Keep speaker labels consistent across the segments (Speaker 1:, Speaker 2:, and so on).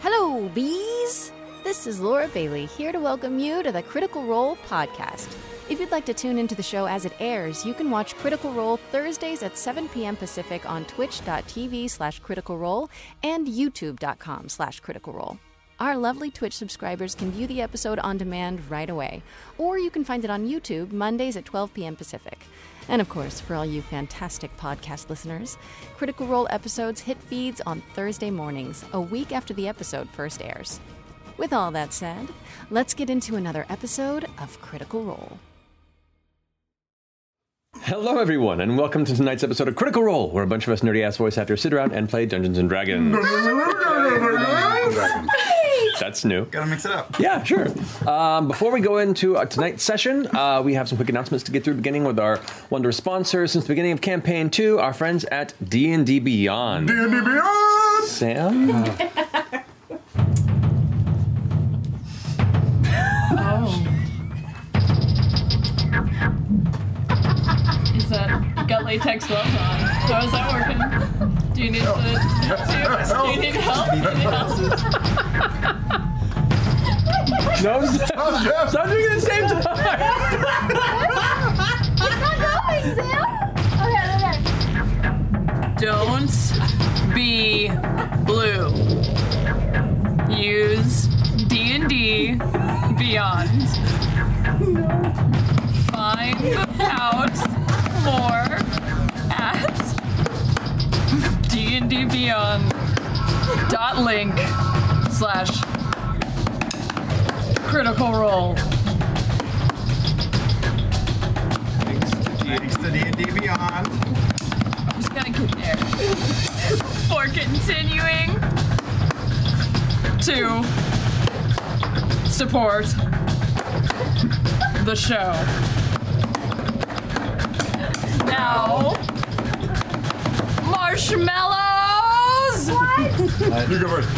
Speaker 1: Hello, bees! This is Laura Bailey here to welcome you to the Critical Role podcast. If you'd like to tune into the show as it airs, you can watch Critical Role Thursdays at 7 p.m. Pacific on twitch.tv slash critical role and youtube.com slash critical role. Our lovely Twitch subscribers can view the episode on demand right away, or you can find it on YouTube Mondays at 12 p.m. Pacific. And of course, for all you fantastic podcast listeners, Critical Role episodes hit feeds on Thursday mornings, a week after the episode first airs. With all that said, let's get into another episode of Critical Role.
Speaker 2: Hello, everyone, and welcome to tonight's episode of Critical Role, where a bunch of us nerdy ass voice actors sit around and play Dungeons and Dragons. That's new.
Speaker 3: Gotta mix it up.
Speaker 2: Yeah, sure. Um, before we go into uh, tonight's session, uh, we have some quick announcements to get through. Beginning with our wonder sponsor since the beginning of campaign two, our friends at D and D Beyond. D and D Beyond. Sam.
Speaker 4: Is that got latex gloves on? How is that working? Do you need to, do, you- do you need help? Do you need help?
Speaker 2: no, stop, stop doing it at the same time.
Speaker 4: Don't be blue. Use D and D Beyond. Find out more at D and D Beyond dot link slash critical role.
Speaker 3: Thanks to D&D Beyond.
Speaker 4: I'm just gonna get there. For continuing to support the show. Now, marshmallows!
Speaker 3: You go first.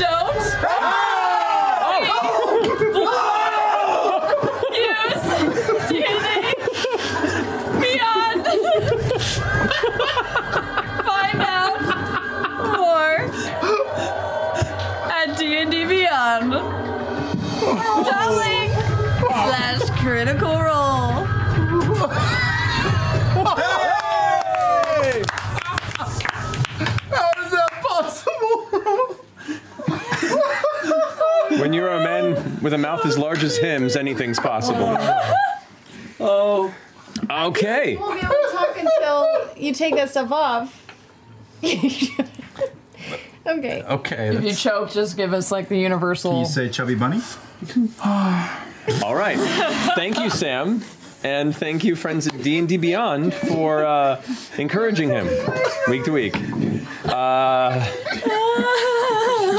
Speaker 4: Don't use DNA beyond. Find out more at D&D Beyond. Darling slash critical role.
Speaker 3: How is that possible?
Speaker 2: When you're a man with a mouth as large as him's, anything's possible.
Speaker 5: Oh,
Speaker 2: Okay.
Speaker 1: We'll be able to talk until you take that stuff off. okay.
Speaker 3: okay.
Speaker 4: If you choke, just give us like the universal.
Speaker 3: You say chubby bunny?
Speaker 2: All right. Thank you, Sam, and thank you, friends at D and D Beyond, for uh, encouraging him week to week. Uh,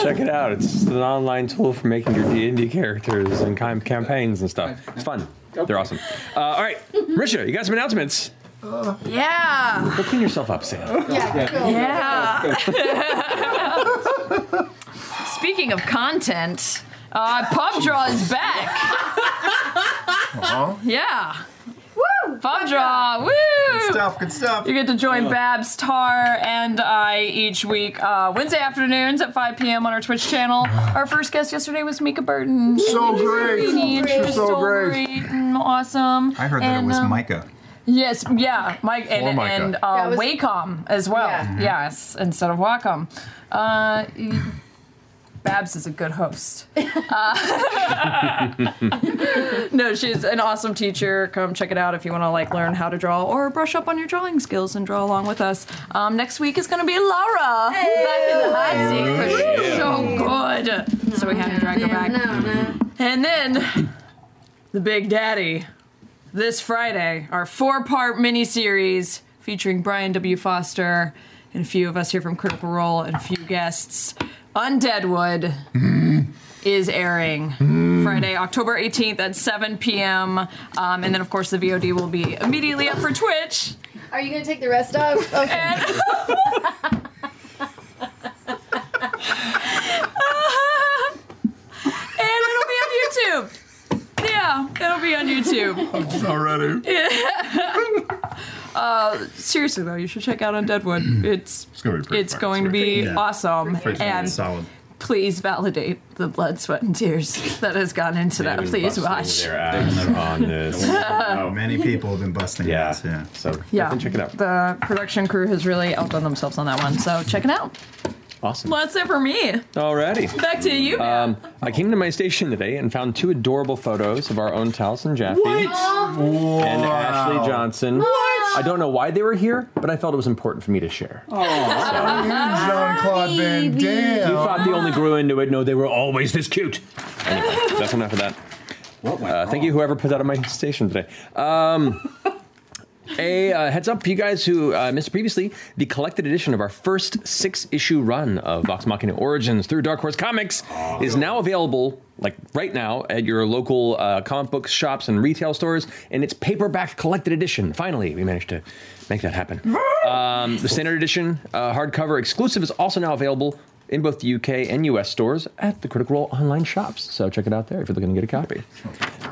Speaker 2: check it out. It's an online tool for making your D and D characters and com- campaigns and stuff. It's fun. They're awesome. Uh, all right, Risha, you got some announcements.
Speaker 4: Yeah.
Speaker 2: Go clean yourself up, Sam.
Speaker 4: Yeah. Speaking of content, uh, Pop Draw is back.
Speaker 3: Uh-huh.
Speaker 4: Yeah. Woo! Pop Draw. Woo!
Speaker 3: Stuff, good stuff.
Speaker 4: You get to join Babs, Tar, and I each week, uh, Wednesday afternoons at 5 p.m. on our Twitch channel. Our first guest yesterday was Mika Burton.
Speaker 3: So
Speaker 4: Great.
Speaker 3: great.
Speaker 4: And she was
Speaker 3: So
Speaker 4: so
Speaker 3: great.
Speaker 4: great and awesome.
Speaker 3: I heard that it
Speaker 4: And,
Speaker 3: was
Speaker 4: um,
Speaker 3: Micah.
Speaker 4: Yes, yeah, Mike and,
Speaker 3: Micah.
Speaker 4: and uh,
Speaker 6: That was-
Speaker 4: Wacom as well.
Speaker 6: Yeah. Mhm.
Speaker 4: Yes, instead of Wacom. Uh, y- Babs is a good host. Uh, no, she's an awesome teacher. Come check it out if you want to like learn how to draw or brush up on your drawing skills and draw along with us. Um, next week is going to be Laura back in the hot seat 'cause she's so good. So we had to drag her back. And then the Big Daddy this Friday, our four-part miniseries featuring Brian W. Foster and a few of us here from Critical Role and a few guests. Undeadwood is airing Friday, October 18th at 7 p.m. Um, and then, of course, the VOD will be immediately up for Twitch.
Speaker 6: Are you gonna take the rest off? Okay.
Speaker 4: And and it'll be on YouTube. Yeah, it'll be on YouTube.
Speaker 3: Already.
Speaker 4: Uh, uh, seriously though, you should check out Undeadwood. It's it's
Speaker 1: gonna be pretty fucking
Speaker 4: going to
Speaker 1: sweet.
Speaker 4: be
Speaker 1: Yeah.
Speaker 4: awesome.
Speaker 1: Pretty sweet.
Speaker 4: and
Speaker 1: Solid.
Speaker 4: please validate the blood, sweat, and tears that has gone into that. Please watch.
Speaker 2: on this.
Speaker 4: Oh,
Speaker 3: many people have been busting yeah. ass. Yeah.
Speaker 2: So
Speaker 4: Yeah, The production crew has really outdone themselves on that one, so check it out.
Speaker 2: Awesome.
Speaker 4: Well, that's it for me.
Speaker 2: Alrighty.
Speaker 4: Back to you,
Speaker 2: Um, I came to my station today and found two adorable photos of our own Taliesin Jaffe
Speaker 4: What?
Speaker 2: and
Speaker 4: Wow.
Speaker 2: Ashley Johnson.
Speaker 4: What?
Speaker 2: I don't know why they were here, but I felt it was important for me to share.
Speaker 1: Jean Claude Van Damme.
Speaker 2: You thought they only grew into it. No, they were always this cute. Anyway, that's enough of that. Uh, thank you, whoever put that on my station today. Um, a uh, heads up for you guys who uh, missed previously the collected edition of our first six issue run of Vox Machina Origins through Dark Horse Comics is now available, like right now, at your local uh, comic book shops and retail stores, and it's paperback collected edition. Finally, we managed to make that happen. Um, the standard edition uh, hardcover exclusive is also now available in both the UK and US stores at the Critical Role online shops. So check it out there if you're looking to get a copy.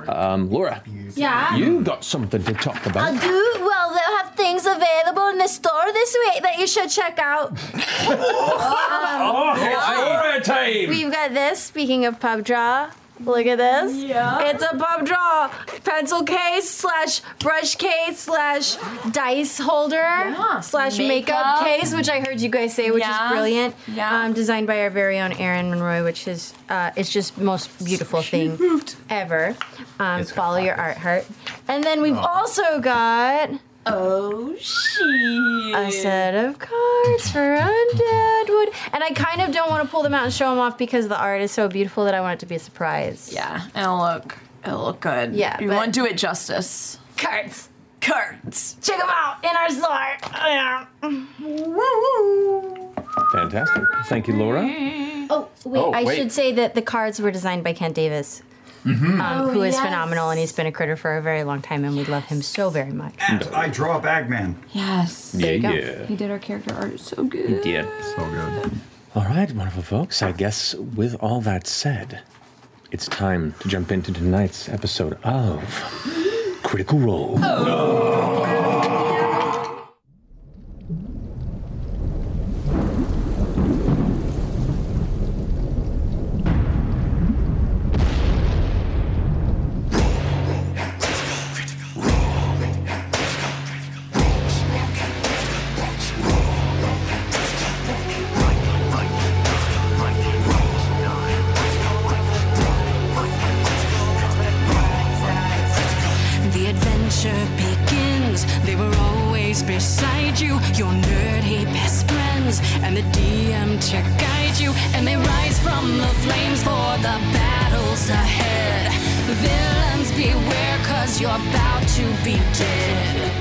Speaker 2: Um, Laura,
Speaker 7: Yeah.
Speaker 2: you got something to talk
Speaker 7: I
Speaker 2: about.
Speaker 7: do. Well, they'll have things available in the store this week that you should check out.
Speaker 2: Oh, Laura
Speaker 7: We've got this. Speaking of pub draw, look at this. Yeah. It's a pub draw pencil case slash brush case slash dice holder slash makeup.
Speaker 8: Makeup.
Speaker 7: case, which I heard you guys say, which
Speaker 8: Yeah.
Speaker 7: is brilliant. Yeah. Um, designed by our very own Erin Monroy, which is uh, it's just most beautiful thing ever. Um, follow your art heart. And then we've also got. Oh, she. A set of cards for Undeadwood. And I kind of don't want to pull them out and show them off because the art is so beautiful that I want it to be a surprise.
Speaker 4: Yeah, it'll look, it'll look good.
Speaker 7: Yeah,
Speaker 4: you
Speaker 7: but-
Speaker 4: won't do it justice.
Speaker 7: Cards.
Speaker 4: Cards.
Speaker 7: Check them out in our store. Yeah.
Speaker 2: Fantastic. Thank you, Laura.
Speaker 7: Oh, wait,
Speaker 2: Oh,
Speaker 7: I
Speaker 2: wait.
Speaker 7: should say that the cards were designed by Kent Davis, um,
Speaker 2: Oh,
Speaker 7: who is
Speaker 2: yes.
Speaker 7: phenomenal and he's been a critter for a very long time and we love him so very much.
Speaker 3: I draw Bagman.
Speaker 4: Yes.
Speaker 2: There you Yeah, go. yeah.
Speaker 4: He did our character art so good.
Speaker 2: did. So good. All right, wonderful folks. I guess with all that said, it's time to jump into tonight's episode of Critical Role.
Speaker 9: The adventure begins. They were always beside you. Your nerdy best friends and the DM to guide you. And they rise from the flames for the battles ahead. Villains beware, cause you're about to be dead.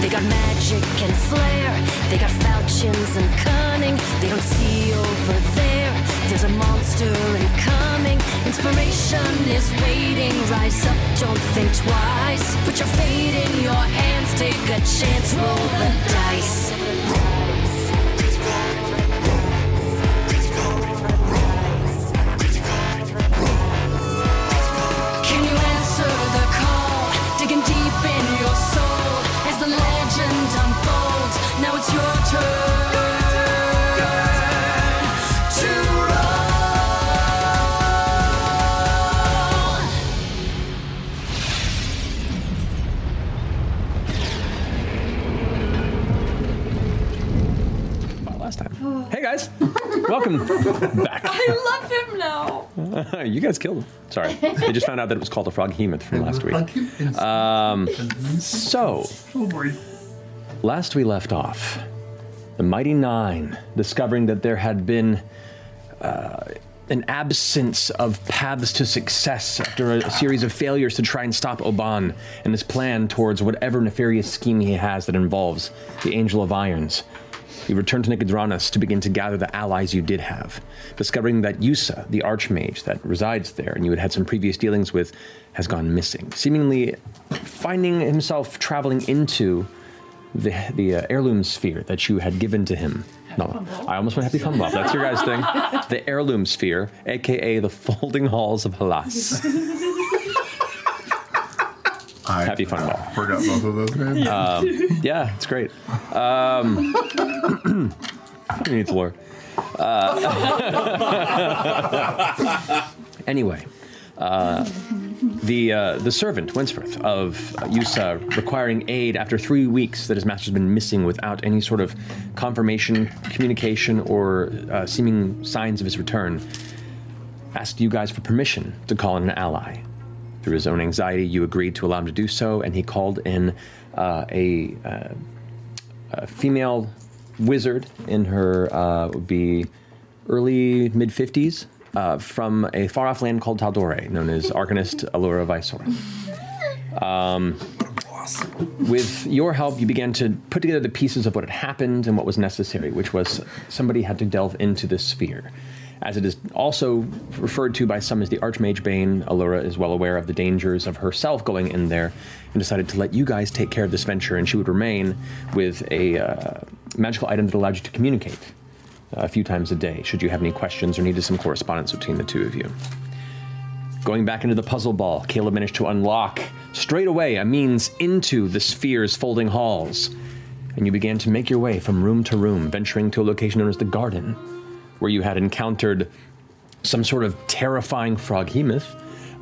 Speaker 9: They got magic and flair. They got falchions and cunning. They don't see over there. There's a monster incoming. Inspiration is waiting. Rise up, don't think twice. Put your fate in your hands. Take a chance. Roll the dice. Can you answer the call? Digging deep in your soul as the legend unfolds. Now it's your turn to roll.
Speaker 2: Last time. Hey guys, welcome back.
Speaker 4: I love him now.
Speaker 2: you guys killed him. Sorry, I just found out that it was called a frog hemoth from last week. Um, so,
Speaker 1: Oh boy.
Speaker 2: Last we left off, the Mighty Nine discovering that there had been uh, an absence of paths to success after a, series of failures to try and stop Oban and his plan towards whatever nefarious scheme he has that involves the Angel of Irons. You returned to Nicodranas to begin to gather the allies you did have, discovering that Yusa, the archmage that resides there and you had had some previous dealings with, has gone missing, seemingly finding himself traveling into the, the uh, heirloom sphere that you had given to him. No, I almost went happy fun bob. That's your guys' thing. The heirloom sphere, aka the folding halls of Halas. Happy Fun Ball.
Speaker 10: Forgot both of those names.
Speaker 2: Um, yeah, it's great. Um, you need to lure. Uh, anyway, uh, the uh, the servant Winsforth of Yusa requiring aid after three weeks that his master's been missing without any sort of confirmation, communication, or uh, seeming signs of his return, asked you guys for permission to call in an ally. Through his own anxiety, you agreed to allow him to do so, and he called in uh, a, uh, a female wizard in her uh, would be early mid fifties uh, from a far off land called Taldore, known as Arcanist Allura Visor. Um, with your help, you began to put together the pieces of what had happened and what was necessary, which was somebody had to delve into this sphere. As it is also referred to by some as the Archmage Bane, Allura is well aware of the dangers of herself going in there and decided to let you guys take care of this venture, and she would remain with a uh, magical item that allowed you to communicate uh, a few times a day, should you have any questions or needed some correspondence between the two of you. Going back into the puzzle ball, Caleb managed to unlock straight away a means into the sphere's folding halls. And you began to make your way from room to room, venturing to a location known as the garden, where you had encountered some sort of terrifying frog hemoth,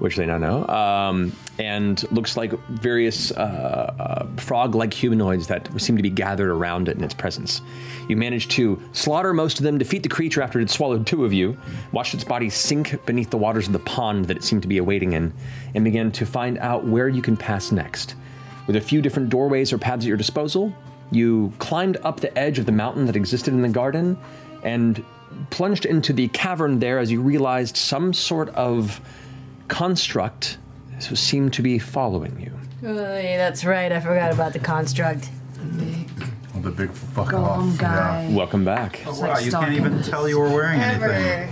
Speaker 2: which they now know, um, and looks like various uh, uh, frog like humanoids that seem to be gathered around it in its presence. You managed to slaughter most of them, defeat the creature after it had swallowed two of you, watched its body sink beneath the waters of the pond that it seemed to be awaiting in, and began to find out where you can pass next. With a few different doorways or paths at your disposal, you climbed up the edge of the mountain that existed in the garden and plunged into the cavern there as you realized some sort of construct seemed to be following you.
Speaker 7: Oh,
Speaker 1: that's right. I forgot about the construct.
Speaker 10: The big fuck
Speaker 1: Golem
Speaker 10: off.
Speaker 1: guy.
Speaker 2: Welcome back.
Speaker 1: It's like Wow, you can't stalking. even
Speaker 11: tell you were wearing
Speaker 7: Ever.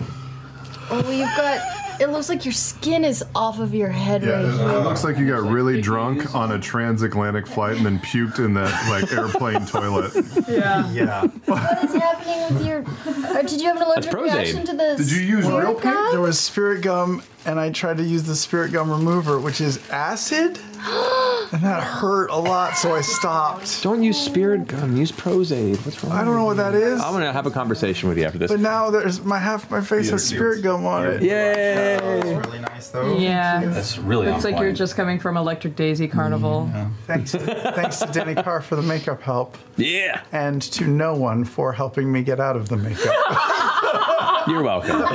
Speaker 7: Oh, you've got. It looks like your skin is off of your head
Speaker 10: Yeah,
Speaker 7: right
Speaker 10: it,
Speaker 7: here.
Speaker 10: it looks like you got really drunk on a transatlantic flight and then puked in that like airplane toilet.
Speaker 7: Yeah.
Speaker 10: Yeah.
Speaker 7: What is happening with your? Or did you have an allergic reaction to the? spirit gum?
Speaker 12: There was spirit gum, and I tried to use the spirit gum remover, which is acid, and that hurt a lot, so I stopped.
Speaker 2: Don't use spirit gum. Use Prozade. What's wrong?
Speaker 12: I don't know what that is.
Speaker 2: I'm going to have a conversation with you after this.
Speaker 12: But now there's my half my face has spirit gum on it.
Speaker 2: Yay!
Speaker 11: Really nice
Speaker 12: though.
Speaker 4: Yeah.
Speaker 2: That's really
Speaker 4: Looks
Speaker 2: on
Speaker 4: like you're
Speaker 2: point.
Speaker 4: just coming from Electric Daisy Carnival.
Speaker 12: Thanks, thanks to Danny Carr for the makeup help.
Speaker 2: Yeah.
Speaker 12: And to no one for helping me get out of the makeup.
Speaker 2: You're welcome.
Speaker 7: Did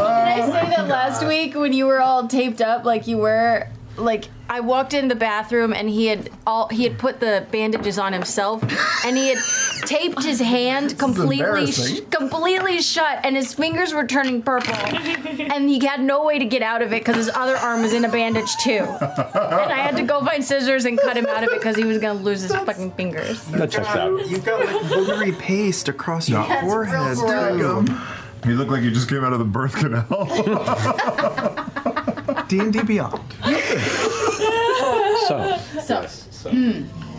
Speaker 7: I say that last week when you were all taped up like you were?
Speaker 1: Like I walked in the bathroom and he had all he had put the bandages on himself and he had taped his hand completely sh-
Speaker 7: embarrassing.
Speaker 1: completely shut and his fingers were turning purple and he had no way to get out of it because his other arm was in a bandage too and I had to go find scissors and cut him out of it because he was gonna lose his fucking fingers.
Speaker 2: That checks out.
Speaker 11: You've got like blurry paste across your
Speaker 10: Yeah. That's
Speaker 11: forehead.
Speaker 10: real
Speaker 11: too.
Speaker 10: You look like you just came out of the birth canal.
Speaker 12: D and D Beyond.
Speaker 2: So,
Speaker 7: So.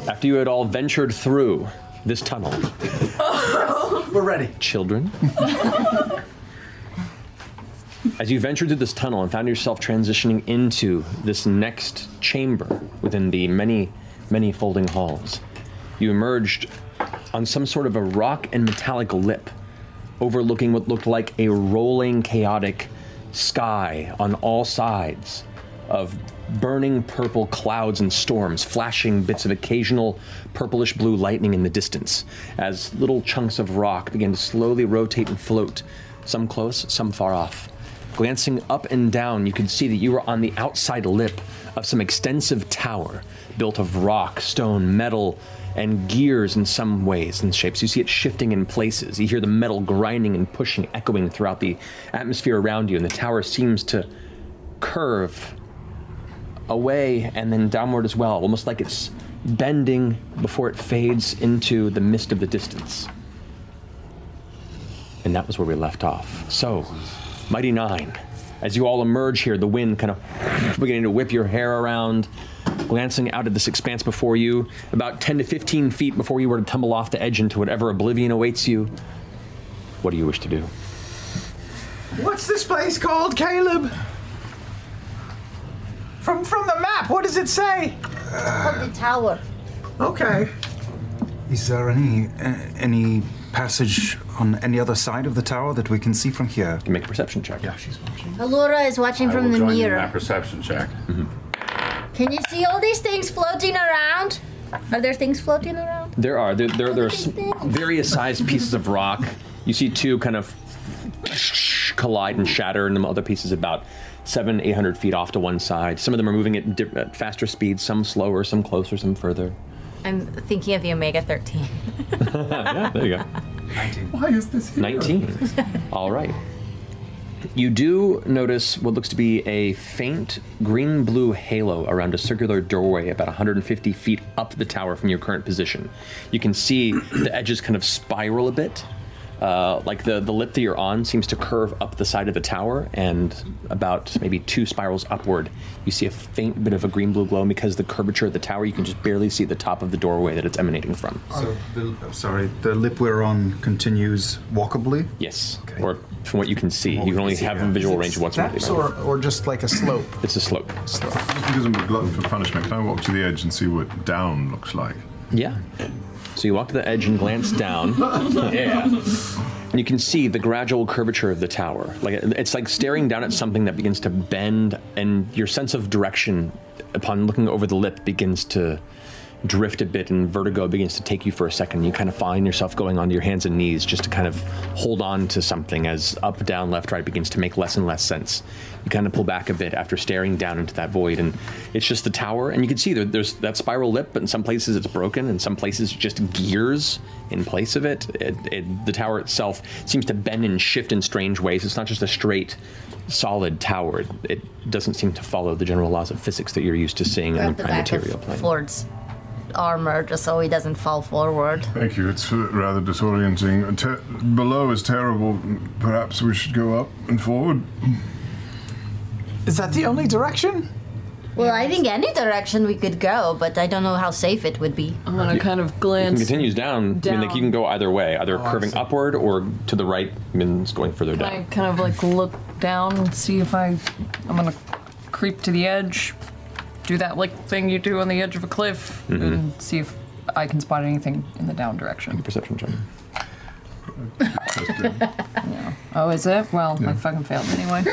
Speaker 2: after you had all ventured through this tunnel,
Speaker 12: we're ready.
Speaker 2: Children. As you ventured through this tunnel and found yourself transitioning into this next chamber within the many, many folding halls, you emerged on some sort of a rock and metallic lip, overlooking what looked like a rolling, chaotic sky on all sides of burning purple clouds and storms, flashing bits of occasional purplish blue lightning in the distance, as little chunks of rock began to slowly rotate and float, some close, some far off. Glancing up and down, you could see that you were on the outside lip of some extensive tower built of rock, stone, metal, and gears in some ways and shapes. You see it shifting in places. You hear the metal grinding and pushing, echoing throughout the atmosphere around you, and the tower seems to curve away and then downward as well, almost like it's bending before it fades into the mist of the distance. And that was where we left off. So, Mighty Nine, as you all emerge here, the wind kind of beginning to whip your hair around, glancing out at this expanse before you, about 10 to 15 feet before you were to tumble off the edge into whatever oblivion awaits you. What do you wish to do?
Speaker 12: What's this place called, Caleb?
Speaker 13: From from the map, what does it say?
Speaker 7: the tower.
Speaker 13: Okay.
Speaker 3: Is there any uh, any passage on any other side of the tower that we can see from here?
Speaker 2: Can make a perception check. Yeah, she's
Speaker 7: Alora is watching from the mirror. Mm-hmm.
Speaker 9: perception check.
Speaker 7: Can you see all these things floating around? Are there things floating around?
Speaker 2: There are there there, there are s- various sized pieces of rock. You see two kind of collide and shatter, and then other pieces about seven, eight hundred feet off to one side. Some of them are moving at, di- at faster speeds, some slower, some closer, some further.
Speaker 1: I'm thinking of the Omega 13.
Speaker 2: yeah, there you go.
Speaker 1: Why is this
Speaker 2: 19. All right. You do notice what looks to be a faint green blue halo around a circular doorway about 150 feet up the tower from your current position. You can see the edges kind of spiral a bit. Uh, like the, the lip that you're on seems to curve up the side of the tower, and about maybe two spirals upward, you see a faint bit of a green blue glow. And because of the curvature of the tower, you can just barely see the top of the doorway that it's emanating from.
Speaker 3: So the, oh, sorry, the lip we're on continues walkably.
Speaker 2: Yes, or from what you can see, you can only have a visual range of what's
Speaker 12: Steps
Speaker 2: moving.
Speaker 12: or, or just like a slope?
Speaker 2: It's a slope.
Speaker 12: Slope.
Speaker 14: Just because I'm a glutton for punishment, can I walk to the edge and see what down looks like?
Speaker 2: Yeah. So you walk to the edge and glance down. yeah. And you can see the gradual curvature of the tower. Like it's like staring down at something that begins to bend, and your sense of direction, upon looking over the lip, begins to drift a bit, and vertigo begins to take you for a second. You kind of find yourself going onto your hands and knees just to kind of hold on to something as up, down, left, right begins to make less and less sense. You kind of pull back a bit after staring down into that void, and it's just the tower. And you can see there, there's that spiral lip, but in some places it's broken, in some places it just gears in place of it. It, it. The tower itself seems to bend and shift in strange ways. It's not just a straight, solid tower. It doesn't seem to follow the general laws of physics that you're used to seeing on the
Speaker 7: Grab the
Speaker 2: prime
Speaker 7: back
Speaker 2: material
Speaker 7: of
Speaker 2: plane.
Speaker 7: Ford's armor just so he doesn't fall forward.
Speaker 14: Thank you. It's uh, rather disorienting. Te- below is terrible. Perhaps we should go up and forward.
Speaker 12: Is that the only direction?
Speaker 7: Well, I think any direction we could go, but I don't know how safe it would be. I'm
Speaker 2: gonna kind
Speaker 7: of
Speaker 2: It continues down. I mean, like you can go either way, either curving upward or to the right. I mean, it's going further
Speaker 4: Can
Speaker 2: down.
Speaker 4: I kind of like look down and see if I. I'm gonna creep to the edge, do that like thing you do on the edge of a cliff,
Speaker 2: Mhm.
Speaker 4: and see if I can spot anything in the down direction.
Speaker 2: Perception check.
Speaker 4: Oh, is it? Well, I fucking failed anyway.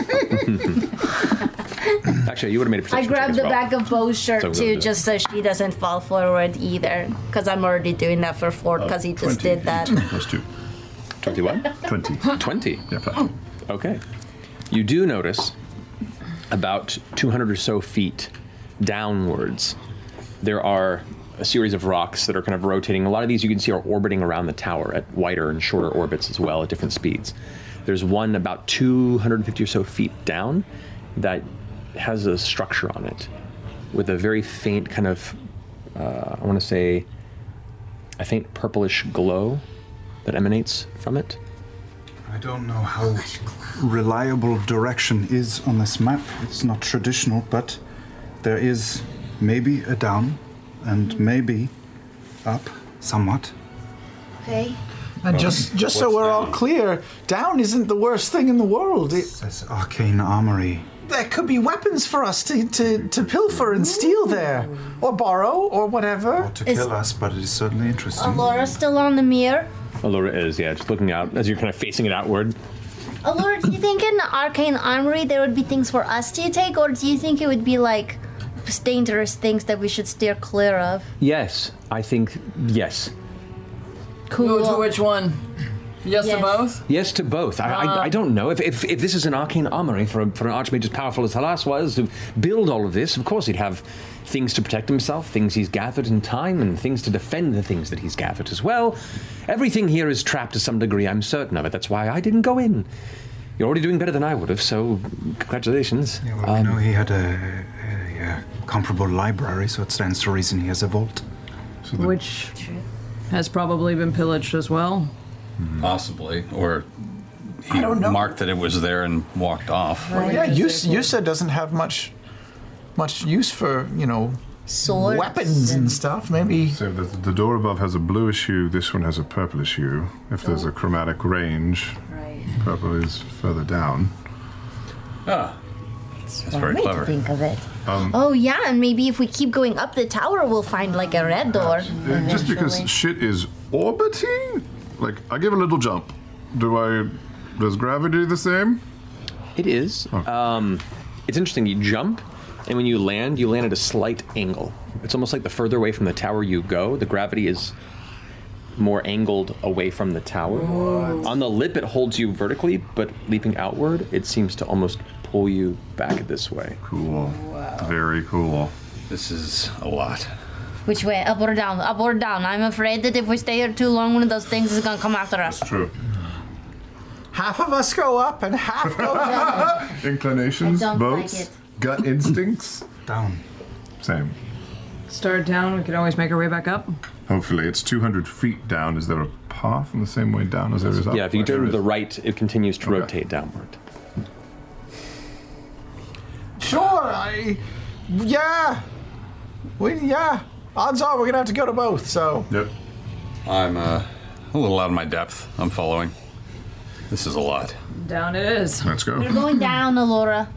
Speaker 2: Actually, you would have made a
Speaker 7: I
Speaker 2: perception check
Speaker 7: grabbed
Speaker 2: as
Speaker 7: the
Speaker 2: well.
Speaker 7: back of Bo's shirt
Speaker 2: So we'll
Speaker 7: too,
Speaker 2: do-
Speaker 7: just so she doesn't fall forward either. Because I'm already doing that for
Speaker 2: Oh,
Speaker 7: Ford, because he just did that.
Speaker 14: Plus two.
Speaker 2: 21?
Speaker 14: 20.
Speaker 2: 20? Okay. You do notice about 200 or so feet downwards, there are a series of rocks that are kind of rotating. A lot of these you can see are orbiting around the tower at wider and shorter orbits as well at different speeds. There's one about 250 or so feet down that has a structure on it with a very faint kind of, uh, I want to say, a faint purplish glow that emanates from it.
Speaker 3: I don't know how reliable direction is on this map. It's not traditional, but there is maybe a down and maybe up somewhat.
Speaker 7: Okay.
Speaker 12: And just just so we're all clear, down isn't the worst thing in the world. It,
Speaker 3: This arcane armory.
Speaker 12: there could be weapons for us to, to, to pilfer and steal there, or borrow, or whatever.
Speaker 3: To kill us, but it is certainly interesting.
Speaker 7: Alora still on the mirror?
Speaker 2: Allura is, yeah, just looking out as you're kind of facing it outward.
Speaker 7: Allura, do you think in the arcane armory there would be things for us to take, or do you think it would be like dangerous things that we should steer clear of?
Speaker 2: Yes, I think yes.
Speaker 4: Cool. to which one? Yes, to both?
Speaker 2: Yes to both. I,
Speaker 4: Uh.
Speaker 2: I, I don't know. If, if, if this is an arcane armory for, a, for an archmage as powerful as Halas was to build all of this, of course he'd have things to protect himself, things he's gathered in time, and things to defend the things that he's gathered as well. Everything here is trapped to some degree, I'm certain of it. That's why I didn't go in. You're already doing better than I would have, so congratulations.
Speaker 11: Oh,
Speaker 3: I know he had a, a, a comparable library, so it stands to reason he has a vault.
Speaker 4: Which has probably been pillaged as well.
Speaker 9: Possibly, or he
Speaker 12: I don't know.
Speaker 9: marked that it was there and walked off.
Speaker 12: Well, yeah, use Yusa doesn't have much much use for you know
Speaker 7: Swords
Speaker 12: weapons and stuff. Maybe
Speaker 14: So the, the door above has a bluish hue. This one has a purplish hue. If there's a chromatic range, purple is further down.
Speaker 9: Ah, that's
Speaker 7: One
Speaker 9: very
Speaker 7: way to
Speaker 9: clever.
Speaker 7: think of it.
Speaker 10: Um,
Speaker 7: Oh yeah, and maybe if we keep going up the tower, we'll find like a red door.
Speaker 10: Uh, Just because
Speaker 7: eventually.
Speaker 10: shit is orbiting? Like, I give a little jump. Do I. Does gravity do the same?
Speaker 2: It is. Um, it's interesting. You jump, and when you land, you land at a slight angle. It's almost like the further away from the tower you go, the gravity is more angled away from the tower. On the lip, it holds you vertically, but leaping outward, it seems to almost pull you back this way.
Speaker 10: Cool. Very cool.
Speaker 15: This is a lot.
Speaker 7: Which way, up or down? Up or down? I'm afraid that if we stay here too long, one of those things is gonna come after us.
Speaker 10: True.
Speaker 16: Half of us go up and half go down.
Speaker 10: Inclinations,
Speaker 16: I don't like
Speaker 10: votes,
Speaker 16: it.
Speaker 10: gut instincts? Down. Same.
Speaker 4: Start down. We could always make our way back up.
Speaker 10: Hopefully, it's 200 feet down. Is there a path in the same way down as there is up?
Speaker 2: Yeah, if you
Speaker 10: There
Speaker 2: turn to
Speaker 10: is.
Speaker 2: the right, it continues to rotate downward.
Speaker 16: Sure, I. Yeah. We, yeah. Odds are we're gonna have to go to both, so.
Speaker 10: Yep.
Speaker 15: I'm uh, a little out of my depth. I'm following. This is a lot.
Speaker 4: Down it is.
Speaker 15: Let's go.
Speaker 7: We're going down, Alora.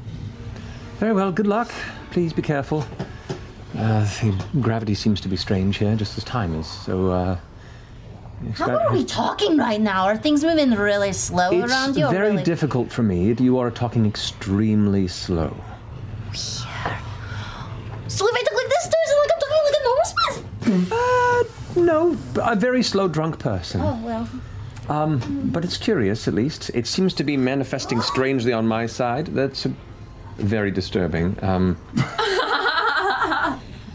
Speaker 2: Very well, good luck. Please be careful. Uh, the gravity seems to be strange here, just as time is. So, uh,
Speaker 7: How are we talking right now? Are things moving really slow
Speaker 2: it's
Speaker 7: around you? or
Speaker 2: very
Speaker 7: really?
Speaker 2: difficult for me. You are talking extremely slow.
Speaker 7: so if I talk like this, there's like I'm talking like a normal person.
Speaker 2: Uh, no, a very slow drunk person.
Speaker 7: Oh well.
Speaker 2: Um, but it's curious, at least. It seems to be manifesting strangely on my side. That's uh, very disturbing. Um,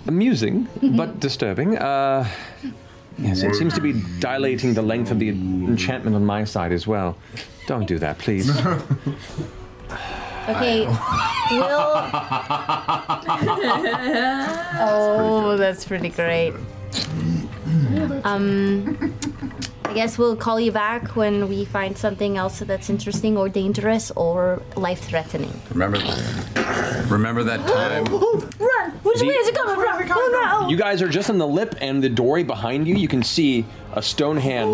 Speaker 2: amusing,
Speaker 7: Mm-hmm.
Speaker 2: but disturbing. Uh, yes, it seems to be dilating the length of the enchantment on my side as well. Don't do that, please.
Speaker 7: Okay. we'll.
Speaker 1: oh, that's pretty great.
Speaker 7: Um, I guess we'll call you back when we find something else that's interesting or dangerous or life-threatening.
Speaker 15: Remember, remember that time.
Speaker 7: Run! Which
Speaker 2: The-
Speaker 7: way is it coming from? Run, run.
Speaker 2: You guys are just on the lip, and the dory behind you, you can see a stone hand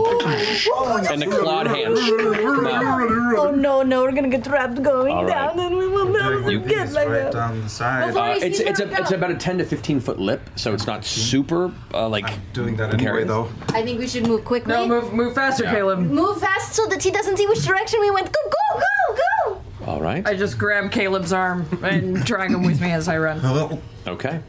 Speaker 2: and a clawed hand come Uh, out.
Speaker 1: Oh no, no, we're gonna get trapped going
Speaker 2: All right.
Speaker 1: down, and we will never
Speaker 2: you
Speaker 1: get like that.
Speaker 2: down the
Speaker 1: side.
Speaker 2: Uh,
Speaker 1: Before you
Speaker 2: it's
Speaker 1: see
Speaker 2: it's,
Speaker 1: where
Speaker 2: a,
Speaker 1: it
Speaker 2: it's
Speaker 1: goes.
Speaker 2: about a 10 to 15 foot lip, so it's not super uh, like. doing that anyway, though.
Speaker 1: I think we should move quickly.
Speaker 4: No, move, move faster,
Speaker 2: Yeah.
Speaker 4: Caleb.
Speaker 7: Move fast so that he doesn't see which direction we went. Go, go, go, go!
Speaker 2: All right.
Speaker 4: I just grab Caleb's arm and drag him with me as I run.
Speaker 2: Okay.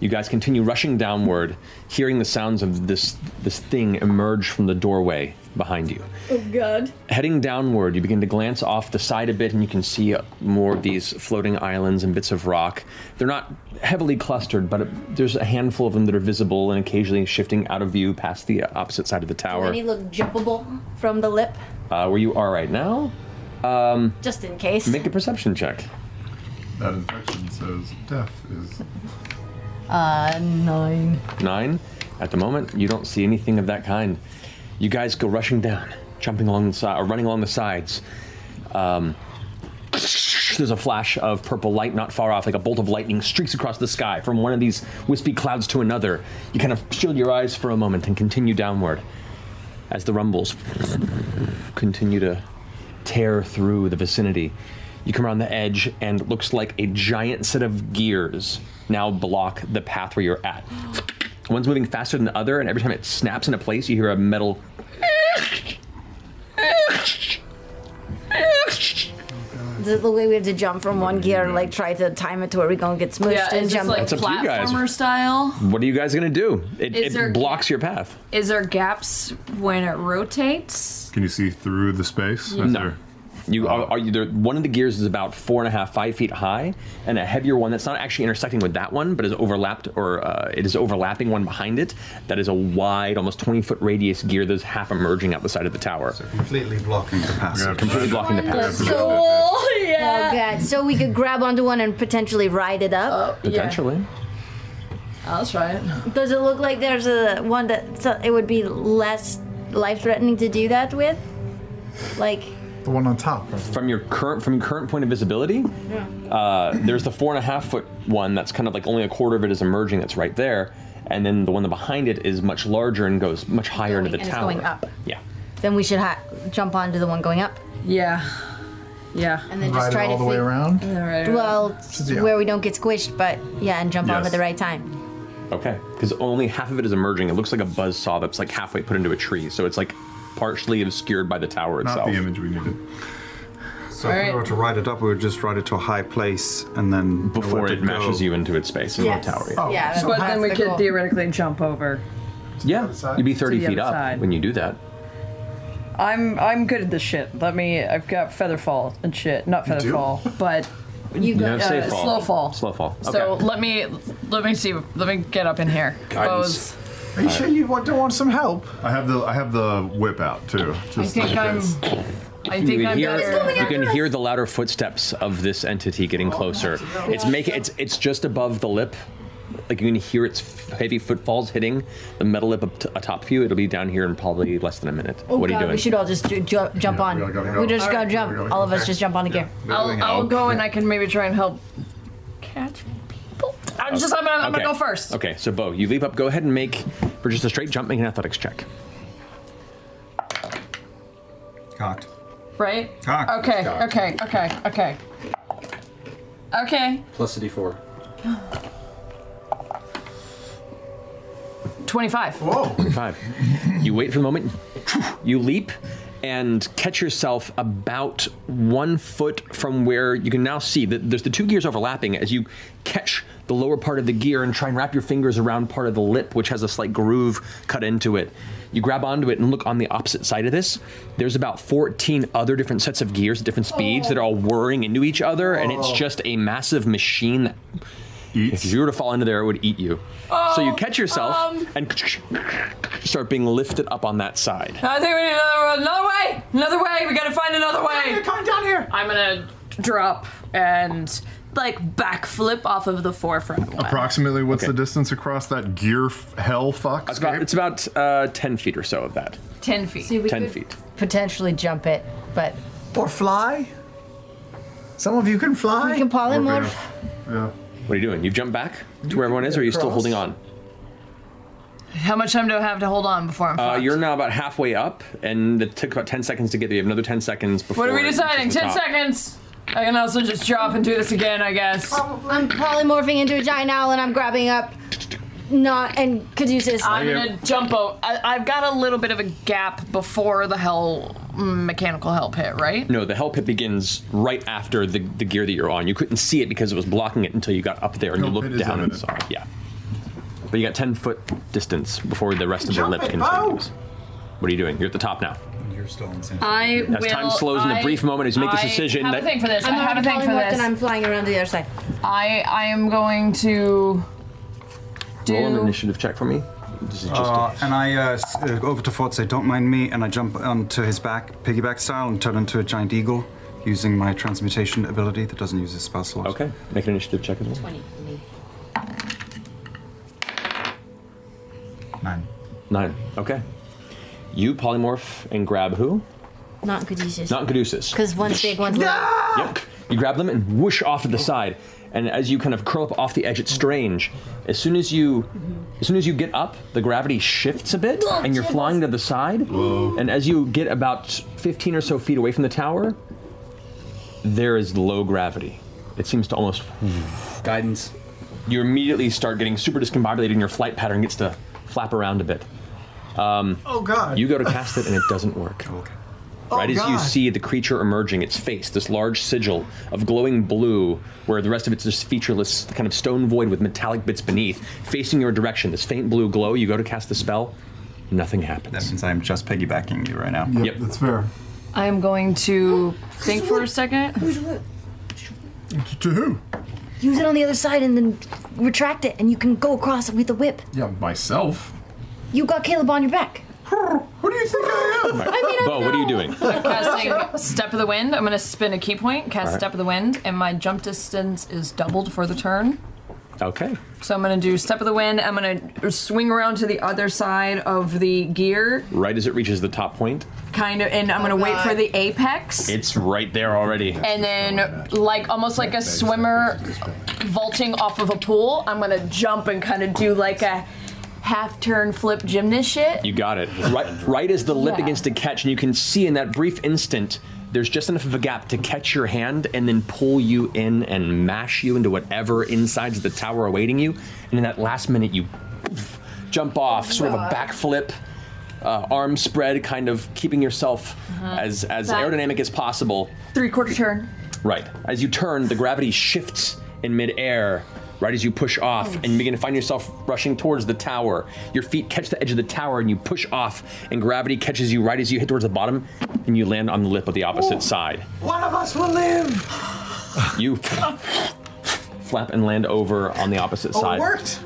Speaker 2: You guys continue rushing downward, hearing the sounds of this this thing emerge from the doorway behind you.
Speaker 1: Oh god.
Speaker 2: Heading downward, you begin to glance off the side a bit, and you can see more of these floating islands and bits of rock. They're not heavily clustered, but it, there's a handful of them that are visible and occasionally shifting out of view past the opposite side of the tower,
Speaker 7: And he looked jumpable from the lip,
Speaker 2: uh, where you are right now. Um,
Speaker 7: just in case.
Speaker 2: make a perception check.
Speaker 10: That infection says death is.
Speaker 7: Uh, nine.
Speaker 2: Nine. At the moment, you don't see anything of that kind. You guys go rushing down, jumping along the side, or running along the sides. Um, there's a flash of purple light not far off, like a bolt of lightning streaks across the sky from one of these wispy clouds to another. You kind of shield your eyes for a moment and continue downward as the rumbles continue to tear through the vicinity. You come around the edge, and it looks like a giant set of gears now block the path where you're at. One's moving faster than the other, and every time it snaps into place, you hear a metal
Speaker 1: This is the way we have to jump from one gear and like try to time it to where we're gonna get smushed
Speaker 4: Yeah,
Speaker 1: and
Speaker 4: it's just
Speaker 1: jump.
Speaker 4: like
Speaker 2: It's up to you guys.
Speaker 4: platformer style.
Speaker 2: What are you guys gonna do? It,
Speaker 4: Is
Speaker 2: it
Speaker 4: there-
Speaker 2: blocks your path.
Speaker 4: Is there gaps when it rotates?
Speaker 10: Can you see through the space? Is
Speaker 2: No. You are, are you there, one of the gears is about four and a half, five feet high, and a heavier one that's not actually intersecting with that one, but is overlapped, or uh, it is overlapping one behind it. That is a wide, almost twenty foot radius gear that's half emerging out the side of the tower. So
Speaker 11: completely blocking the passage.
Speaker 2: Completely blocking the
Speaker 1: Let's
Speaker 2: path.
Speaker 1: go.
Speaker 7: yeah. Oh, God. So we could grab onto one and potentially ride it up.
Speaker 2: Potentially.
Speaker 4: I'll try it.
Speaker 7: Does it look like there's a one that so it would be less life threatening to do that with? Like,
Speaker 2: The one on top. From your current from your current point of visibility, uh, there's the four and a half foot one that's kind of like only a quarter of it is emerging. That's right there, and then the one that behind it is much larger and goes much higher into the
Speaker 7: and it's
Speaker 2: tower.
Speaker 7: going up.
Speaker 2: Yeah.
Speaker 7: Then we should ha- jump onto the one going up.
Speaker 4: Yeah. Yeah.
Speaker 1: And then just Ride it try all to the way fi- around? Well,
Speaker 2: Yeah.
Speaker 1: where we don't get squished, but yeah, and jump off
Speaker 2: Yes.
Speaker 1: at the right time.
Speaker 2: Okay, because only half of it is emerging. It looks like a buzz saw that's like halfway put into a tree, so it's like partially obscured by the tower
Speaker 11: Not
Speaker 2: itself.
Speaker 11: the
Speaker 2: image we needed.
Speaker 11: So if we were to ride it up, we would just ride it to a high place and then
Speaker 2: Before it mashes you into its space
Speaker 4: in the Yes. tower, yeah. Oh, Yeah, so but half then we the could goal.
Speaker 11: theoretically jump over.
Speaker 2: Yeah, you'd be thirty
Speaker 4: To the
Speaker 2: feet
Speaker 4: other
Speaker 2: up
Speaker 4: side.
Speaker 2: when you do that.
Speaker 4: I'm I'm good at this shit. Let me. I've got feather fall and shit. Not
Speaker 2: You
Speaker 4: feather
Speaker 2: do?
Speaker 4: fall, but
Speaker 2: You have safe fall.
Speaker 4: uh, slow fall.
Speaker 2: Slow fall.
Speaker 4: So
Speaker 2: okay.
Speaker 4: let me let me see. Let me get up in here.
Speaker 10: Guidance.
Speaker 4: Bows.
Speaker 12: Are you sure you want, don't want some help?
Speaker 10: I have the I have the whip out too. Just
Speaker 4: I think
Speaker 10: in
Speaker 4: I'm.
Speaker 10: case.
Speaker 4: I
Speaker 2: you
Speaker 4: think
Speaker 2: can
Speaker 4: I'm
Speaker 2: hear,
Speaker 4: better.
Speaker 2: you can hear the louder footsteps of this entity getting closer. It's making it's it's just above the lip. Like you can hear its f- heavy footfalls hitting the metal lip up t- atop you. It'll be down here in probably less than a minute.
Speaker 1: Oh
Speaker 2: what
Speaker 1: god,
Speaker 2: are you doing?
Speaker 1: we should all just ju- ju- jump on. We,
Speaker 2: gotta go.
Speaker 1: just
Speaker 2: All
Speaker 1: gotta
Speaker 2: right.
Speaker 1: jump.
Speaker 2: We gotta
Speaker 1: all
Speaker 2: go.
Speaker 1: of us just jump on again.
Speaker 4: I'll, I'll go and I can maybe try and help catch people. I'm just. I'm gonna, I'm
Speaker 2: Okay.
Speaker 4: gonna go first.
Speaker 2: Okay, so Bo, you leap up. Go ahead and make for just a straight jump, make an athletics check.
Speaker 11: Cocked.
Speaker 4: Right.
Speaker 11: Cock.
Speaker 4: Okay.
Speaker 11: Cock.
Speaker 4: Okay. Okay. Okay. Okay.
Speaker 15: Plus a d4.
Speaker 4: Twenty-five.
Speaker 2: Whoa. 25. You wait for a moment, you leap, and catch yourself about one foot from where you can now see that there's the two gears overlapping as you catch the lower part of the gear and try and wrap your fingers around part of the lip, which has a slight groove cut into it. You grab onto it and look on the opposite side of this. There's about 14 other different sets of gears at different speeds that are all whirring into each other, and it's
Speaker 15: Oh.
Speaker 2: just a massive machine that. If you were to fall into there, it would eat you. so you catch yourself
Speaker 4: um,
Speaker 2: and start being lifted up on that side.
Speaker 4: I think we need another, another way. Another way. We gotta find another way. coming down here. I'm gonna drop and like backflip off of the forefront. one.
Speaker 10: Approximately, what's the distance across that gear f- hell fuck?
Speaker 2: It's about, it's about uh, 10 feet or so of that.
Speaker 4: Ten feet.
Speaker 1: See, we
Speaker 2: 10
Speaker 1: could
Speaker 2: feet.
Speaker 1: potentially jump it, but
Speaker 12: or fly. Some of you can fly. We can
Speaker 1: polymorph.
Speaker 2: Yeah. What are you doing? You've jumped back to where everyone is, or are you still holding on?
Speaker 4: How much time do I have to hold on before I'm?
Speaker 2: Uh, you're now about halfway up, and it took about 10 seconds to get there. You have another 10 seconds before.
Speaker 4: what are we
Speaker 2: it reaches
Speaker 4: deciding?
Speaker 2: the
Speaker 4: Ten
Speaker 2: top.
Speaker 4: seconds. I can also just drop and do this again, I guess.
Speaker 7: Oh,
Speaker 1: I'm polymorphing into a giant owl and I'm grabbing up not and Caduceus.
Speaker 4: I'm gonna jump out. I, I've got a little bit of a gap before the hell mm, mechanical help hit, right?
Speaker 2: No, the hell pit begins right after the, the gear that you're on. You couldn't see it because it was blocking it until you got up there and you looked down and saw it. Yeah. But you got 10 foot distance before the rest of the
Speaker 4: Jump
Speaker 2: lip
Speaker 4: it,
Speaker 2: continues. What are you doing? You're at the top now.
Speaker 11: You're still in San
Speaker 4: I
Speaker 2: As
Speaker 4: will,
Speaker 2: time slows in a
Speaker 4: I-
Speaker 2: brief moment as you make this
Speaker 4: I
Speaker 2: decision
Speaker 4: Have a
Speaker 2: that-
Speaker 4: thing for this.
Speaker 1: I'm
Speaker 4: I have a
Speaker 1: already
Speaker 4: thing for
Speaker 1: polymorphed
Speaker 4: this.
Speaker 1: and I'm flying around to the other side.
Speaker 4: I I am going to
Speaker 2: Roll an
Speaker 4: do.
Speaker 2: initiative check for me. This is just
Speaker 11: Uh, and I uh, s- uh, go over to Fort, say, don't mind me, and I jump onto his back, piggyback style, and turn into a giant eagle using my transmutation ability that doesn't use a spell slot.
Speaker 2: Okay, make an initiative check as well.
Speaker 1: 20.
Speaker 11: Nine.
Speaker 2: Nine. Okay. You polymorph and grab who?
Speaker 1: Not Caduceus.
Speaker 2: Not Caduceus.
Speaker 1: Because one's big, one's little.
Speaker 2: Yep. You grab them and whoosh off to the side. And as you kind of curl up off the edge, it's strange. As soon as you, as soon as you get up, the gravity shifts a bit, and you're flying to the side. And as you get about 15 or so feet away from the tower, there is low gravity. It seems to almost guidance. You immediately start getting super discombobulated, and your flight pattern gets to flap around a bit. Um,
Speaker 12: Oh, God.
Speaker 2: You go to cast it, and it doesn't work. Okay.
Speaker 12: Oh,
Speaker 2: Right as you
Speaker 12: God.
Speaker 2: see the creature emerging, its face, this large sigil of glowing blue, where the rest of it's this featureless kind of stone void with metallic bits beneath, facing your direction, this faint blue glow, you go to cast the spell, nothing happens. That means I'm just piggybacking you right now. Yep,
Speaker 10: that's fair.
Speaker 4: I am going to think for a second.
Speaker 10: To who?
Speaker 1: Use it on the other side and then retract it, and you can go across it with the whip.
Speaker 10: Yeah, myself.
Speaker 1: You got Caleb on your back.
Speaker 10: Who do you think I am?
Speaker 2: Right. Bo, what are you doing?
Speaker 4: I'm casting Step of the Wind. I'm going to spin a key point, cast
Speaker 2: All right.
Speaker 4: Step of the Wind, and my jump distance is doubled for the turn.
Speaker 2: Okay.
Speaker 4: So I'm going to do Step of the Wind. I'm going to swing around to the other side of the gear,
Speaker 2: Right as it reaches the top point,
Speaker 4: kind of, and I'm going to wait for the apex.
Speaker 2: it's right there already.
Speaker 4: And then, like almost like a swimmer vaulting off of a pool, I'm going to jump and kind of do like a half turn flip gymnast shit.
Speaker 2: You got it. Right, right as the lip
Speaker 4: Yeah.
Speaker 2: begins to catch, and you can see in that brief instant there's just enough of a gap to catch your hand and then pull you in and mash you into whatever insides the tower awaiting you. And in that last minute, you poof, jump off, sort of a
Speaker 17: God.
Speaker 2: backflip, uh, arm spread, kind of keeping yourself
Speaker 4: Mhm.
Speaker 2: as as
Speaker 4: Back.
Speaker 2: aerodynamic as possible.
Speaker 4: Three quarter turn.
Speaker 2: Right. As you turn, the gravity shifts in midair. Right as you push off and you begin to find yourself rushing towards the tower, your feet catch the edge of the tower and you push off, and gravity catches you right as you hit towards the bottom, and you land on the lip of the opposite side.
Speaker 16: One of us will live.
Speaker 2: You flap and land over on the opposite
Speaker 16: Oh,
Speaker 2: side.
Speaker 16: it worked.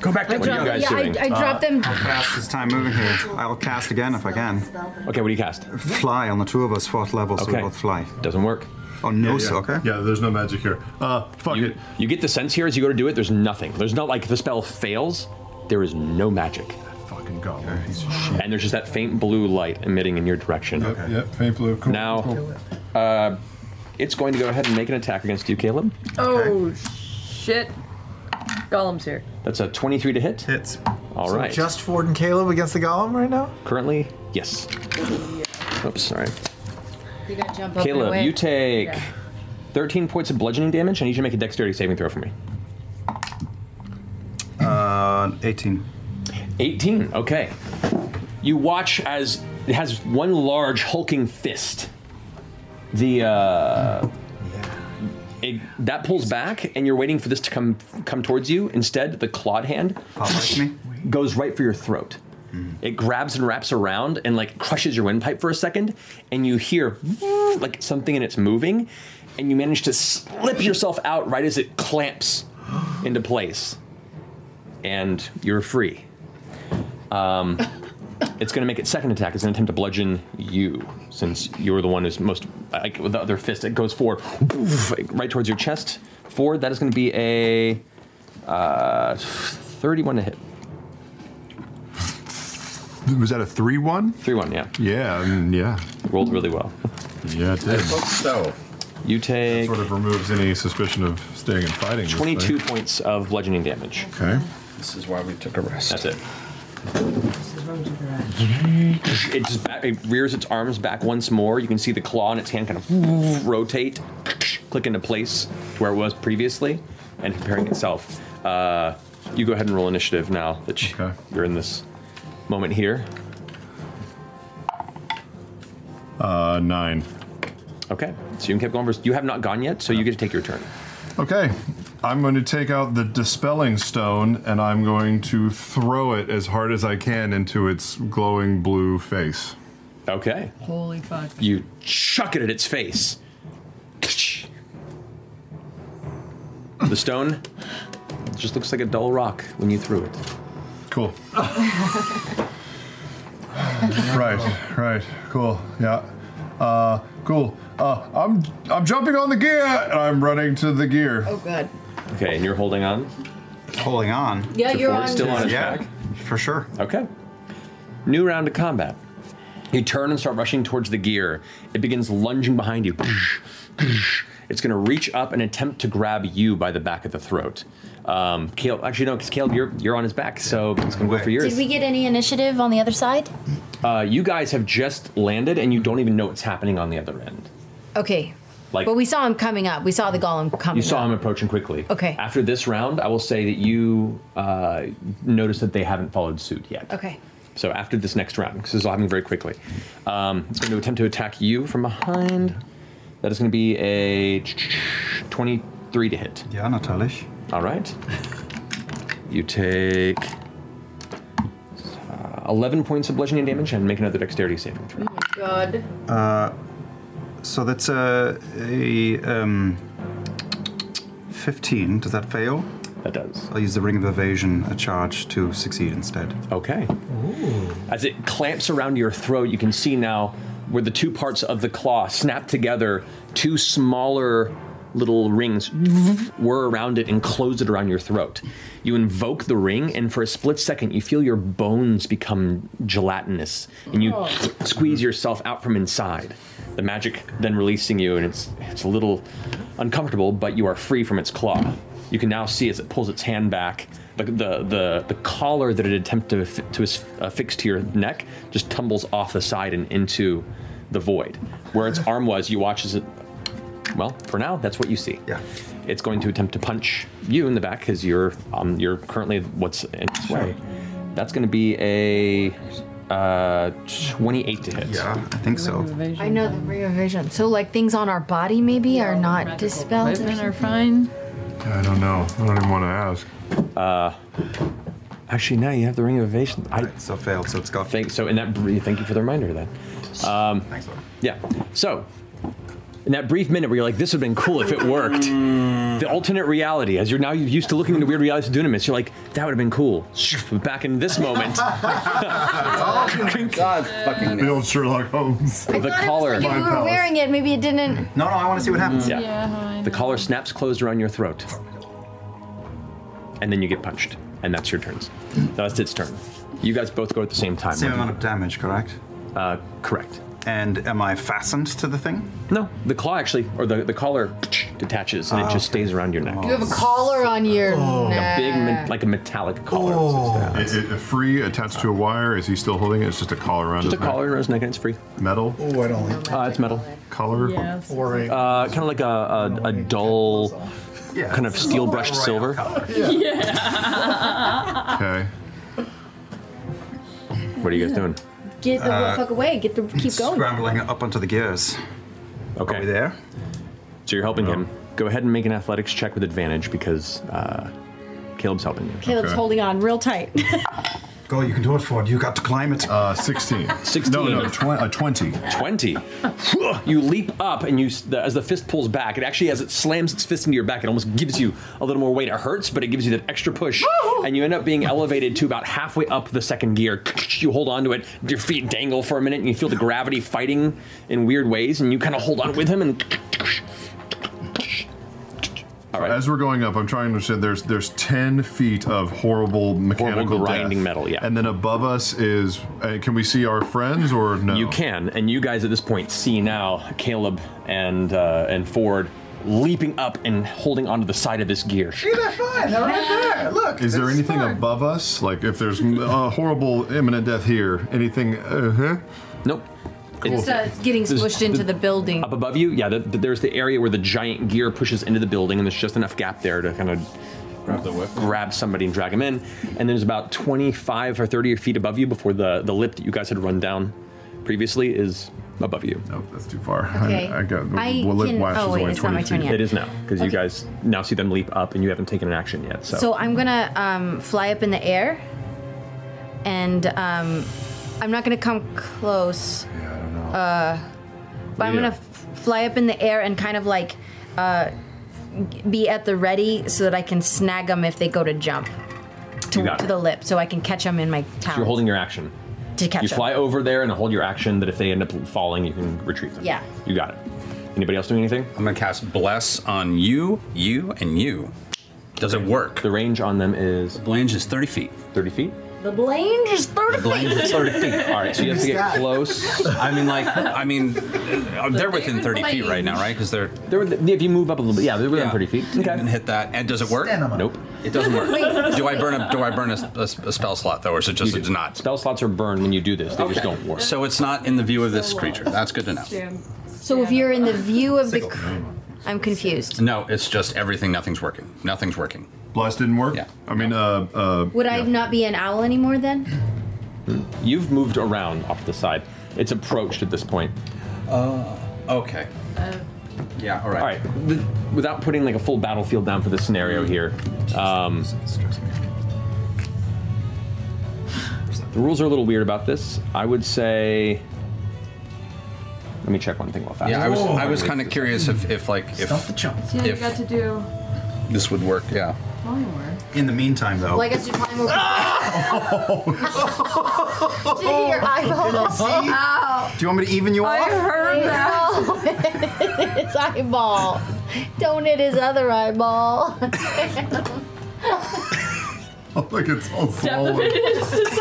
Speaker 2: Go back
Speaker 1: I
Speaker 2: what are you
Speaker 1: dropped-
Speaker 2: guys
Speaker 1: yeah, I-
Speaker 2: doing?
Speaker 1: I dropped them.
Speaker 3: How fast is time moving here? I will cast again if I can.
Speaker 2: Okay, what do you cast?
Speaker 3: Fly on the two of us, fourth level, so we
Speaker 2: Okay.
Speaker 3: both fly.
Speaker 2: Doesn't work.
Speaker 3: Oh no,
Speaker 2: Yeah,
Speaker 3: so
Speaker 2: yeah.
Speaker 3: okay.
Speaker 10: Yeah, there's no magic here. Uh, fuck
Speaker 2: you, You get the sense here as you go to do it. There's nothing. There's not like the spell fails. There is no magic.
Speaker 10: Fucking goblin piece of shit.
Speaker 2: And there's just that faint blue light emitting in your direction.
Speaker 10: Yep, yep, faint blue. Cool.
Speaker 2: Now, uh, it's going to go ahead and make an attack against you, Caleb.
Speaker 4: Oh shit! Golem's here.
Speaker 2: That's a 23 to hit.
Speaker 12: Hits.
Speaker 2: All
Speaker 12: So
Speaker 2: right.
Speaker 12: Just Ford and Caleb against the Golem right now?
Speaker 2: Currently, yes. Oops, sorry.
Speaker 1: You gotta jump up and
Speaker 2: Caleb,
Speaker 1: away.
Speaker 2: you take 13 points of bludgeoning damage. I need you to make a dexterity saving throw for me.
Speaker 3: Uh, 18.
Speaker 2: 18, okay. You watch as it has one large hulking fist. The, uh. It, that pulls back, and you're waiting for this to come come towards you. Instead, the clawed hand goes right for your throat. It grabs and wraps around and like crushes your windpipe for a second, and you hear like something and it's moving, and you manage to slip yourself out right as it clamps into place, and you're free. Um, it's going to make its second attack. It's going to attempt to bludgeon you, since you're the one who's most like with the other fist. It goes forward, poof, right towards your chest. Forward. That is going to be a uh, 31 to hit.
Speaker 10: Was that a 3 1?
Speaker 2: 3 1, yeah.
Speaker 10: Yeah, mm, yeah.
Speaker 2: Rolled really well.
Speaker 10: Yeah, it did.
Speaker 2: so. You take.
Speaker 10: sort of removes any suspicion of staying and fighting. this thing.
Speaker 2: 22 points of bludgeoning damage.
Speaker 10: Okay.
Speaker 2: This is why we took a rest. That's it. It just back, it rears its arms back once more. You can see the claw in its hand kind of rotate, click into place where it was previously, and preparing itself. Uh, you go ahead and roll initiative now that you, you're in this moment here.
Speaker 10: Uh, nine.
Speaker 2: Okay, so you can keep going. First. You have not gone yet, so you get to take your turn.
Speaker 10: Okay. I'm going to take out the dispelling stone and I'm going to throw it as hard as I can into its glowing blue face.
Speaker 2: Okay.
Speaker 4: Holy fuck!
Speaker 2: You chuck it at its face. The stone just looks like a dull rock when you threw it.
Speaker 10: Cool. right, right, cool, yeah, uh, cool. Uh, I'm I'm jumping on the gear and I'm running to the gear.
Speaker 1: Oh god.
Speaker 2: Okay, and you're holding on?
Speaker 3: Holding on.
Speaker 1: Yeah,
Speaker 2: So
Speaker 1: you're
Speaker 2: Ford's
Speaker 1: on.
Speaker 2: still on his
Speaker 3: Yeah,
Speaker 2: back?
Speaker 3: For sure.
Speaker 2: Okay. New round of combat. You turn and start rushing towards the gear. It begins lunging behind you. It's going to reach up and attempt to grab you by the back of the throat. Um, Caleb, actually, no, because Caleb, you're, you're on his back, so it's going to go for yours.
Speaker 7: Did we get any initiative on the other side?
Speaker 2: Uh, you guys have just landed, and you don't even know what's happening on the other end.
Speaker 1: Okay.
Speaker 2: Like
Speaker 1: but we saw him coming up. We saw the golem coming
Speaker 2: you saw him approaching quickly.
Speaker 1: Okay.
Speaker 2: After this round, I will say that you uh, notice that they haven't followed suit yet.
Speaker 1: up. Okay.
Speaker 2: So after this next round, because this is all happening very quickly, um, it's going to attempt to attack you from behind. That is going to be a 23 to hit.
Speaker 3: Yeah, Natalish.
Speaker 2: All right. You take uh, 11 points of bludgeoning damage and make another dexterity saving throw.
Speaker 17: my god.
Speaker 3: Uh, so that's a, a um, 15. Does that fail?
Speaker 2: That does.
Speaker 3: I'll use the Ring of Evasion, a charge, to succeed instead.
Speaker 2: Okay. As it clamps around your throat, you can see now where the two parts of the claw snap together, two smaller little rings whir around it and close it around your throat. You invoke the ring, and for a split second, you feel your bones become gelatinous, and you
Speaker 17: Oh.
Speaker 2: squeeze yourself out from inside. The magic then releasing you, and it's it's a little uncomfortable, but you are free from its claw. You can now see as it pulls its hand back, the the the, the collar uh, that it attempted to fi- to affix to your neck just tumbles off the side and into the void. Where its arm was, you watch as it. Well, for now, that's what you see. Yeah. It's going to attempt to punch you in the back because you're um, you're currently what's in its way. That's going to be a uh, 28 to hit. Yeah, I think so.
Speaker 7: I know the rear vision. So like things on our body maybe are not dispelled.
Speaker 4: women are fine.
Speaker 2: I don't know. I don't even want to ask. Uh, actually, now you have the ring of evasion. I so failed. So it's gone. Thank, so in that brief, thank you for the reminder. Then. Um, Thanks. Yeah. So. In that brief minute where you're like, this would have been cool if it worked, the alternate reality, as you're now used to looking into weird realities of Dunamis, you're like, that would have been cool. Back in this moment,
Speaker 12: God, fucking
Speaker 14: the old Sherlock Holmes.
Speaker 7: I
Speaker 2: the
Speaker 7: thought
Speaker 2: collar.
Speaker 7: It was like if we were wearing it, maybe it didn't.
Speaker 2: No, no, I want to see what happens. Yeah.
Speaker 7: I
Speaker 2: The
Speaker 7: know.
Speaker 2: collar snaps closed around your throat. And then you get punched. And that's your turns. No, that's its turn. You guys both go at the same time.
Speaker 3: Same amount of damage, correct?
Speaker 2: Uh, correct.
Speaker 3: And am I fastened to the thing?
Speaker 2: No, the claw actually, or the, the collar detaches
Speaker 3: Oh,
Speaker 2: and it just stays around your neck.
Speaker 7: You have a collar on your
Speaker 2: Like
Speaker 7: neck.
Speaker 2: a big, me- like a metallic collar.
Speaker 3: Oh.
Speaker 14: It, it, free attached to a wire. Is he still holding it? It's just a collar around
Speaker 2: Just
Speaker 14: his
Speaker 2: a collar around his neck and it's free.
Speaker 14: Metal.
Speaker 18: Oh, I don't like
Speaker 2: Uh, it's metal.
Speaker 14: Collar?
Speaker 18: Yes.
Speaker 2: Or a, uh, kind of like a, a, a dull, kind of steel brushed silver.
Speaker 4: Yeah.
Speaker 2: Okay. What are you guys doing?
Speaker 7: Get the
Speaker 3: Uh,
Speaker 7: fuck away. Get the keep going.
Speaker 3: Scrambling up onto the gears.
Speaker 2: Okay. Are we
Speaker 3: there?
Speaker 2: So you're helping him. Go ahead and make an athletics check with advantage because uh, Caleb's helping you.
Speaker 7: Caleb's holding on real tight.
Speaker 3: Go, you can do it, Ford. You got to climb it.
Speaker 14: Uh, 16.
Speaker 2: 16.
Speaker 14: No, no, twen- uh, 20.
Speaker 2: 20. you leap up, and you s- the, as the fist pulls back, it actually, as it slams its fist into your back, it almost gives you a little more weight. It hurts, but it gives you that extra push, and you end up being elevated to about halfway up the second gear. You hold onto it, your feet dangle for a minute, and you feel the gravity fighting in weird ways, and you kind of hold on with him, and
Speaker 14: As we're going up, I'm trying to understand. There's there's ten feet of horrible mechanical
Speaker 2: grinding
Speaker 14: death.
Speaker 2: metal, yeah.
Speaker 14: And then above us is. Uh, can we see our friends or no?
Speaker 2: You can, and you guys at this point see now Caleb and uh, and Ford leaping up and holding onto the side of this gear.
Speaker 18: See, they're fine. They're right there. Look.
Speaker 14: Is there
Speaker 18: this
Speaker 14: anything
Speaker 18: fine.
Speaker 14: above us? Like if there's uh, horrible imminent death here, anything? Uh huh.
Speaker 2: Nope.
Speaker 7: Just uh, getting
Speaker 2: There's-
Speaker 7: smushed into the building.
Speaker 2: Up above you, yeah, the, the- there's the area where the giant gear pushes into the building, and there's just enough gap there to kind of grab the whip, grab somebody and drag him in. And there's about 25 or 30 feet above you before the the lip that you guys had run down previously is above you.
Speaker 14: Nope, that's too far.
Speaker 7: Okay. I got- I well, lip can- wash oh, is wait, only it's not 20 my turn feet. yet.
Speaker 2: It is now because you guys now see them leap up, and you haven't taken an action yet. So,
Speaker 7: So, I'm gonna um, fly up in the air, and um, I'm not gonna come close. Yeah, I don't know. Uh, but I'm
Speaker 2: Yeah.
Speaker 7: gonna f- fly up in the air and kind of like uh, g- be at the ready so that I can snag them if they go to jump
Speaker 2: You
Speaker 7: to,
Speaker 2: got
Speaker 7: to
Speaker 2: it.
Speaker 7: the lip, so I can catch them in my
Speaker 2: So
Speaker 7: talons.
Speaker 2: you're holding your action.
Speaker 7: to catch
Speaker 2: you
Speaker 7: them.
Speaker 2: fly over there and hold your action that if they end up falling, you can retrieve them.
Speaker 7: Yeah.
Speaker 2: You got it. Anybody else doing anything?
Speaker 12: I'm gonna cast Bless on you, you, and you. Does it work?
Speaker 2: The range on them is. The
Speaker 12: range is 30 feet.
Speaker 2: 30 feet?
Speaker 7: The blange is
Speaker 12: The
Speaker 7: thirty
Speaker 12: range
Speaker 7: feet.
Speaker 12: is 30 feet. All right, so you have to get close. I mean, like, I mean, uh, they're within 30 feet right now, right? Because they're.
Speaker 2: They're if you move up a little bit, yeah, they're within
Speaker 12: 30
Speaker 2: feet.
Speaker 12: Okay. And hit that. And does it work?
Speaker 2: Stand 'em up. Nope.
Speaker 12: It doesn't work.
Speaker 2: Wait.
Speaker 12: do I burn a Do I burn a, a- a spell slot though, or is it just
Speaker 2: You
Speaker 12: it's
Speaker 2: do.
Speaker 12: not?
Speaker 2: Spell slots are burned when you do this. They just don't work.
Speaker 12: So it's not in the view of this creature. That's good to know.
Speaker 7: So if you're in the view of the, cr- I'm confused.
Speaker 12: No, it's just everything. Nothing's working. Nothing's working.
Speaker 14: Blast didn't work. Yeah. I mean, uh, uh.
Speaker 7: Would I not be an owl anymore then?
Speaker 2: You've moved around off the side. It's approached at this point.
Speaker 12: Uh, okay. Yeah, all right.
Speaker 2: All right. th- without putting like a full battlefield down for the scenario here, um, the rules are a little weird about this. I would say. Let me check one thing real fast.
Speaker 12: Yeah, I was I was kind of curious if, if like if
Speaker 4: Yeah, you
Speaker 12: if
Speaker 4: got to do
Speaker 12: this would work. Yeah.
Speaker 4: my work.
Speaker 3: In the meantime, though.
Speaker 4: Well,
Speaker 7: I guess you probably move.
Speaker 1: Did you hear your
Speaker 12: oh,
Speaker 1: eyeball?
Speaker 3: Do you want me to even you off?
Speaker 1: heard that. his eyeball. Don't hit his other eyeball.
Speaker 14: Like it's all
Speaker 4: Depth of it is just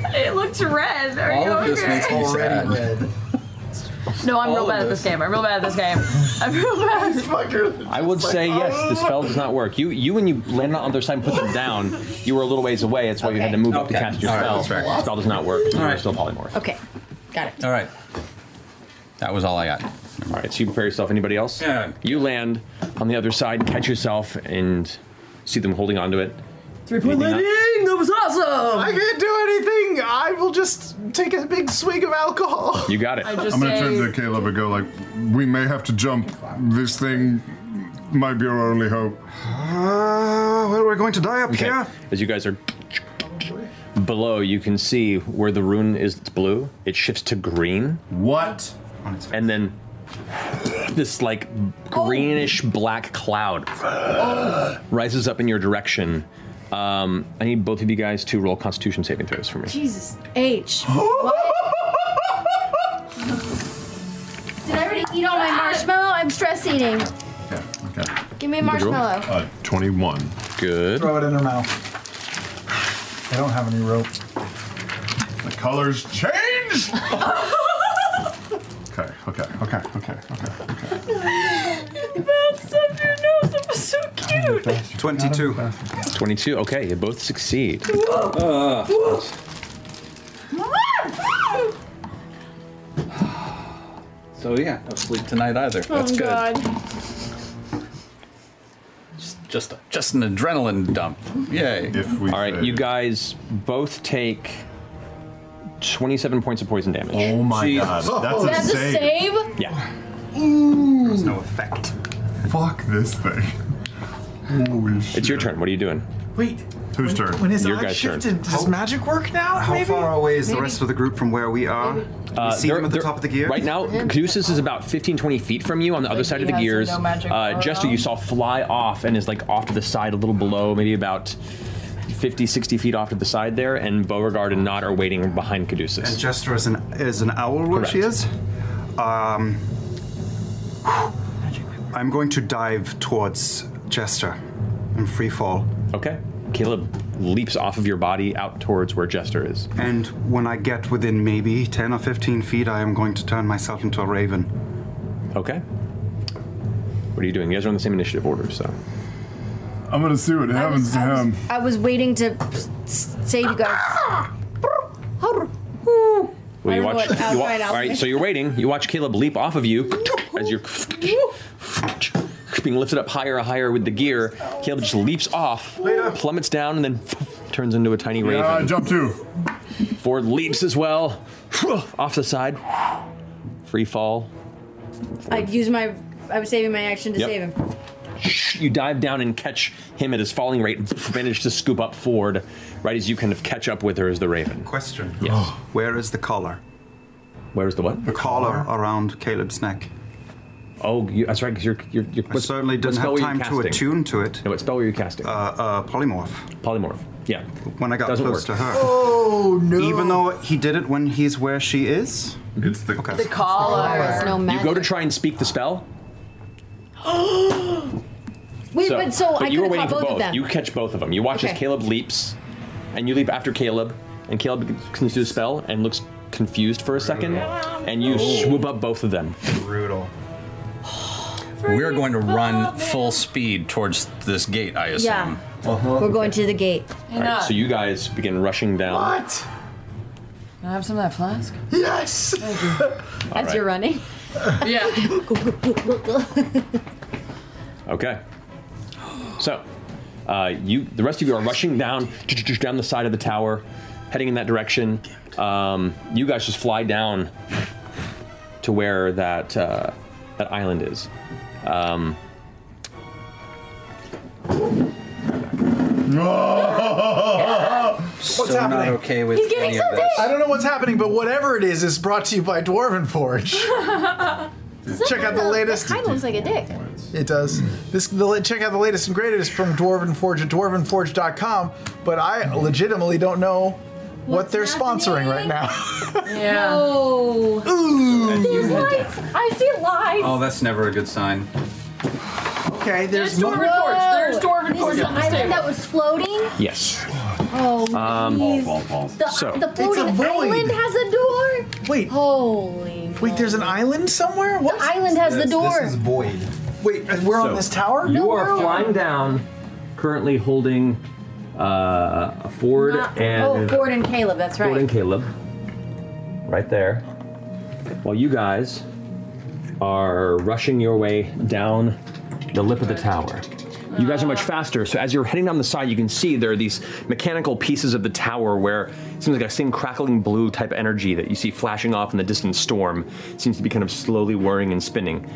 Speaker 4: like it looked red. Are you okay?
Speaker 14: red.
Speaker 4: No, I'm
Speaker 2: all
Speaker 4: real
Speaker 2: of
Speaker 4: bad at this game. I'm real bad at this game. I'm real bad. fucker.
Speaker 2: I would say yes. The spell does not work. You, you, when you landed on the other side and put them down, you were a little ways away. That's why you had to move up to
Speaker 12: Okay.
Speaker 2: cast your
Speaker 12: All right,
Speaker 2: spell.
Speaker 12: that's right.
Speaker 2: The spell does not work. You're still polymorph.
Speaker 7: Okay, got it.
Speaker 12: All right.
Speaker 9: That was all I got.
Speaker 2: All right, so you prepare yourself. Anybody else? Yeah. You land on the other side, catch yourself, and see them holding onto it.
Speaker 19: Three point
Speaker 2: Anything
Speaker 19: landing. That was awesome.
Speaker 20: I can't do anything. I will just take a big swig of alcohol.
Speaker 2: You got it.
Speaker 20: I just
Speaker 14: I'm gonna
Speaker 20: say-
Speaker 14: turn to Caleb and go like, "We may have to jump. This thing might be our only hope."
Speaker 3: Uh, well, we're going to die up
Speaker 2: Okay.
Speaker 3: here.
Speaker 2: As you guys are below, you can see where the rune is that's blue. It shifts to green.
Speaker 14: What?
Speaker 2: And then this like greenish black cloud rises up in your direction. Um, I need both of you guys to roll Constitution saving throws for me.
Speaker 7: Jesus H.
Speaker 1: Did I already eat all my marshmallow? I'm stress eating.
Speaker 14: Okay.
Speaker 1: Give me a marshmallow.
Speaker 14: Uh, Twenty-one.
Speaker 2: Good.
Speaker 12: Throw it in her mouth. I don't have any rope.
Speaker 14: The colors change. Okay. Okay. Okay. Okay. Okay.
Speaker 19: That's up your nose. That was so cute.
Speaker 2: 22. 22, okay, you both succeed.
Speaker 19: Whoa. Whoa.
Speaker 9: So yeah, no sleep tonight either. That's good. Just just an adrenaline dump. Yay.
Speaker 14: If we
Speaker 2: All right, you guys both take 27 points of poison damage. Oh
Speaker 14: my
Speaker 1: Jesus. That's a save?
Speaker 2: Yeah.
Speaker 1: Ooh.
Speaker 2: No effect.
Speaker 14: Fuck this thing.
Speaker 2: It's your turn. What are you doing?
Speaker 12: Wait.
Speaker 14: Whose turn?
Speaker 12: When his
Speaker 2: Your
Speaker 12: eyes
Speaker 2: guy's turn.
Speaker 12: shifted, does magic work now?
Speaker 3: How
Speaker 12: maybe?
Speaker 3: far away is the rest of the group from where we are?
Speaker 2: Uh,
Speaker 3: we see
Speaker 2: they're-
Speaker 3: them at the
Speaker 2: they're-
Speaker 3: top of the gear.
Speaker 2: Right now, Caduceus is about 15, 20 feet from you on the other side of
Speaker 3: he
Speaker 2: the
Speaker 3: has
Speaker 2: gears.
Speaker 3: no magic
Speaker 2: uh, Jester, you saw fly off and is like off to the side a little below, maybe about 50, 60 feet off to the side there. And Beauregard and Nod are waiting behind Caduceus.
Speaker 3: And Jester is an is an owl where she is. Um, I'm going to dive towards Jester in free fall.
Speaker 2: Okay. Caleb leaps off of your body out towards where Jester is.
Speaker 3: And when I get within maybe 10 or 15 feet, I am going to turn myself into a raven.
Speaker 2: Okay. What are you doing? You guys are on the same initiative order, so.
Speaker 14: I'm gonna see what happens to him.
Speaker 7: I was waiting to s- say to you guys.
Speaker 2: Well, you
Speaker 7: I don't know
Speaker 2: watch.
Speaker 7: what
Speaker 2: you wa-
Speaker 7: outside
Speaker 2: all right,
Speaker 7: outfit.
Speaker 2: so you're waiting. You watch Caleb leap off of you as you're being lifted up higher and higher with the gear. Caleb just leaps off, plummets down, and then turns into a tiny raven.
Speaker 14: Yeah, Uh, I jump too.
Speaker 2: Ford leaps as well, off the side, free fall.
Speaker 7: I'd use my. I was saving my action to
Speaker 2: Yep.
Speaker 7: save him.
Speaker 2: You dive down and catch him at his falling rate. Manage to scoop up Ford right as you kind of catch up with her as the raven.
Speaker 3: Question.
Speaker 2: Yes.
Speaker 3: Where is the collar?
Speaker 2: Where is the what?
Speaker 3: The collar around Caleb's neck.
Speaker 2: Oh, you, that's right. Because you're, you're, you're
Speaker 3: I certainly
Speaker 2: what
Speaker 3: didn't
Speaker 2: spell
Speaker 3: have
Speaker 2: were you
Speaker 3: time to
Speaker 2: casting?
Speaker 3: attune to it.
Speaker 2: No, what spell were you casting?
Speaker 3: Uh, uh, polymorph.
Speaker 2: Polymorph. Yeah.
Speaker 3: When I got
Speaker 2: Doesn't
Speaker 3: close
Speaker 2: work.
Speaker 3: to her.
Speaker 12: Oh no!
Speaker 3: Even though he did it when he's where she is.
Speaker 14: It's the
Speaker 3: okay.
Speaker 4: collar.
Speaker 7: There's no
Speaker 2: You go
Speaker 7: magic.
Speaker 2: to try and speak the spell.
Speaker 7: Wait, but so I
Speaker 2: you were
Speaker 7: could
Speaker 2: waiting
Speaker 7: have caught
Speaker 2: for
Speaker 7: both of them.
Speaker 2: You catch both of them. You watch as
Speaker 7: Okay.
Speaker 2: Caleb leaps, and you leap after Caleb, and Caleb can do the spell and looks confused for a second, and you swoop up both of them.
Speaker 3: Brutal.
Speaker 9: We're going to run full speed towards this gate, I assume.
Speaker 7: Yeah. We're going to the gate.
Speaker 2: All right, so you guys begin rushing down.
Speaker 7: What?
Speaker 4: Can I have some of that flask?
Speaker 12: Yes.
Speaker 4: Thank you.
Speaker 2: All right.
Speaker 7: running.
Speaker 4: yeah.
Speaker 2: Okay. So, uh, you, the rest of you are rushing down, down the side of the tower, heading in that direction. Um, you guys just fly down to where that uh, that island is. Um,
Speaker 12: What's happening?
Speaker 9: okay with
Speaker 12: He's getting something. I don't know what's happening, but whatever it is, is brought to you by Dwarven Forge. Check out the latest.
Speaker 1: Kind of looks like a dick.
Speaker 12: It does. This the, la- check out the latest and greatest from Dwarven Forge at dwarvenforge.com. But I legitimately don't know what they're sponsoring right now.
Speaker 4: Yeah.
Speaker 7: No.
Speaker 12: Ooh.
Speaker 1: There's lights. I see lights.
Speaker 9: Oh, that's never a good sign.
Speaker 12: Okay, there's,
Speaker 4: There's Dwarven Forge. There's Dwarven
Speaker 1: This
Speaker 4: Forge
Speaker 1: is the
Speaker 4: on this
Speaker 1: island
Speaker 4: table.
Speaker 1: that was floating.
Speaker 2: yes.
Speaker 1: Oh,
Speaker 2: Um,
Speaker 1: jeez.
Speaker 7: Uh,
Speaker 1: The,
Speaker 2: So-
Speaker 1: the
Speaker 2: It's
Speaker 1: floating
Speaker 2: a void.
Speaker 1: island has a door.
Speaker 12: Wait.
Speaker 1: Holy.
Speaker 12: Wait, there's an island somewhere. What?
Speaker 1: The island has the door.
Speaker 12: void. Wait, uh, we're on
Speaker 2: So,
Speaker 12: this tower.
Speaker 2: You are flying down, currently holding uh, a Ford
Speaker 7: Not-
Speaker 2: and
Speaker 7: oh, Ford and Caleb. That's
Speaker 2: Ford
Speaker 7: right.
Speaker 2: and Caleb, right there. While you guys are rushing your way down the lip of the tower. You guys are much faster, so as you're heading down the side, you can see there are these mechanical pieces of the tower where it seems like that same crackling blue type energy that you see flashing off in the distant storm seems to be kind of slowly whirring and spinning.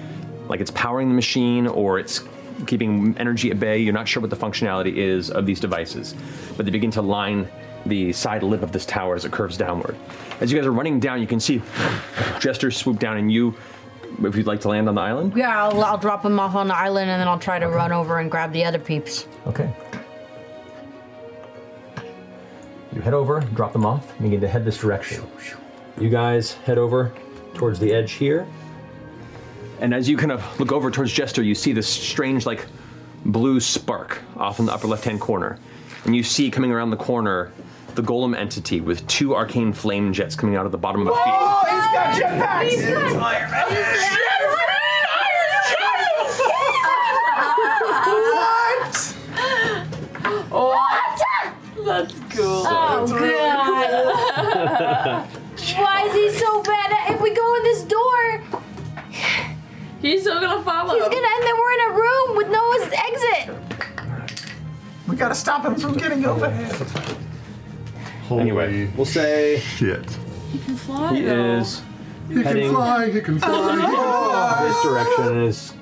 Speaker 2: Like it's powering the machine or it's keeping energy at bay. You're not sure what the functionality is of these devices, but they begin to line the side lip of this tower as it curves downward. As you guys are running down, you can see Jester swoop down and you, if you'd like to land on the island.
Speaker 7: Yeah, I'll, I'll drop them off on the island and then I'll try to run over and grab the other peeps.
Speaker 2: Okay. You head over, drop them off, and begin to head this direction. You guys head over towards the edge here. And as you kind of look over towards Jester, you see this strange, like, blue spark off in the upper left hand corner. And you see coming around the corner the golem entity with two arcane flame jets coming out of the bottom of a feet.
Speaker 21: Oh, he's got
Speaker 12: jetpacks!
Speaker 21: He's got
Speaker 12: What?
Speaker 21: What?
Speaker 4: That's cool.
Speaker 21: Oh,
Speaker 4: That's really
Speaker 21: God.
Speaker 7: Why is he so bad at if we go in this door?
Speaker 4: He's still gonna follow.
Speaker 7: He's gonna, and then we're in a room with no exit.
Speaker 12: We gotta stop him from getting over here.
Speaker 2: anyway, we'll say
Speaker 14: shit.
Speaker 4: He can fly.
Speaker 2: he
Speaker 4: though.
Speaker 2: is
Speaker 14: He
Speaker 2: heading
Speaker 14: can fly, he can fly, he can fly.
Speaker 2: this direction and is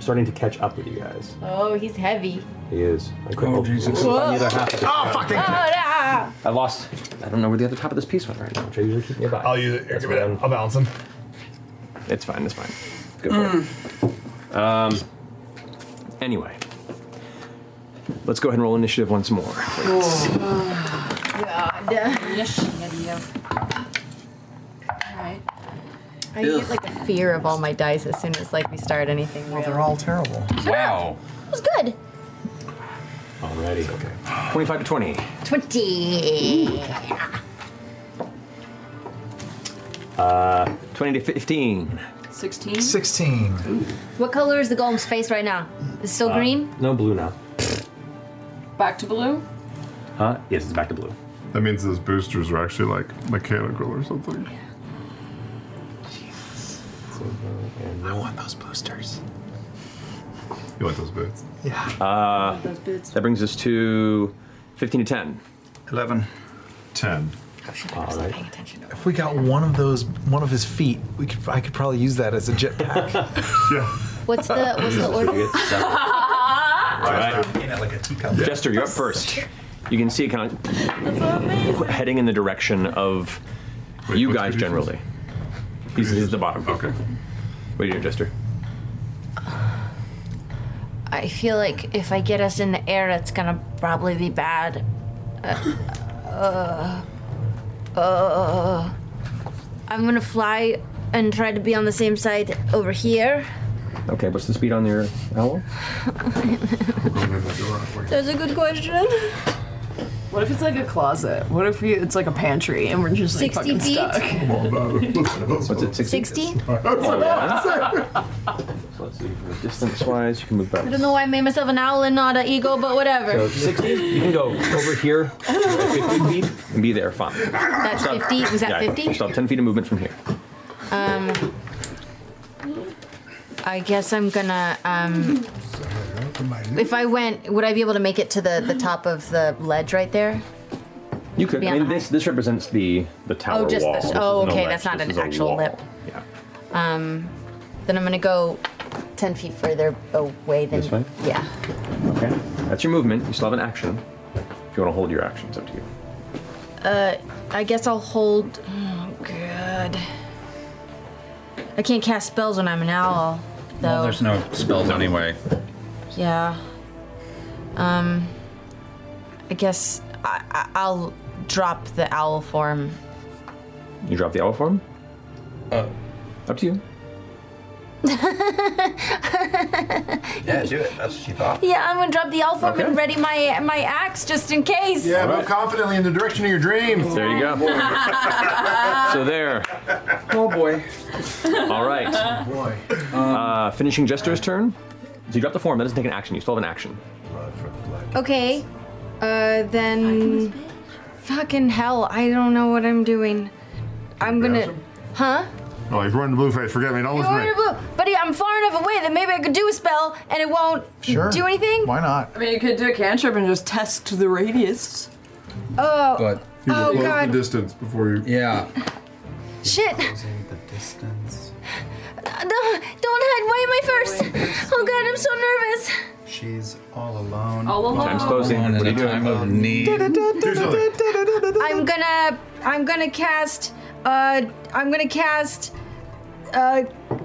Speaker 2: starting to catch up with you guys.
Speaker 7: Oh, he's heavy.
Speaker 2: He is. I couldn't oh, Jesus.
Speaker 7: Whoa.
Speaker 2: On the other half of this guy.
Speaker 3: Ah.
Speaker 7: Oh,
Speaker 2: I lost. I don't know where the other top of this piece went right now, which I usually keep nearby. I'll use it. Here, give me that. I'll
Speaker 12: balance him.
Speaker 2: Oh, It's fine. It's fine. Go for it. Um. Anyway, let's go ahead and roll initiative once more.
Speaker 7: God.
Speaker 4: Alright.
Speaker 7: I get like a fear of all my dice as soon as like we start anything. Well, they're
Speaker 12: all terrible.
Speaker 2: Wow.
Speaker 7: It was good.
Speaker 2: Alrighty. Okay. Twenty-five to twenty.
Speaker 7: Twenty.
Speaker 2: Uh, twenty to fifteen.
Speaker 7: 16?
Speaker 12: 16.
Speaker 7: What color is the golem's face right now? Is it still
Speaker 2: Uh,
Speaker 7: green?
Speaker 2: No blue now.
Speaker 4: Back to blue.
Speaker 2: Huh? Yes, it's back to blue.
Speaker 14: That means those boosters are actually like mechanical or something.
Speaker 12: I want those boosters.
Speaker 2: You want those boots?
Speaker 12: Yeah.
Speaker 2: Uh,
Speaker 4: those boots.
Speaker 2: that brings us to fifteen to ten.
Speaker 12: Eleven.
Speaker 2: Ten.
Speaker 12: was
Speaker 2: All right.
Speaker 12: If we got one of those, one of his feet, we could. I could probably use that as a jetpack. yeah.
Speaker 7: What's the what's the order?
Speaker 2: All right. Jester, you're up first. You can see it kind of heading in the direction of you guys generally. He's, he's at the bottom. Okay. What are you doing, Jester?
Speaker 7: I feel like if I get us in the air, it's gonna probably be bad. Uh, uh, uh, I'm gonna fly and try to be on the same side over here.
Speaker 2: Okay, what's the speed on your owl?
Speaker 7: That's a good question.
Speaker 4: What if it's like a closet? What if we, it's like a pantry and we're just like
Speaker 7: 60
Speaker 4: fucking
Speaker 7: feet?
Speaker 4: stuck?
Speaker 2: What's it, 60?
Speaker 7: 60?
Speaker 2: Oh, yeah. So let's see, distance wise, you can move back.
Speaker 7: I don't know why I made myself an owl and not an eagle, but
Speaker 2: So
Speaker 7: whatever.
Speaker 2: 60, you can go over here, 15 feet, and be there, fine.
Speaker 7: That's 50? Was that
Speaker 2: yeah,
Speaker 7: 50?
Speaker 2: You still have 10 feet of movement from here.
Speaker 7: Um, I guess I'm gonna. Um, if I went, would I be able to make it to the, the top of the ledge right there?
Speaker 2: You could.
Speaker 7: Be
Speaker 2: I
Speaker 7: on
Speaker 2: mean, this this represents the the tower
Speaker 7: oh, just
Speaker 2: wall.
Speaker 7: this.
Speaker 2: This
Speaker 7: Oh,
Speaker 2: isn't a
Speaker 7: okay,
Speaker 2: ledge,
Speaker 7: that's not
Speaker 2: this is
Speaker 7: an
Speaker 2: a
Speaker 7: actual
Speaker 2: wall.
Speaker 7: lip.
Speaker 2: Yeah.
Speaker 7: Um, then I'm gonna go ten feet further away. Than
Speaker 2: This way?
Speaker 7: yeah.
Speaker 2: Okay. That's your movement. You still have an action. If you want to hold your action, it's up to you.
Speaker 7: Uh, I guess I'll hold. Oh, good. I can't cast spells when I'm an owl, though.
Speaker 22: Well, there's no spells anyway.
Speaker 7: Yeah. Um. I guess I, I, I'll drop the owl form.
Speaker 2: You drop the owl form. Uh, up to you.
Speaker 23: Yeah, do it. That's what she thought.
Speaker 7: Yeah, I'm gonna drop the owl form
Speaker 23: Okay.
Speaker 7: and ready my my axe just in case.
Speaker 23: Yeah, move confidently in the direction of your dreams.
Speaker 2: There you go. so there.
Speaker 23: Oh boy.
Speaker 2: All right.
Speaker 23: Boy.
Speaker 2: uh, finishing Jester's turn. So you drop the form. That doesn't take an action. You still have an action.
Speaker 7: Okay. Uh, then. Fucking hell! I don't know what I'm doing. I'm gonna. Huh?
Speaker 14: Oh, he's running blue face. Forget me. Not
Speaker 7: You
Speaker 14: listen
Speaker 7: ordered
Speaker 14: to me.
Speaker 7: blue, but I'm far enough away that maybe I could do a spell and it won't do anything.
Speaker 14: not?
Speaker 4: I mean, you could do a cantrip and just test the radius.
Speaker 7: Oh,
Speaker 14: But
Speaker 7: You will Oh, close the God.
Speaker 14: distance before you.
Speaker 24: Yeah.
Speaker 7: shit!
Speaker 24: The distance.
Speaker 7: No, don't hide. Why am I first? Oh God, I'm so nervous.
Speaker 3: She's all alone.
Speaker 7: All alone. Time's
Speaker 24: closing.
Speaker 3: All alone
Speaker 24: What are
Speaker 3: at a
Speaker 24: you doing?
Speaker 3: time of need.
Speaker 7: I'm gonna, I'm gonna cast, uh, I'm gonna cast, uh,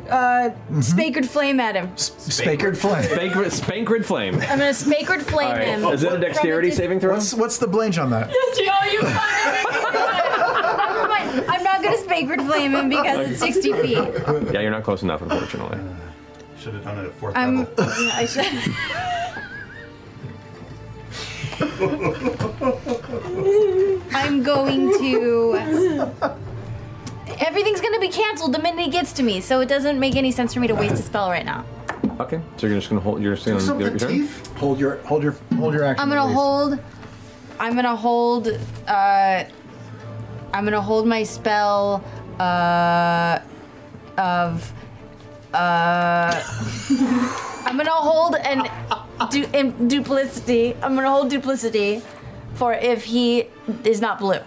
Speaker 7: uh, Spakered Flame at him.
Speaker 12: Spakered flame.
Speaker 2: Spankred, spankred flame.
Speaker 7: I'm gonna Spakered Flame him.
Speaker 2: Is it a dexterity saving throw?
Speaker 12: What's what's the blanch on that?
Speaker 7: Never mind. I'm not gonna Spakered Flame him because it's 60 feet.
Speaker 2: Yeah, you're not close enough, unfortunately.
Speaker 3: Should have done it at fourth
Speaker 7: I'm, Um, I should. I'm going to. Everything's gonna be canceled the minute he gets to me, so it doesn't make any sense for me to waste a spell right now.
Speaker 2: Okay, so you're just gonna hold. You're just gonna give it your turn.
Speaker 12: Hold your hold your hold your action.
Speaker 7: I'm gonna
Speaker 12: please.
Speaker 7: hold. I'm gonna hold. Uh, I'm gonna hold my spell uh, of. Uh, I'm gonna hold an du- in duplicity. I'm gonna hold duplicity for if he is not blue.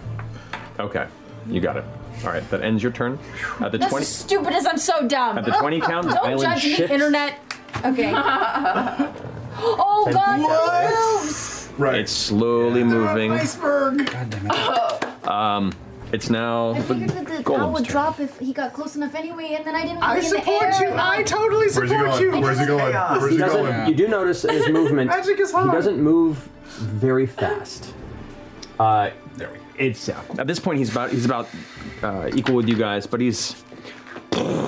Speaker 2: Okay, you got it. All right, that ends your turn. At the
Speaker 7: That's
Speaker 2: twenty.
Speaker 7: the stupidest. I'm so dumb.
Speaker 2: At the 20 count, the
Speaker 7: Don't
Speaker 2: island
Speaker 7: judge
Speaker 2: shifts.
Speaker 7: me, internet. Okay. oh
Speaker 2: And
Speaker 7: God,
Speaker 2: what?
Speaker 7: the moves.
Speaker 2: Right. It's slowly moving.
Speaker 12: Iceberg.
Speaker 2: Um, it's now
Speaker 25: I figured that the towel
Speaker 2: Golem's
Speaker 25: would
Speaker 2: turn.
Speaker 25: drop if he got close enough anyway, and then I didn't.
Speaker 12: I
Speaker 25: look in the
Speaker 12: support
Speaker 25: air.
Speaker 12: you. I totally
Speaker 2: Where's he going? Where's he going?
Speaker 12: Where's he
Speaker 2: doesn't-
Speaker 12: going?
Speaker 2: You do notice in his movement,
Speaker 12: Magic is hard.
Speaker 2: he doesn't move very fast. Uh, there we go. It's yeah. At this point, he's about he's about uh, equal with you guys, but he's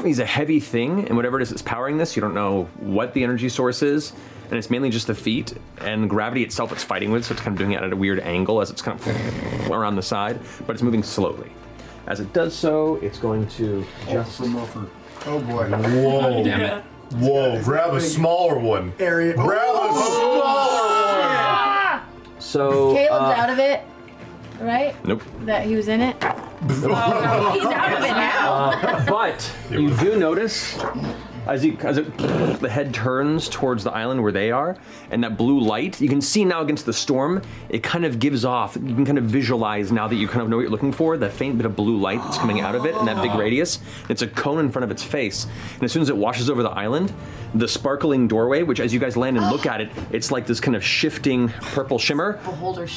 Speaker 2: he's a heavy thing, and whatever it is that's powering this, you don't know what the energy source is, and it's mainly just the feet and gravity itself. It's fighting with, so it's kind of doing it at a weird angle as it's kind of around the side, but it's moving slowly. As it does so, it's going to just.
Speaker 14: Oh boy. Whoa.
Speaker 2: Damn it.
Speaker 14: Whoa. Grab a smaller one.
Speaker 12: Area.
Speaker 14: Grab a smaller one.
Speaker 2: So
Speaker 7: Caleb's
Speaker 2: uh,
Speaker 7: out of it, right?
Speaker 2: Nope.
Speaker 7: That he was in it. He's out of it now.
Speaker 2: Uh, but you do notice as, you, as it, the head turns towards the island where they are, and that blue light, you can see now against the storm, it kind of gives off. You can kind of visualize now that you kind of know what you're looking for, that faint bit of blue light that's coming out of it, and that big radius. It's a cone in front of its face. And as soon as it washes over the island, the sparkling doorway, which as you guys land and look at it, it's like this kind of shifting purple shimmer,
Speaker 7: Beholder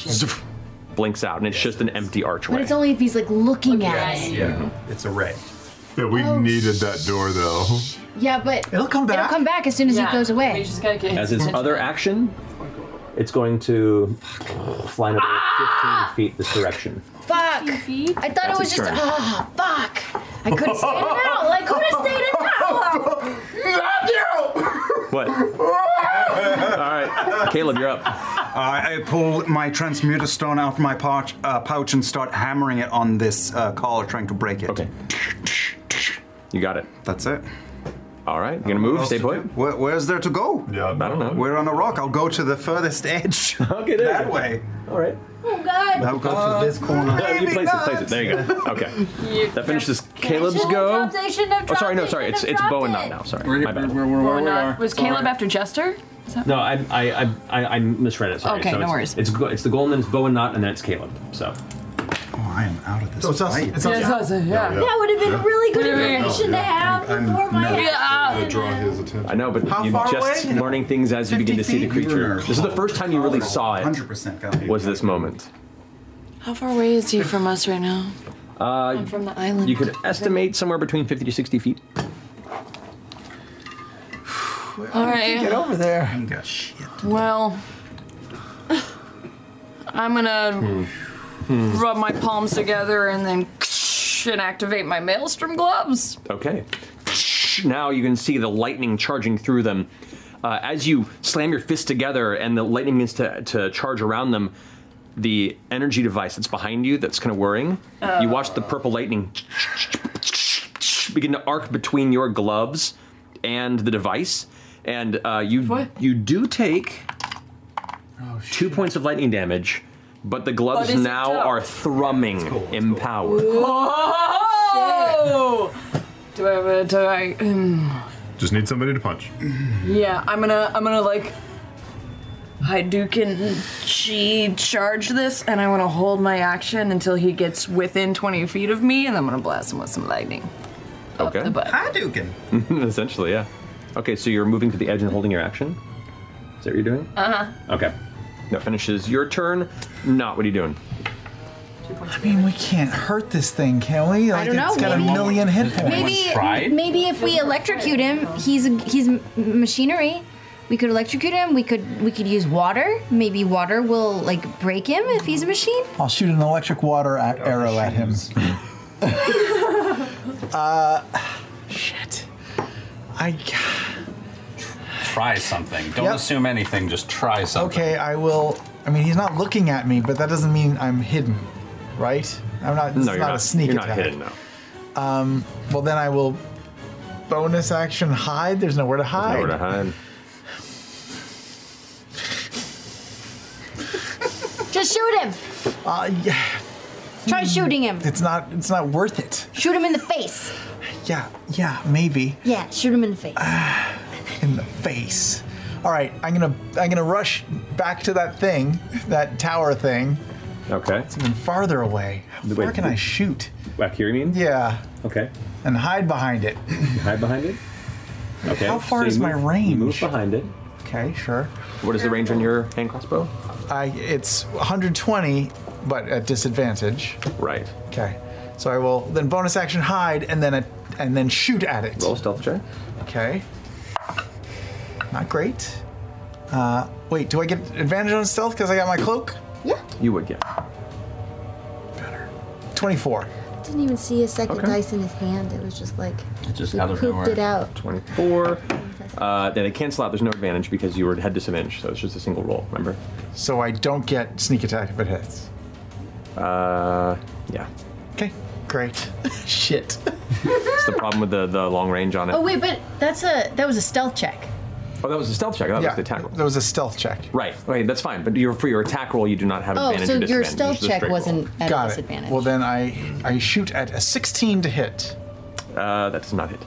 Speaker 2: blinks out, and it's just an empty
Speaker 25: But
Speaker 2: archway.
Speaker 25: it's only if he's like looking at it.
Speaker 2: Yeah,
Speaker 14: it's a red. Yeah, we needed that door though.
Speaker 25: Yeah, but
Speaker 12: it'll come
Speaker 25: back. It'll come back as soon as
Speaker 4: Yeah,
Speaker 25: he goes away.
Speaker 4: we just gotta get
Speaker 2: As its other action, it's going to fly another 15 feet this direction.
Speaker 7: Fuck. I thought
Speaker 2: That's
Speaker 7: it was
Speaker 2: his
Speaker 7: just
Speaker 2: turn.
Speaker 7: ah fuck. I couldn't stay in it out. Like could have stayed in it out.
Speaker 2: What? All right, Caleb, you're up.
Speaker 3: I pull my transmuter stone out of my pouch, uh, pouch and start hammering it on this uh, collar, trying to break it. Okay.
Speaker 2: You got it.
Speaker 3: That's it.
Speaker 2: All right, you're gonna move. Stay put.
Speaker 3: Where, where's there to go?
Speaker 14: Yeah, I
Speaker 2: don't know.
Speaker 3: We're on a rock. I'll go to the furthest edge.
Speaker 2: Okay,
Speaker 3: there that way.
Speaker 2: All right.
Speaker 7: Oh God.
Speaker 3: I'll go
Speaker 12: Uh,
Speaker 3: to this corner.
Speaker 2: No, you place it, place it. There you go. Okay. That finishes Caleb's go.
Speaker 4: They shouldn't have
Speaker 2: Oh, sorry, no, sorry. It's it's Bowen, not now. Sorry, my bad.
Speaker 4: Or not. Was Caleb after Jester? Is that-
Speaker 2: No, I I, I- I I misread it. Sorry.
Speaker 4: Okay,
Speaker 2: so
Speaker 4: no
Speaker 2: it's,
Speaker 4: worries.
Speaker 2: It's go- it's the Goldman, it's Bowen, not, and then it's Caleb. So.
Speaker 3: Oh, I am out of this.
Speaker 12: So it's us.
Speaker 3: fight.
Speaker 12: It's us. Yeah, it's us, yeah. Yeah, yeah.
Speaker 7: That would have been really good
Speaker 12: Yeah, yeah,
Speaker 14: Oh,
Speaker 7: information
Speaker 12: yeah.
Speaker 7: to have before my
Speaker 2: no.
Speaker 7: action.
Speaker 2: I know, but
Speaker 7: How
Speaker 2: you're
Speaker 7: far
Speaker 2: just
Speaker 7: away?
Speaker 2: learning things as you begin to see the creature. This is the first time you really saw it.
Speaker 3: 100%
Speaker 2: was this moment.
Speaker 9: How far away is he from us right now?
Speaker 2: Uh,
Speaker 9: I'm from the island.
Speaker 2: You could estimate somewhere between 50 to 60 feet.
Speaker 9: All right.
Speaker 12: Get over there.
Speaker 9: Well, I'm gonna rub my palms together and then and activate my maelstrom gloves.
Speaker 2: Okay. Now you can see the lightning charging through them. Uh, as you slam your fist together and the lightning begins to, to charge around them, the energy device that's behind you that's kind of whirring, you watch the purple lightning begin to arc between your gloves and the device, and uh, you you do take two points of lightning damage, but the gloves
Speaker 9: But is it
Speaker 2: now
Speaker 9: dope?
Speaker 2: are thrumming in power.
Speaker 9: Oh,
Speaker 4: Do I have a, do I, um,
Speaker 14: Just need somebody to punch.
Speaker 4: yeah, I'm gonna, I'm gonna like, Hadouken Chi charge this, and I wanna hold my action until he gets within 20 feet of me, and I'm gonna blast him with some lightning.
Speaker 2: Okay.
Speaker 4: Hadouken!
Speaker 2: Essentially, yeah. Okay, so you're moving to the edge and holding your action. Is that what you're doing?
Speaker 4: Uh huh.
Speaker 2: Okay. That finishes your turn. Not what are you doing?
Speaker 12: I mean, we can't hurt this thing, can we? Like,
Speaker 1: don't know,
Speaker 12: it's got
Speaker 1: maybe-
Speaker 12: a million hit points.
Speaker 1: Maybe, maybe if we electrocute him, he's he's m- machinery. We could electrocute him. We could we could use water. Maybe water will like break him if he's a machine.
Speaker 12: I'll shoot an electric water a- arrow at him. uh, shit. I
Speaker 9: Try something. Don't
Speaker 12: Yep.
Speaker 9: assume anything. Just try something.
Speaker 12: okay. I will. I mean, he's not looking at me, but that doesn't mean I'm hidden, right? I'm not. It's
Speaker 9: No, you're
Speaker 12: not, a
Speaker 9: not-
Speaker 12: sneak
Speaker 9: you're not
Speaker 12: attack.
Speaker 9: hidden, no.
Speaker 12: Um. Well, then I will. Bonus action hide. There's nowhere to hide.
Speaker 2: Nowhere to hide.
Speaker 1: Just shoot him.
Speaker 12: Uh, yeah.
Speaker 1: Try shooting him.
Speaker 12: It's not. It's not worth it.
Speaker 1: Shoot him in the face.
Speaker 12: Yeah. Yeah. Maybe.
Speaker 1: Yeah, shoot him in the face.
Speaker 12: in the face. All right, I'm gonna I'm gonna rush back to that thing, that tower thing.
Speaker 2: Okay.
Speaker 12: It's even farther away. How far
Speaker 2: Wait,
Speaker 12: can I
Speaker 2: wait.
Speaker 12: shoot?
Speaker 2: Back here, you mean?
Speaker 12: Yeah.
Speaker 2: Okay.
Speaker 12: And hide behind it.
Speaker 2: Hide behind it? Okay.
Speaker 12: How far
Speaker 2: so you
Speaker 12: is my
Speaker 2: move-
Speaker 12: range?
Speaker 2: You move behind it.
Speaker 12: Okay, sure.
Speaker 2: What is the range on your hand crossbow?
Speaker 12: I it's 120, but at disadvantage.
Speaker 2: Right.
Speaker 12: Okay. So I will then bonus action hide and then a, and then shoot at it. Roll
Speaker 2: stealth check.
Speaker 12: Okay. Not great. Uh, wait, do I get advantage on stealth because I got my cloak?
Speaker 2: You would get.
Speaker 12: 24.
Speaker 7: Didn't even see a second
Speaker 2: Okay.
Speaker 7: dice in his hand. It was just like
Speaker 2: just
Speaker 7: he pooped it out.
Speaker 2: 24. Uh, then it cancels out. There's no advantage because you were at head disadvantage, so it's just a single roll, remember?
Speaker 12: So I don't get sneak attack if it hits.
Speaker 2: Uh, yeah.
Speaker 12: Okay, great. Shit.
Speaker 2: That's the problem with the, the long range on it.
Speaker 1: Oh wait, but that's a that was a stealth check.
Speaker 2: Oh, that was a stealth check. That
Speaker 12: Yeah,
Speaker 2: was the attack roll.
Speaker 12: That was a stealth check.
Speaker 2: Right. Okay, that's fine. But your, for your attack roll, you do not have
Speaker 1: Oh,
Speaker 2: advantage
Speaker 1: so
Speaker 2: or
Speaker 1: your
Speaker 2: disadvantage.
Speaker 1: stealth
Speaker 2: It's a
Speaker 1: check
Speaker 2: straight
Speaker 1: wasn't at a
Speaker 12: Got
Speaker 1: disadvantage.
Speaker 12: it. Well, then I I shoot at a 16 to hit.
Speaker 2: roll. Uh, that does not hit.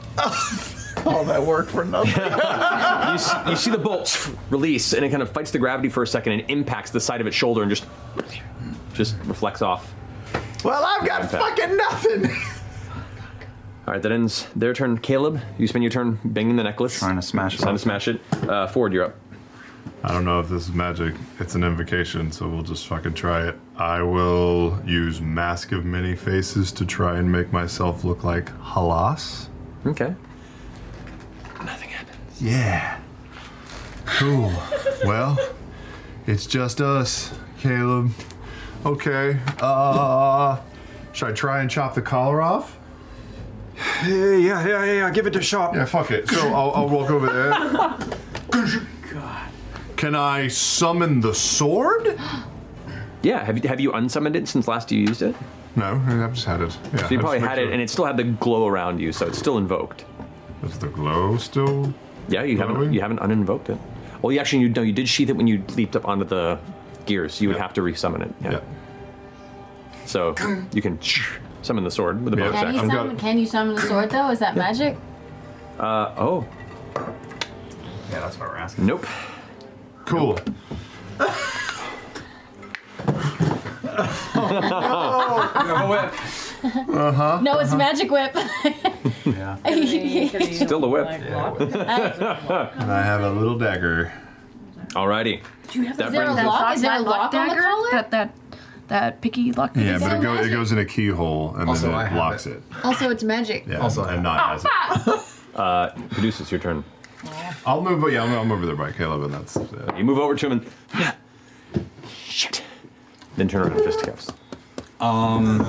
Speaker 12: All that work for nothing.
Speaker 2: you, s- you see the bolt release, and it kind of fights the gravity for a second and impacts the side of its shoulder and just just reflects off.
Speaker 12: well, I've got fucking nothing.
Speaker 2: All right, that ends their turn. Caleb, you spend your turn banging the necklace, trying to
Speaker 3: smash
Speaker 2: it, trying to smash it. Uh, Ford, you're up.
Speaker 14: I don't know if this is magic. It's an invocation, so we'll just fucking try it. I will use Mask of Many Faces to try and make myself look like Halas.
Speaker 2: Okay.
Speaker 14: Yeah. Cool. well, it's just us, Caleb. Okay. Uh, should I try and chop the collar off?
Speaker 3: Yeah, yeah, yeah, yeah. Give it a shot.
Speaker 14: Yeah, fuck it. So I'll, I'll walk over there. Can I summon the sword?
Speaker 2: Yeah, have you, have you unsummoned it since last you used it?
Speaker 14: No, I've just had it. Yeah,
Speaker 2: so you
Speaker 14: I
Speaker 2: probably
Speaker 14: just
Speaker 2: had
Speaker 14: make
Speaker 2: it, and it still had the glow around you, so it's still invoked.
Speaker 14: Is the glow still?
Speaker 2: Yeah, you haven't you haven't uninvoked it. Well, you actually you, no, you did sheath it when you leaped up onto the gears. You would have to resummon it. Yeah. So you can summon the sword with a bonus
Speaker 1: Can you,
Speaker 2: action.
Speaker 1: summon, can you summon the sword though? Is that magic?
Speaker 2: Uh, oh.
Speaker 3: Yeah, that's what we're asking.
Speaker 2: Nope.
Speaker 14: Cool.
Speaker 2: Uh huh.
Speaker 1: No, it's magic whip.
Speaker 14: Yeah.
Speaker 2: Still the whip.
Speaker 14: and I have a little dagger.
Speaker 2: Alrighty.
Speaker 4: Do you have
Speaker 14: That
Speaker 4: that
Speaker 14: brings
Speaker 4: that
Speaker 14: us-
Speaker 4: lock?
Speaker 1: Is there a
Speaker 4: that
Speaker 1: lock on the
Speaker 4: dagger? That that that picky lock.
Speaker 14: Yeah, but it, go, it goes in a keyhole and
Speaker 2: Also, I
Speaker 14: then it
Speaker 2: have
Speaker 14: locks it.
Speaker 1: also, it's magic.
Speaker 14: Yeah, and not has it.
Speaker 2: Uh, produce it's your turn.
Speaker 14: I'll move. Yeah, I'll, I'll move over there by Caleb, and that's. Uh,
Speaker 2: you move over to him and Then turn around and fisticuffs.
Speaker 9: Um.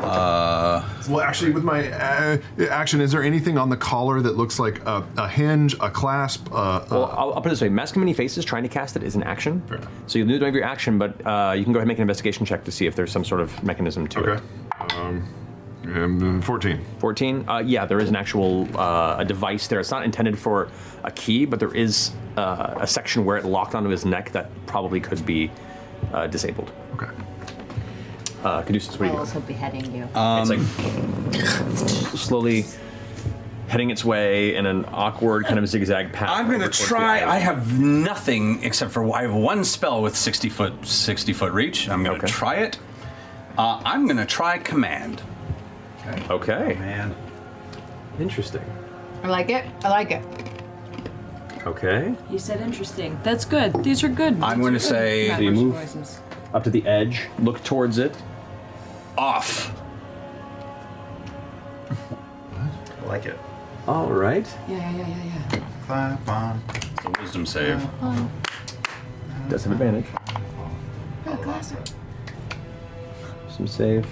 Speaker 14: Uh, well, actually, with my uh, action, is there anything on the collar that looks like a, a hinge, a clasp? Uh,
Speaker 2: Well, I'll, I'll put it this way: Mask of Many Faces trying to cast it is an action. So you don't have your action, but uh, you can go ahead and make an investigation check to see if there's some sort of mechanism to it.
Speaker 14: Okay. Um, fourteen.
Speaker 2: Fourteen. Uh, yeah, there is an actual uh, a device there. It's not intended for a key, but there is uh, a section where it locked onto his neck that probably could be uh, disabled.
Speaker 14: Okay.
Speaker 2: Uh, Caduceus, what are you doing?
Speaker 26: also beheading you.
Speaker 2: it's like slowly heading its way in an awkward kind of zigzag path.
Speaker 9: I'm going to try. I have nothing except for I have one spell with 60 foot 60 foot reach. I'm going to try it. Uh, I'm going to try command.
Speaker 2: Okay. Okay.
Speaker 9: Man.
Speaker 2: Interesting.
Speaker 26: I like it. I like it.
Speaker 2: Okay.
Speaker 4: You said interesting. That's good. These are good.
Speaker 2: I'm going to say
Speaker 4: Backwards voices.
Speaker 2: up to the edge, look towards it.
Speaker 9: Off.
Speaker 27: I like it.
Speaker 2: All right.
Speaker 4: Yeah, yeah, yeah, yeah, yeah.
Speaker 9: Clap on. It's a wisdom save.
Speaker 4: Oh,
Speaker 2: Does have advantage.
Speaker 4: oh glass.
Speaker 2: Some save.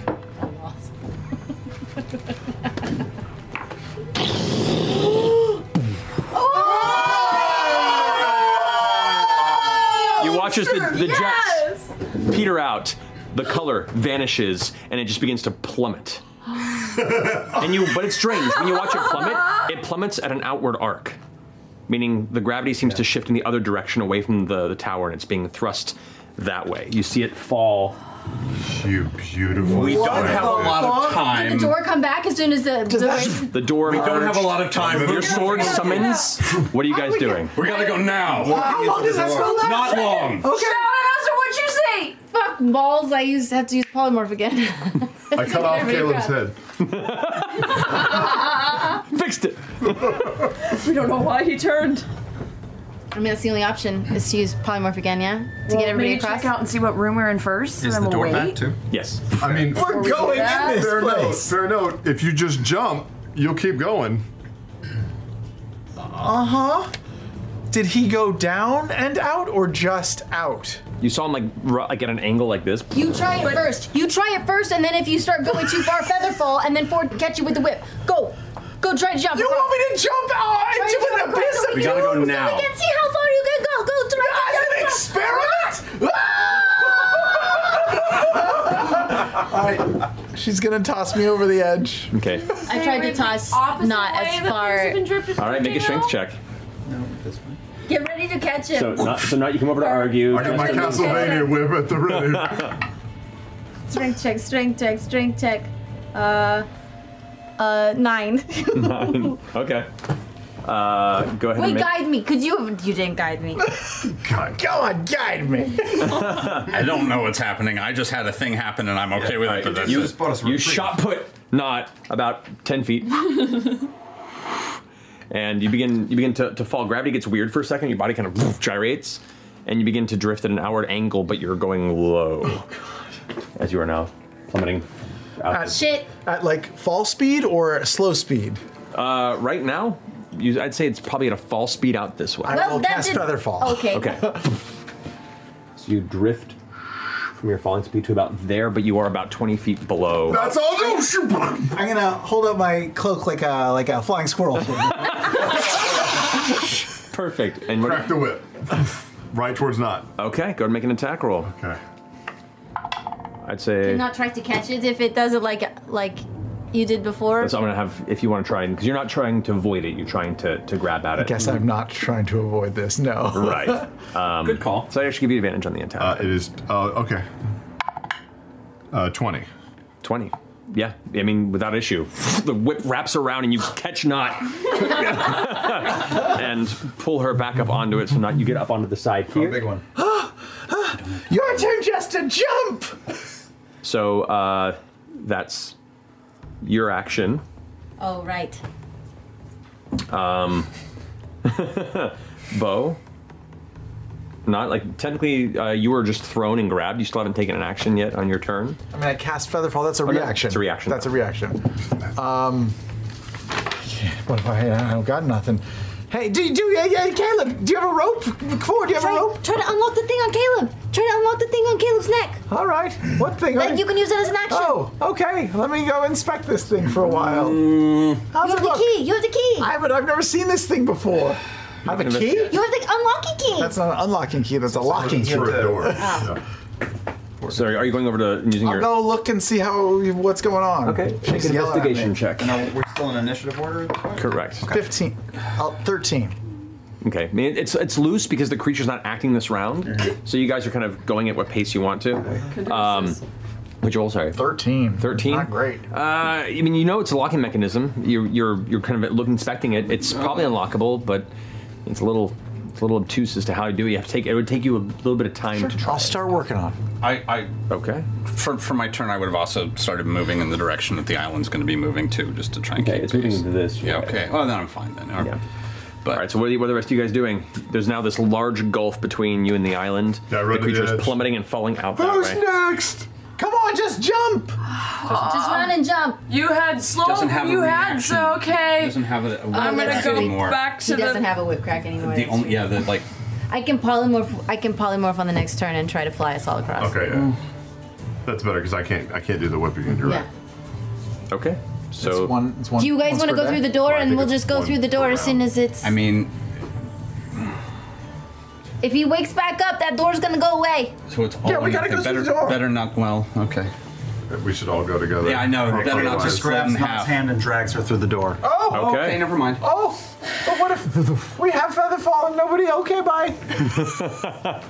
Speaker 2: You watch as the, the jets peter out, the color vanishes, and it just begins to plummet. and you, but it's strange when you watch it plummet. It plummets at an outward arc, meaning the gravity seems to shift in the other direction away from the, the tower, and it's being thrust that way. You see it fall.
Speaker 14: You beautiful.
Speaker 9: We don't have a lot of
Speaker 26: Did the
Speaker 9: time.
Speaker 26: door come back as soon as the, the race?
Speaker 2: The door.
Speaker 9: We don't have a lot of time.
Speaker 2: Your sword summons. What are you guys doing?
Speaker 9: We gotta go now.
Speaker 26: How long does that spell last?
Speaker 9: Not long.
Speaker 26: Okay. Shout out to what you say. Fuck balls! I use have to use polymorph again.
Speaker 14: I cut off
Speaker 26: Everybody
Speaker 14: Caleb's
Speaker 26: grab.
Speaker 14: head.
Speaker 2: Fixed it.
Speaker 4: we don't know why he turned.
Speaker 7: I mean, that's the only option is to use polymorph again, yeah, to
Speaker 4: Well,
Speaker 7: get everybody
Speaker 4: maybe check
Speaker 7: across. out and see what room we're in first.
Speaker 14: too?
Speaker 2: Yes.
Speaker 14: I mean,
Speaker 7: We're going in this
Speaker 14: fair
Speaker 7: place.
Speaker 14: Note, fair note. If you just jump, you'll keep going.
Speaker 12: Uh huh. Did he go down and out or just out?
Speaker 2: You saw him like ru- like at an angle like this.
Speaker 26: You try it first. You try it first, and then if you start going too far, feather fall, and then Ford can catch you with the whip. Go, go, try to jump. You want
Speaker 12: me to jump out into an abyss
Speaker 2: We gotta go now.
Speaker 26: I can see how far you can go. Go, try to jump.
Speaker 12: an experiment. She's gonna toss me over the edge.
Speaker 2: Okay.
Speaker 7: I tried to toss not as far.
Speaker 2: All right. Make a strength check.
Speaker 26: Get ready to catch it.
Speaker 2: So, not, so now you come over to argue.
Speaker 14: I got my Castlevania whip at the ready.
Speaker 7: Strength check, strength check, strength check. Uh, uh, nine.
Speaker 2: Nine. Okay. Uh, go ahead
Speaker 7: Wait,
Speaker 2: and make.
Speaker 7: guide me. Could you? have- You didn't guide me.
Speaker 12: Come on, guide me.
Speaker 9: I don't know what's happening. I just had a thing happen and I'm okay with it. But that's
Speaker 2: You,
Speaker 9: it.
Speaker 2: you shot put not about ten feet, and you begin you begin to, to fall. Gravity gets weird for a second. Your body kind of gyrates, and you begin to drift at an outward angle, but you're going low. As you are now plummeting. Out
Speaker 12: At, At like fall speed or slow speed?
Speaker 2: Uh, right now, you, I'd say it's probably at a fall speed out this way.
Speaker 12: I Well, will that cast did- Feather Fall. okay.
Speaker 2: Okay. so you drift from your falling speed to about there, but you are about 20 feet below.
Speaker 12: all. I'm gonna hold up my cloak like a like a flying squirrel.
Speaker 2: Perfect. And
Speaker 14: Crack the whip. right towards not.
Speaker 2: Okay, go ahead and make an attack roll.
Speaker 14: Okay.
Speaker 2: I'd say.
Speaker 7: Not try to catch it if it doesn't like like you did before.
Speaker 2: So I'm gonna have, if you want to try, because you're not trying to avoid it, you're trying to, to grab at
Speaker 12: I
Speaker 2: it.
Speaker 12: guess I'm not trying to avoid this. No.
Speaker 2: Right. Um, Good call. So I actually give you advantage on the attack.
Speaker 14: Uh, it is. Uh, okay. Uh, Twenty.
Speaker 2: Twenty. Yeah, I mean, without issue. The whip wraps around and you catch Knot and pull her back up onto it. So Knot, you get up onto the side here. Oh, big one.
Speaker 12: Your turn just to jump!
Speaker 2: So uh, that's your action.
Speaker 7: Oh right.
Speaker 2: Um, Bo, not like technically uh, you were just thrown and grabbed. You still haven't taken an action yet on your turn.
Speaker 12: I mean, I cast Featherfall. That's a
Speaker 2: Oh, no,
Speaker 12: reaction.
Speaker 2: it's a reaction.
Speaker 12: That's a reaction. Um, yeah, what if I? I don't got nothing. Hey, do you do? Yeah, yeah, Caleb. Do you have a rope? Cord, do you have a rope?
Speaker 7: Try to unlock the thing on Caleb. Try to unlock the thing on Caleb's neck.
Speaker 12: All right. What thing?
Speaker 7: Then you can use it as an action.
Speaker 12: Oh, okay. Let me go inspect this thing for a while.
Speaker 2: Mm.
Speaker 12: How's
Speaker 7: you have
Speaker 12: it
Speaker 7: the
Speaker 12: look?
Speaker 7: key. You have the key.
Speaker 12: I haven't. I've never seen this thing before. I have a key.
Speaker 7: You have the unlocking key.
Speaker 12: That's not an unlocking key. That's a locking key.
Speaker 7: Ah.
Speaker 2: So are you going over to and using
Speaker 12: I'll
Speaker 2: your?
Speaker 12: go look and see how what's going on.
Speaker 2: Okay.
Speaker 12: She
Speaker 2: Make
Speaker 12: can
Speaker 2: an
Speaker 12: yell at me.
Speaker 2: investigation check.
Speaker 3: we're still in initiative order.
Speaker 2: Correct.
Speaker 12: Fifteen. Oh, Thirteen.
Speaker 2: Okay. I mean, it's it's loose because the creature's not acting this round, so you guys are kind of going at what pace you want to. Um, Which roll? Sorry, thirteen. Thirteen. Not great. Uh, I mean, you know, it's a locking mechanism. You're you're you're kind of looking, inspecting it. It's probably unlockable, but it's a little it's a little obtuse as to how you do it. You have to take it would take you a little bit of time to try. I'll start working on.
Speaker 15: I,
Speaker 2: I okay.
Speaker 15: For, for my turn, I would have also started moving in the direction that the island's going to be moving to, just to try and
Speaker 2: Okay,
Speaker 15: keep
Speaker 2: it's moving
Speaker 15: pace.
Speaker 2: into this,
Speaker 15: Yeah.
Speaker 2: yeah.
Speaker 15: Okay. Well, then I'm fine then. All right.
Speaker 2: But, All right. So what are, the, what are the rest of you guys doing? There's now this large gulf between you and the island. the
Speaker 10: to the
Speaker 2: creature's
Speaker 10: edge.
Speaker 2: plummeting and falling out that
Speaker 16: Who's
Speaker 2: way.
Speaker 16: next? Come on, just jump.
Speaker 4: Just run
Speaker 28: and jump.
Speaker 4: You had slow. you had so okay.
Speaker 15: have a, a
Speaker 7: Oh,
Speaker 4: I'm gonna go back
Speaker 1: He doesn't have a whip crack anymore.
Speaker 15: The only yeah, the like
Speaker 1: I can polymorph. I can polymorph on the next turn and try to fly us all across.
Speaker 10: Okay, yeah. That's better because I can't I can't do the whip again. You're
Speaker 1: Yeah.
Speaker 10: right.
Speaker 2: Okay.
Speaker 10: So it's one,
Speaker 1: Do you guys want to go through the door,
Speaker 10: Well, I
Speaker 1: and
Speaker 10: think
Speaker 1: we'll
Speaker 10: it's
Speaker 1: just go
Speaker 10: one
Speaker 1: through the door as soon as it's.
Speaker 15: I mean,
Speaker 7: If he wakes back up, that door's gonna go away.
Speaker 15: so it's all
Speaker 7: Yeah, we
Speaker 15: or
Speaker 7: gotta
Speaker 15: nothing.
Speaker 7: go through
Speaker 15: oh, better,
Speaker 7: the door.
Speaker 15: Better not. Well, okay.
Speaker 10: We should all go together.
Speaker 15: Yeah, I know.
Speaker 10: Probably
Speaker 15: Better not
Speaker 10: otherwise.
Speaker 15: just grab in half.
Speaker 3: hand and drags her through the door.
Speaker 16: Oh.
Speaker 15: Okay. never mind.
Speaker 16: Oh, but what if we have Featherfall and nobody? Okay, bye.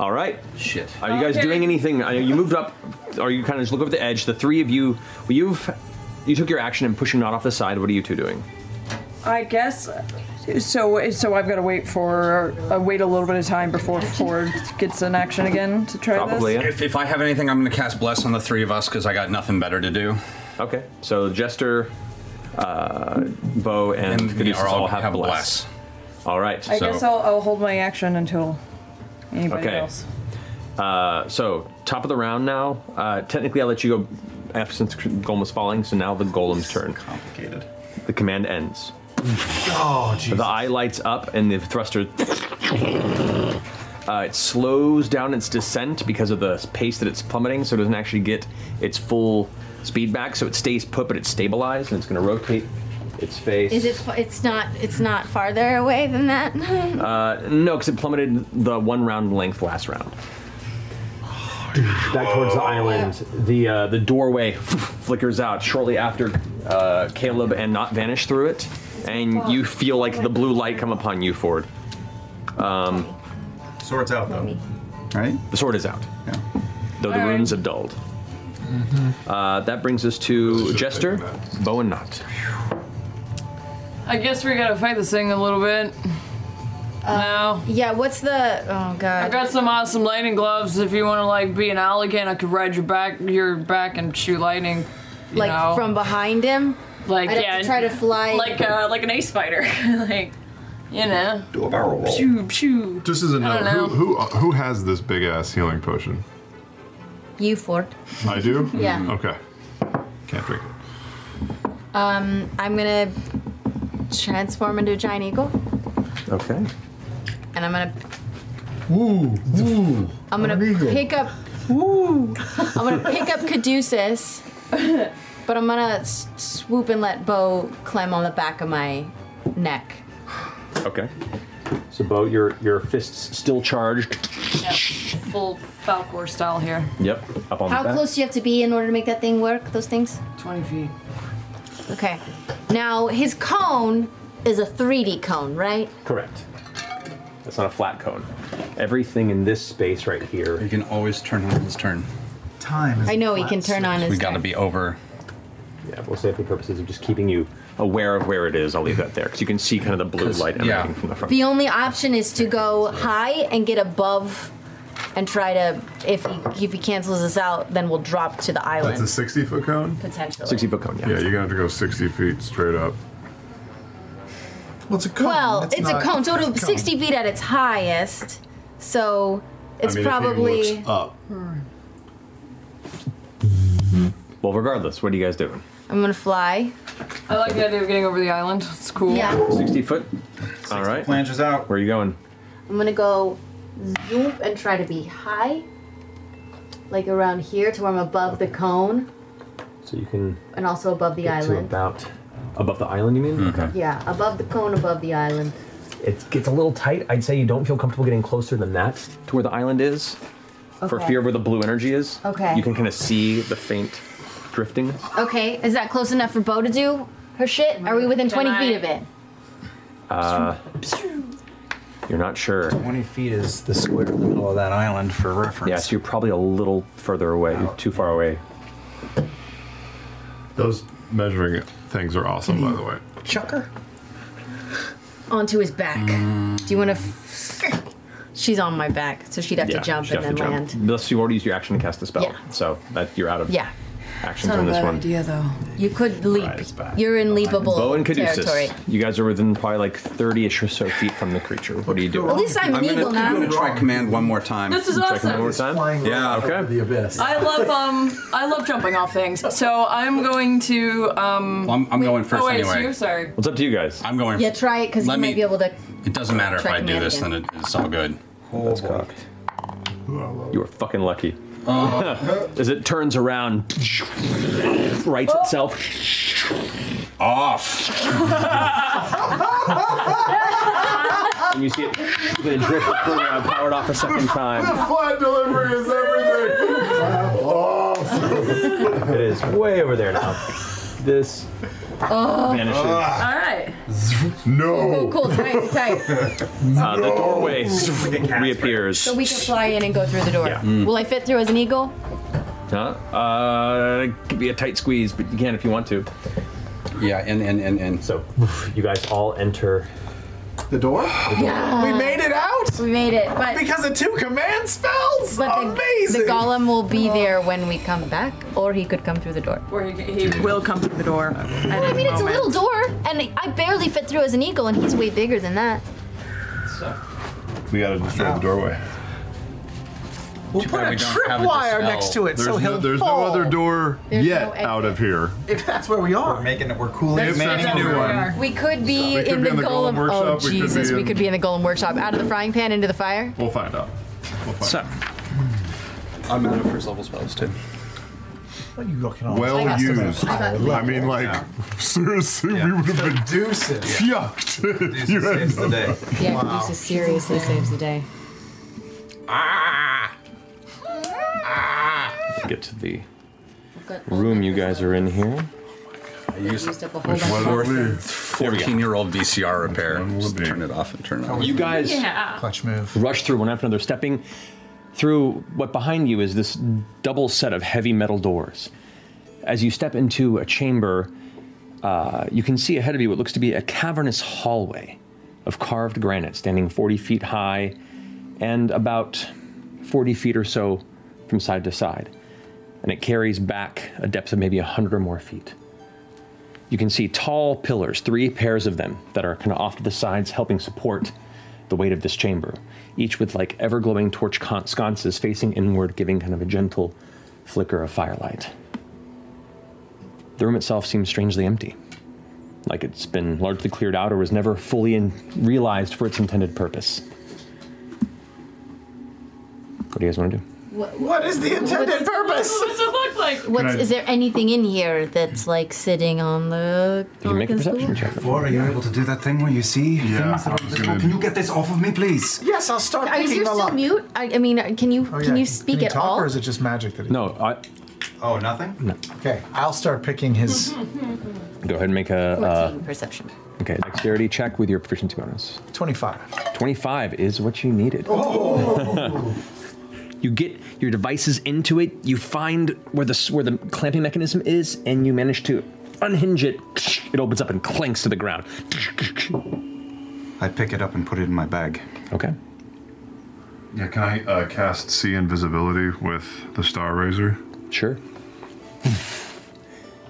Speaker 2: All right. Shit. Are you guys
Speaker 16: Okay.
Speaker 2: doing anything? I know you moved up. Are you kind of just look over the edge? The three of you. Well, you've you took your action and pushing Nod off the side. What are you two doing?
Speaker 4: I guess. So so I've got to wait for uh, wait a little bit of time before Ford gets an action again to try this.
Speaker 15: If, if I have anything, I'm going to cast Bless on the three of us because I got nothing better to do.
Speaker 2: Okay. So Jester, uh, Bo, and,
Speaker 15: And we
Speaker 2: Caduceus
Speaker 15: are all
Speaker 2: all have,
Speaker 15: have
Speaker 2: bless. All right.
Speaker 4: I
Speaker 2: so
Speaker 4: guess I'll, I'll hold my action until anybody
Speaker 2: Okay.
Speaker 4: else.
Speaker 2: uh, so top of the round now. Uh, technically, I'll let you go after since the golem was falling. So now the golem's turn. Complicated. The command ends.
Speaker 16: Oh,
Speaker 2: The eye lights up and the thruster. Uh, it slows down its descent because of the pace that it's plummeting, so it doesn't actually get its full speed back. So it stays put, but it's stabilized and it's going to rotate its face.
Speaker 1: Is it? fa- It's not. It's not farther away than that.
Speaker 2: Uh, no, because it plummeted the one round length last round. Back towards the island, the uh, the doorway flickers out shortly after uh, Caleb and Not vanish through it, and you feel like the blue light come upon you, Ford. Um,
Speaker 3: Sword's out though.
Speaker 2: right? The sword is out. Though the
Speaker 3: All right. Mm-hmm.
Speaker 2: runes have dulled. Uh, that brings us to Jester, Bow and Knot.
Speaker 4: I guess we gotta fight this thing a little bit. no.
Speaker 1: Yeah. What's the? Oh god.
Speaker 4: I got some awesome lightning gloves. If you want to like be an elegant, I could ride your back, your back, and shoot lightning. you
Speaker 1: like
Speaker 4: know.
Speaker 1: from behind him.
Speaker 4: like
Speaker 1: I'd have
Speaker 4: yeah,
Speaker 1: to try to fly-
Speaker 4: like uh, like an ace fighter, like you know.
Speaker 10: Do a barrel roll.
Speaker 4: Pew, pew.
Speaker 10: Just as a
Speaker 4: I
Speaker 10: note,
Speaker 4: don't
Speaker 10: who,
Speaker 4: know.
Speaker 10: who
Speaker 14: uh,
Speaker 10: who has this big ass healing potion?
Speaker 1: You Ford.
Speaker 10: I do.
Speaker 1: Yeah.
Speaker 14: Mm,
Speaker 10: Okay. Can't drink it.
Speaker 1: Um, I'm gonna transform into a giant eagle,
Speaker 2: Okay.
Speaker 1: and I'm gonna
Speaker 2: Woo! Woo!
Speaker 1: I'm gonna pick up. I'm gonna pick up Caduceus, but I'm gonna s- swoop and let Bo climb on the back of my neck.
Speaker 2: Okay. So, Bo, your your fists still charged.
Speaker 4: Yeah, full Falcor style here.
Speaker 2: Yep. Up on
Speaker 1: How
Speaker 2: the back.
Speaker 1: close do you have to be in order to make that thing work? Those things.
Speaker 4: Twenty feet.
Speaker 1: Okay. Now his cone is a 3D cone, right?
Speaker 2: Correct. That's not a flat cone. Everything in this space right here. You
Speaker 15: can always turn on his turn.
Speaker 2: Time.
Speaker 1: I know he can turn on his.
Speaker 2: we got to be over. Yeah, we'll say for purposes of just keeping you aware of where it is, I'll leave that there because you can see kind of the blue light emanating from the front.
Speaker 1: The only option is to go high and get above, and try to. If he, if he cancels us out, then we'll drop to the
Speaker 10: That's
Speaker 1: island
Speaker 10: a 60 foot cone?
Speaker 1: potentially.
Speaker 2: foot cone,
Speaker 10: yeah. you're gonna have to go 60 feet straight up.
Speaker 1: Well, it's a cone.
Speaker 10: It's
Speaker 1: a
Speaker 10: not-
Speaker 1: cone. So it'll
Speaker 10: it's a cone.
Speaker 1: 60 feet at its highest. So it's
Speaker 10: I mean, if he
Speaker 1: probably.
Speaker 10: looks up.
Speaker 2: Well, regardless, what are you guys doing?
Speaker 1: I'm gonna fly.
Speaker 4: I like the idea of getting over the island. It's cool.
Speaker 1: Yeah.
Speaker 2: 60 foot. All right. Flanges out. Where are you going?
Speaker 1: I'm gonna go zoom and try to be high, like around here to where I'm above the cone
Speaker 2: So you can
Speaker 1: and also above the
Speaker 2: get to
Speaker 1: island.
Speaker 2: about above the island. You mean? Okay.
Speaker 1: Yeah, above the cone, above the island.
Speaker 2: It gets a little tight. I'd say you don't feel comfortable getting closer than that to where the island is, for
Speaker 1: Okay.
Speaker 2: fear of where the blue energy is.
Speaker 1: Okay.
Speaker 2: You can kind of see the faint drifting.
Speaker 1: Okay, is that close enough for Bo to do her shit? Are we within 20 feet of it?
Speaker 2: Uh, You're not sure.
Speaker 29: 20 feet is the square in the middle of that island for reference.
Speaker 2: Yeah, so you're probably a little further away, too far away.
Speaker 14: Those measuring things are awesome, by the way.
Speaker 29: Chucker?
Speaker 1: Onto his back. Do you want to? F- She's on my back, so she'd have
Speaker 2: Yeah,
Speaker 1: to jump
Speaker 2: she'd
Speaker 1: and
Speaker 2: have
Speaker 1: then
Speaker 2: to
Speaker 1: land.
Speaker 2: jump. Unless you already used your action to cast a spell,
Speaker 1: Yeah.
Speaker 2: so that you're out of
Speaker 1: Yeah.
Speaker 2: actions on this one.
Speaker 1: though. You could leap. You're in leapable
Speaker 2: Bow and Caduceus.
Speaker 1: territory.
Speaker 2: You guys are within probably like 30 ish or so feet from the creature. What do you do?
Speaker 1: At least I'm I'm gonna- legal now.
Speaker 7: I'm going to try command one more time.
Speaker 4: This is
Speaker 2: Try
Speaker 4: awesome.
Speaker 2: command One more time?
Speaker 7: Yeah,
Speaker 2: okay.
Speaker 7: The abyss.
Speaker 4: I love um I love jumping off things. So I'm going to um.
Speaker 7: Well, I'm, I'm going first
Speaker 4: oh wait,
Speaker 7: anyway.
Speaker 4: it's you. Sorry.
Speaker 2: What's up to you guys?
Speaker 7: I'm going.
Speaker 1: Yeah, try it because you
Speaker 7: Let
Speaker 1: might
Speaker 7: me-
Speaker 1: be able to.
Speaker 7: It doesn't matter if
Speaker 1: Try
Speaker 7: I do
Speaker 1: command
Speaker 7: this,
Speaker 1: again.
Speaker 7: then it, it's all good.
Speaker 2: That's cocked. You are fucking lucky.
Speaker 1: Uh,
Speaker 2: As it turns around, rights itself. Off. And you see it then drift further around, powered off a second time.
Speaker 14: flat delivery is everything.
Speaker 2: It is way over there now. This
Speaker 1: Uh,
Speaker 4: Oh.
Speaker 2: Vanishes.
Speaker 4: All right.
Speaker 14: No.
Speaker 1: Cool, tight, tight.
Speaker 2: Uh, the doorway reappears.
Speaker 1: so we can fly in and go through the door.
Speaker 2: Yeah. Mm.
Speaker 1: Will I fit through as an eagle?
Speaker 2: Huh? Uh, it could be a tight squeeze, but you can if you want to. Yeah, and and and and so you guys all enter
Speaker 12: the door.
Speaker 1: Yeah.
Speaker 12: We made it out?
Speaker 1: We made it, but
Speaker 12: Because of two command spells?
Speaker 1: But the, the
Speaker 12: Amazing.
Speaker 1: golem will be there when we come back, or he could come through the door.
Speaker 4: Or he, he will come through the door.
Speaker 1: Well,
Speaker 30: I mean, it's a little door, and I barely fit through as an eagle, and he's way bigger than that.
Speaker 14: We gotta destroy the doorway.
Speaker 12: We'll put a tripwire next to it
Speaker 14: there's
Speaker 12: so
Speaker 14: no,
Speaker 12: he'll
Speaker 14: There's
Speaker 12: fall.
Speaker 14: no other door
Speaker 1: There's no
Speaker 14: yet
Speaker 1: exit.
Speaker 14: out of here.
Speaker 12: If that's where we are.
Speaker 29: We're making it, we're cool.
Speaker 14: If that's
Speaker 29: making a new
Speaker 14: where we
Speaker 29: one.
Speaker 14: are.
Speaker 1: We could be,
Speaker 14: We could
Speaker 1: in,
Speaker 14: be
Speaker 1: the
Speaker 14: in the golem
Speaker 1: golem.
Speaker 14: workshop,
Speaker 1: oh
Speaker 14: we could
Speaker 1: Jesus,
Speaker 14: be
Speaker 1: we
Speaker 14: in-
Speaker 1: could be in the golem workshop. Out of the frying pan into the fire.
Speaker 14: We'll find out. We'll find
Speaker 2: so,
Speaker 7: I'm out of first level spells too.
Speaker 12: What are you looking on?
Speaker 14: Well
Speaker 12: I got some-
Speaker 14: used.
Speaker 12: I got-
Speaker 14: I mean, like, seriously, we would have been
Speaker 12: deuces.
Speaker 14: Yucked. if you had
Speaker 29: saves the
Speaker 14: known.
Speaker 29: day.
Speaker 1: Yeah, Caduceus seriously saves the day.
Speaker 2: get to the room you guys are in here.
Speaker 7: I used
Speaker 1: up a
Speaker 2: whole Which bunch of one would we- There we go.
Speaker 7: 14 year old VCR repair. Just turn it off and turn it on.
Speaker 2: You guys
Speaker 7: Yeah.
Speaker 2: clutch move. rush through one after another, stepping through what behind you is this double set of heavy metal doors. As you step into a chamber, uh, you can see ahead of you what looks to be a cavernous hallway of carved granite standing 40 feet high and about 40 feet or so from side to side. And it carries back a depth of maybe 100 or more feet. You can see tall pillars, three pairs of them, that are kind of off to the sides, helping support the weight of this chamber, each with like ever glowing torch con- sconces facing inward, giving kind of a gentle flicker of firelight. The room itself seems strangely empty, like it's been largely cleared out or was never fully in- realized for its intended purpose. What do you guys want to do?
Speaker 12: what is the intended purpose?
Speaker 4: What's it look like?
Speaker 30: What's
Speaker 2: I-
Speaker 30: is there anything in here that's like sitting on the?
Speaker 2: You can make a
Speaker 30: against the
Speaker 2: perception
Speaker 30: wall?
Speaker 2: check.
Speaker 3: Before, are you able to do that thing where you see things that are invisible? Can you get this off of me, please?
Speaker 12: Yes, I'll start
Speaker 1: Is
Speaker 12: picking
Speaker 1: you
Speaker 12: the
Speaker 1: still
Speaker 12: lock.
Speaker 1: mute? I, I mean, can you
Speaker 12: Oh,
Speaker 1: can
Speaker 12: yeah.
Speaker 1: you speak
Speaker 12: he
Speaker 1: at
Speaker 12: talk,
Speaker 1: all?
Speaker 12: Or is it just magic that he
Speaker 2: No, I.
Speaker 12: Oh, nothing?
Speaker 2: No.
Speaker 12: Okay, I'll start picking his.
Speaker 1: Mm-hmm.
Speaker 2: Go ahead and make a uh,
Speaker 1: perception.
Speaker 2: Okay, dexterity check with your proficiency bonus.
Speaker 12: 25.
Speaker 2: 25 is what you needed. you get your devices into it, you find where the s- where the clamping mechanism is and you manage to unhinge it. It opens up and clanks to the ground.
Speaker 3: I pick it up and put it in my bag.
Speaker 2: Okay.
Speaker 14: Yeah, can I uh, cast see invisibility with the Star Razor?
Speaker 2: Sure.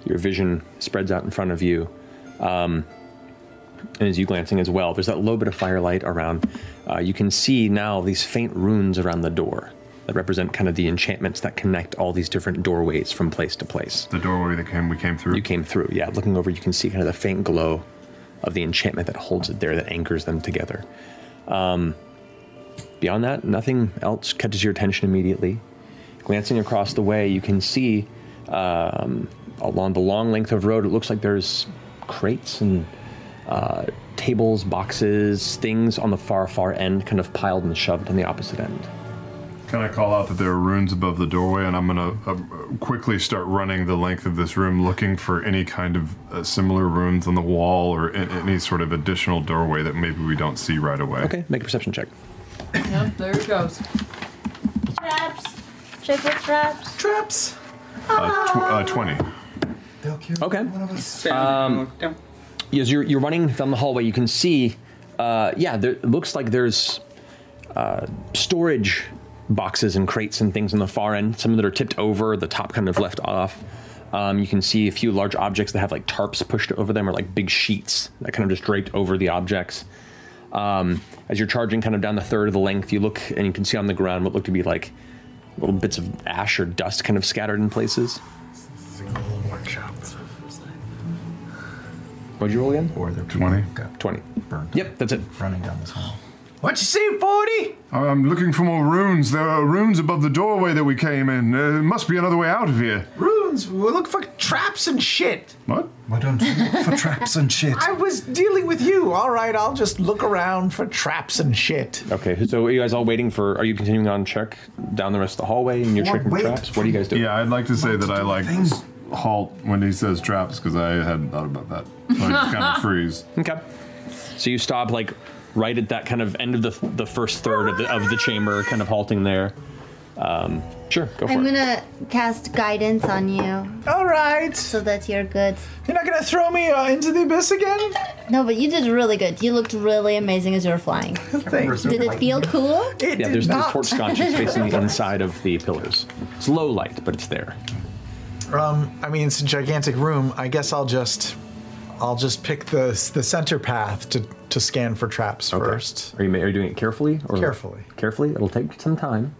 Speaker 2: Your vision spreads out in front of you. Um, and as you glancing as well, there's that little bit of firelight around. Uh, you can see now these faint runes around the door that represent kind of the enchantments that connect all these different doorways from place to place.
Speaker 14: The doorway that came we came through.
Speaker 2: You came through, yeah. Looking over, you can see kind of the faint glow of the enchantment that holds it there, that anchors them together. Um, beyond that, nothing else catches your attention immediately. Glancing across the way, you can see um, along the long length of road, it looks like there's crates and uh, tables, boxes, things on the far, far end, kind of piled and shoved on the opposite end.
Speaker 14: Can I call out that there are runes above the doorway, and I'm gonna uh, quickly start running the length of this room, looking for any kind of uh, similar runes on the wall or a- any sort of additional doorway that maybe we don't see right away. Okay,
Speaker 2: make a perception check.
Speaker 4: Yep, there it goes.
Speaker 9: Traps. Check for traps.
Speaker 12: Traps.
Speaker 14: Uh, tw- uh, Twenty.
Speaker 2: Okay. Um, as you're, you're running down the hallway, you can see, uh, yeah, there, it looks like there's uh, storage boxes and crates and things on the far end, some that are tipped over, the top kind of left off. Um, you can see a few large objects that have like tarps pushed over them or like big sheets that kind of just draped over the objects. Um, as you're charging kind of down the third of the length, you look and you can see on the ground what look to be like little bits of ash or dust kind of scattered in places. What'd you roll again?
Speaker 31: Or they're
Speaker 14: 20.
Speaker 2: 20. Yep, that's it.
Speaker 31: Running down this hall.
Speaker 14: What you see, Forty? I'm looking for more runes. There are runes above the doorway that we came in. Uh, There must be another way out of here.
Speaker 12: Runes. We look for traps and shit.
Speaker 14: What?
Speaker 12: Why don't you look for traps and shit? I was dealing with you. All right, I'll just look around for traps and shit.
Speaker 2: Okay, so are you guys all waiting for? Are you continuing on check down the rest of the hallway and you're
Speaker 12: What?
Speaker 2: checking
Speaker 12: Wait.
Speaker 2: traps? What do you guys do?
Speaker 14: Yeah, I'd like to say that I like halt when he says traps because I hadn't thought about that. So I just kind of freeze.
Speaker 2: Okay. So you stop like right at that kind of end of the the first third of the of the chamber, kind of halting there. Um, sure, go for
Speaker 9: I'm
Speaker 2: it.
Speaker 9: gonna cast guidance on you.
Speaker 12: All right.
Speaker 9: So that you're good.
Speaker 12: You're not gonna throw me uh, into the abyss again?
Speaker 9: No, but you did really good. You looked really amazing as you were flying.
Speaker 2: Thanks.
Speaker 9: Did it feel cool?
Speaker 12: It
Speaker 2: yeah, there's the torch sconces facing the inside of the pillars. It's low light, but it's there.
Speaker 12: Um, I mean, it's a gigantic room. I guess I'll just, I'll just pick the the center path to to scan for traps first.
Speaker 2: Are you ma- are you doing it carefully or
Speaker 12: Carefully.
Speaker 2: Carefully. It'll take some time.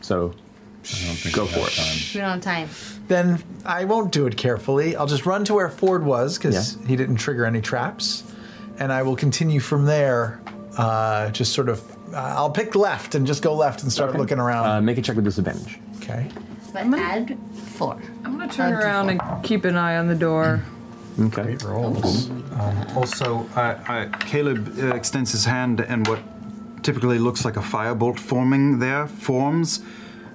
Speaker 2: So go for it.
Speaker 9: We don't have time.
Speaker 12: Then I won't do it carefully. I'll just run to where Ford was because he didn't trigger any traps, and I will continue from there. Uh, just sort of, uh, I'll pick left and just go left and start looking around. Uh,
Speaker 2: make a check with disadvantage.
Speaker 12: Okay.
Speaker 9: But I'm gonna, add four.
Speaker 4: I'm gonna turn around and keep an eye on the door.
Speaker 2: Okay.
Speaker 3: Um, also, I, I, Caleb uh, extends his hand, and what typically looks like a firebolt forming there forms,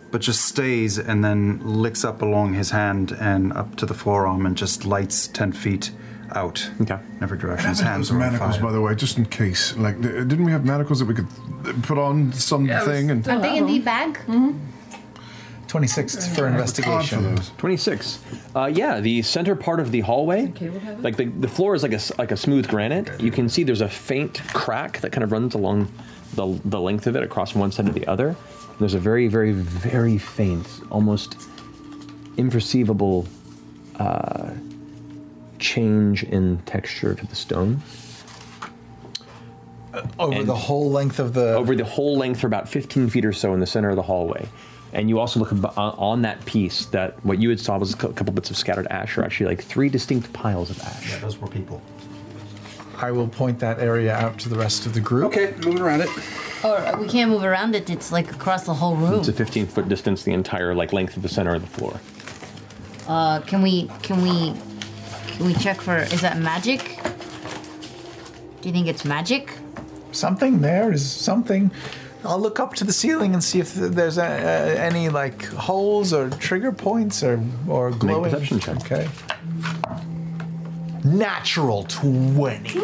Speaker 3: but just stays and then licks up along his hand and up to the forearm and just lights 10 feet out
Speaker 2: okay.
Speaker 3: in every direction. His
Speaker 14: Those
Speaker 3: hands are on
Speaker 14: manacles,
Speaker 3: fire.
Speaker 14: by the way, just in case. Like, th- didn't we have manacles that we could uh, put on something and?
Speaker 9: Are they in the bag?
Speaker 12: Twenty six for
Speaker 14: investigation.
Speaker 2: Twenty six. Uh, yeah, the center part of the hallway, like the, the floor is like a s- like a smooth granite. You can see there's a faint crack that kind of runs along the the length of it across one side to the other. There's a very very very faint, almost imperceivable uh, change in texture to the stone.
Speaker 12: over the whole length of the
Speaker 2: over the whole length for about 15 feet or so in the center of the hallway and you also look ab- on on that piece that what you had saw was a cou- couple bits of scattered ash are actually like three distinct piles of ash yeah
Speaker 31: those were people
Speaker 12: I will point that area out to the rest of the group. Okay, moving around it.
Speaker 9: Or we can't move around it. It's like across the whole room.
Speaker 2: it's a 15 foot distance the entire like length of the center of the floor
Speaker 9: Uh, can we? Can we? Can we check for? Is that magic? Do you think it's magic?
Speaker 12: Something there is something. I'll look up to the ceiling and see if th- there's a, uh, any like holes or trigger points or or glowing.
Speaker 2: perception check.
Speaker 12: Okay. Natural twenty.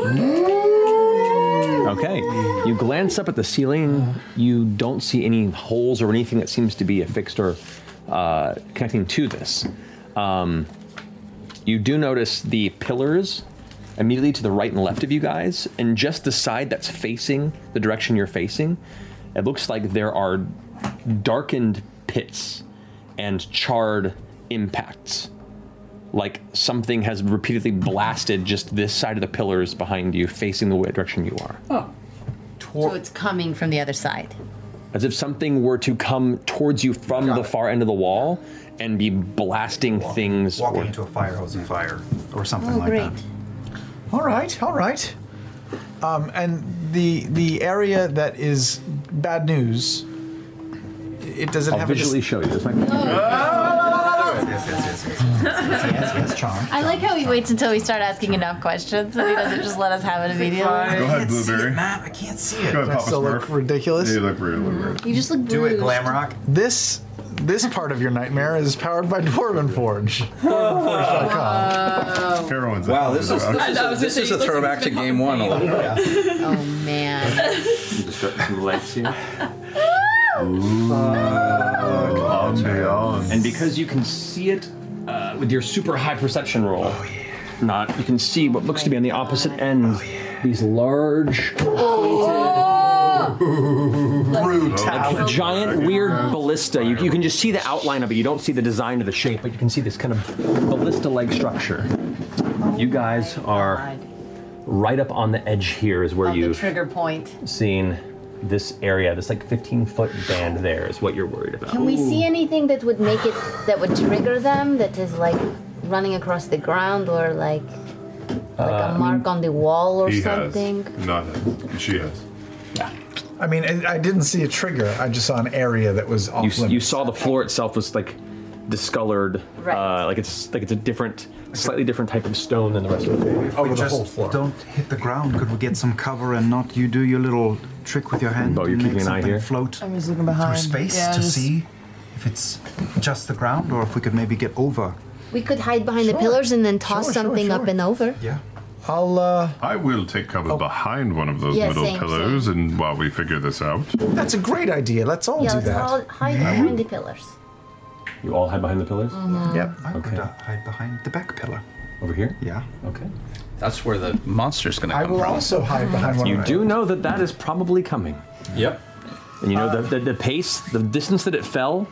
Speaker 2: okay you glance up at the ceiling you don't see any holes or anything that seems to be affixed or uh, connecting to this um, you do notice the pillars immediately to the right and left of you guys, and just the side that's facing the direction you're facing, it looks like there are darkened pits and charred impacts. Like something has repeatedly blasted just this side of the pillars behind you, facing the way direction you are.
Speaker 9: so it's coming from the other side.
Speaker 2: As if something were to come towards you from the far end of the wall and be blasting things. Walking into
Speaker 31: a fire hose and fire, or something
Speaker 12: Oh, like that. All right, all right. Um, and the the area that is bad news. It doesn't
Speaker 2: I'll
Speaker 12: have
Speaker 2: visually
Speaker 12: a dis-
Speaker 2: show you. This might be-
Speaker 32: yes, yes, yes, yes, yes, yes, yes, yes, charm.
Speaker 7: I like how he waits until we start asking enough questions and he doesn't just let us have it immediately.
Speaker 14: Go ahead, Blueberry.
Speaker 32: I can't see it.
Speaker 14: Go ahead,
Speaker 12: Does I
Speaker 14: Papa
Speaker 12: still
Speaker 14: Smurf.
Speaker 12: look ridiculous?
Speaker 14: You look really weird.
Speaker 7: You just look
Speaker 12: Do it,
Speaker 7: bruised.
Speaker 12: Glamrock. This this part of your nightmare is powered by Dwarven Forge. DwarvenForge.com.
Speaker 14: Heroin's
Speaker 9: Wow, this is this
Speaker 12: I know,
Speaker 9: is,
Speaker 12: I was
Speaker 9: this
Speaker 12: gonna
Speaker 9: is
Speaker 12: say,
Speaker 9: a
Speaker 12: this
Speaker 9: throwback to game one a little bit.
Speaker 33: Oh man.
Speaker 32: Some lights here.
Speaker 2: And because you can see it uh, with your super high perception roll, not you can see what looks to be on the opposite end. These large,
Speaker 12: Brutality.
Speaker 2: like giant, weird ballista. You, you can just see the outline of it. You don't see the design or the shape, but you can see this kind of ballista-like structure. You guys are right up on the edge. Here is where
Speaker 33: Oh On the
Speaker 2: you've
Speaker 33: trigger point.
Speaker 2: seen this area. This like 15-foot band there is what you're worried about.
Speaker 7: Can we see anything that would make it that would trigger them? That is like running across the ground or like
Speaker 2: Uh,
Speaker 7: a mark on the wall or
Speaker 14: He has.
Speaker 7: something.
Speaker 14: Not him. She has.
Speaker 12: I mean, I, I didn't see a trigger. I just saw an area that was off
Speaker 2: you,
Speaker 12: limits.
Speaker 2: you saw the floor itself was like discolored, uh, like it's like it's a different, slightly different type of stone than the rest of Oh, the floor.
Speaker 3: If we just Don't hit the ground. Could we get some cover and not you do your little trick with your hand?
Speaker 2: Oh, you're
Speaker 3: and make
Speaker 2: keeping an eye
Speaker 3: something
Speaker 2: here?
Speaker 3: Float
Speaker 4: I'm just looking
Speaker 3: through
Speaker 4: behind.
Speaker 3: space
Speaker 4: Yeah,
Speaker 3: to
Speaker 4: just-
Speaker 3: see if it's just the ground or if we could maybe get over.
Speaker 7: We could hide behind the
Speaker 3: Sure.
Speaker 7: pillars and then toss
Speaker 3: Sure, sure,
Speaker 7: something up
Speaker 3: sure.
Speaker 7: and over.
Speaker 3: Yeah.
Speaker 12: I'll. Uh,
Speaker 14: I will take cover
Speaker 12: Oh.
Speaker 14: behind one of those
Speaker 7: Yeah,
Speaker 14: middle
Speaker 7: same,
Speaker 14: pillars, and while we figure this out,
Speaker 12: That's a great idea. Let's all
Speaker 7: yeah,
Speaker 12: do
Speaker 7: let's
Speaker 12: that. Mm-hmm.
Speaker 7: all hide
Speaker 14: Yeah.
Speaker 7: behind the pillars.
Speaker 2: You all hide behind the pillars.
Speaker 7: Mhm.
Speaker 12: Yep.
Speaker 3: I could uh, hide behind the back pillar.
Speaker 2: Over here?
Speaker 3: Yeah.
Speaker 2: Okay.
Speaker 9: That's where the monster's gonna
Speaker 12: I
Speaker 9: come
Speaker 12: will
Speaker 9: from.
Speaker 12: also hide behind one
Speaker 2: You
Speaker 12: of
Speaker 2: do know that that is probably coming,
Speaker 9: Yep.
Speaker 2: and you know the, the the pace, the distance that it fell,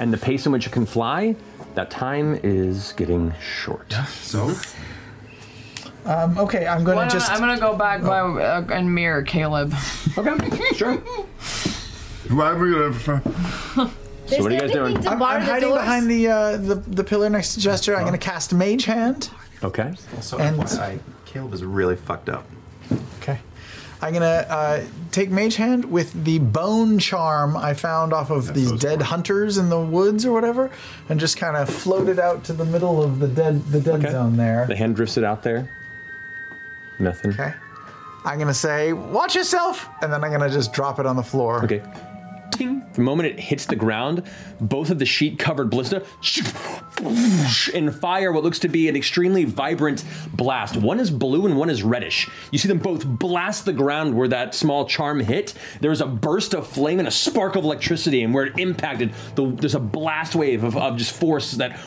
Speaker 2: and the pace in which it can fly. That time is getting short.
Speaker 3: So
Speaker 12: Um, okay, I'm
Speaker 4: Why
Speaker 12: going
Speaker 4: don't
Speaker 12: to
Speaker 4: I-
Speaker 12: just.
Speaker 4: I'm gonna go back by uh, and mirror Caleb.
Speaker 2: Okay, sure.
Speaker 14: Why are we gonna have
Speaker 12: So
Speaker 2: what are you guys doing?
Speaker 12: I'm, I'm hiding behind the, uh, the the pillar next to Jester. I'm going to cast Mage Hand.
Speaker 2: Okay.
Speaker 3: Also,
Speaker 12: And-
Speaker 3: FYI, Caleb is really fucked up.
Speaker 12: Okay. I'm gonna uh, take Mage Hand with the bone charm I found off of these dead hunters in the woods or whatever, and just kind of float it out to the middle of the dead the dead zone there.
Speaker 2: The hand drifts it out there. Nothing.
Speaker 12: Okay. I'm gonna say, "Watch yourself," and then I'm gonna just drop it on the floor.
Speaker 2: Okay. Ting. The moment it hits the ground, both of the sheet-covered ballista and fire what looks to be an extremely vibrant blast. One is blue and one is reddish. You see them both blast the ground where that small charm hit. There's a burst of flame and a spark of electricity, and where it impacted, the, there's a blast wave of, of just force that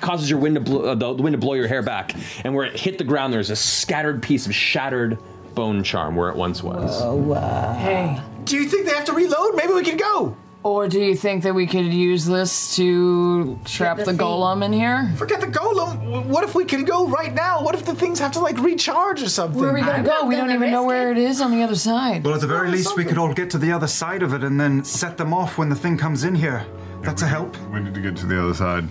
Speaker 2: causes your wind to blow, uh, the wind to blow your hair back. And where it hit the ground, there's a scattered piece of shattered bone charm where it once was.
Speaker 4: Oh, wow. Hey.
Speaker 12: Do you think they have to reload? Maybe we can go.
Speaker 4: Or do you think that we could use this to trap the,
Speaker 12: the thing.
Speaker 4: golem in here?
Speaker 12: Forget the golem. W- What if we can go right now? What if the things have to like recharge or something?
Speaker 4: Where are we gonna go? We don't even know where it is on the other side.
Speaker 3: Well, at the very least, we could all get to the other side of it and then set them off when the thing comes in here. That's a help.
Speaker 14: We need to get to the other side.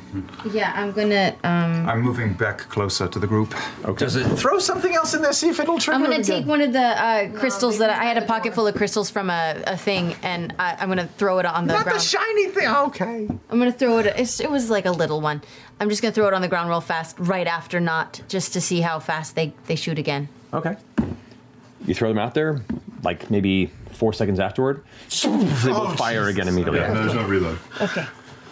Speaker 1: Yeah, I'm gonna.
Speaker 34: uh,
Speaker 1: Um,
Speaker 3: I'm moving back closer to the group.
Speaker 2: Okay.
Speaker 9: Does it?
Speaker 12: Throw something else in there. See if it'll trigger.
Speaker 1: I'm
Speaker 12: it
Speaker 1: gonna
Speaker 12: again.
Speaker 1: take one of the uh,
Speaker 34: Oh,
Speaker 1: crystals that I, I had a pocket full of crystals from a, a thing, and I, I'm gonna throw it on the
Speaker 12: Not
Speaker 1: ground.
Speaker 12: the shiny thing. Okay.
Speaker 1: I'm gonna throw it. It's, it was like a little one. I'm just gonna throw it on the ground real fast, right after not, just to see how fast they they shoot again.
Speaker 2: Okay. You throw them out there, like maybe four seconds afterward, they both fire again immediately.
Speaker 14: Yeah, there's no reload.
Speaker 1: Okay.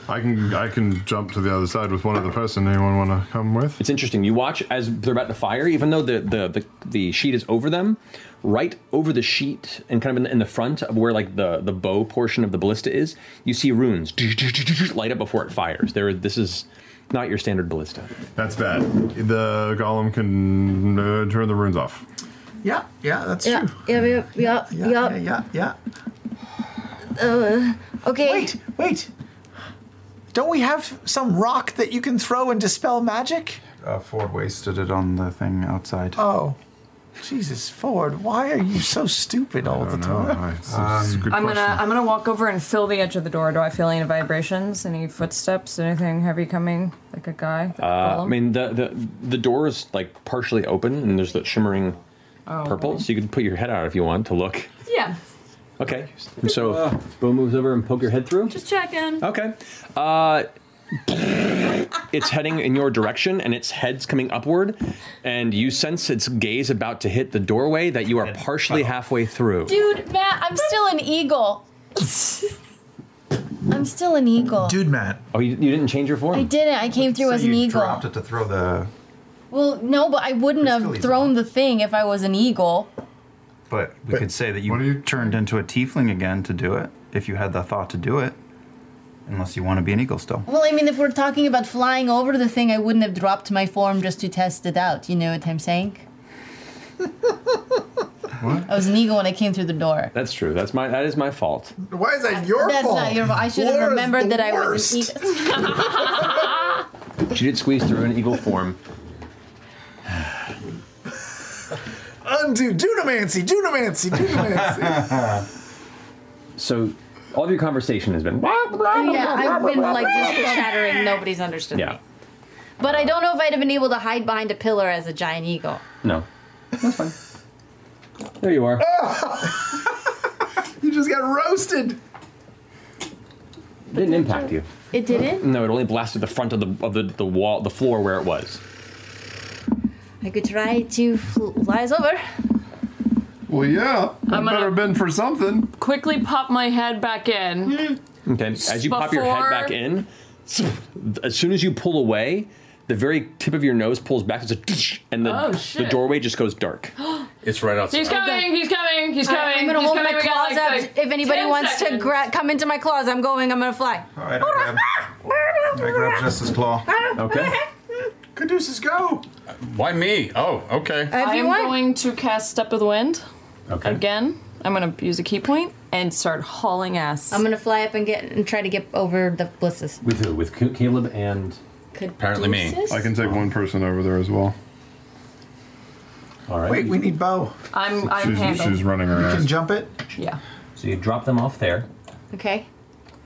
Speaker 14: I can I can jump to the other side with one other person. Anyone want to come with?
Speaker 2: It's interesting. You watch as they're about to fire, even though the, the, the, the sheet is over them, right over the sheet and kind of in the, in the front of where like the, the bow portion of the ballista is, you see runes light up before it fires. There, this is not your standard ballista. Uh,
Speaker 14: That's bad. The golem can uh, turn the runes off.
Speaker 12: Yeah, yeah, that's
Speaker 1: yeah,
Speaker 12: true.
Speaker 1: Yeah, yeah, yeah, yeah, yeah,
Speaker 12: yeah, yeah.
Speaker 1: Uh, okay.
Speaker 12: Wait, wait. Don't we have some rock that you can throw and dispel magic?
Speaker 3: Uh, Ford wasted it on the thing outside.
Speaker 12: Oh, Jesus, Ford, why are you so stupid all the time?
Speaker 3: Um,
Speaker 4: I'm gonna I'm gonna walk over and fill the edge of the door. Do I feel any vibrations? Any footsteps? Anything heavy coming? Like a guy?
Speaker 2: Uh,
Speaker 4: Oh.
Speaker 2: I mean, the, the, the door is like partially open and there's that shimmering
Speaker 4: Oh,
Speaker 2: purple, so you can put your head out if you want to look.
Speaker 4: Yeah.
Speaker 2: Uh, Okay. And so Bo moves over and poke your head through.
Speaker 4: Just checking.
Speaker 2: Okay. Uh, it's heading in your direction and its head's coming upward, and you sense its gaze about to hit the doorway that you are partially halfway through.
Speaker 34: Dude, Matt, I'm still an eagle. I'm still an eagle.
Speaker 12: Dude, Matt.
Speaker 2: Oh, you, you didn't change your form?
Speaker 34: I didn't. I came through as an eagle.
Speaker 3: it to throw the.
Speaker 34: Well, no, but I wouldn't have thrown the thing if I was an eagle.
Speaker 3: But we could say that you, turned into a tiefling again to do it if you had the thought to do it, unless you want to be an eagle still.
Speaker 28: Well, I mean, if we're talking about flying over the thing, I wouldn't have dropped my form just to test it out. You know what I'm saying? I was an eagle when I came through the door.
Speaker 2: That's true. That's my that is my fault.
Speaker 12: Why is that your
Speaker 28: That's
Speaker 12: fault?
Speaker 28: not your fault. I should have
Speaker 12: Laura's
Speaker 28: remembered
Speaker 12: the
Speaker 28: that I was
Speaker 12: worst.
Speaker 28: an eagle.
Speaker 2: She did squeeze through an eagle form.
Speaker 12: Undo Dunamancy, Dunamancy, Dunamancy.
Speaker 2: so all of your conversation has been
Speaker 1: yeah, I've been like just chattering. Nobody's understood
Speaker 2: Yeah.
Speaker 1: me. But I don't know if I'd have been able to hide behind a pillar as a giant eagle.
Speaker 2: No. That's fine. There you are.
Speaker 12: you just got roasted.
Speaker 2: It didn't impact you.
Speaker 1: It didn't?
Speaker 2: No, it only blasted the front of the of the, the wall the floor where it was.
Speaker 1: I could try to fly us over.
Speaker 14: Well, yeah.
Speaker 4: I'm
Speaker 14: It
Speaker 4: gonna-
Speaker 14: better been for something.
Speaker 4: Quickly pop my head back in.
Speaker 2: Okay. As you pop your head
Speaker 4: Before-
Speaker 2: back in, as soon as you pull away, the very tip of your nose pulls back. It's a and the,
Speaker 4: Oh,
Speaker 2: the
Speaker 4: shit.
Speaker 2: doorway just goes dark.
Speaker 15: It's right
Speaker 4: He's coming, he's coming, he's coming.
Speaker 1: I, am gonna
Speaker 4: he's
Speaker 1: hold
Speaker 4: coming.
Speaker 1: my
Speaker 4: We got,
Speaker 1: claws
Speaker 4: like,
Speaker 1: up.
Speaker 4: like,
Speaker 1: if anybody
Speaker 4: 10
Speaker 1: wants to
Speaker 4: seconds.
Speaker 1: gra- come into my claws, I'm going. I'm gonna fly.
Speaker 3: All right, I grab, I grab Justice Claw.
Speaker 2: Okay.
Speaker 12: Caduceus, go.
Speaker 15: Why me? Oh, okay.
Speaker 4: I'm going to cast Step of the Wind.
Speaker 15: Okay.
Speaker 4: Again, I'm gonna use a key point and start hauling ass.
Speaker 1: I'm gonna fly up and get and try to get over the blisses.
Speaker 2: With who? With Caleb and
Speaker 15: apparently me.
Speaker 14: I can take one person over there as well.
Speaker 2: All right.
Speaker 12: Wait, we need bow.
Speaker 4: I'm I'm
Speaker 14: she's,
Speaker 4: handled.
Speaker 14: she's running her
Speaker 12: You
Speaker 14: ass.
Speaker 12: can jump it.
Speaker 4: Yeah.
Speaker 2: So you drop them off there.
Speaker 1: Okay.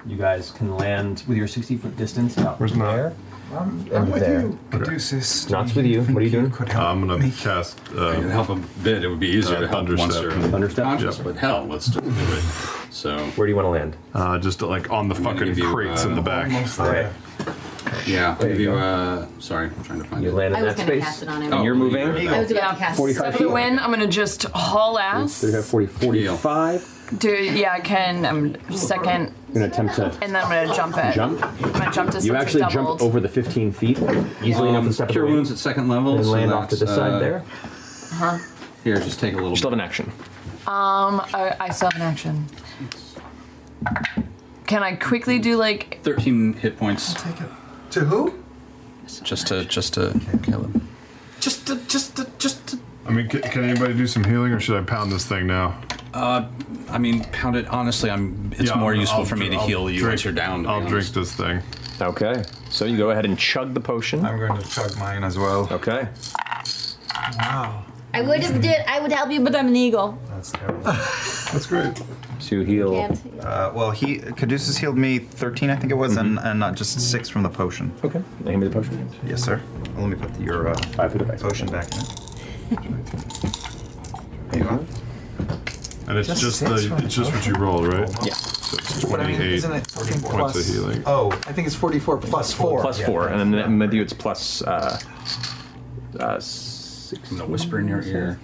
Speaker 2: You guys can land with your 60 foot distance out
Speaker 14: Where's there.
Speaker 12: I'm,
Speaker 14: I'm
Speaker 12: with
Speaker 14: there.
Speaker 12: you. Caduceus.
Speaker 2: Knots with you. What are you doing?
Speaker 14: I'm gonna cast. Uh,
Speaker 15: can help him bit. It would be easier
Speaker 14: uh,
Speaker 15: to help once they're
Speaker 14: Thunderstep. Thunderstep?
Speaker 15: conscious,
Speaker 14: Yep.
Speaker 15: but hell, let's just do it. So Oh,
Speaker 2: where do you want to land?
Speaker 14: Uh, just like on the
Speaker 15: gonna
Speaker 14: fucking
Speaker 15: give you,
Speaker 14: crates in
Speaker 15: uh,
Speaker 14: the back.
Speaker 15: almost there. Yeah. I'll give you, uh, sorry, I'm trying to find you it.
Speaker 2: land
Speaker 1: in I was that gonna space, cast it on him.
Speaker 2: and you're
Speaker 15: Oh,
Speaker 2: moving? I was
Speaker 4: Yeah. Step of the Wind. I'm gonna just haul ass.
Speaker 2: So you have 40, 45.
Speaker 4: Do yeah, I can. I'm second,
Speaker 2: You're going to attempt to
Speaker 4: and then I'm gonna jump it.
Speaker 2: jump.
Speaker 4: I'm gonna jump to
Speaker 2: You
Speaker 4: since
Speaker 2: actually
Speaker 4: it's doubled.
Speaker 2: jump over the 15 feet easily enough to step
Speaker 15: Cure
Speaker 2: away.
Speaker 15: wounds at second level.
Speaker 2: And
Speaker 15: so
Speaker 2: land off to
Speaker 15: that's,
Speaker 2: the side
Speaker 15: uh,
Speaker 2: there.
Speaker 4: Uh-huh.
Speaker 15: Here, just take a little. Still
Speaker 2: have an action.
Speaker 4: Um, I, I still have an action. Can I quickly do like?
Speaker 15: 13 hit points. take it.
Speaker 12: To who?
Speaker 15: Just to, just to Caleb.
Speaker 12: Just to, just to, just to.
Speaker 14: I mean, can, can anybody do some healing, or should I pound this thing now?
Speaker 15: Uh, I mean, pound it. Honestly, I'm. It's
Speaker 14: Yeah,
Speaker 15: more
Speaker 14: I'll-
Speaker 15: useful
Speaker 14: I'll
Speaker 15: for me
Speaker 14: dr-
Speaker 15: to
Speaker 14: I'll
Speaker 15: heal you
Speaker 14: drink-
Speaker 15: once you're down.
Speaker 14: I'll drink this thing.
Speaker 2: Okay. So you go ahead and chug the potion. I'm
Speaker 3: going to chug mine as well.
Speaker 2: Okay.
Speaker 12: Wow.
Speaker 28: I would just do it. I would help you, but I'm an eagle.
Speaker 3: That's terrible. That's great.
Speaker 2: To heal.
Speaker 3: Uh, well, he Caduceus healed me 13, I think it was,
Speaker 15: Mm-hmm.
Speaker 3: and, and not just six from the potion.
Speaker 2: Okay. Hand me the potion.
Speaker 3: Yes, sir. Well, let me put the, your uh, potion back in. There you go.
Speaker 14: And it's
Speaker 3: Just
Speaker 14: just,
Speaker 3: six
Speaker 14: the,
Speaker 3: from
Speaker 14: it's just what you rolled, right?
Speaker 3: Yeah.
Speaker 14: So it's
Speaker 12: But I mean,
Speaker 14: 28
Speaker 12: isn't it fucking
Speaker 14: points of
Speaker 12: plus-
Speaker 14: healing.
Speaker 12: Oh, I think it's 44 plus four.
Speaker 2: Plus four, and then with you it's plus. Uh, uh, 6
Speaker 15: I'm gonna whisper in your ear.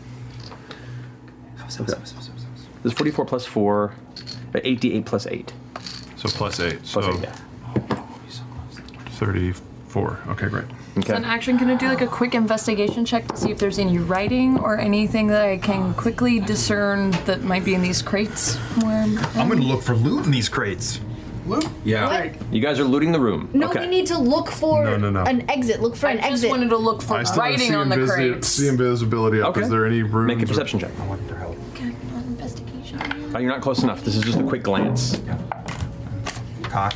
Speaker 2: Okay. There's 44 plus 4, uh, 88 plus 8.
Speaker 14: So plus 8. so
Speaker 2: 8, yeah.
Speaker 14: 34. Okay, great.
Speaker 4: As an action, can I do like a quick investigation check to see if there's any writing or anything that I can quickly discern that might be in these crates? Where I'm,
Speaker 3: I'm going to look for loot in these crates.
Speaker 4: Loot?
Speaker 2: Yeah. You guys are looting the room.
Speaker 28: No,
Speaker 2: okay.
Speaker 28: we need to look for
Speaker 14: No, no, no.
Speaker 28: an exit. Look for an exit. I just wanted
Speaker 4: to look for
Speaker 14: still have see invisi- See invisibility up. Is there any room?
Speaker 2: Make a perception check. Oh, you're not close enough. This is just a quick glance.
Speaker 3: Cock.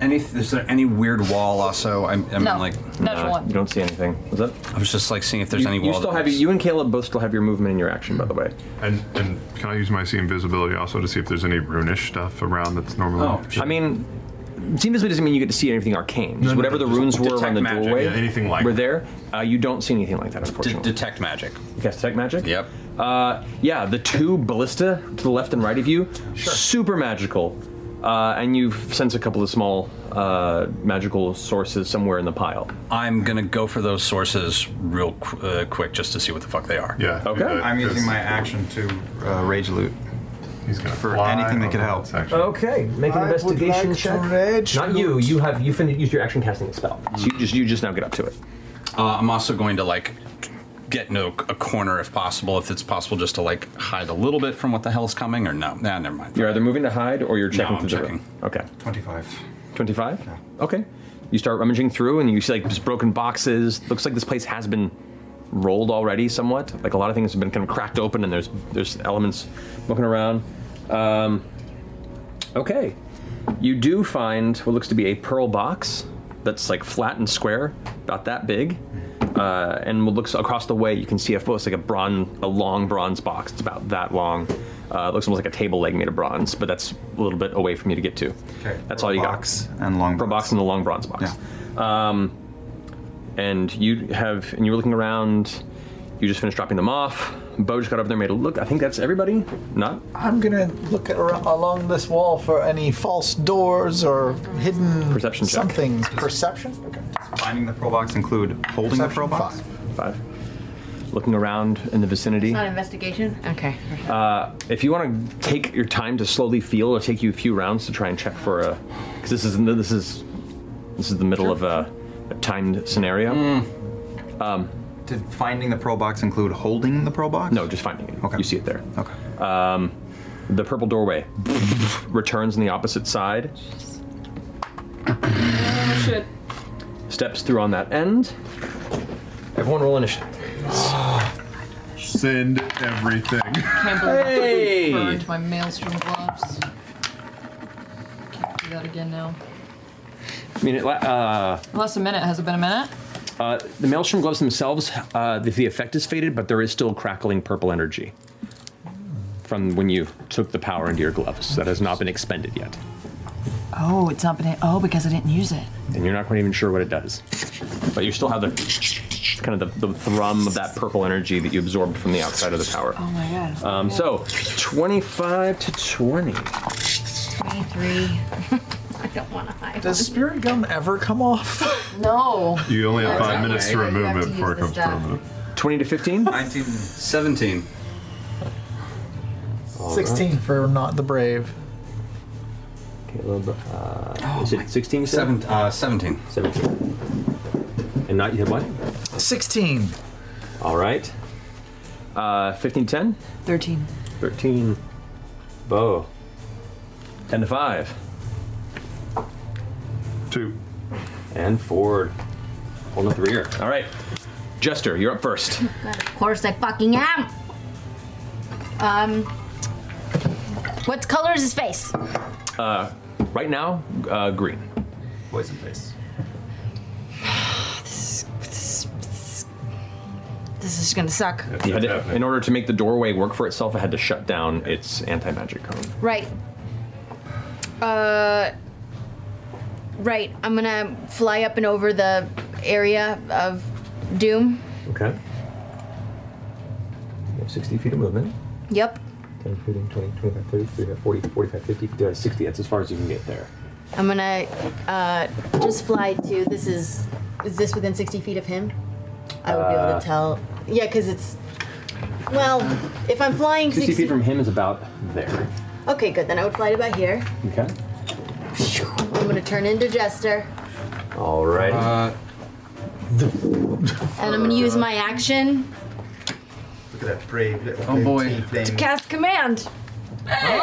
Speaker 15: Any? Is there any weird wall? Also, I'm. I'm
Speaker 4: No.
Speaker 15: like.
Speaker 4: Natural one.
Speaker 2: You don't see anything. Was that?
Speaker 15: I was just like seeing if there's
Speaker 2: you,
Speaker 15: any wall.
Speaker 2: You still
Speaker 15: that
Speaker 2: have
Speaker 15: was-
Speaker 2: you and Caleb both still have your movement and your action, by the way.
Speaker 14: And and can I use my see invisibility also to see if there's any runish stuff around that's normally?
Speaker 2: I mean, see invisibility doesn't mean you get to see anything arcane. Just
Speaker 14: no,
Speaker 2: whatever
Speaker 14: no,
Speaker 2: the
Speaker 14: just
Speaker 2: runes were
Speaker 14: detect
Speaker 2: around the
Speaker 14: magic.
Speaker 2: doorway,
Speaker 14: Yeah, anything like
Speaker 2: were there. Uh, you don't see anything like that, unfortunately.
Speaker 15: detect magic.
Speaker 2: You cast detect magic.
Speaker 15: Yep.
Speaker 2: Uh, yeah, the two ballista to the left and right of you, super magical. Uh, and you sense a couple of small uh, magical sources somewhere in the pile.
Speaker 35: I'm gonna go for those sources real qu- uh, quick just to see what the fuck they are.
Speaker 14: Yeah.
Speaker 2: Okay.
Speaker 3: I'm using my action to uh, rage loot.
Speaker 14: He's gonna
Speaker 3: for
Speaker 14: fly
Speaker 3: anything that could
Speaker 14: over
Speaker 3: help.
Speaker 14: this action.
Speaker 2: Okay, make an
Speaker 3: I would
Speaker 2: investigation
Speaker 3: like to
Speaker 2: check.
Speaker 3: rage
Speaker 2: Not you. You have you finished used your action casting spell. So you just you just now get up to it.
Speaker 35: Uh, I'm also going to like get into a, a corner if possible, if it's possible, just to like hide a little bit from what the hell's coming, or no? Nah, never mind.
Speaker 2: You're either moving to hide or you're checking
Speaker 35: No, I'm
Speaker 2: through
Speaker 35: checking.
Speaker 2: the room. Okay.
Speaker 3: 25.
Speaker 2: 25? Okay. You start rummaging through and you see like just broken boxes. Looks like this place has been rolled already somewhat. Like a lot of things have been kind of cracked open and there's there's elements looking around. Um, okay. You do find what looks to be a pearl box that's like flat and square, about that big. Uh, and what looks across the way, you can see a it's like a bronze, a long bronze box. It's about that long. Uh, it looks almost like a table leg made of bronze, but that's a little bit away from you to get to.
Speaker 3: Okay.
Speaker 2: That's all you
Speaker 3: box got. And long
Speaker 2: Pearl box and the long bronze box. Um, and you have, and you were looking around. You just finished dropping them off. Bo just got over there, made a look. I think that's everybody. Not
Speaker 12: I'm gonna look at, ar- along this wall for any false doors or hidden
Speaker 2: Perception check.
Speaker 12: something. Perception. Okay.
Speaker 3: Finding the pearl box include holding the pearl box.
Speaker 2: Five. Looking around in the vicinity.
Speaker 7: Not investigation. Okay.
Speaker 2: Uh, if you want to take your time to slowly feel, it'll take you a few rounds to try and check for a. Because this is this is this is the middle of a, a timed scenario. Um,
Speaker 3: Did finding the pearl box include holding the pearl box?
Speaker 2: No, just finding it. Okay. You see it there. Okay. Um, the purple doorway returns on the opposite side.
Speaker 4: Oh, shit.
Speaker 2: Steps through on that end. Everyone roll initiative.
Speaker 14: Send everything.
Speaker 4: Can't believe
Speaker 2: Hey!
Speaker 4: I fucking burned my maelstrom gloves. Can't do that again now.
Speaker 2: I mean, it, la- uh,
Speaker 4: Less a minute. Has it been a minute?
Speaker 2: uh, the maelstrom gloves themselves, uh, the, the effect is faded, but there is still crackling purple energy from when you took the power into your gloves. That has not been expended yet,
Speaker 4: Oh, it's not been. Oh, because I didn't use it.
Speaker 2: and you're not quite even sure what it does. But you still have the kind of the, the thrum of that purple energy that you absorbed from the outside of the power.
Speaker 4: Oh my god.
Speaker 2: Um, so, 25 to 20.
Speaker 7: 23.
Speaker 4: I don't want to hide.
Speaker 12: Does spirit gum ever come off?
Speaker 4: No.
Speaker 14: You only have
Speaker 12: Yeah,
Speaker 14: five
Speaker 12: right.
Speaker 14: minutes to
Speaker 12: Right. You
Speaker 14: remove
Speaker 12: have
Speaker 14: it
Speaker 12: to
Speaker 14: before it
Speaker 12: use
Speaker 14: comes
Speaker 12: the staff.
Speaker 14: permanent.
Speaker 2: 20 to 15?
Speaker 35: 19. 17.
Speaker 12: 16 for not the brave.
Speaker 2: Caleb, uh,
Speaker 4: Oh
Speaker 2: is it 16?
Speaker 35: Seven, uh, 17.
Speaker 2: 17. And not, you had what?
Speaker 12: 16.
Speaker 2: All right. Uh, 15 10?
Speaker 4: 13.
Speaker 2: 13. Bo. 10 to 5.
Speaker 14: 2.
Speaker 2: And Ford. Holding up the rear. All right. Jester, you're up first.
Speaker 7: Of course I fucking am.
Speaker 36: Um, what color is his face?
Speaker 2: Uh, right now, uh, green.
Speaker 3: Poison face.
Speaker 37: This is,
Speaker 7: This is gonna suck.
Speaker 2: You had to- in order to make the doorway work for itself, it had to shut down its anti magic cone.
Speaker 7: Right. Uh. Right. I'm gonna fly up and over the area of doom.
Speaker 2: Okay. You have 60 feet of movement.
Speaker 7: Yep.
Speaker 2: 10, 15, 20, 25, 30, 35, 40, 45, 50, 50, 60. uh, That's as far as you can get there.
Speaker 7: I'm gonna uh, just fly to. This is. Is this within 60 feet of him? I would be able
Speaker 2: Uh,
Speaker 7: to tell. Yeah, because it's. Well, if I'm flying
Speaker 2: 60 feet from him is about there.
Speaker 7: Okay, good. Then I would fly to about here.
Speaker 2: Okay.
Speaker 7: I'm gonna turn into Jester,
Speaker 2: All right.
Speaker 35: Uh,
Speaker 7: and I'm gonna use my action
Speaker 9: Look at that brave little
Speaker 35: Oh, boy.
Speaker 9: thirteen
Speaker 7: to
Speaker 9: Thing.
Speaker 7: cast command.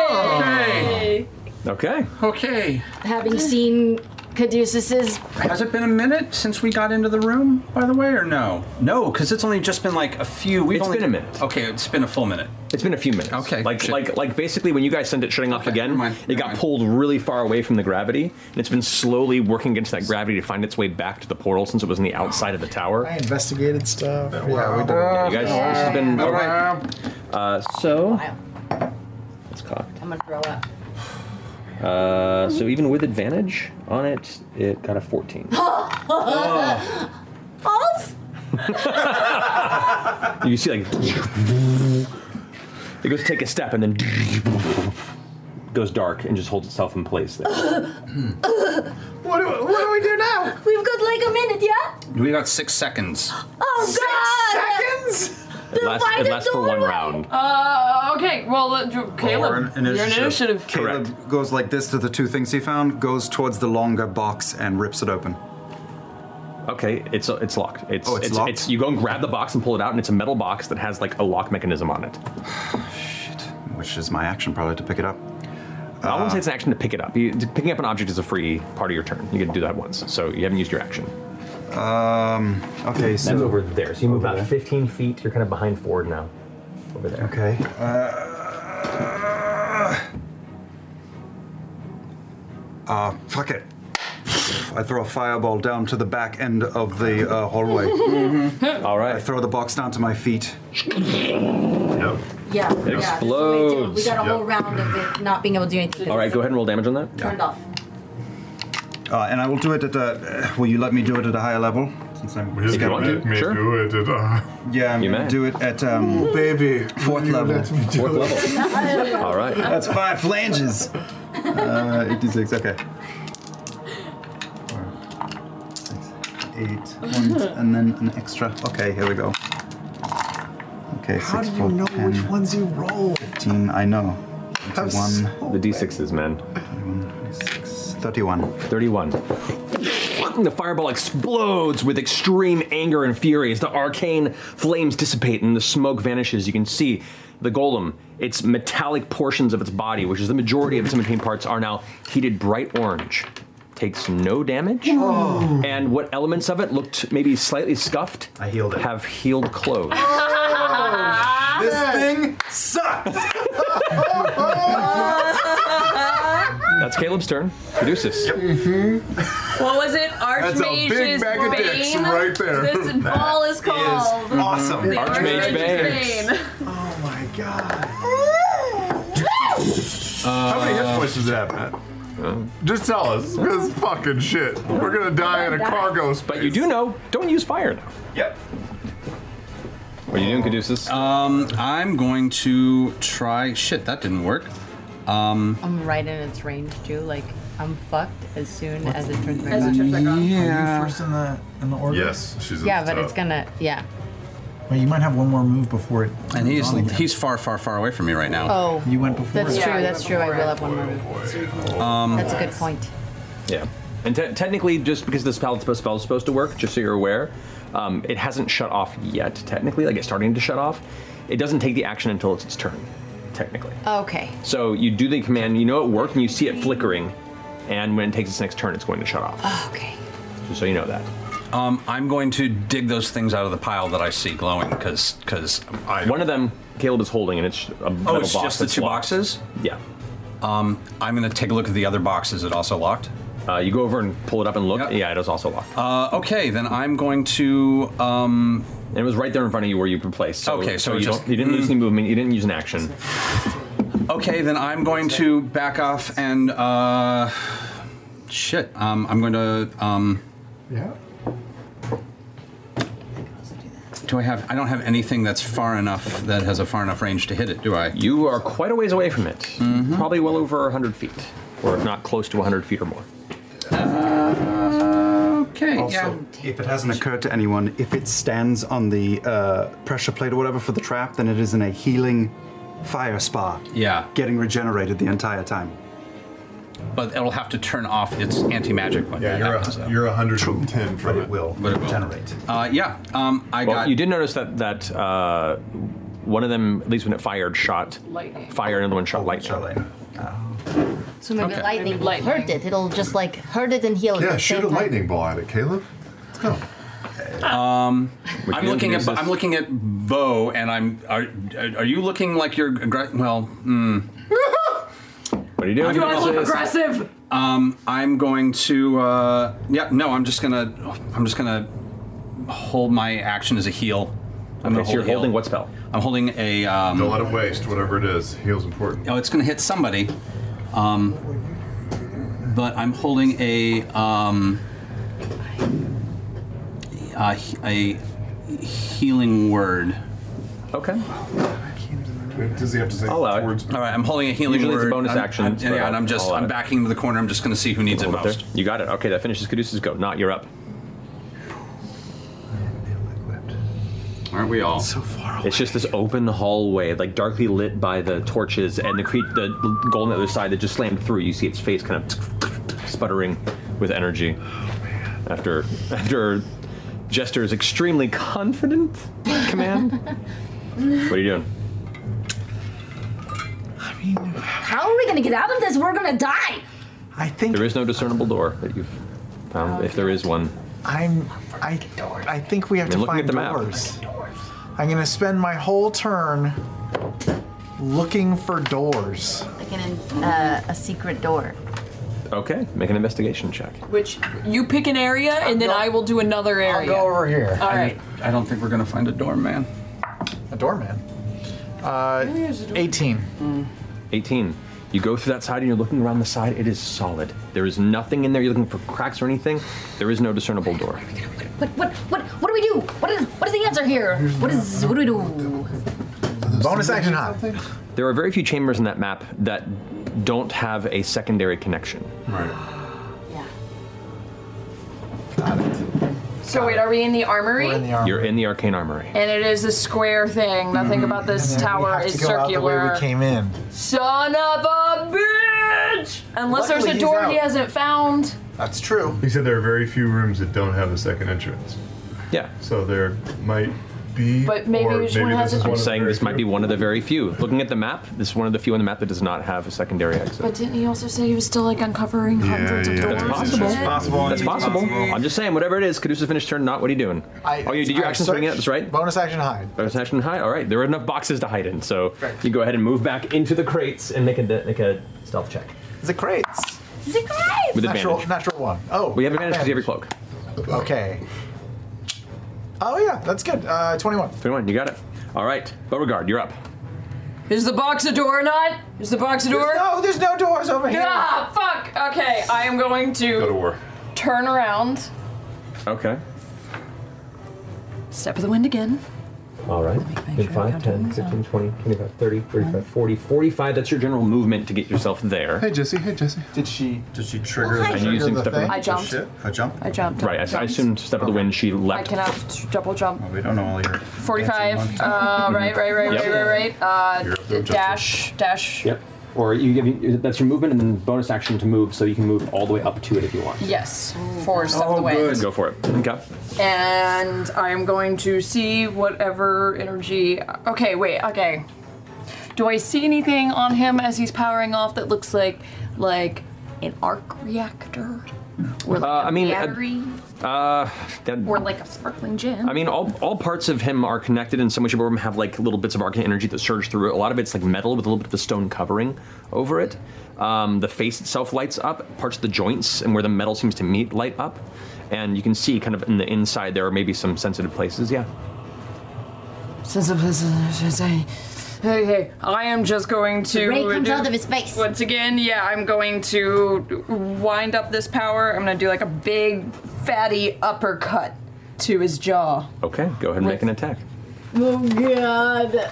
Speaker 35: Hey!
Speaker 2: Okay.
Speaker 35: Okay.
Speaker 7: Having seen Caduceus's
Speaker 35: Has it been a minute since we got into the room, by the way, or no? No, because it's only just been like a few. We've
Speaker 2: It's
Speaker 35: only
Speaker 2: been a minute.
Speaker 35: Okay, it's been a full minute.
Speaker 2: It's been a few minutes. Okay. Like like like basically when you guys sent it shutting off again, it got pulled really far away from the gravity, and it's been slowly working against that gravity to find its way back to the portal since it was on the outside of the tower.
Speaker 12: I investigated stuff. Yeah, we
Speaker 38: Uh,
Speaker 12: did.
Speaker 2: Yeah, you guys, this has been
Speaker 12: All
Speaker 2: Uh, so it's cocked.
Speaker 7: I'm gonna throw up.
Speaker 2: Uh, so even with advantage on it, it got a 14.
Speaker 7: Off.
Speaker 2: You see like it goes to take a step and then goes dark and just holds itself in place there.
Speaker 39: What do, what do we do now?
Speaker 40: We've got like a minute, yeah?
Speaker 12: We got six seconds.
Speaker 40: Oh, God!
Speaker 39: Seconds?
Speaker 12: It lasts,
Speaker 40: it
Speaker 12: lasts for one round.
Speaker 4: Uh, okay, well, uh, Caleb, your initiative.
Speaker 3: Caleb goes like this to the two things he found, goes towards the longer box, and rips it open.
Speaker 2: Okay, it's it's locked. It's,
Speaker 3: Oh, it's
Speaker 2: it's,
Speaker 3: locked?
Speaker 2: it's- you go and grab the box and pull it out, and it's a metal box that has like a lock mechanism on it.
Speaker 3: Which is my action probably to pick it up.
Speaker 2: I
Speaker 3: Ah.
Speaker 2: wouldn't say it's an action to pick it up. You, picking up an object is a free part of your turn. You get to do that once, so you haven't used your action.
Speaker 3: Um. Okay.
Speaker 2: That's
Speaker 3: So
Speaker 2: over there. So you move about 15 feet. You're kind of behind forward now. Over there.
Speaker 3: Okay. Uh, uh, fuck it. I throw a fireball down to the back end of the uh, hallway.
Speaker 2: All right.
Speaker 3: I throw the box down to my feet. Yep.
Speaker 1: Yeah.
Speaker 3: It
Speaker 1: yeah, that's what we do. We
Speaker 3: explodes.
Speaker 1: got a whole
Speaker 3: Yep.
Speaker 1: round of it not being able to do anything. 'cause
Speaker 3: All right,
Speaker 1: it's
Speaker 3: go ahead and roll damage on that.
Speaker 1: Turned off.
Speaker 3: Uh, and I will do it at a. uh, Will you let me do it at a higher level? Since I'm
Speaker 14: If you want to,
Speaker 3: Let
Speaker 14: me do it. it uh,
Speaker 3: Yeah, I'm
Speaker 14: You
Speaker 3: gonna
Speaker 14: may.
Speaker 3: do it at um, baby fourth level.
Speaker 14: Fourth
Speaker 39: level. All right.
Speaker 3: that's five flanges. Uh, 86. Okay. Four, six, Eight, one, and then an extra. Okay, here we go. Okay,
Speaker 38: How
Speaker 3: six,
Speaker 38: do you
Speaker 3: four,
Speaker 38: know which
Speaker 3: 10,
Speaker 38: ones you roll?
Speaker 3: 15, I know.
Speaker 38: I'm
Speaker 3: One.
Speaker 2: The d6s, man.
Speaker 3: 31.
Speaker 2: 31. The fireball explodes with extreme anger and fury as the arcane flames dissipate and the smoke vanishes. You can see the golem, its metallic portions of its body, which is the majority of its in-between parts, are now heated bright orange. Takes no damage.
Speaker 39: Whoa.
Speaker 2: And what elements of it looked maybe slightly scuffed Oh. I healed it. have healed clothes.
Speaker 39: this
Speaker 3: thing sucks.
Speaker 2: That's Caleb's turn. Caduceus.
Speaker 4: What was it? Archmage's Bane? This ball is called. The
Speaker 2: Archmage Bane.
Speaker 39: Oh my god.
Speaker 14: How many hit points does that have, Matt? Just tell us, because fucking shit. We're gonna die in a cargo space. But
Speaker 2: you do know, don't use fire now.
Speaker 14: Yep.
Speaker 2: What are you doing, Caduceus?
Speaker 12: Um, I'm going to try. Shit, that didn't work. Um,
Speaker 1: I'm right in its range too. Like I'm fucked as soon as it turns back
Speaker 38: As it
Speaker 1: on.
Speaker 38: turns back on.
Speaker 1: Yeah.
Speaker 38: Are you first in the in the order?
Speaker 14: Yes, she's.
Speaker 1: yeah, but it's gonna. Yeah.
Speaker 38: Well, you might have one more move before it.
Speaker 12: and he's
Speaker 38: on again.
Speaker 12: he's far, far, far away from me right now.
Speaker 1: Oh.
Speaker 38: You went before.
Speaker 1: That's
Speaker 38: it.
Speaker 1: true. That's true. I will have one more move.
Speaker 2: Um,
Speaker 1: That's a good point.
Speaker 2: Yeah. And te- technically, just because this palette spell spell is supposed to work, just so you're aware, um, it hasn't shut off yet, technically. Like, it's starting to shut off. It doesn't take the action until it's its turn, technically.
Speaker 1: Okay.
Speaker 2: So you do the command, you know it worked, and you see it flickering, and when it takes its next turn, it's going to shut off.
Speaker 1: Okay.
Speaker 2: Just so you know that.
Speaker 12: Um, I'm going to dig those things out of the pile that I see glowing because because one
Speaker 2: of them Caleb is holding and it's a
Speaker 12: oh
Speaker 2: metal
Speaker 12: it's
Speaker 2: box
Speaker 12: just the
Speaker 2: that's
Speaker 12: two
Speaker 2: locked.
Speaker 12: boxes.
Speaker 2: Yeah.
Speaker 12: Um, I'm going to take a look at the other box. Is it also locked?
Speaker 2: Uh, you go over and pull it up and look. Yeah, it is also locked.
Speaker 12: Uh, okay, then I'm going to. Um,
Speaker 2: and it was right there in front of you where you could place. So,
Speaker 12: okay, so,
Speaker 2: you,
Speaker 12: just, mm.
Speaker 2: don't, you didn't lose any movement, you didn't use an action.
Speaker 12: Okay, then I'm going to back off and uh, shit. Um, I'm going to. Um,
Speaker 38: Yeah.
Speaker 12: do I have? I don't have anything that's far enough that has a far enough range to hit it, do I?
Speaker 2: You are quite a ways away from it. Probably well over 100 feet, or if not close to 100 feet or more.
Speaker 12: Okay.
Speaker 3: Also, if it hasn't occurred to anyone, if it stands on the uh, pressure plate or whatever for the trap, then it is in a healing fire spa.
Speaker 12: Yeah.
Speaker 3: Getting regenerated the entire time.
Speaker 12: But it'll have to turn off its anti magic one.
Speaker 14: Yeah, you're a, you're 110 from it.
Speaker 3: will.
Speaker 12: But it will.
Speaker 3: Generate.
Speaker 12: Uh, yeah. Um, I
Speaker 2: well,
Speaker 12: got.
Speaker 2: You did notice that that uh, one of them, at least when it fired, shot
Speaker 4: lightning.
Speaker 2: fire, and the one shot lightning.
Speaker 12: Uh,
Speaker 7: So maybe
Speaker 2: Okay.
Speaker 7: lightning
Speaker 4: Maybe
Speaker 7: will hurt it. It'll just like hurt it and heal it.
Speaker 14: Yeah,
Speaker 7: at the
Speaker 14: shoot
Speaker 7: same
Speaker 14: a
Speaker 7: time.
Speaker 14: lightning ball at it, Caleb.
Speaker 12: Um,
Speaker 14: Would
Speaker 12: I'm
Speaker 14: you
Speaker 12: looking at
Speaker 14: use
Speaker 12: Bo-
Speaker 14: this-
Speaker 12: I'm looking at Bo, and I'm are are you looking like you're aggra- well? Mm,
Speaker 2: what are you
Speaker 4: Do I look aggressive?
Speaker 12: Um, I'm going to. Uh, yeah, no, I'm just gonna. I'm just gonna hold my action as a heal. I'm
Speaker 2: Okay,
Speaker 12: gonna
Speaker 2: so you're
Speaker 12: a heal.
Speaker 2: holding what spell?
Speaker 12: I'm holding a. Um,
Speaker 14: Don't let it waste. Whatever it is, heal's important.
Speaker 12: Oh, it's gonna hit somebody. Um, but I'm holding a. Um, a, a healing word.
Speaker 2: Okay.
Speaker 10: Does he have to say?
Speaker 15: I'll allow it. All right, I'm holding a healing
Speaker 2: Usually it's
Speaker 15: word.
Speaker 2: a bonus
Speaker 15: I'm-
Speaker 2: action,
Speaker 15: I'm-
Speaker 2: but
Speaker 15: yeah, and I'm just
Speaker 2: I'll allow
Speaker 15: I'm
Speaker 2: it.
Speaker 15: backing into the corner. I'm just going to see who needs it
Speaker 2: Hold it
Speaker 15: most.
Speaker 2: there. You got it. Okay, that finishes Caduceus' go. Not you're up.
Speaker 15: Aren't we all?
Speaker 2: So far away. It's just this open hallway, like darkly lit by the torches and the cre- the goal on the other side that just slammed through. You see its face kind of sputtering with energy. After after Jester's extremely confident command. what are you doing?
Speaker 28: How are we gonna get out of this? We're gonna die.
Speaker 12: I think
Speaker 2: there is no discernible door that you've found, if there is one.
Speaker 12: I'm. I. I think we have
Speaker 2: I mean,
Speaker 12: to
Speaker 2: looking
Speaker 12: find
Speaker 2: at the map.
Speaker 12: doors. I'm gonna spend my whole turn looking for doors.
Speaker 1: Like an, in- uh, a secret door.
Speaker 2: Okay, make an investigation check.
Speaker 4: Which you pick an area and then I will do another area.
Speaker 12: go over here.
Speaker 4: All
Speaker 15: I-
Speaker 4: right.
Speaker 15: I, don't think we're going to find a doorman.
Speaker 12: A doorman. Uh, 18.
Speaker 2: 18. You go through that side and you're looking around the side. It is solid. There is nothing in there. You're looking for cracks or anything. There is no discernible door.
Speaker 28: What? What? What? What do we do? What is? What is the answer here? What is? What do we do?
Speaker 12: Bonus action hot.
Speaker 2: There are very few chambers in that map that don't have a secondary connection. Right.
Speaker 4: So wait, are we in the armory?
Speaker 2: You're in the arcane armory.
Speaker 4: And it is a square thing. Nothing
Speaker 12: Mm-hmm.
Speaker 4: about this tower is circular.
Speaker 12: in.
Speaker 4: Son of a bitch! Unless
Speaker 12: Luckily,
Speaker 4: there's a
Speaker 12: he's
Speaker 4: door he
Speaker 12: out.
Speaker 4: hasn't found.
Speaker 12: That's true.
Speaker 14: He said there are very few rooms that don't have a second entrance.
Speaker 2: Yeah.
Speaker 14: So there might be.
Speaker 4: But maybe
Speaker 14: or
Speaker 4: each one has
Speaker 14: this
Speaker 4: a-
Speaker 14: is
Speaker 2: I'm
Speaker 14: one of the
Speaker 2: saying
Speaker 14: very
Speaker 2: this might be one of the very few. Looking at the map, this is one of the few on the map that does not have a secondary exit.
Speaker 4: But didn't he also say he was still like uncovering hundreds of doors?
Speaker 2: That's possible.
Speaker 4: It's possible.
Speaker 2: That's
Speaker 4: It's
Speaker 2: possible.
Speaker 4: possible.
Speaker 2: I'm just saying, whatever it is, Caduceus finished turn, not what are you doing?
Speaker 12: I-
Speaker 2: oh, you did your
Speaker 12: I
Speaker 2: action swinging it, that's right?
Speaker 12: Bonus action hide.
Speaker 2: Bonus action hide? All right, there are enough boxes to hide in, so you go ahead and move back into the crates and make a, make a stealth check.
Speaker 12: The crates.
Speaker 28: The crates.
Speaker 2: With
Speaker 12: natural,
Speaker 2: advantage.
Speaker 12: Natural one. Oh.
Speaker 2: We have advantage because you have your cloak.
Speaker 12: Okay. Oh yeah, that's good. Uh, 21.
Speaker 2: 21, you got it. All right, Beauregard, you're up.
Speaker 4: Is the box a door or not? Is the box a door?
Speaker 12: no, there's no doors over here.
Speaker 4: Ah, fuck. Okay, I am going
Speaker 14: Go to
Speaker 4: to
Speaker 14: war.
Speaker 4: turn around.
Speaker 2: Okay.
Speaker 4: Step of the wind again.
Speaker 2: All right. In 5, 10, 15, 20, 25, 30, 35, 40, 45. That's your general movement to get yourself there.
Speaker 10: Hey Jesse. Hey Jesse.
Speaker 12: Did she?
Speaker 10: Did she trigger?
Speaker 2: And you using step of the
Speaker 4: I jumped.
Speaker 10: I jumped.
Speaker 4: I jumped.
Speaker 2: Oh, Right, I, s- I assumed step of the wind, she
Speaker 4: I
Speaker 2: leapt.
Speaker 4: cannot double jump.
Speaker 17: We don't know all your.
Speaker 4: 45. Uh, right, right, right,
Speaker 2: Yep.
Speaker 4: right, right, right.
Speaker 2: You're up
Speaker 4: Uh,
Speaker 2: there,
Speaker 4: dash, dash.
Speaker 2: Yep. Or you give that's your movement and then bonus action to move, so you can move all the way up to it if you want.
Speaker 4: Yes, four step
Speaker 2: Oh,
Speaker 4: of the way.
Speaker 2: Go for it. Okay.
Speaker 4: And I'm going to see whatever energy. Okay, wait, okay. Do I see anything on him as he's powering off that looks like, like, an arc reactor? Or like
Speaker 2: Uh,
Speaker 4: a
Speaker 2: I mean, uh,
Speaker 4: battery?
Speaker 2: Uh, that,
Speaker 4: or like a sparkling gin?
Speaker 2: I mean, all, all parts of him are connected in some way, shape, or form. Have like little bits of arcane energy that surge through it. A lot of it's like metal with a little bit of the stone covering over it. Um, the face itself lights up. Parts of the joints and where the metal seems to meet light up, and you can see kind of in the inside there are maybe some sensitive places. Yeah.
Speaker 4: Okay, I am just going to.
Speaker 7: Ray comes out of his face.
Speaker 4: Once again, yeah, I'm going to wind up this power. I'm going to do like a big, fatty uppercut to his jaw.
Speaker 2: Okay. Go ahead and make an attack.
Speaker 4: Oh, God.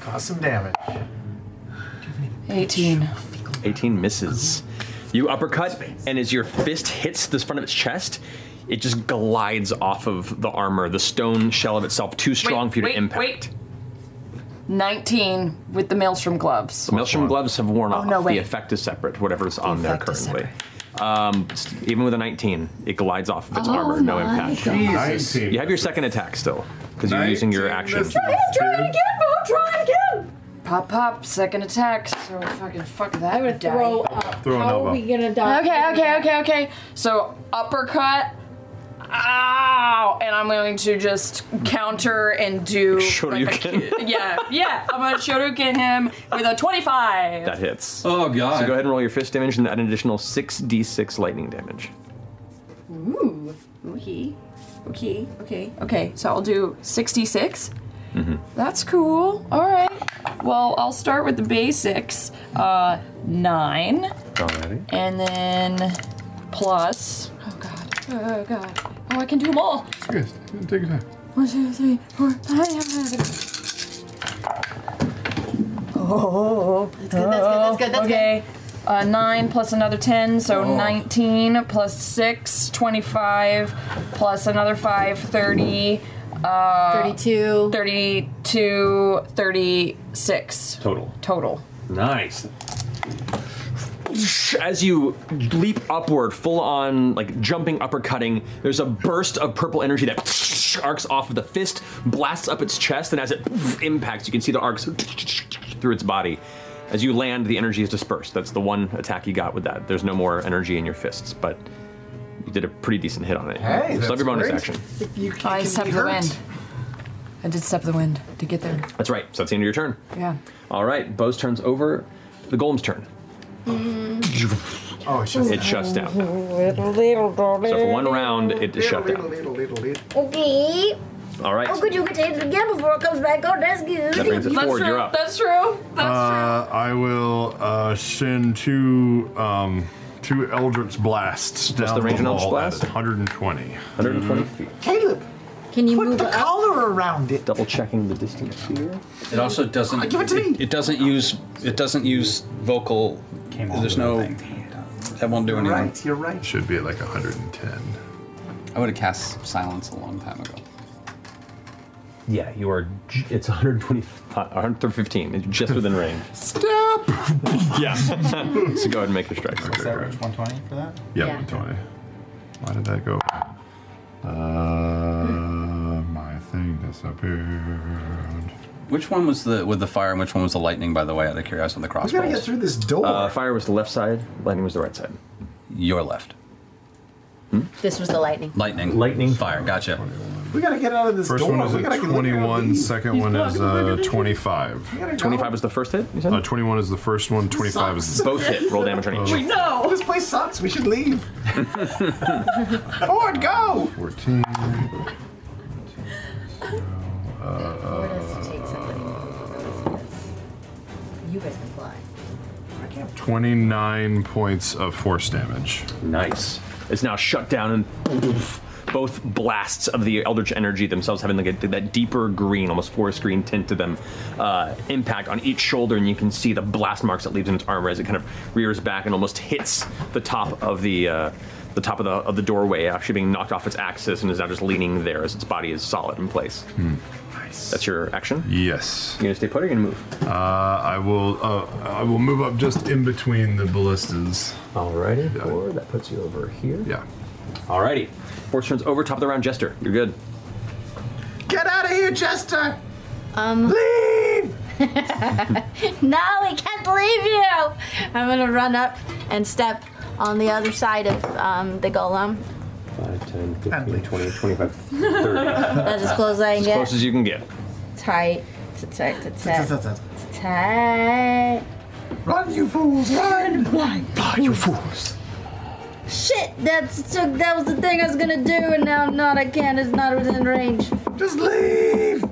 Speaker 12: Cause some damage.
Speaker 4: 18.
Speaker 2: 18 misses. You uppercut, and as your fist hits the front of its chest, it just glides off of the armor, the stone shell of itself, too strong for you to
Speaker 4: wait,
Speaker 2: impact.
Speaker 4: Wait. 19 with the Maelstrom gloves.
Speaker 2: The Maelstrom gloves have worn
Speaker 4: Oh,
Speaker 2: off.
Speaker 4: no,
Speaker 2: the
Speaker 4: wait.
Speaker 2: effect is separate, whatever's on there
Speaker 4: effect is
Speaker 2: currently. Um, s- even with a 19, it glides off of its
Speaker 4: Oh
Speaker 2: armor, no
Speaker 4: my
Speaker 2: impact.
Speaker 4: God.
Speaker 14: Jesus. 19
Speaker 2: You have your second attack still, because you're using your action.
Speaker 4: Try it, try it again, Bob, try it again! Pop, pop, second attack. So fucking fuck that. I'm gonna
Speaker 28: throw up.
Speaker 14: Throw an
Speaker 28: How are
Speaker 14: elbow.
Speaker 28: we gonna die?
Speaker 4: Okay, okay, okay, okay. So uppercut. Ow! And I'm going to just counter and do.
Speaker 2: Shoryuken.
Speaker 4: yeah, yeah. I'm gonna shoryuken him with a 25.
Speaker 2: That hits. Oh, God. So go ahead and roll your fist damage and add an additional 6d6 lightning damage.
Speaker 4: Ooh. Okay. Okay. Okay. Okay. So I'll do 66.
Speaker 2: Mhm.
Speaker 4: That's cool. All right. Well, I'll start with the basics. Uh, nine,
Speaker 2: Alrighty.
Speaker 4: and then plus. Oh God. Oh God. Oh, I can do them all.
Speaker 14: Yes, take your time.
Speaker 4: One, two, three, four, five, six, seven, eight. Oh, that's good. That's good. That's good. That's okay. good. Uh, nine plus another 10, so 19 plus 6, 25 plus another 5, 30. Uh, 32. 32, 36.
Speaker 2: Total.
Speaker 4: Total.
Speaker 2: Nice. As you leap upward, full on like jumping uppercutting, there's a burst of purple energy that arcs off of the fist, blasts up its chest, and as it impacts, you can see the arcs through its body. As you land, the energy is dispersed. That's the one attack you got with that. There's no more energy in your fists, but you did a pretty decent hit on it.
Speaker 4: Hey,
Speaker 2: so
Speaker 4: that's
Speaker 2: have your bonus
Speaker 4: great.
Speaker 2: action.
Speaker 4: You can, I stepped the wind. I did step the wind to get there.
Speaker 2: That's right. So that's the end of your turn.
Speaker 4: Yeah.
Speaker 2: All right, Bose turns over. The golem's turn.
Speaker 4: Mm.
Speaker 11: Oh,
Speaker 2: it shuts down. So
Speaker 7: So
Speaker 2: for one round, it is shut down.
Speaker 7: Okay.
Speaker 2: All right.
Speaker 12: Oh,
Speaker 7: How could you get hit again before it comes back out? That's good.
Speaker 14: That brings it That's forward, you're true, up.
Speaker 4: That's true.
Speaker 14: Uh, I will uh, send two um, two Eldritch blasts
Speaker 2: What's
Speaker 14: down
Speaker 2: the range on
Speaker 14: wall
Speaker 2: Eldritch
Speaker 14: at
Speaker 2: blast?
Speaker 14: 120.
Speaker 2: 120 feet.
Speaker 12: Caleb,
Speaker 1: can you
Speaker 12: put
Speaker 1: move
Speaker 12: the
Speaker 1: up?
Speaker 12: collar around it?
Speaker 2: Double checking the distance here.
Speaker 15: It also doesn't.
Speaker 12: Give it to
Speaker 15: It doesn't use. It doesn't use vocal. There's no. That won't do anything.
Speaker 14: You're right. Should be at like 110.
Speaker 15: I would have cast silence a long time ago.
Speaker 2: Yeah, you are. j- It's 120, uh, 115. It's just within range.
Speaker 14: Stop!
Speaker 2: yeah. so go ahead and make your strike.
Speaker 41: Is that range 120 for that?
Speaker 14: Yeah, 120. Why did that go? Uh, my thing disappeared.
Speaker 15: Which one was the with the fire and which one was the lightning? By the way, out of curiosity, on the crossbow.
Speaker 12: through this door.
Speaker 2: Uh, fire was the left side. Lightning was the right side.
Speaker 15: Your left.
Speaker 1: This was the lightning.
Speaker 15: Lightning. Lightning. Fire. Gotcha.
Speaker 12: We gotta get out of this
Speaker 14: First
Speaker 12: door.
Speaker 14: one is
Speaker 12: we
Speaker 14: a
Speaker 12: gotta get
Speaker 14: 21, second one is a 25.
Speaker 2: 25 is the first hit?
Speaker 14: Uh, 21 is the first one, 25 is the
Speaker 2: Oh, Both hit. Roll damage on each.
Speaker 12: We know Oh, this place sucks. We should leave. Forward, go.
Speaker 14: 14.
Speaker 28: You guys can fly.
Speaker 14: 29 points of force damage.
Speaker 2: Nice. It's now shut down and poof, both blasts of the eldritch energy themselves having like a, that deeper green, almost forest green tint to them, uh, impact on each shoulder, and you can see the blast marks that leaves in its armor as it kind of rears back and almost hits the top of the uh, the top of the of the doorway, actually being knocked off its axis and is now just leaning there as its body is solid in place. Nice. That's your action.
Speaker 14: Yes.
Speaker 2: You gonna stay put or you gonna move?
Speaker 14: Uh, I will. Uh, I will move up just in between the ballistas.
Speaker 2: Alrighty. Four. That puts you over here.
Speaker 14: Yeah.
Speaker 2: Alrighty. Force turns over top of the round, Jester. You're good.
Speaker 12: Get out of here, Jester.
Speaker 1: Um,
Speaker 12: leave!
Speaker 1: no, we can't leave you. I'm gonna run up and step on the other side of um, the golem.
Speaker 2: 5, 10, 15, 20, 25, 30.
Speaker 1: That's as close as I can
Speaker 2: As
Speaker 1: get.
Speaker 2: close as you can get.
Speaker 1: Tight. Tight. Tight. Tight.
Speaker 2: That's
Speaker 1: Tight.
Speaker 12: Run, you fools! Run!
Speaker 1: Fly,
Speaker 2: fly, you fools!
Speaker 7: Shit, that's so, that was the thing I was gonna do, and now I'm not. I can't. It's not within range. Mm.
Speaker 12: Just leave.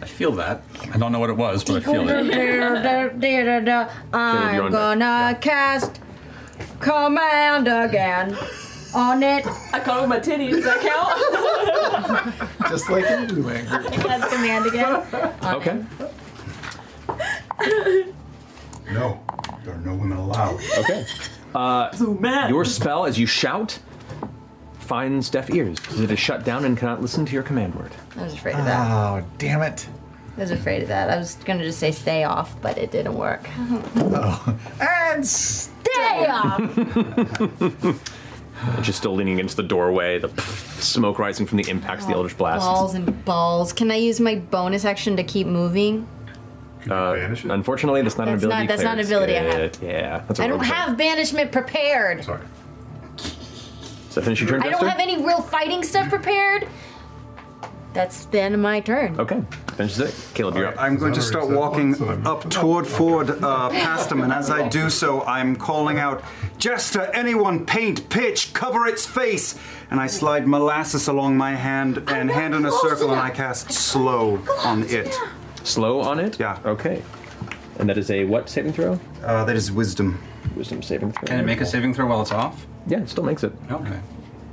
Speaker 15: I feel that. I don't know what it was, but I feel it.
Speaker 1: I'm gonna cast command again on it.
Speaker 4: I call it my titties. Does that count?
Speaker 12: Just like you, Angry.
Speaker 1: Cast command again.
Speaker 2: Okay.
Speaker 41: No, there are no women allowed.
Speaker 2: Okay. Uh, your spell, as you shout, finds deaf ears. It is shut down and cannot listen to your command word.
Speaker 1: I was afraid of that.
Speaker 12: Oh, damn it.
Speaker 1: I was afraid of that. I was gonna just say stay off, but it didn't work.
Speaker 12: And stay
Speaker 1: off.
Speaker 2: It's just still leaning against the doorway, the smoke rising from the impacts of the Eldritch Blast.
Speaker 1: Oh, Balls and balls. Can I use my bonus action to keep moving?
Speaker 2: Uh, Unfortunately, that's not
Speaker 1: That's
Speaker 2: an
Speaker 1: not-
Speaker 2: ability.
Speaker 1: that's not an ability
Speaker 2: clearance.
Speaker 1: I
Speaker 2: Yeah, yeah. That's a
Speaker 1: I don't
Speaker 2: rogue thing.
Speaker 1: have banishment prepared.
Speaker 2: Sorry. Does that finish your turn,
Speaker 1: I
Speaker 2: Jester?
Speaker 1: don't have any real fighting stuff prepared. That's the end of my turn.
Speaker 2: Okay, finishes it. Caleb, you're up.
Speaker 3: I'm going to start walking up toward Ford uh, past him, and as I do so, I'm calling out, Jester, anyone, paint, pitch, cover its face! And I slide molasses along my hand and hand in a circle, and I cast slow on it.
Speaker 2: Slow on it? Yeah. Okay. And that is a what saving throw?
Speaker 3: Uh, that is wisdom.
Speaker 2: Wisdom saving throw.
Speaker 15: Can it make a saving throw while it's off?
Speaker 2: Yeah, it still makes it.
Speaker 15: Okay.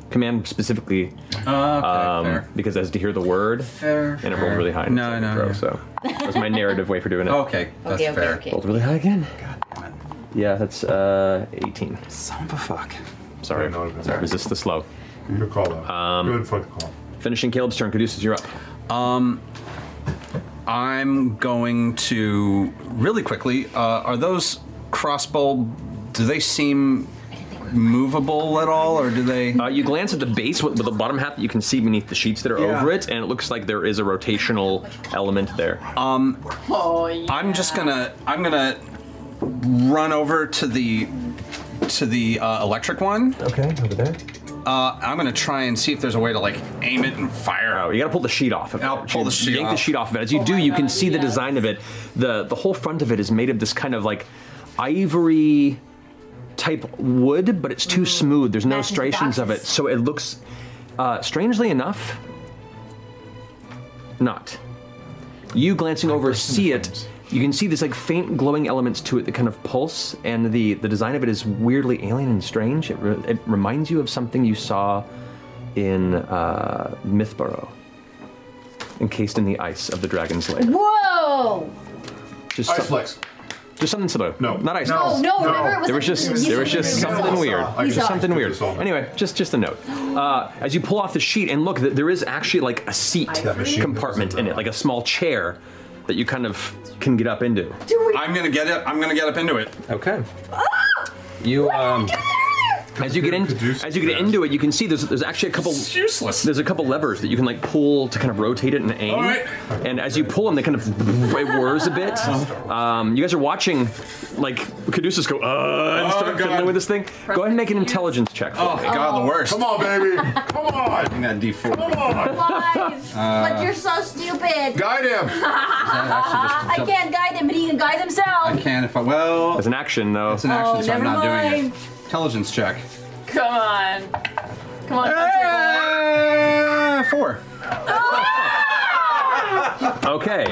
Speaker 2: command specifically, um, because I has to hear the word, and it rolled really high. in the
Speaker 12: No,
Speaker 2: saving
Speaker 12: no,
Speaker 2: throw,
Speaker 12: yeah.
Speaker 2: So that was my narrative way for doing it.
Speaker 12: Okay, that's Okay, okay, fair. okay.
Speaker 2: Rolled really high again. God damn it. Yeah, that's uh, 18.
Speaker 42: Son of a fuck.
Speaker 2: Sorry, Sorry. resist the slow.
Speaker 14: Good call though.
Speaker 2: Um,
Speaker 14: Good fucking call.
Speaker 2: Finishing Caleb's turn. Caduceus, you're up.
Speaker 12: Um, I'm going to really quickly. Uh, are those crossbow? Do they seem movable at all, or do they?
Speaker 2: Uh, you glance at the base with with the bottom half that you can see beneath the sheets that are
Speaker 12: Yeah.
Speaker 2: over it, and it looks like there is a rotational element there.
Speaker 12: Um, I'm just gonna I'm gonna run over to the to the uh, electric one.
Speaker 3: Okay, over there.
Speaker 12: Uh, I'm gonna try and see if there's a way to like aim it and fire. Oh,
Speaker 2: you gotta pull the sheet off. Of
Speaker 12: I'll pull the sheet
Speaker 2: yank
Speaker 12: off. Oh,
Speaker 2: the sheet off of it. As you do, you can see the design of it. the The whole front of it is made of this kind of like ivory type wood, but it's too smooth. There's no striations of it, so it looks uh, strangely enough not. You glancing over see it. You can see there's like faint glowing elements to it that kind of pulse, and the the design of it is weirdly alien and strange. It, re- it reminds you of something you saw in uh, Mythborough, encased in the ice of the Dragon's Lair.
Speaker 1: Whoa!
Speaker 2: Just
Speaker 1: Ice
Speaker 14: flex.
Speaker 2: Just something similar. No, not ice.
Speaker 1: No,
Speaker 2: flex.
Speaker 1: no, No. remember it was
Speaker 2: there was
Speaker 1: like-
Speaker 2: just
Speaker 1: you said
Speaker 2: there was
Speaker 1: it was
Speaker 2: just
Speaker 1: like-
Speaker 2: something
Speaker 1: We
Speaker 2: weird.
Speaker 1: saw.
Speaker 2: There was
Speaker 1: We
Speaker 2: just
Speaker 1: saw.
Speaker 2: something weird. Anyway, just just a note. Uh, as you pull off the sheet and look, th- there is actually like a seat
Speaker 12: That machine
Speaker 2: compartment in it, like a small chair that you kind of can get up into.
Speaker 12: I'm gonna get up. I'm gonna get up into it.
Speaker 2: Okay. You um. As you get into as you get into it, you can see there's there's actually a couple
Speaker 12: useless.
Speaker 2: There's a couple levers that you can like pull to kind of rotate it and aim. And as you pull them, they kind of it whirs a bit. Um, you guys are watching like Caduceus go uh, and
Speaker 12: Oh,
Speaker 2: start fiddling with this thing. Go ahead and make an intelligence check. For
Speaker 12: Oh,
Speaker 2: me.
Speaker 12: God, the worst. Come on,
Speaker 14: baby. Come on.
Speaker 12: I'm gonna D4.
Speaker 2: Uh,
Speaker 1: but you're so stupid.
Speaker 14: Guide him.
Speaker 1: I can't guide him, but he can guide
Speaker 12: I
Speaker 1: himself.
Speaker 12: can if I well. It's
Speaker 2: an action though.
Speaker 12: It's an action,
Speaker 1: Oh,
Speaker 12: so I'm
Speaker 1: never
Speaker 12: not doing
Speaker 1: mind.
Speaker 12: it. Intelligence check.
Speaker 4: Come on. Come on. Ah!
Speaker 12: Uh, four.
Speaker 2: okay.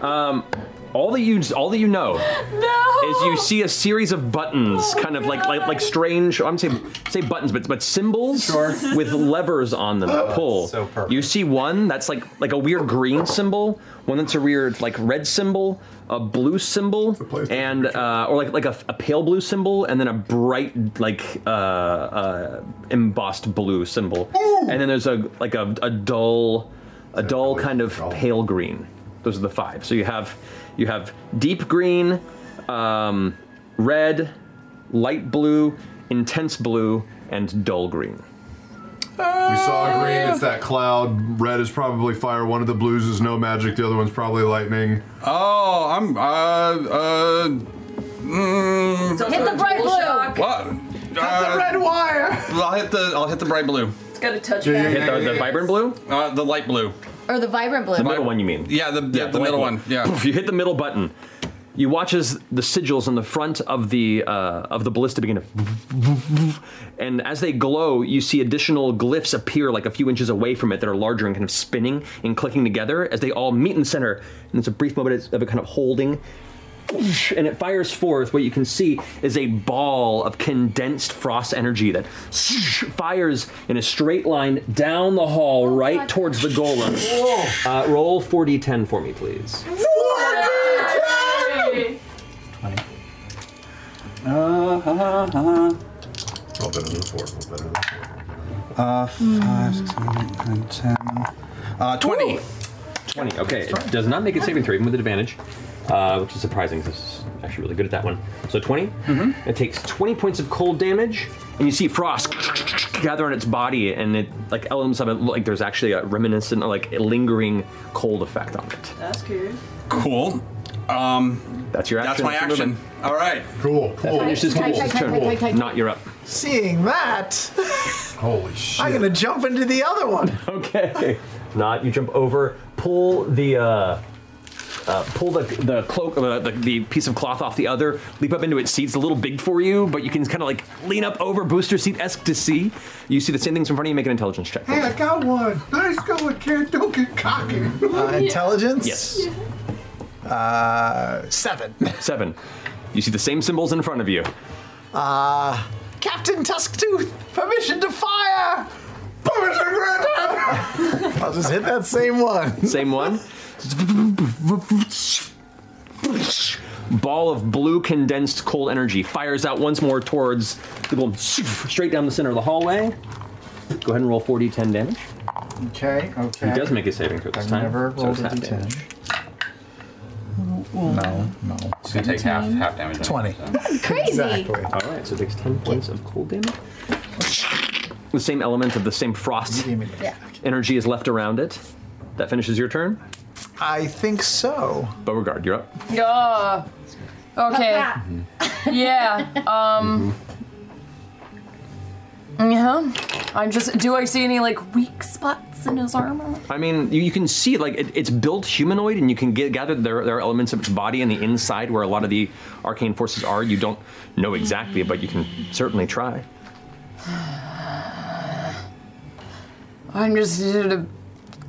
Speaker 2: Um, all that you all that you know is you see a series of buttons, kind of like like like strange. I'm saying say buttons, but but symbols with levers on them. that pull. Oh, So perfect. You see one that's like like a weird green symbol, one that's a weird like red symbol, a blue symbol, and uh, or like like a, a pale blue symbol, and then a bright like uh, uh, embossed blue symbol, and then there's a like a, a dull a dull kind of pale green. Those are the five. So you have you have deep green, um, red, light blue, intense blue, and dull green.
Speaker 14: We saw green, it's that cloud. Red is probably fire. One of the blues is no magic. The other one's probably lightning.
Speaker 12: Oh, I'm. Uh, uh. mm,
Speaker 4: Hit the bright blue.
Speaker 12: What? Uh,
Speaker 4: wire.
Speaker 12: I'll hit the I'll hit the bright blue.
Speaker 4: It's got a touch
Speaker 2: vibrant blue?
Speaker 12: Uh, the light blue.
Speaker 1: Or the vibrant blue.
Speaker 2: The middle one, you mean?
Speaker 12: Yeah, the, yeah, the
Speaker 2: light
Speaker 12: middle one. Yeah.
Speaker 2: Poof, you hit the middle button. You watch as the sigils on the front of the uh, of the ballista begin to, and as they glow, you see additional glyphs appear like a few inches away from it that are larger and kind of spinning and clicking together as they all meet in the center. And it's a brief moment of it kind of holding, and it fires forth. What you can see is a ball of condensed frost energy that fires in a straight line down the hall right towards the golem. Uh, roll 4d10 for me, please.
Speaker 12: Uh, huh, huh.
Speaker 14: Oh, better than four. Better than four.
Speaker 42: Uh, five, six, seven, eight, nine, ten.
Speaker 12: Uh, 20.
Speaker 2: 20, okay. It does not make a saving throw, even with advantage, uh, which is surprising because it's actually really good at that one. So 20. Mm-hmm. It takes 20 points of cold damage, and you see frost gather on its body, and it, like, elements of it look like there's actually a reminiscent, or like, a lingering cold effect on it.
Speaker 4: That's cute.
Speaker 12: Cool. Um,
Speaker 2: that's your
Speaker 12: That's
Speaker 2: action.
Speaker 12: my
Speaker 2: That's your
Speaker 12: action. All right.
Speaker 14: Cool.
Speaker 2: That finishes Caduceus' turn. Not you're up.
Speaker 3: Seeing that,
Speaker 14: holy shit!
Speaker 3: I'm gonna jump into the other one.
Speaker 2: Okay. Not you jump over, pull the uh, uh, pull the the cloak, uh, the, the piece of cloth off the other, leap up into its seat. It's a little big for you, but you can kind of like lean up over booster seat esque to see. You see the same things in front of you. Make an intelligence check.
Speaker 43: Hey, I got one. Nice going, kid. Don't get cocky.
Speaker 3: Uh, intelligence?
Speaker 2: Yes.
Speaker 3: Uh, seven.
Speaker 2: Seven. You see the same symbols in front of you.
Speaker 3: Uh,
Speaker 12: Captain Tusktooth, permission to fire! Permission granted! I'll just hit that same one.
Speaker 2: Same one? Ball of blue condensed cold energy fires out once more towards the golem, straight down the center of the hallway. Go ahead and roll 4d10 damage.
Speaker 11: Okay, okay.
Speaker 2: He does make a saving throw this
Speaker 11: I've
Speaker 2: time.
Speaker 11: never
Speaker 2: so
Speaker 11: rolled
Speaker 2: it's
Speaker 11: a
Speaker 2: half
Speaker 11: d10.
Speaker 2: damage.
Speaker 11: No, no.
Speaker 15: So you take half, half damage.
Speaker 12: Twenty.
Speaker 2: Crazy. All right, so it takes 10 points of cold damage. The same element of the same frost
Speaker 12: Yeah.
Speaker 2: energy is left around it. That finishes your turn.
Speaker 12: I think so.
Speaker 2: Beauregard, you're up.
Speaker 4: Yeah. Okay. yeah. Um. Yeah. I'm just. Do I see any like weak spots in his armor?
Speaker 2: I mean, you, you can see like it, it's built humanoid, and you can get gather there, there are elements of its body and the inside where a lot of the arcane forces are. You don't know exactly, but you can certainly try.
Speaker 5: I'm just gonna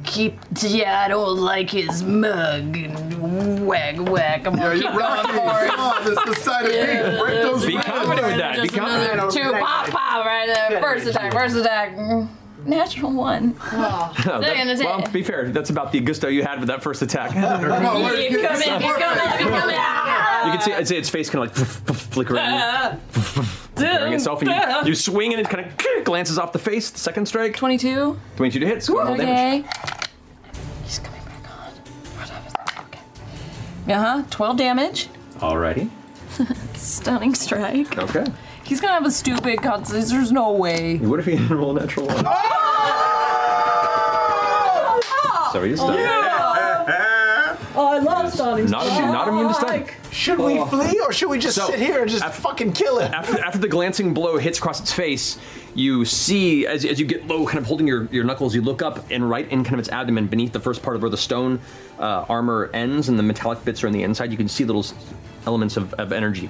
Speaker 5: keep. Yeah, I don't like his mug. And wag, wag. I'm gonna
Speaker 4: Yeah,
Speaker 5: keep
Speaker 4: you're
Speaker 5: going
Speaker 4: right.
Speaker 5: for it.
Speaker 4: Come on, this is
Speaker 5: side
Speaker 4: decided. Hey, break those Be confident with windows. that, be
Speaker 5: Just
Speaker 4: confident.
Speaker 5: another two. Pop, pop, right there. First attack, first attack. Mm, Natural one.
Speaker 2: That-
Speaker 5: They're gonna take-
Speaker 2: well, to be fair, that's about the gusto you had with that first attack.
Speaker 5: Come on, let it Keep get coming, some keep work. coming, keep coming.
Speaker 2: You can see I'd say its face kind of like flickering, flickering itself, and you, you swing and it kind of glances off the face. The second strike,
Speaker 4: twenty-two.
Speaker 2: Twenty-two to hit. Score all damage.
Speaker 4: Okay. He's coming back on.
Speaker 5: Uh-huh.
Speaker 4: Uh huh. Twelve damage.
Speaker 2: Alrighty.
Speaker 4: Stunning strike.
Speaker 2: Okay.
Speaker 4: He's gonna have a stupid cut. There's no way.
Speaker 2: What if he didn't roll a natural one? So he is done.
Speaker 4: Oh, I love stunning.
Speaker 2: Not, immu- not immune to stun.
Speaker 12: Should we
Speaker 2: Oh.
Speaker 12: flee or should we just
Speaker 2: So,
Speaker 12: sit here and just fucking kill it?
Speaker 2: After, after the glancing blow hits across its face, you see, as, as you get low, kind of holding your, your knuckles, you look up and right in kind of its abdomen, beneath the first part of where the stone uh, armor ends and the metallic bits are on the inside, you can see little s- elements of, of energy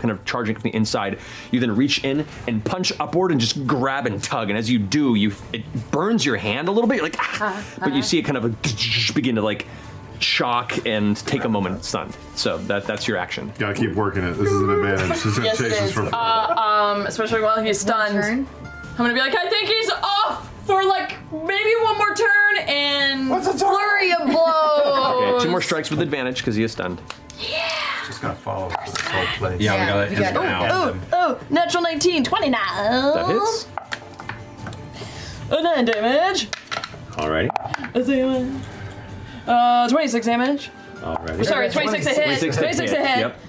Speaker 2: kind of charging from the inside. You then reach in and punch upward and just grab and tug. And as you do, you it burns your hand a little bit. You're like, ah! But you see it kind of like, begin to like shock and take a moment stunned. So that, that's your action.
Speaker 14: Gotta keep working it. This is an advantage. This is gonna
Speaker 4: Yes, it
Speaker 14: chase us
Speaker 4: is.
Speaker 14: from.
Speaker 4: Uh, um, especially while he's stunned. I'm gonna be like, I think he's off for like maybe one more turn and flurry of blows.
Speaker 2: Okay, two more strikes with advantage because he is stunned.
Speaker 41: Just gotta follow this whole place.
Speaker 2: Yeah, we Yeah, gotta we end gotta- it now.
Speaker 5: Oh, oh, natural 19, 29.
Speaker 4: Um,
Speaker 5: That
Speaker 2: hits.
Speaker 4: Uh, nine damage.
Speaker 2: Alrighty.
Speaker 4: Let's see, Uh, 26 damage.
Speaker 2: Alrighty.
Speaker 4: Sorry, 26 a hit.
Speaker 2: 26
Speaker 4: 26 a hit.
Speaker 2: Yep.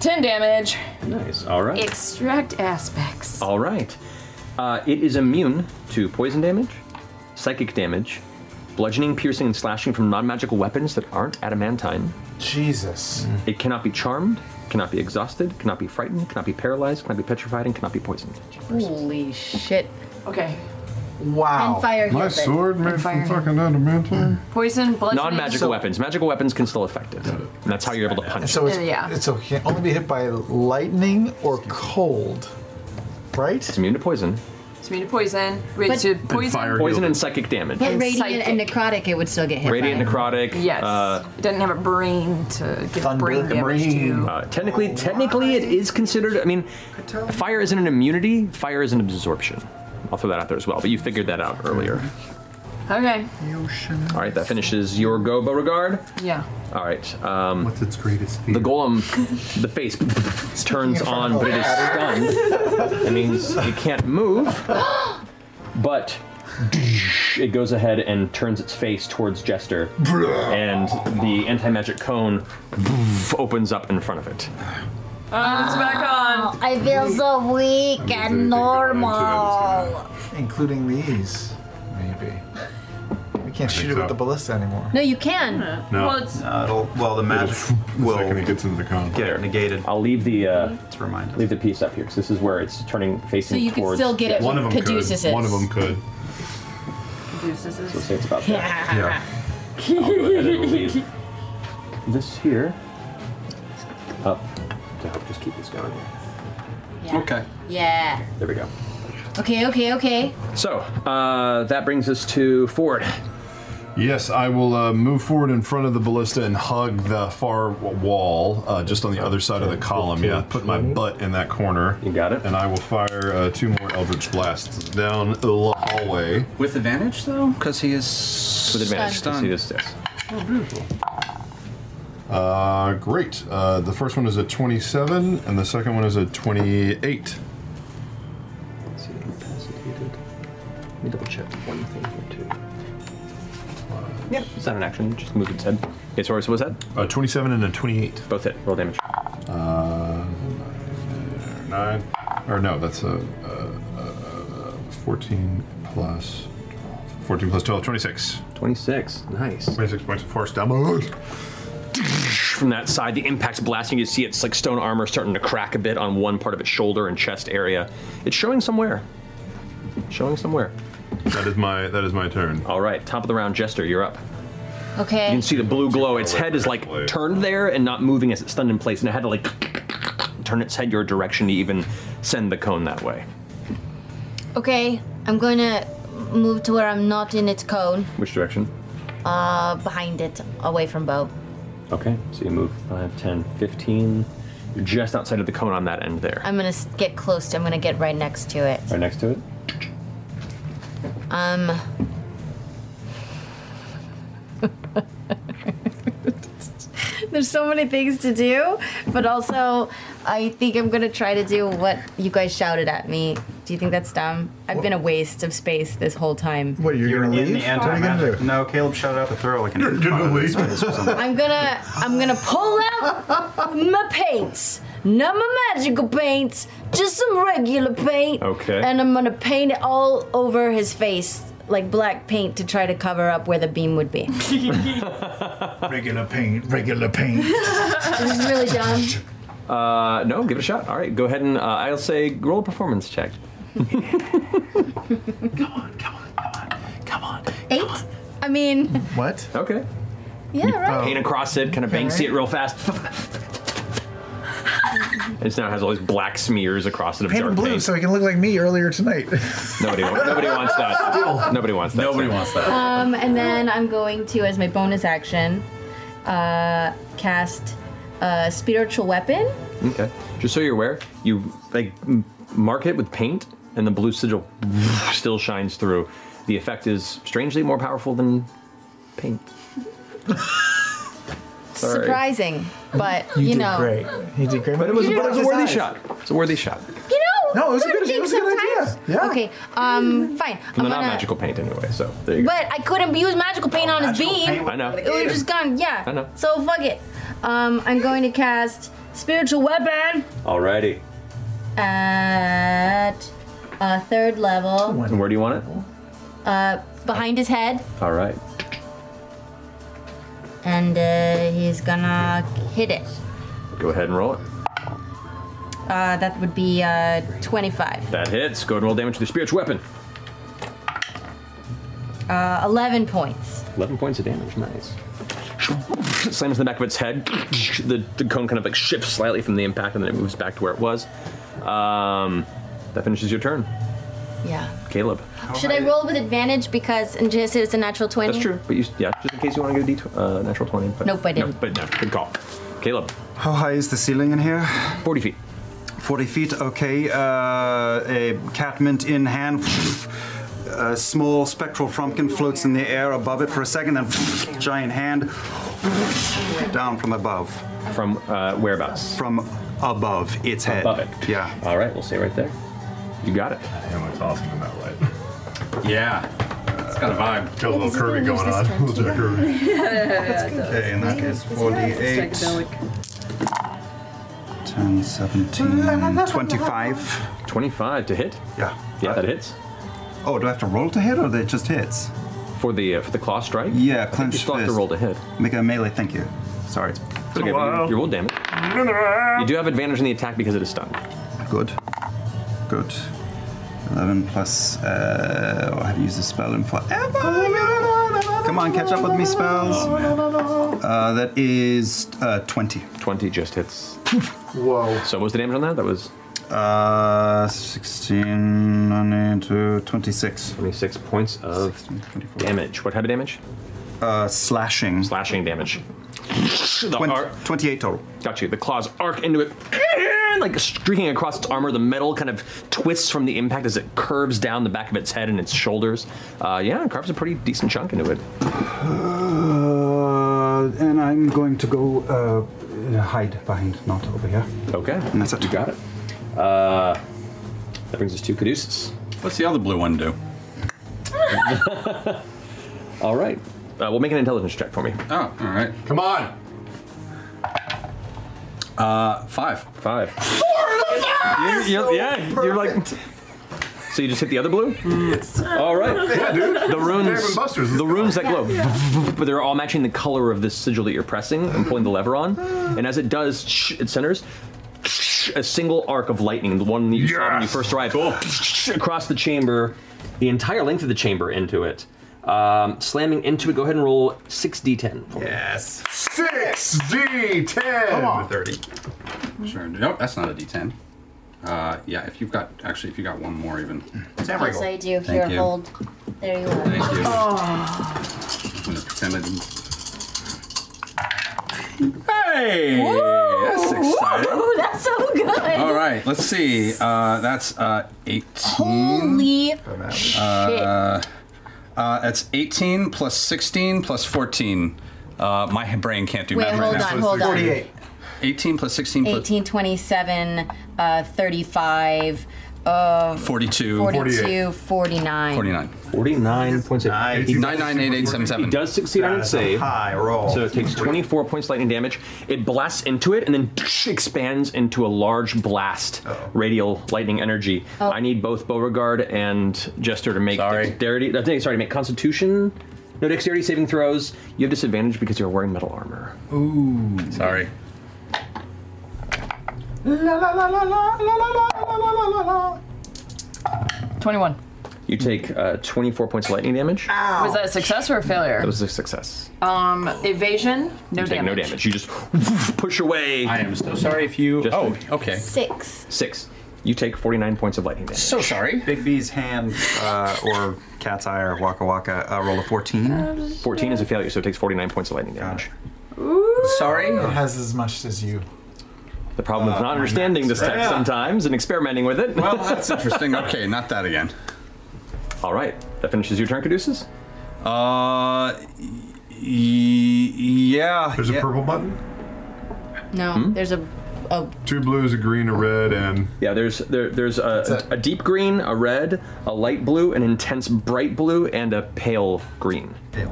Speaker 4: 10 damage.
Speaker 2: Nice. All right.
Speaker 4: Extract aspects.
Speaker 2: All right. Uh, it is immune to poison damage, psychic damage, bludgeoning, piercing, and slashing from non-magical weapons that aren't adamantine.
Speaker 12: Jesus.
Speaker 2: It cannot be charmed, cannot be exhausted, cannot be frightened, cannot be paralyzed, cannot be petrified, and cannot be poisoned.
Speaker 28: Holy shit.
Speaker 4: Okay.
Speaker 12: Wow.
Speaker 28: And fire
Speaker 14: My
Speaker 28: heals it.
Speaker 14: sword made from fucking adamantine.
Speaker 4: Poison, blood.
Speaker 2: Non-magical weapons. Magical weapons can still affect it. And that's how you're able to punch.
Speaker 12: So it's,
Speaker 2: it.
Speaker 12: it's okay. Only be hit by lightning or cold, right?
Speaker 2: It's immune to poison.
Speaker 4: It's immune to poison. Wait,
Speaker 28: But-
Speaker 4: to
Speaker 28: And
Speaker 4: poison.
Speaker 2: poison and psychic damage.
Speaker 28: But radiant and necrotic, it would still get hit.
Speaker 2: Radiant necrotic.
Speaker 4: Yes.
Speaker 2: Uh,
Speaker 4: It doesn't have a brain to give brain damage to.
Speaker 2: Uh, technically, technically, it is considered. I mean, fire isn't an immunity. Fire is an absorption. I'll throw that out there as well. But you figured that out earlier.
Speaker 4: Okay.
Speaker 2: All right, that finishes your go, Beauregard.
Speaker 4: Yeah.
Speaker 2: All right. Um, What's its greatest fear? The golem, the face turns on, but it is stunned. That means it can't move. But it goes ahead and turns its face towards Jester, and the anti-magic cone opens up in front of it.
Speaker 4: Oh, it's back
Speaker 2: Ah.
Speaker 4: on.
Speaker 7: I feel so weak and normal.
Speaker 12: Including these, maybe. We can't shoot it with the ballista anymore.
Speaker 28: No, you can.
Speaker 14: No.
Speaker 2: Oh.
Speaker 28: Well, it's,
Speaker 14: No, it'll, well, the magic will. The second it gets into the cone. Get it
Speaker 2: negated. I'll leave the uh, leave the piece up here because this is where it's turning facing.
Speaker 28: So you could
Speaker 2: towards
Speaker 28: still get it
Speaker 2: One
Speaker 28: with
Speaker 2: of them
Speaker 28: Caduceus.
Speaker 2: could. One of them
Speaker 14: could.
Speaker 2: So say it's about there.
Speaker 28: Yeah.
Speaker 2: I'll go ahead and leave this here up to help just keep this going. Okay.
Speaker 28: yeah.
Speaker 2: There we go.
Speaker 28: Okay, okay, okay.
Speaker 2: So uh, that brings us to Ford.
Speaker 14: Yes, I will uh, move forward in front of the ballista and hug the far w- wall, uh, just on the other side of the column. Yeah, put my butt in that corner. You got it. And I will fire uh, two more Eldritch Blasts down the lo- hallway.
Speaker 12: With advantage, though? Because he is.
Speaker 14: With
Speaker 12: advantage, 'cause he is
Speaker 14: Oh, beautiful. Uh, great. Uh, the first one is a 27, and the second one is a 28.
Speaker 2: Let's see, incapacitated. Let me double check one thing here, too. Yeah, it's not an action, just move its head. Okay, so what was that?
Speaker 14: Uh, 27 and a 28.
Speaker 2: Both hit, roll damage.
Speaker 14: Uh, nine, or no, that's a, uh, a, a, a 14 plus 12, 14 plus 12, 26.
Speaker 2: 26, nice.
Speaker 14: 26 points of force damage.
Speaker 2: From that side, the impact's blasting. You see its like stone armor starting to crack a bit on one part of its shoulder and chest area. It's showing somewhere. Showing somewhere.
Speaker 14: That is my that is my turn.
Speaker 2: All right, top of the round, Jester, you're up. You
Speaker 44: Okay.
Speaker 2: can see the blue glow. Its head is like turned there and not moving as it's stunned in place, and it had to like turn its head your direction to even send the cone that way,
Speaker 45: Okay, I'm going to move to where I'm not in its cone.
Speaker 2: which direction.
Speaker 45: Uh, behind it, away from Bo.
Speaker 2: Okay, so you move 5, 10, 15. You're just outside of the cone on that end there.
Speaker 45: I'm gonna s- get close. To, I'm gonna get right next to it.
Speaker 2: Right next to it?
Speaker 45: Um.
Speaker 7: There's so many things to do, but also I think I'm gonna try to do what you guys shouted at me. Do you think that's dumb? I've been a waste of space this whole time.
Speaker 1: What you're,
Speaker 46: gonna
Speaker 1: leave?
Speaker 46: The anti-
Speaker 1: What are you gonna do?
Speaker 46: No, Caleb shut it out the throw like an. You're gonna leave.
Speaker 7: I'm gonna I'm gonna pull out my paints. Not my magical paints, just some regular paint.
Speaker 2: Okay.
Speaker 7: And I'm gonna paint it all over his face, like black paint to try to cover up where the beam would be.
Speaker 1: regular paint, regular paint.
Speaker 7: this is really dumb.
Speaker 2: Uh, no, give it a shot. All right, go ahead and uh, I'll say roll a performance check.
Speaker 7: Eight? I mean,
Speaker 1: What?
Speaker 2: Okay.
Speaker 7: yeah, right.
Speaker 2: Paint across it, kind of banksy it real fast. it now has all these black smears across it of
Speaker 1: Paint him
Speaker 2: dark
Speaker 1: blue
Speaker 2: paint.
Speaker 1: so he can look like me earlier tonight.
Speaker 2: Nobody, wa- nobody wants that. Nobody wants that. Nobody
Speaker 12: wants
Speaker 1: Oh.
Speaker 7: Um, and then I'm going to, as my bonus action, uh, cast a spiritual weapon.
Speaker 2: Okay. Just so you're aware, you like m- mark it with paint, and the blue sigil still shines through. The effect is strangely more powerful than paint. Sorry.
Speaker 7: Surprising, but you, know,
Speaker 1: He did great. But
Speaker 2: it was,
Speaker 7: You
Speaker 2: but it
Speaker 7: did
Speaker 2: was a
Speaker 7: it
Speaker 2: worthy
Speaker 7: with his
Speaker 2: shot. It's a worthy shot.
Speaker 7: you know,
Speaker 1: No, it was a
Speaker 7: good,
Speaker 1: good- it was a good idea. Yeah.
Speaker 7: Okay, um, fine.
Speaker 2: No,
Speaker 7: I'm
Speaker 2: not
Speaker 7: gonna-
Speaker 2: magical paint anyway. So there you go.
Speaker 7: But I couldn't use magical paint on his
Speaker 2: Oh, Magical
Speaker 7: beam.
Speaker 2: paint would- I know.
Speaker 7: It would have just gone, yeah.
Speaker 2: I know.
Speaker 7: So fuck it. Um, I'm going to cast spiritual weapon
Speaker 2: Alrighty.
Speaker 7: at uh, third level,
Speaker 2: And where do you want it?
Speaker 7: uh, behind his head.
Speaker 2: All right.
Speaker 7: and uh, he's gonna hit it.
Speaker 2: Go ahead and roll it.
Speaker 7: Uh, that would be uh, 25.
Speaker 2: That hits. Go ahead and roll damage to the spiritual weapon.
Speaker 7: Uh, 11 points.
Speaker 2: 11 points of damage. Nice. Slams in the back of its head. The, the cone kind of like shifts slightly from the impact and then it moves back to where it was. Um, that finishes your turn,
Speaker 7: Yeah.
Speaker 2: Caleb.
Speaker 7: Should I roll with advantage because in just it's a natural 20?
Speaker 2: That's true. But you, yeah, just in case you want to get a D uh, natural 20. But
Speaker 7: Nope, I
Speaker 2: no,
Speaker 7: didn't.
Speaker 2: but no, good call. Caleb.
Speaker 3: How high is the ceiling in here?
Speaker 2: 40 feet.
Speaker 3: 40 feet, okay. Uh, a catmint in hand. A small spectral frumpkin floats in the air above it for a second, and giant hand down from above.
Speaker 2: From uh, whereabouts?
Speaker 3: From above its head.
Speaker 2: Above it.
Speaker 3: Yeah.
Speaker 2: All right, we'll stay right there. You got it.
Speaker 14: Everyone's awesome in that way.
Speaker 12: Yeah. It's got a vibe.
Speaker 14: Got a little Kirby going on. Little Jack Kirby.
Speaker 3: Okay, and that is 48. 10, 17, 25.
Speaker 2: 25 to hit?
Speaker 3: Yeah.
Speaker 2: Yeah, that hits.
Speaker 3: Oh, do I have to roll to hit, or that just hits?
Speaker 2: For the uh, for the claw strike?
Speaker 3: Yeah,
Speaker 2: I think you
Speaker 3: clenched
Speaker 2: still have to
Speaker 3: fist.
Speaker 2: roll to hit.
Speaker 3: Make a melee, thank you. Sorry. It's
Speaker 2: It's okay, but you, you rolled damage. You do have advantage in the attack because it is stunned.
Speaker 3: Good. Good. 11 plus. Uh, oh, I haven't used this spell in forever. Come on, catch up with me, spells. Uh, that is uh, 20.
Speaker 2: 20 just hits.
Speaker 3: Whoa.
Speaker 2: So, what was the damage on that? That was.
Speaker 3: Uh, 16, 22, 26.
Speaker 2: 26 points of damage. What type of damage?
Speaker 3: Uh, slashing.
Speaker 12: Slashing damage.
Speaker 3: Twen- 28 total.
Speaker 2: Got you. The claws arc into it, and, like streaking across its armor. The metal kind of twists from the impact as it curves down the back of its head and its shoulders. Uh, yeah, it carves a pretty decent chunk into it.
Speaker 47: Uh, and I'm going to go uh, hide behind, not over here.
Speaker 2: Okay.
Speaker 47: And that's it. You
Speaker 2: got it. Uh, that brings us to Caduceus.
Speaker 12: What's the other blue one do?
Speaker 2: All right. Uh, we'll make an intelligence check for me.
Speaker 12: Oh, all right.
Speaker 2: Come on.
Speaker 12: Uh, five.
Speaker 2: Five. You're, you're- yeah, you're like. So you just hit the other blue? All right.
Speaker 14: Yeah, dude.
Speaker 2: The
Speaker 14: Dave
Speaker 2: runes,
Speaker 14: and Buster's.
Speaker 2: the runes that glow, but they're all matching the color of this sigil that you're pressing and pulling the lever on. And as it does, it centers. A single arc of lightning, the one that you saw when you first arrived, across the chamber, the entire length of the chamber into it, um, slamming into it. Go ahead and roll six d10.
Speaker 12: Yes.
Speaker 14: Six D ten.
Speaker 12: Come on. 30. Sure. Nope, that's not a D10. Uh, yeah, if you've got, actually, if you got one more even.
Speaker 48: Yes, I do.
Speaker 12: Thank
Speaker 48: Here,
Speaker 12: you.
Speaker 48: hold. There you are.
Speaker 12: Thank you.
Speaker 48: Oh.
Speaker 12: I'm gonna pretend I didn't. Hey! That's exciting.
Speaker 1: Whoa, that's so good.
Speaker 12: All right, let's see. Uh, that's uh, 18.
Speaker 1: Holy
Speaker 12: Uh, uh, that's 18 plus 16 plus 14. Uh, my brain can't do
Speaker 7: Wait,
Speaker 12: math
Speaker 7: hold
Speaker 12: right
Speaker 7: on,
Speaker 12: now.
Speaker 7: hold on. 48.
Speaker 12: 18 plus 16 plus
Speaker 7: 18, 27, uh, 35, uh,
Speaker 12: 42.
Speaker 7: 42, 49.
Speaker 12: 49.
Speaker 2: 49 points of
Speaker 12: Nice. 998877.
Speaker 2: He does succeed on its
Speaker 12: That's a
Speaker 2: save.
Speaker 12: high roll.
Speaker 2: So it takes 24 points lightning damage. It blasts into it and then expands into a large blast radial lightning energy.
Speaker 49: Oh.
Speaker 2: I need both Beauregard and Jester to make dexterity. I think sorry, to make Constitution. No dexterity saving throws. You have disadvantage because you're wearing metal armor.
Speaker 12: Ooh. Sorry.
Speaker 50: La la la la la la la la la la la.
Speaker 4: 21.
Speaker 2: You take uh, 24 points of lightning damage.
Speaker 4: Was that a success or a failure?
Speaker 2: That was a success.
Speaker 4: Um, evasion, no
Speaker 2: you take
Speaker 4: damage.
Speaker 2: no damage. You just push away. I
Speaker 12: am so sorry if you. oh, okay.
Speaker 4: Six.
Speaker 2: Six. You take 49 points of lightning damage.
Speaker 12: So sorry.
Speaker 3: Big B's hand uh, or cat's eye or waka waka uh, roll a 14.
Speaker 2: 14 is a failure, so it takes 49 points of lightning damage.
Speaker 12: Sorry?
Speaker 51: It has as much as you.
Speaker 2: The problem
Speaker 51: Uh,
Speaker 2: is not understanding this text
Speaker 51: Yeah.
Speaker 2: sometimes and experimenting with it.
Speaker 12: Well, Oh, that's interesting. Okay, not that again.
Speaker 2: All right, that finishes your turn, Caduceus?
Speaker 12: Uh, yeah.
Speaker 14: There's a purple button.
Speaker 7: No,
Speaker 2: Hmm?
Speaker 7: there's a, a
Speaker 14: Two blues, a green, a red, and
Speaker 2: yeah. There's there, there's a, a deep green, a red, a light blue, an intense bright blue, and a pale green.
Speaker 3: Pale,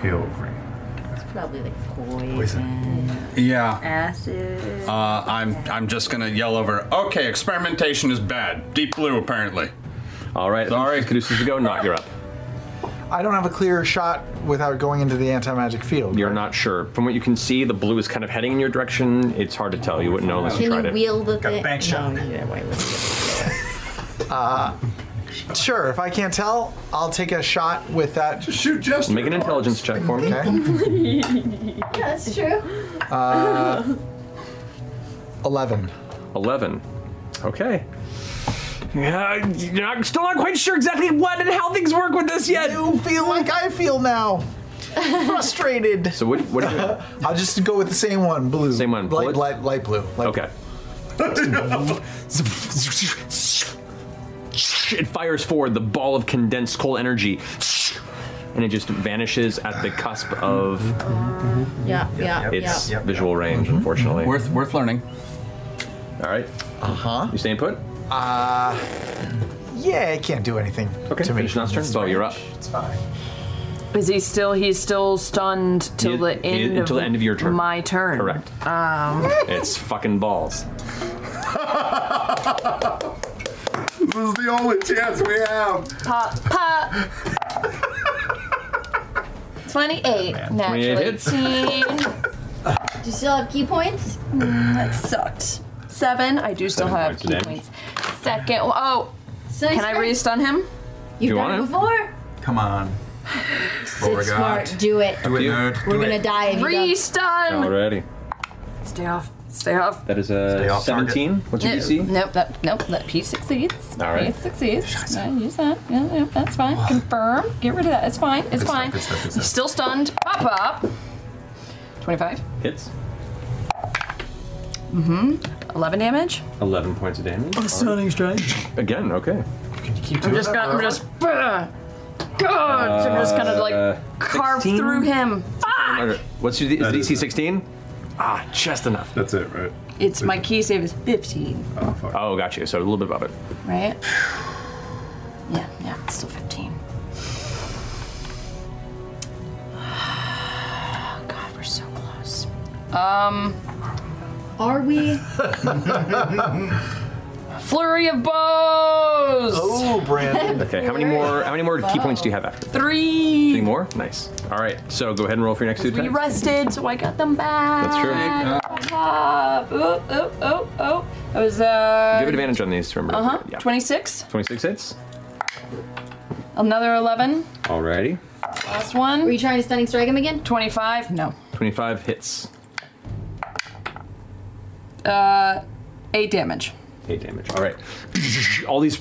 Speaker 14: pale green.
Speaker 7: it's probably like poison.
Speaker 12: Yeah.
Speaker 7: Acid.
Speaker 12: Uh, I'm I'm just gonna yell over. Okay, experimentation is bad. Deep blue apparently.
Speaker 2: All right.
Speaker 12: Sorry.
Speaker 2: Caduceus, go. Not you're up.
Speaker 51: I don't have a clear shot without going into the anti magic field.
Speaker 2: You're not sure. From what you can see, the blue is kind of heading in your direction. It's hard to tell. You wouldn't know unless you
Speaker 7: Can
Speaker 2: tried
Speaker 7: you
Speaker 2: it.
Speaker 7: wheel the thing?
Speaker 51: bank
Speaker 7: shot. yeah, why would
Speaker 51: Uh, sure, if I can't tell, I'll take a shot with that. Just
Speaker 14: shoot Jester.
Speaker 51: Make
Speaker 2: an intelligence check for me.
Speaker 1: yeah, that's true.
Speaker 51: Uh, 11.
Speaker 2: 11. Okay. Yeah, you're not, still not quite sure exactly what and how things work with this yet.
Speaker 51: You feel like I feel now. Frustrated.
Speaker 2: So what? What?
Speaker 51: I'll just go with the same one, blue. Same one, light, light, light blue. Light
Speaker 2: okay. It fires forward the ball of condensed coal energy, and it just vanishes at the cusp of
Speaker 7: Yeah, yeah,
Speaker 2: its
Speaker 7: yeah.
Speaker 2: visual range.
Speaker 51: Mm-hmm.
Speaker 2: Unfortunately,
Speaker 12: worth worth learning.
Speaker 2: All right.
Speaker 51: Uh huh.
Speaker 2: You staying put?
Speaker 51: Uh, yeah, it can't do anything
Speaker 2: okay,
Speaker 51: to me.
Speaker 2: finish Nott's
Speaker 51: from
Speaker 2: turn.
Speaker 51: this
Speaker 12: Oh,
Speaker 2: Bo, you're
Speaker 51: range.
Speaker 2: up.
Speaker 51: It's fine.
Speaker 4: Is he still? He's still stunned till
Speaker 2: Yeah,
Speaker 4: the end.
Speaker 2: yeah, until
Speaker 4: of
Speaker 2: the end of your turn.
Speaker 4: My turn.
Speaker 2: Correct.
Speaker 4: Um.
Speaker 2: It's fucking balls.
Speaker 14: This is the only chance we have.
Speaker 1: Pop, pop. 28, naturally.
Speaker 2: 28 hits.
Speaker 1: do you still have key points? Mm, that sucked. Seven, I do still
Speaker 2: Seven
Speaker 1: have
Speaker 2: points
Speaker 1: key
Speaker 2: of
Speaker 1: points. Second, oh, can I re-stun him?
Speaker 12: You
Speaker 1: You've
Speaker 12: want
Speaker 1: done it
Speaker 12: him?
Speaker 1: before.
Speaker 12: Come on.
Speaker 1: Sit smart, do it.
Speaker 12: Do it, nerd.
Speaker 1: We're gonna die if you don't.
Speaker 4: Re-stun.
Speaker 2: Already.
Speaker 4: Stay off. Stay off.
Speaker 2: That is uh, a 17. What's your
Speaker 4: Nope,
Speaker 2: DC?
Speaker 4: Nope, that, nope, that P succeeds.
Speaker 2: All right.
Speaker 4: P succeeds. Yeah, use that. Yeah, yeah, that's fine. Confirm. Get rid of that. It's fine.
Speaker 2: Good
Speaker 4: It's
Speaker 2: stuff,
Speaker 4: fine.
Speaker 2: good stuff, good
Speaker 4: He's
Speaker 2: stuff.
Speaker 4: still stunned. Pop up. 25.
Speaker 2: Hits.
Speaker 4: Mm-hmm. 11 damage.
Speaker 2: 11 points of damage.
Speaker 4: A stunning
Speaker 2: strike. Again, okay. Can you keep
Speaker 4: I'm just gonna, I'm just, God, Uh, I'm just gonna
Speaker 2: uh,
Speaker 4: like carve through him.
Speaker 1: Ah.
Speaker 2: What's your D- is DC 16? Ah, just enough. That's it, right?
Speaker 4: It's my key save is 15,
Speaker 2: Oh, fuck. oh, got you. So a little bit above it.
Speaker 4: right? Yeah, yeah, it's still 15. God, we're so close. Um, are we? Flurry of bows.
Speaker 12: Oh, Brandon.
Speaker 2: Okay, how many more? How many more key points do you have after? that?
Speaker 4: Three.
Speaker 2: Three more. Nice. All right. So go ahead and roll for your next two
Speaker 4: We
Speaker 2: attacks.
Speaker 4: rested, so I got them back.
Speaker 2: That's true.
Speaker 4: Ah, oh, oh, oh, oh. That was uh.
Speaker 2: Give advantage on these. Remember.
Speaker 4: Uh
Speaker 1: Uh-huh.
Speaker 4: huh.
Speaker 2: Yeah.
Speaker 4: 26.
Speaker 2: 26 hits.
Speaker 4: Another 11.
Speaker 2: Alrighty.
Speaker 4: Last one. Were you trying to stunning strike him again? 25. No.
Speaker 2: 25 hits.
Speaker 4: Uh, eight damage.
Speaker 2: Eight damage. All right. All these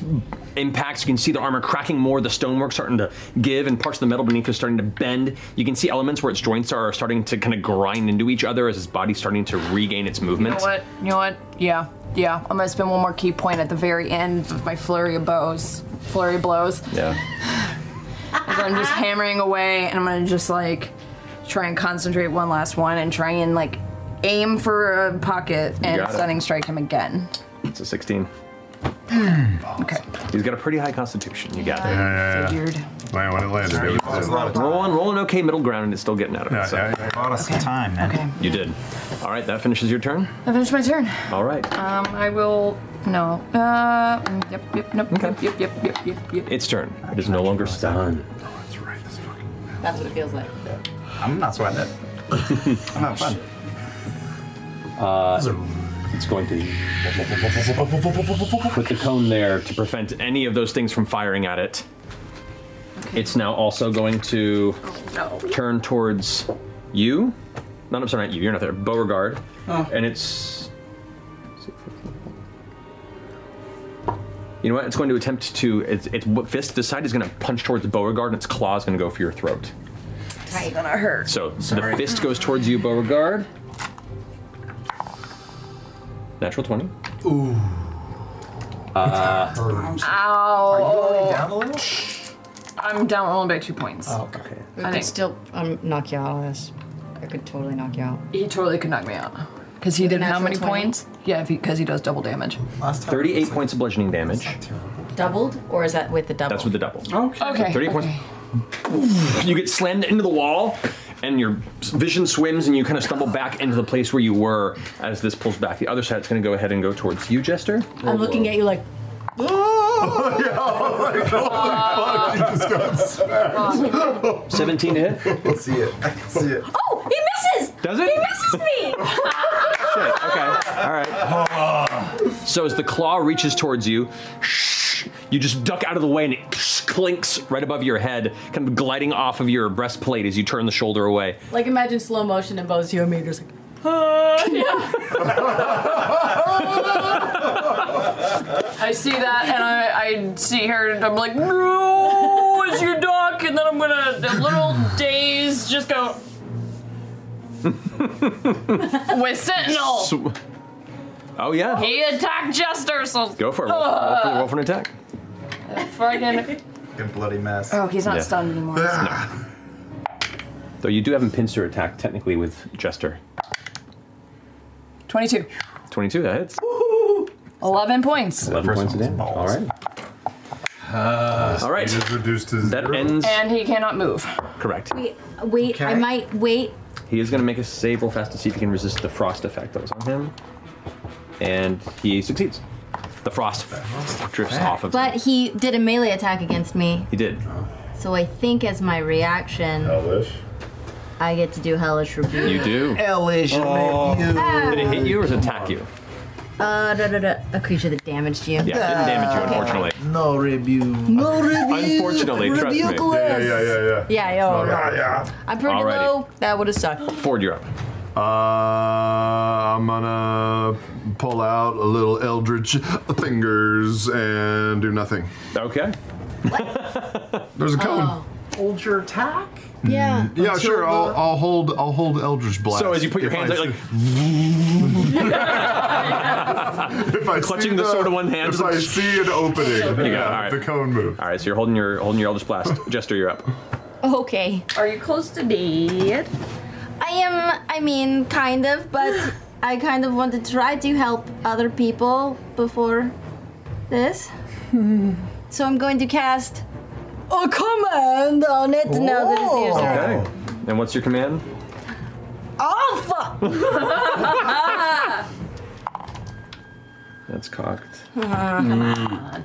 Speaker 2: impacts, you can see the armor cracking more, the stonework starting to give, and parts of the metal beneath is starting to bend. You can see elements where its joints are starting to kind of grind into each other as its body's starting to regain its
Speaker 4: You know
Speaker 2: movement.
Speaker 4: what? You know what? Yeah. Yeah. I'm gonna spend one more key point at the very end of my flurry of bows. Flurry of blows.
Speaker 2: Yeah.
Speaker 4: As I'm just hammering away, and I'm gonna just like try and concentrate one last one and try and like aim for a pocket and
Speaker 2: got it.
Speaker 4: stunning strike him again.
Speaker 2: It's a 16.
Speaker 4: Okay.
Speaker 2: He's got a pretty high constitution. You got it.
Speaker 4: Yeah, yeah, yeah. Figured.
Speaker 2: Man, when it landed, it was rolling, rolling okay middle ground, and it's still getting out of it. so.
Speaker 3: Bought us some time, man.
Speaker 4: Okay.
Speaker 2: You did. All right, that finishes your turn.
Speaker 4: I finished my turn.
Speaker 2: All right.
Speaker 4: Um, I will. No. Uh. mm, Yep. Yep. Nope. Yep. Yep. Yep. Yep. Yep.
Speaker 2: Its turn. It is no longer stunned.
Speaker 28: That's what it feels like.
Speaker 2: I'm not sweating it. I'm not fun. Uh, it's going to put the cone there to prevent any of those things from firing at it. It's now also going to turn towards you. No, I'm sorry, not you. You're not there. Beauregard.
Speaker 16: Oh.
Speaker 2: And it's. You know what? It's going to attempt to. Its, its fist this side is going to punch towards Beauregard, and its claw is going to go for your throat.
Speaker 4: This is gonna hurt.
Speaker 2: So the fist goes towards you, Beauregard. Natural 20.
Speaker 16: Ooh.
Speaker 2: Uh,
Speaker 4: Ow. Are you down a little? I'm down only by two points.
Speaker 1: Oh,
Speaker 4: okay.
Speaker 1: We
Speaker 4: I
Speaker 1: could
Speaker 4: think
Speaker 1: still um, knock you out of this. I could totally knock you out.
Speaker 4: he totally could knock me out. Because he did how
Speaker 1: Natural
Speaker 4: many
Speaker 1: 20?
Speaker 4: points? Yeah, because he does double damage.
Speaker 2: 38 points of bludgeoning damage.
Speaker 1: Doubled, or is that with the double?
Speaker 2: That's with the double.
Speaker 4: Okay,
Speaker 2: 38 points. You get slammed into the wall, and your vision swims, and you kind of stumble back into the place where you were as this pulls back. The other side's going to go ahead and go towards you, Jester.
Speaker 1: I'm looking at you like.
Speaker 16: Oh, yeah,
Speaker 1: oh
Speaker 16: my God,
Speaker 2: fuck, he just got
Speaker 16: stabbed.
Speaker 2: 17 to hit. Let's see it. I can see it.
Speaker 16: Oh, he misses!
Speaker 2: Does it?
Speaker 16: He misses me!
Speaker 2: Shit, okay. All right. So as the claw reaches towards you, you just duck out of the way and it clinks right above your head, kind of gliding off of your breastplate as you turn the shoulder away.
Speaker 28: Like imagine slow motion and Bo's you and me just like.
Speaker 4: Uh, I see that, and I, I see her, and I'm like, no, it's your duck, and then I'm gonna a little daze, just go. With Sentinel,
Speaker 2: Sw- oh yeah.
Speaker 4: he attacked Jester, so
Speaker 2: Go for it. Roll, roll for, roll for an attack.
Speaker 4: Friggin'
Speaker 3: Good bloody mess.
Speaker 4: Oh, he's not
Speaker 2: Yeah.
Speaker 4: stunned anymore.
Speaker 2: Though you do have a pincer attack technically with Jester.
Speaker 4: 22.
Speaker 2: 22, that hits.
Speaker 4: 11 points.
Speaker 2: 11 points of damage. All right. All right. that ends.
Speaker 4: And he cannot move.
Speaker 2: Correct.
Speaker 1: Wait, wait I
Speaker 2: Okay.
Speaker 1: might wait.
Speaker 2: He is going to make a save roll fast to see if he can resist the frost effect that was on him. And he succeeds. The frost drifts off of him.
Speaker 1: But he did a melee attack against me,
Speaker 2: He did.
Speaker 1: so I think as my reaction,
Speaker 2: Hellish.
Speaker 1: I get to do hellish rebuke.
Speaker 2: You do. Oh.
Speaker 1: Hellish Oh.
Speaker 2: Did it hit you or is it attack you?
Speaker 1: Uh, da, da, da, a creature that damaged you.
Speaker 2: Yeah, it didn't damage you, unfortunately.
Speaker 12: No rebuke.
Speaker 1: No rebuke.
Speaker 2: Unfortunately, trust me.
Speaker 1: Rebuke less.
Speaker 2: yeah, yeah.
Speaker 1: Yeah, yo, I'm pretty
Speaker 2: Alrighty. Mm.
Speaker 1: low. That would have sucked.
Speaker 2: Ford, you're up.
Speaker 14: Uh, I'm gonna pull out a little eldritch fingers and do nothing.
Speaker 2: Okay.
Speaker 14: There's a cone.
Speaker 52: Hold your attack?
Speaker 14: Yeah. Yeah,
Speaker 52: Until
Speaker 14: sure. I'll,
Speaker 52: the-
Speaker 14: I'll hold. I'll hold Eldritch Blast.
Speaker 2: So as you put your
Speaker 14: if
Speaker 2: hands
Speaker 14: I
Speaker 2: out,
Speaker 14: see-
Speaker 2: like
Speaker 14: if I
Speaker 2: clutching
Speaker 14: see
Speaker 2: the sword in one hand,
Speaker 14: If
Speaker 2: just like-
Speaker 14: I see an opening,
Speaker 2: There you go.
Speaker 14: yeah,
Speaker 2: All right.
Speaker 14: the cone move.
Speaker 2: All right, so you're holding your holding your eldritch blast. Jester, you're up.
Speaker 9: Okay.
Speaker 7: Are you close to dead?
Speaker 9: I am, I mean, kind of, but I kind of want to try to help other people before this. So I'm going to cast a command on it now that it's used.
Speaker 2: Okay. And what's your command?
Speaker 9: Alpha! Ah.
Speaker 2: That's cocked.
Speaker 9: Ah.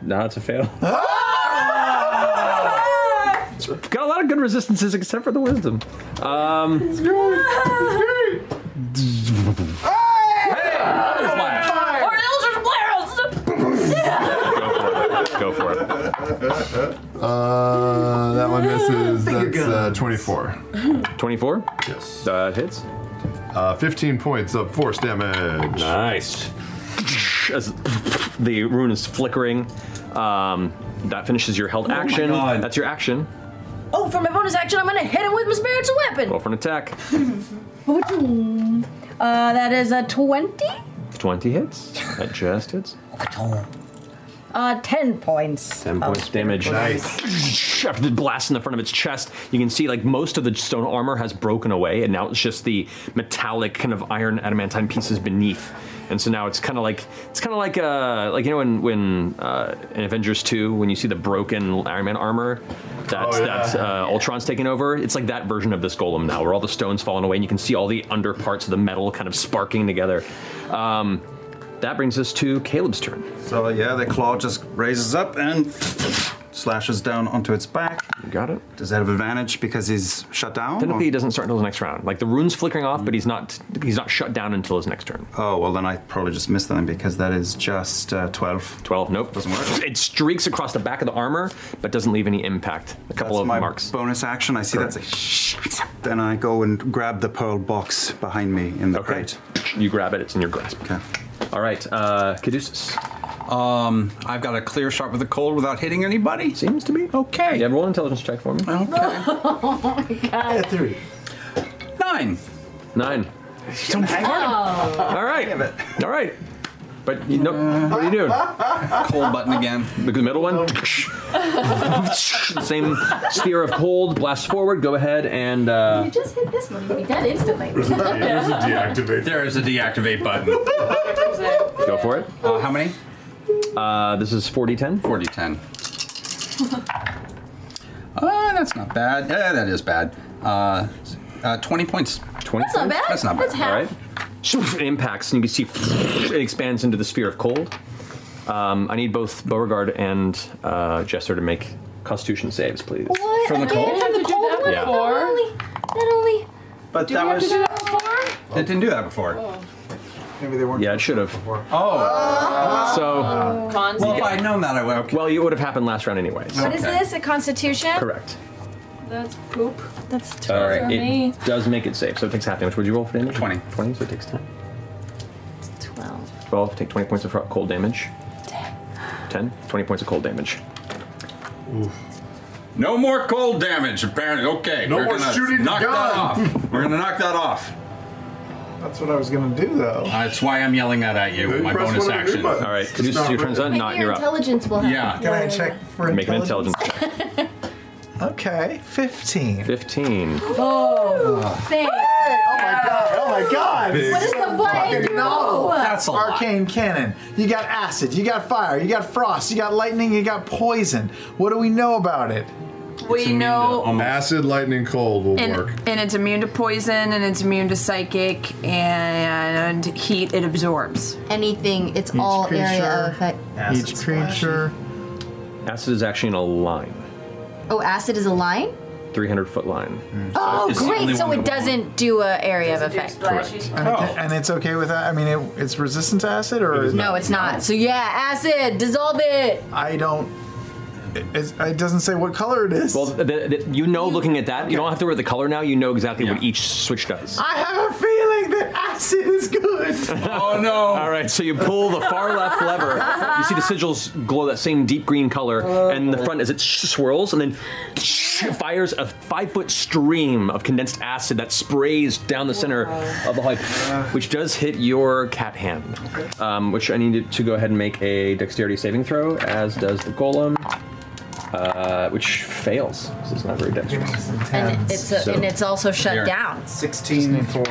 Speaker 2: No, it's a fail. It's Got a lot of good resistances except for the wisdom. Um,
Speaker 52: Or
Speaker 2: Go for it.
Speaker 14: Uh, that one misses.
Speaker 2: Finger
Speaker 14: That's uh,
Speaker 2: guns.
Speaker 14: 24.
Speaker 2: 24?
Speaker 14: Yes.
Speaker 2: That hits.
Speaker 14: Uh, 15 points of force damage.
Speaker 2: Nice. As the rune is flickering, um, that finishes your held action. That's your action.
Speaker 7: Oh, for my bonus action, I'm gonna hit him with my spiritual weapon.
Speaker 2: Roll for an attack. Oh.
Speaker 7: Uh, that is a twenty.
Speaker 2: 20 hits. That just hits.
Speaker 7: Uh, ten points. Oh.
Speaker 2: 10 points of damage. Nice. After the blast in the front of its chest, you can see like most of the stone armor has broken away, and now it's just the metallic kind of iron adamantine pieces beneath. And so now it's kind of like it's kind of like uh like you know when when uh, in Avengers two when you see the broken Iron Man armor that's
Speaker 53: Oh, yeah.
Speaker 2: that's uh, Ultron's taking over. It's like that version of this golem now, where all the stones falling away, and you can see all the under parts of the metal kind of sparking together. Um, that brings us to Caleb's turn.
Speaker 3: So yeah, the claw just raises up and slashes down onto its back.
Speaker 2: got it.
Speaker 3: Does that have advantage because he's shut down?
Speaker 2: Technically, he doesn't start until the next round. Like the rune's flickering off, but he's not he's not shut down until his next turn.
Speaker 3: Oh well, then I probably just missed them because that is just uh, twelve.
Speaker 2: Twelve, nope,
Speaker 3: doesn't work.
Speaker 2: It streaks across the back of the armor, but doesn't leave any impact. A couple of marks.
Speaker 3: Bonus action. I see that's a. Then I go and grab the pearl box behind me in the crate.
Speaker 2: You grab it. It's in your grasp.
Speaker 3: Okay.
Speaker 2: All right, uh, Caduceus.
Speaker 12: Um, I've got a clear shot with a cold without hitting anybody.
Speaker 2: Seems to be okay. Yeah, roll an intelligence check for me.
Speaker 52: oh my god. Three.
Speaker 12: Nine.
Speaker 2: Nine. Oh. All right. All right. But you know, what are you doing?
Speaker 12: Cold button again.
Speaker 2: The middle one. Same sphere of cold. Blast forward. Go ahead and. Uh,
Speaker 7: You just hit this one. You'll be dead instantly.
Speaker 2: deactivate.
Speaker 12: There is a deactivate button.
Speaker 2: Go for it.
Speaker 12: Uh, how many?
Speaker 2: Uh, this is 4010.
Speaker 12: 4010. Uh, that's not bad. Yeah, that is bad. Uh, uh, 20 points.
Speaker 2: 20
Speaker 12: That's not points? bad. That's not bad. That's half.
Speaker 2: All right. Shoof, It impacts, and you can see it expands into the sphere of cold. Um, I need both Beauregard and uh, Jester to make Constitution saves, please.
Speaker 1: What?
Speaker 2: From the
Speaker 1: Again?
Speaker 2: cold?
Speaker 1: From the cold one?
Speaker 2: Yeah.
Speaker 1: That only. That only.
Speaker 12: But that was. It didn't do that before.
Speaker 2: Maybe they weren't. Yeah, it should have.
Speaker 12: Oh.
Speaker 2: So.
Speaker 12: Well, if I'd known that, Oh, I would.
Speaker 2: Well, it would have happened last round, anyways.
Speaker 9: What is this? A constitution?
Speaker 2: Correct.
Speaker 9: That's poop. That's
Speaker 2: All
Speaker 9: terrible.
Speaker 2: right. It does make it safe, so it takes half damage. Would you roll for damage? 20. 20, so it takes 10.
Speaker 9: 12.
Speaker 2: 12, take 20 points of fro- cold damage. 10. 20 points of cold damage.
Speaker 12: No more cold damage, apparently. Okay.
Speaker 2: No
Speaker 12: we're
Speaker 2: more
Speaker 12: gonna
Speaker 2: shooting
Speaker 12: knock
Speaker 2: gun.
Speaker 12: that off. We're gonna knock that off.
Speaker 52: That's what I was gonna do though.
Speaker 12: That's why I'm yelling that at you with my
Speaker 52: Press one
Speaker 12: bonus
Speaker 52: of the new
Speaker 12: action.
Speaker 52: buttons. All right, could you- Stop your turn's it. on,
Speaker 12: on.
Speaker 52: Maybe not,
Speaker 7: Your intelligence will have.
Speaker 12: Yeah.
Speaker 54: Can I check for
Speaker 2: Make an intelligence check.
Speaker 54: Okay, 15.
Speaker 2: 15.
Speaker 52: Oh,
Speaker 7: thanks.
Speaker 52: oh my god! Oh my god!
Speaker 54: Big
Speaker 52: What is the
Speaker 54: Fucking
Speaker 52: button?
Speaker 54: no.
Speaker 52: That's a lot.
Speaker 54: Arcane cannon. You got acid, you got fire, you got frost, you got lightning, you got poison. What do we know about it?
Speaker 4: We know.
Speaker 14: Acid, lightning, cold will
Speaker 4: And,
Speaker 14: work.
Speaker 4: and it's immune to poison, and it's immune to psychic, and heat it absorbs.
Speaker 9: Anything, it's all area of effect.
Speaker 3: uh,
Speaker 54: Each creature.
Speaker 2: Acid is actually in a line,
Speaker 9: Oh, acid is a line?
Speaker 2: 300 foot line.
Speaker 9: oh,
Speaker 2: it's the only
Speaker 9: great. So
Speaker 2: one
Speaker 9: it
Speaker 2: that
Speaker 9: doesn't do a area of effect.
Speaker 54: And,
Speaker 3: Oh.
Speaker 54: it ca- and it's okay with that? I mean, it, it's resistant to acid or?
Speaker 9: No, it's not. So yeah, acid, dissolve it.
Speaker 54: I don't.
Speaker 12: It's, it doesn't say what color it is.
Speaker 2: Well, the, the, you know, looking at that, you don't have to worry about the color now. You know exactly what each switch does.
Speaker 16: I have a feeling that acid is good.
Speaker 2: Oh no! All right, so you pull the far left lever. You see the sigils glow that same deep green color, and the front as it sh- swirls, and then fires a five-foot stream of condensed acid that sprays down the center of the pipe, which does hit your cat hand. Um, which I need to go ahead and make a dexterity saving throw, as does the golem, uh, which fails because it's not very dexterous.
Speaker 1: And it's a,
Speaker 2: So-
Speaker 1: and it's also shut
Speaker 2: There.
Speaker 1: down.
Speaker 3: 16 for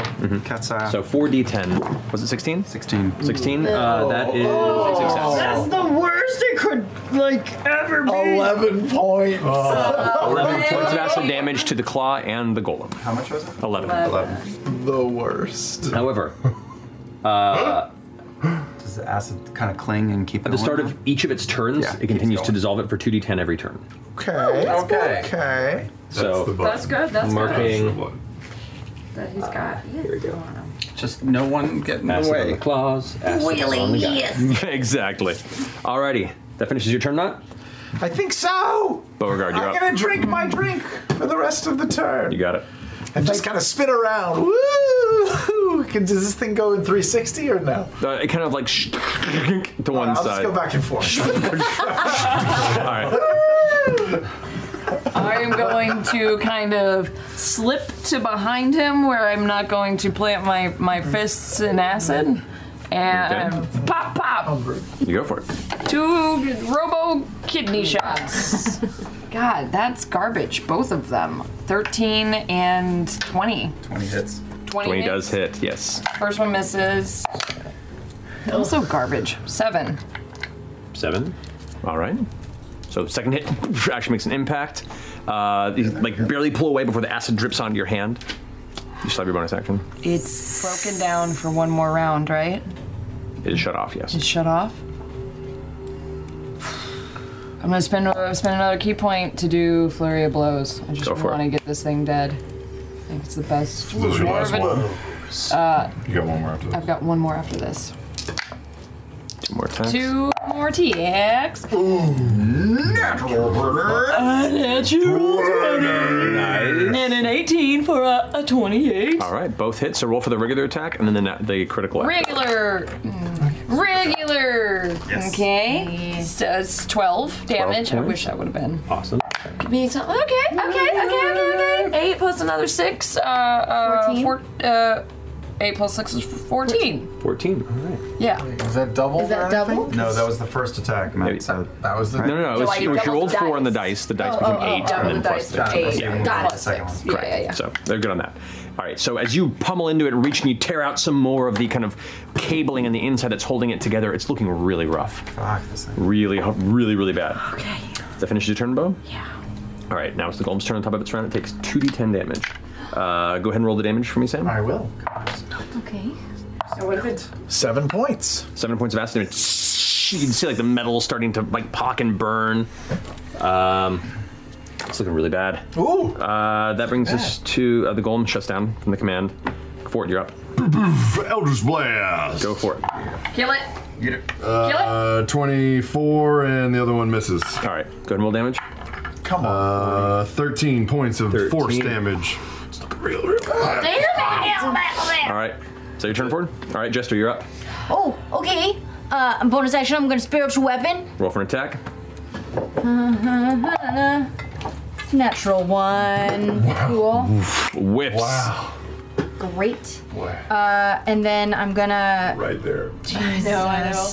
Speaker 2: Cat's eye. Mm-hmm. So 4d10. Was it 16? 16. 16. Uh, that is a
Speaker 5: That's
Speaker 2: success.
Speaker 5: the worst it could like ever be.
Speaker 12: Eleven points.
Speaker 2: Uh,
Speaker 12: Oh.
Speaker 2: 11 points of acid damage to the claw and the golem. How
Speaker 3: much was it?
Speaker 2: 11. Um,
Speaker 12: The worst.
Speaker 2: However, uh,
Speaker 3: Does the acid kind of cling and keep
Speaker 2: at the
Speaker 3: going
Speaker 2: start
Speaker 3: now?
Speaker 2: of each of its turns, it continues to dissolve it for 2d10 every turn.
Speaker 12: Okay.
Speaker 4: that's good.
Speaker 12: okay. Okay.
Speaker 2: so
Speaker 14: Oh.
Speaker 4: That's good, that's good.
Speaker 2: marking
Speaker 4: That he's got. Here we go.
Speaker 15: Just no one get in the
Speaker 2: acid
Speaker 15: way.
Speaker 2: on the claws, acid on the
Speaker 15: Wheeling,
Speaker 2: guy.
Speaker 15: yes.
Speaker 2: exactly. Alrighty, that finishes your turn, not
Speaker 12: I think so.
Speaker 2: Beauregard. You're
Speaker 12: I'm
Speaker 2: up.
Speaker 12: gonna drink my drink for the rest of the turn.
Speaker 2: You got it.
Speaker 12: And just kind of spin around. Woo! Can, does this thing go in 360 or no?
Speaker 2: Uh, it kind of like sh- to one
Speaker 12: I'll just
Speaker 2: side.
Speaker 12: go back and forth.
Speaker 2: All right.
Speaker 4: I am going to kind of slip to behind him where I'm not going to plant my, my fists in acid. And pop, pop!
Speaker 2: You go for it.
Speaker 4: Two robo kidney shots. God, that's garbage, both of them. 13 and 20.
Speaker 15: 20 hits.
Speaker 4: 20, hits.
Speaker 2: does hit, yes.
Speaker 4: First one misses. Also garbage. Seven.
Speaker 2: Seven. All right. So second hit actually makes an impact. Uh, you like barely pull away before the acid drips onto your hand. You still have your bonus action.
Speaker 4: It's broken down for one more round, right?
Speaker 2: It is shut off. Yes.
Speaker 4: It's shut off. I'm gonna spend uh, spend another key point to do flurry of blows. I just
Speaker 2: Go for
Speaker 4: want to get this thing dead. I think it's the best.
Speaker 14: This is your
Speaker 4: More
Speaker 14: last
Speaker 4: of it-
Speaker 14: one.
Speaker 4: Uh,
Speaker 14: You got one more after
Speaker 4: I've got one more after this.
Speaker 2: Two more times.
Speaker 4: Two more TX. natural natural And an 18 for a, a 28.
Speaker 2: All right, both hits. So roll for the regular attack and then the, na- the critical. attack.
Speaker 4: Regular. Mm, Regular.
Speaker 2: Yes.
Speaker 4: Okay. So it's 12 damage. I
Speaker 2: points. Oh.
Speaker 4: wish I would have been.
Speaker 2: Awesome.
Speaker 4: Me some. Okay, okay, okay, okay, okay. Eight plus another six. Uh, uh, fourteen. Four, uh, eight plus six is fourteen.
Speaker 2: 14. All right.
Speaker 4: Yeah.
Speaker 12: Is that double?
Speaker 4: Is that
Speaker 12: or anything?
Speaker 4: double?
Speaker 3: No, that was the first attack, Matt said.
Speaker 12: That was the.
Speaker 2: No, no, no. It
Speaker 4: So
Speaker 2: was,
Speaker 4: I
Speaker 2: it was you
Speaker 4: double
Speaker 2: rolled
Speaker 4: the
Speaker 2: four on the dice. The dice
Speaker 4: Oh,
Speaker 2: became
Speaker 4: oh, oh,
Speaker 2: eight,
Speaker 4: double
Speaker 2: and then
Speaker 4: the
Speaker 2: plus
Speaker 4: dice
Speaker 2: the-
Speaker 4: became eight.
Speaker 2: Yeah.
Speaker 4: Got it. Six. Yeah,
Speaker 2: Correct.
Speaker 4: yeah, yeah.
Speaker 2: So they're good on that. All right. So as you pummel into it and reach, and you tear out some more of the kind of cabling on the inside that's holding it together, it's looking really rough. Fuck this thing. Really, ho- really, really bad. Okay. Does that finish your turn, Bo? Yeah. All right. Now it's the golem's turn on top of its round. It takes two d10 damage. Uh, go ahead and roll the damage for me, Sam. I will.
Speaker 7: Okay.
Speaker 4: So what if it?
Speaker 12: Seven points.
Speaker 2: Seven points of acid damage. You can see like the metal starting to like pock and burn. Um, it's looking really bad.
Speaker 12: Ooh.
Speaker 2: Uh, that brings us to uh, the golem shuts down from the command. Fort, you're up.
Speaker 14: Elder's Blast!
Speaker 2: Go for it.
Speaker 4: Kill it.
Speaker 14: Uh, 24, and the other one misses. All
Speaker 2: right, go ahead and roll damage.
Speaker 14: Come on. Uh, 13 points of force damage.
Speaker 2: All right. So your turn, Ford. All right, Jester, you're up.
Speaker 7: Oh, okay. Uh, bonus action. I'm gonna spiritual weapon.
Speaker 2: Roll for an attack.
Speaker 7: Natural one. Cool.
Speaker 2: Whips.
Speaker 7: Wow. Great.
Speaker 14: Boy.
Speaker 1: Uh, and then I'm gonna.
Speaker 14: Right there.
Speaker 1: Jesus.
Speaker 4: know, I know.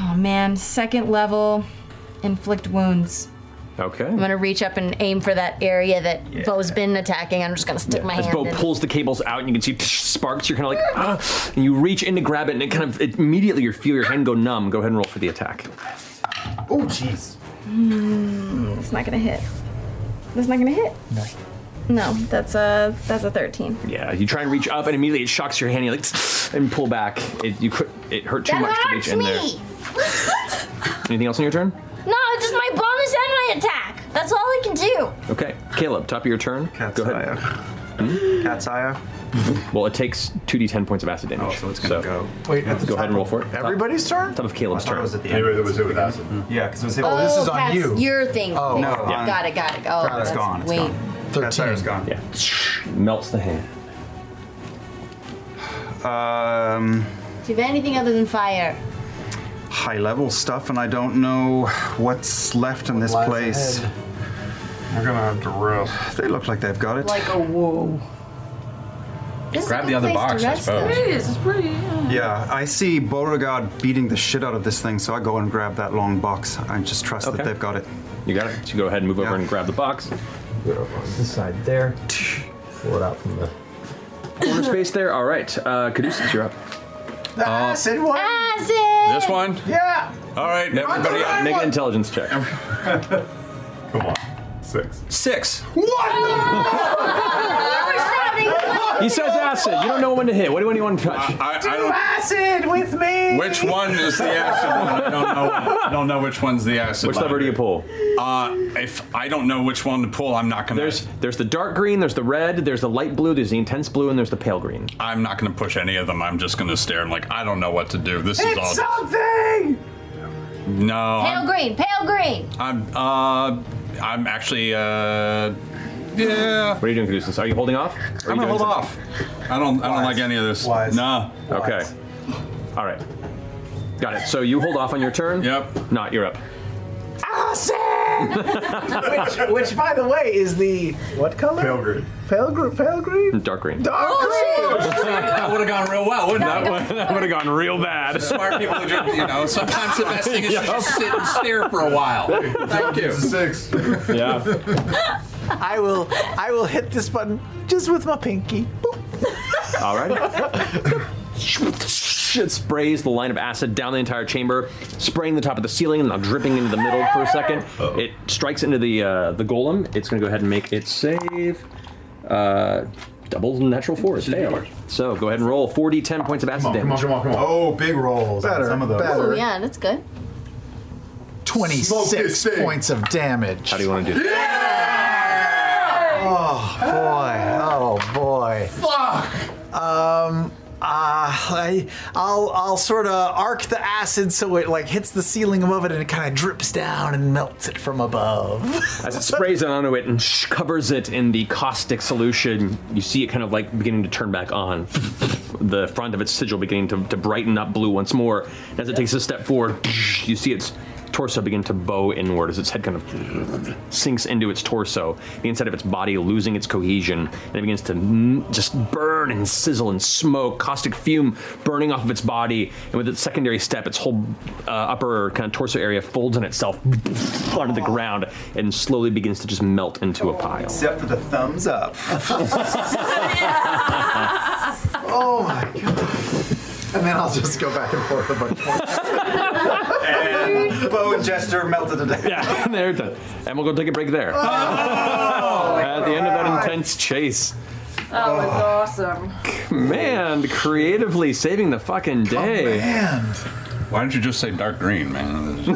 Speaker 1: Oh man, second level, inflict wounds.
Speaker 2: Okay.
Speaker 1: I'm gonna reach up and aim for that area that Bo's been attacking. I'm just gonna stick my
Speaker 2: As
Speaker 1: hand
Speaker 2: Bo
Speaker 1: in.
Speaker 2: pulls the cables out, and you can see sparks. You're kind of like, ah, and you reach in to grab it, and it kind of it, immediately you feel your hand go numb. Go ahead and roll for the attack.
Speaker 1: Oh jeez. Hmm, it's not gonna hit. That's not gonna hit.
Speaker 2: No.
Speaker 1: No, that's a that's a 13.
Speaker 2: Yeah, you try and reach up, and immediately it shocks your hand. You like and pull back. It you cou- it hurt too
Speaker 7: that
Speaker 2: much to
Speaker 7: hurts
Speaker 2: reach in there.
Speaker 7: me.
Speaker 2: Anything else on your turn?
Speaker 7: No,
Speaker 1: Oh,
Speaker 7: it's just my bonus and my attack. That's all I can do.
Speaker 2: Okay, Caleb, top of your turn. go ahead. Hmm? Cat's eye. well, it takes 2d10 points of acid damage. Oh, so it's going to go.
Speaker 1: Wait, at the
Speaker 2: go ahead
Speaker 1: top
Speaker 2: and roll for it.
Speaker 1: Everybody's turn?
Speaker 2: Top of Caleb's turn.
Speaker 55: Anyway, that was it with acid.
Speaker 14: Yeah, because it was
Speaker 7: oh, Pat's- Your thing.
Speaker 14: Oh, no, on-
Speaker 7: Got it, got it. Oh,
Speaker 14: Pat's
Speaker 7: that's-
Speaker 14: gone, it's
Speaker 7: Wait.
Speaker 14: gone. That's has gone.
Speaker 2: Yeah. Melts the hand.
Speaker 14: Um,
Speaker 7: Do you have anything other than fire?
Speaker 14: high level stuff, and I don't know what's left in this
Speaker 7: lies
Speaker 14: place.
Speaker 7: ahead?
Speaker 14: We're gonna have to rest. They look like they've got it.
Speaker 7: Like a whoa.
Speaker 14: This is Grab a the good other place box, to I rest, suppose. though.
Speaker 4: It is. It's pretty. Yeah.
Speaker 14: Yeah, I see Beauregard beating the shit out of this thing, so I go and grab that long box. I just trust that they've got it.
Speaker 2: You got it. So you go ahead and move over and grab the box.
Speaker 1: This side there. Pull it out from the.
Speaker 2: Corner space there. All right. Uh, Caduceus, you're up.
Speaker 1: acid one.
Speaker 7: Acid.
Speaker 2: This one?
Speaker 1: Yeah.
Speaker 2: All right,
Speaker 1: everybody up.
Speaker 2: Make an intelligence check.
Speaker 55: Come on. Six.
Speaker 2: Six.
Speaker 1: What?
Speaker 2: He says acid. You don't know when to hit. What do you want to touch?
Speaker 12: I, I
Speaker 1: Do
Speaker 12: don't,
Speaker 1: acid with me.
Speaker 12: which one is the acid one? I don't know. I don't know which one's the acid.
Speaker 2: Which
Speaker 12: one.
Speaker 2: lever do you pull?
Speaker 12: Uh, if I don't know which one to pull, I'm not gonna. There's
Speaker 2: There's the dark green, there's the red, there's the light blue, there's the intense blue, and there's the pale green.
Speaker 12: I'm not gonna push any of them. I'm just gonna stare. I'm like, I don't know what to do. This is all.
Speaker 7: It's something!
Speaker 12: no. I'm-
Speaker 7: Pale green, pale green.
Speaker 12: I'm uh I'm actually uh yeah. What
Speaker 2: are you doing, Caduceus? Are you holding off?
Speaker 12: I'm gonna hold off. I don't I don't like any of this. Wise. Nah.
Speaker 2: Okay. All right. Got it. So you hold off on your turn.
Speaker 12: Yep.
Speaker 2: Not you're up.
Speaker 1: which, which, by the way, is the what color? Pale green. Pale green. Pale green.
Speaker 2: Dark green.
Speaker 1: Dark green.
Speaker 12: that would have gone real well, wouldn't
Speaker 2: That would have gone real bad.
Speaker 12: Smart people who do, you know, sometimes the best thing is to just sit and stare for a while. Thank you.
Speaker 55: six.
Speaker 2: Yeah.
Speaker 1: I will. I will hit this button just with my pinky.
Speaker 2: All right. It sprays the line of acid down the entire chamber, spraying the top of the ceiling and now dripping into the middle for a 2nd It strikes into the uh, the golem. It's going to go ahead and make its save. Uh, double natural four. It's failed. So go ahead and roll 4d10 points of acid
Speaker 14: on, come
Speaker 2: damage.
Speaker 14: on, come on, come on. Oh, big rolls on Better, some of those.
Speaker 7: Oh, yeah, that's good.
Speaker 1: Twenty-six points of damage. How do
Speaker 2: you want to do?
Speaker 1: That? Oh boy! Oh boy! Fuck! Um. Uh, I, I'll I'll sort of arc the acid so it like hits the ceiling above it and it kind of drips down and melts it from above.
Speaker 2: As it sprays it onto it and sh- covers it in the caustic solution, you see it kind of like beginning to turn back on. the front of its sigil beginning to, to brighten up blue once more. As it takes a step forward, you see its torso begin to bow inward as its head kind of sinks into its torso, the inside of its body losing its cohesion, and it begins to n- just burn and sizzle and smoke, caustic fume burning off of its body, and with its secondary step, its whole uh, upper kind of torso area folds in itself onto the ground and slowly begins to just melt into a pile.
Speaker 14: Except for the thumbs up.
Speaker 1: oh my god! And then I'll just go back and forth a bunch more.
Speaker 14: and bow and jester melted to death.
Speaker 2: Yeah, there it done. And we'll go take a break there. At the end of that intense chase.
Speaker 4: That was awesome.
Speaker 2: Command creatively saving the fucking day.
Speaker 12: Why don't you just say dark green, man?
Speaker 2: All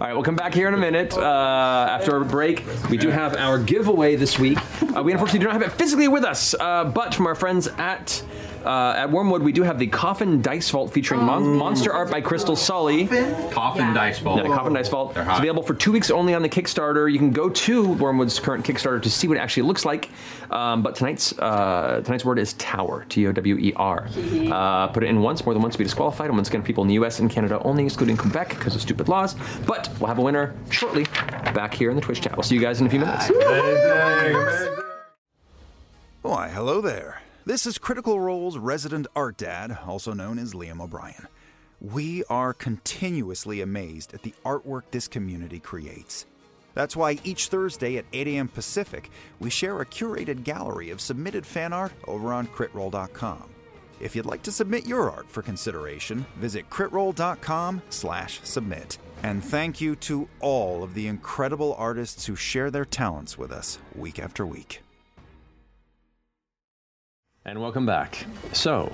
Speaker 2: right, we'll come back here in a minute uh, after a break. We do have our giveaway this week. Uh, we unfortunately do not have it physically with us, uh, but from our friends at. Uh, at Wormwood, we do have the Coffin Dice Vault featuring mon- monster art by Crystal Sully.
Speaker 12: Coffin Dice Vault.
Speaker 2: Yeah, the Coffin Dice Vault.
Speaker 12: They're
Speaker 2: It's
Speaker 12: hot.
Speaker 2: available for two weeks only on the Kickstarter. You can go to Wormwood's current Kickstarter to see what it actually looks like. Um, but tonight's uh, tonight's word is tower, T O W E R. Uh, Put it in once, more than once, be disqualified. And once again, people in the U.S. and Canada only, excluding Quebec because of stupid laws. But we'll have a winner shortly back here in the Twitch chat. We'll see you guys in a few minutes.
Speaker 3: Why, hello there. This is Critical Role's resident art dad, also known as Liam O'Brien. We are continuously amazed at the artwork this community creates. That's why each Thursday at 8 a.m. Pacific, we share a curated gallery of submitted fan art over on critroll.com. If you'd like to submit your art for consideration, visit critroll.com slash submit. And thank you to all of the incredible artists who share their talents with us week after week.
Speaker 2: And welcome back. So,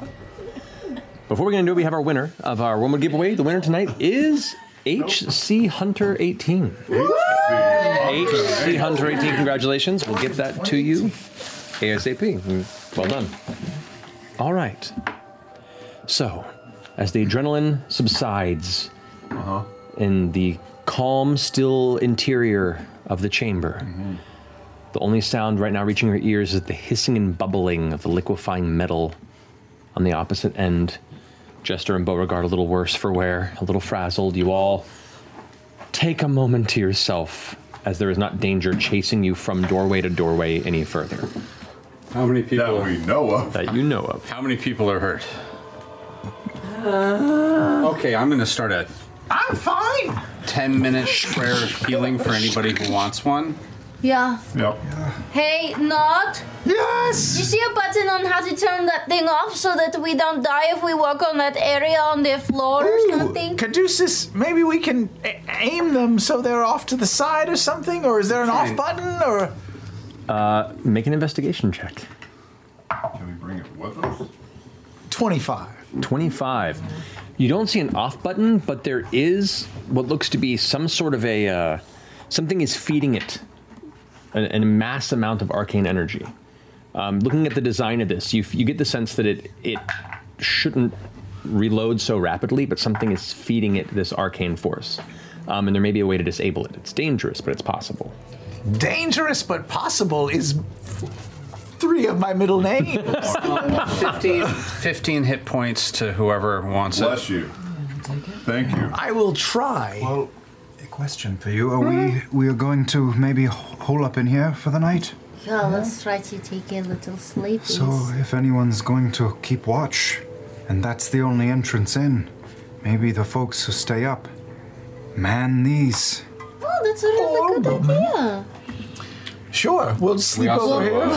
Speaker 2: before we get into it, we have our winner of our Wormwood giveaway. The winner tonight is HC Hunter 18. HC Hunter 18, congratulations. We'll get that to you ASAP. Mm, Well done. All right. So, as the adrenaline subsides in the calm, still interior of the chamber, the only sound right now reaching your ears is the hissing and bubbling of the liquefying metal on the opposite end. Jester and Beauregard a little worse for wear, a little frazzled. You all take a moment to yourself as there is not danger chasing you from doorway to doorway any further.
Speaker 14: How many people that we know of?
Speaker 2: That you know of.
Speaker 15: How many people are hurt?
Speaker 16: Uh,
Speaker 15: Okay, I'm going to start a
Speaker 16: I'm fine.
Speaker 15: 10 minute prayer of healing for anybody who wants one.
Speaker 7: Yeah.
Speaker 14: Yep.
Speaker 7: Hey, not.
Speaker 16: Yes.
Speaker 7: You see a button on how to turn that thing off so that we don't die if we walk on that area on the floor or something.
Speaker 12: Caduceus, maybe we can a- aim them so they're off to the side or something, or is there an off button? Or
Speaker 2: Uh, make an investigation check.
Speaker 14: Can we bring it with us?
Speaker 12: 25.
Speaker 2: 25. You don't see an off button, but there is what looks to be some sort of a. Uh, something is feeding it an, an mass amount of arcane energy. Um, looking at the design of this, you, f- you get the sense that it, it shouldn't reload so rapidly, but something is feeding it this arcane force. Um, and there may be a way to disable it. It's dangerous, but it's possible.
Speaker 12: dangerous but possible is three of my middle names.
Speaker 15: 15, 15 hit points to whoever wants it. Bless
Speaker 14: you. Thank you.
Speaker 12: I will try.
Speaker 11: Well, a question for you. Are
Speaker 7: Hmm?
Speaker 11: we we are going to maybe h- hole up in here for the night?
Speaker 7: Yeah, let's try to take a little sleep.
Speaker 11: So if anyone's going to keep watch, and that's the only entrance in, maybe the folks who stay up man these.
Speaker 7: Oh, that's a really good idea.
Speaker 12: Sure, we'll sleep over here.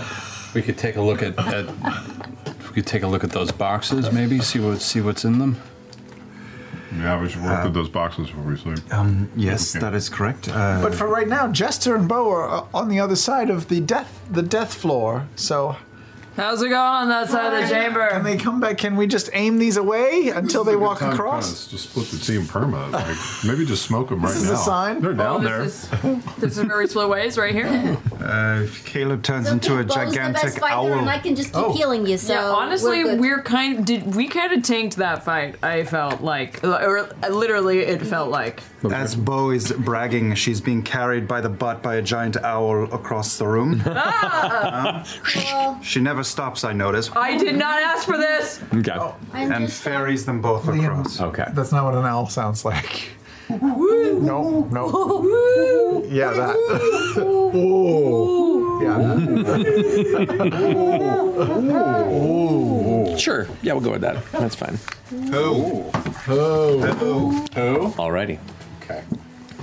Speaker 15: we could take a look at, at we could take a look at those boxes, maybe see what see what's in them.
Speaker 14: Yeah, we should work with those boxes before we sleep.
Speaker 3: Um, yes, that is correct. Uh,
Speaker 12: But for right now, Jester and Bo are uh, on the other side of the death the death floor. So
Speaker 4: How's it going on that side of the chamber?
Speaker 12: Can they come back? Can we just aim these away until they walk
Speaker 14: Time
Speaker 12: across?
Speaker 14: kinda Just split the team perma. Like, maybe just smoke them right
Speaker 12: This is
Speaker 14: now.
Speaker 12: a sign.
Speaker 14: They're down there.
Speaker 4: Oh, This is, this is where we split ways, right here.
Speaker 3: uh, Caleb turns into a
Speaker 4: Bo's the best
Speaker 3: gigantic
Speaker 4: fighter,
Speaker 3: owl.
Speaker 4: and I can just keep Oh.
Speaker 28: Healing you, so
Speaker 4: yeah, honestly,
Speaker 28: we're
Speaker 4: we're,
Speaker 28: good.
Speaker 4: kind. Did we kind of tanked that fight? I felt like, or literally, it felt like.
Speaker 3: As Bo is bragging, she's being carried by the butt by a giant owl across the room. Um, she never stops, I notice.
Speaker 4: I did not ask for this.
Speaker 2: Okay.
Speaker 3: and ferries them both across.
Speaker 2: Okay.
Speaker 12: That's not what an owl sounds like. No, no.
Speaker 16: Woo.
Speaker 12: Yeah, that. Ooh.
Speaker 2: Sure. Yeah, we'll go with that. That's fine.
Speaker 14: Oh.
Speaker 2: Oh. Oh. Alrighty.
Speaker 15: Okay.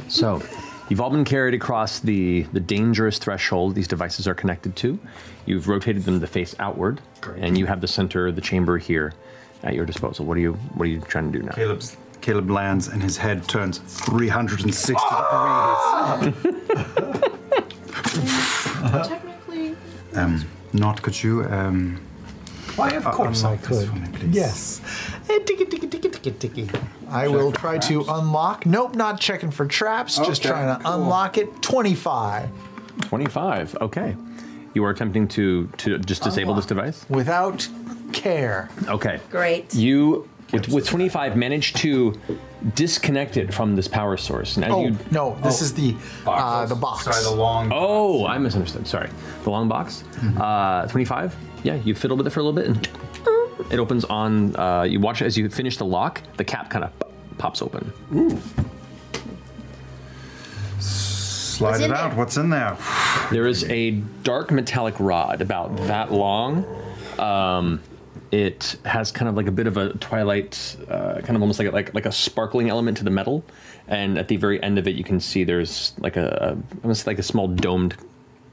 Speaker 2: So, you've all been carried across the, the dangerous threshold these devices are connected to. You've rotated them to face outward, and you have the center of the chamber here at your disposal. What are you What are you trying to do now?
Speaker 3: Caleb's Caleb lands and his head turns 360 degrees.
Speaker 4: Technically.
Speaker 3: um, not could you? Um,
Speaker 12: Why, of
Speaker 3: uh,
Speaker 12: course I
Speaker 3: unlock this
Speaker 12: could.
Speaker 3: for me, please?
Speaker 12: Yes. Eh, Ticky, ticky, ticky, ticky, ticky. I will try to unlock. Nope, not checking for traps. just
Speaker 2: Okay,
Speaker 12: trying to
Speaker 2: cool.
Speaker 12: unlock it. Twenty-five
Speaker 2: 25. Okay. You are attempting to, to just disable this device?
Speaker 12: without care.
Speaker 2: Okay.
Speaker 1: Great.
Speaker 2: You, with, with 25, managed to disconnect it from this power source. And as
Speaker 12: oh
Speaker 2: you,
Speaker 12: no, this is the uh, the box.
Speaker 3: long.
Speaker 2: Oh, I misunderstood. Sorry, the long box. Uh, Twenty-five. Yeah, you fiddle with it for a little bit, and it opens on. Uh, you watch as you finish the lock. The cap kind of pops open.
Speaker 3: Slide
Speaker 2: What's
Speaker 3: it
Speaker 2: in
Speaker 3: out.
Speaker 2: there?
Speaker 3: What's in there?
Speaker 2: There is a dark metallic rod about that long. Um, it has kind of like a bit of a twilight, uh, kind of almost like a, like like a sparkling element to the metal. And at the very end of it, you can see there's like a, a almost like a small domed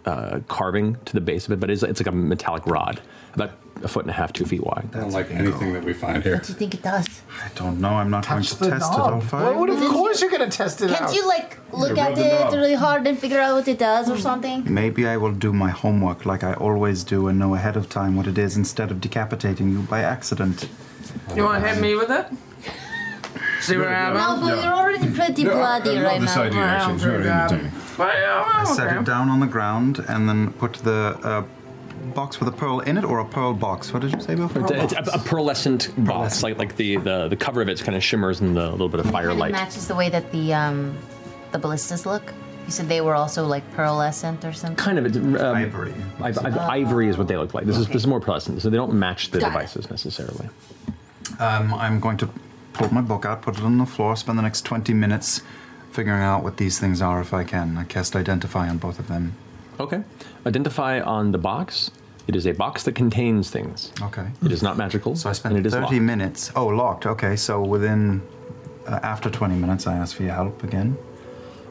Speaker 2: uh, carving to the base of it, but it's, it's like a metallic rod, about a foot and a half, two feet wide. I
Speaker 15: don't like anything that we find here.
Speaker 7: Do you think it does?
Speaker 3: I don't know. I'm not going to
Speaker 2: the
Speaker 3: test
Speaker 2: knob.
Speaker 3: it. I'll find.
Speaker 12: Well, what- of course you're gonna test it
Speaker 7: Can't
Speaker 12: out.
Speaker 7: you like look
Speaker 3: Yeah,
Speaker 7: at
Speaker 3: rub it
Speaker 7: it
Speaker 3: up.
Speaker 7: really hard and figure out what it does or something?
Speaker 3: Maybe I will do my homework like I always do and know ahead of time what it is instead of decapitating you by accident.
Speaker 4: You want to hit me with it? See what
Speaker 7: No,
Speaker 4: happens.
Speaker 7: but you're already pretty bloody right now.
Speaker 3: I set it down on the ground and then put the uh, box with a pearl in it or a pearl box? What did you say, Bill?
Speaker 2: It's, a, it's a, a pearlescent box, like like the, the the cover of it kind of shimmers in the little bit of
Speaker 7: It
Speaker 2: firelight.
Speaker 7: matches the way that the um, the ballistas look. You said they were also like pearlescent or something.
Speaker 2: Kind of it's, um, ivory. ivory is what they look like. This is this is more pearlescent, so they don't match the
Speaker 7: Oh. Got it.
Speaker 2: devices necessarily.
Speaker 3: Um, I'm going to pull my book out, put it on the floor, spend the next 20 minutes figuring out what these things are if I can. I cast Identify on both of them.
Speaker 2: Okay. Identify on the box. It is a box that contains things.
Speaker 3: Okay.
Speaker 2: It is not magical. So I spent and it is
Speaker 3: 30
Speaker 2: locked.
Speaker 3: minutes. Oh, locked. Okay, so within, uh, after 20 minutes, I ask for your help again.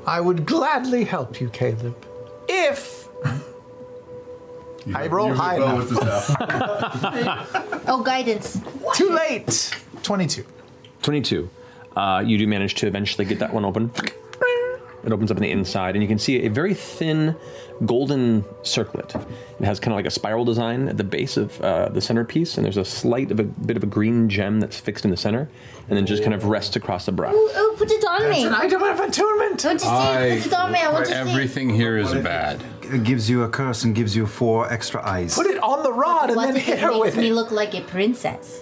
Speaker 12: I would gladly help you, Caleb, if I roll
Speaker 3: you
Speaker 12: high
Speaker 3: roll
Speaker 12: enough.
Speaker 3: with the
Speaker 7: Oh, guidance.
Speaker 12: Too late. Twenty-two.
Speaker 2: 22. Uh, you do manage to eventually get that one open. It opens up on the inside, and you can see a very thin golden circlet. It has kind of like a spiral design at the base of uh, the centerpiece, and there's a slight of a bit of a green gem that's fixed in the center, and then just kind of rests across the brow.
Speaker 7: Oh, oh, put it on me.
Speaker 12: an item of attunement.
Speaker 7: Don't you see? put it on me. I want to see.
Speaker 3: here is bad. It gives you a curse and gives you four extra eyes.
Speaker 12: Put it on the rod and
Speaker 7: What
Speaker 12: then
Speaker 7: if
Speaker 12: hit
Speaker 7: it
Speaker 12: her
Speaker 7: makes
Speaker 12: with
Speaker 7: me
Speaker 12: it.
Speaker 7: look like a princess?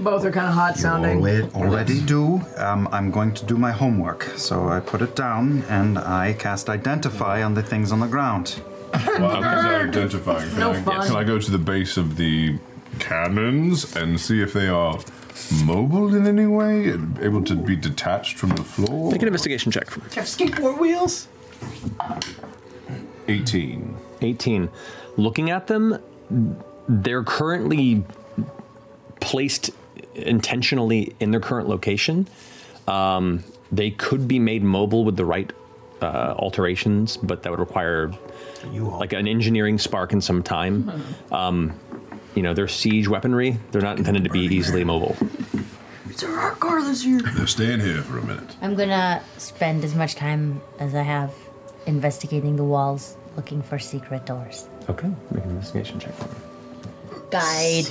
Speaker 4: Both are kind of hot sounding.
Speaker 3: Already, already do. Um, I'm going to do my homework. So I put it down and I cast Identify on the things on the ground.
Speaker 14: Well, how is that identifying? Can,
Speaker 3: No
Speaker 14: I,
Speaker 3: fun.
Speaker 14: can I go to the base of the cannons and see if they are mobile in any way, and able to be detached from the floor?
Speaker 2: Make an investigation check.
Speaker 12: Have skateboard wheels?
Speaker 2: 18. 18. Looking at them, they're currently placed intentionally in their current location. Um, they could be made mobile with the right uh, alterations, but that would require like an engineering spark and some time. Um, you know, they're siege weaponry. They're not intended to be easily mobile.
Speaker 7: It's a rock car this year.
Speaker 14: They're staying here for a minute.
Speaker 7: I'm gonna spend as much time as I have investigating the walls, looking for secret doors.
Speaker 2: Okay, make an investigation check.
Speaker 7: Guide.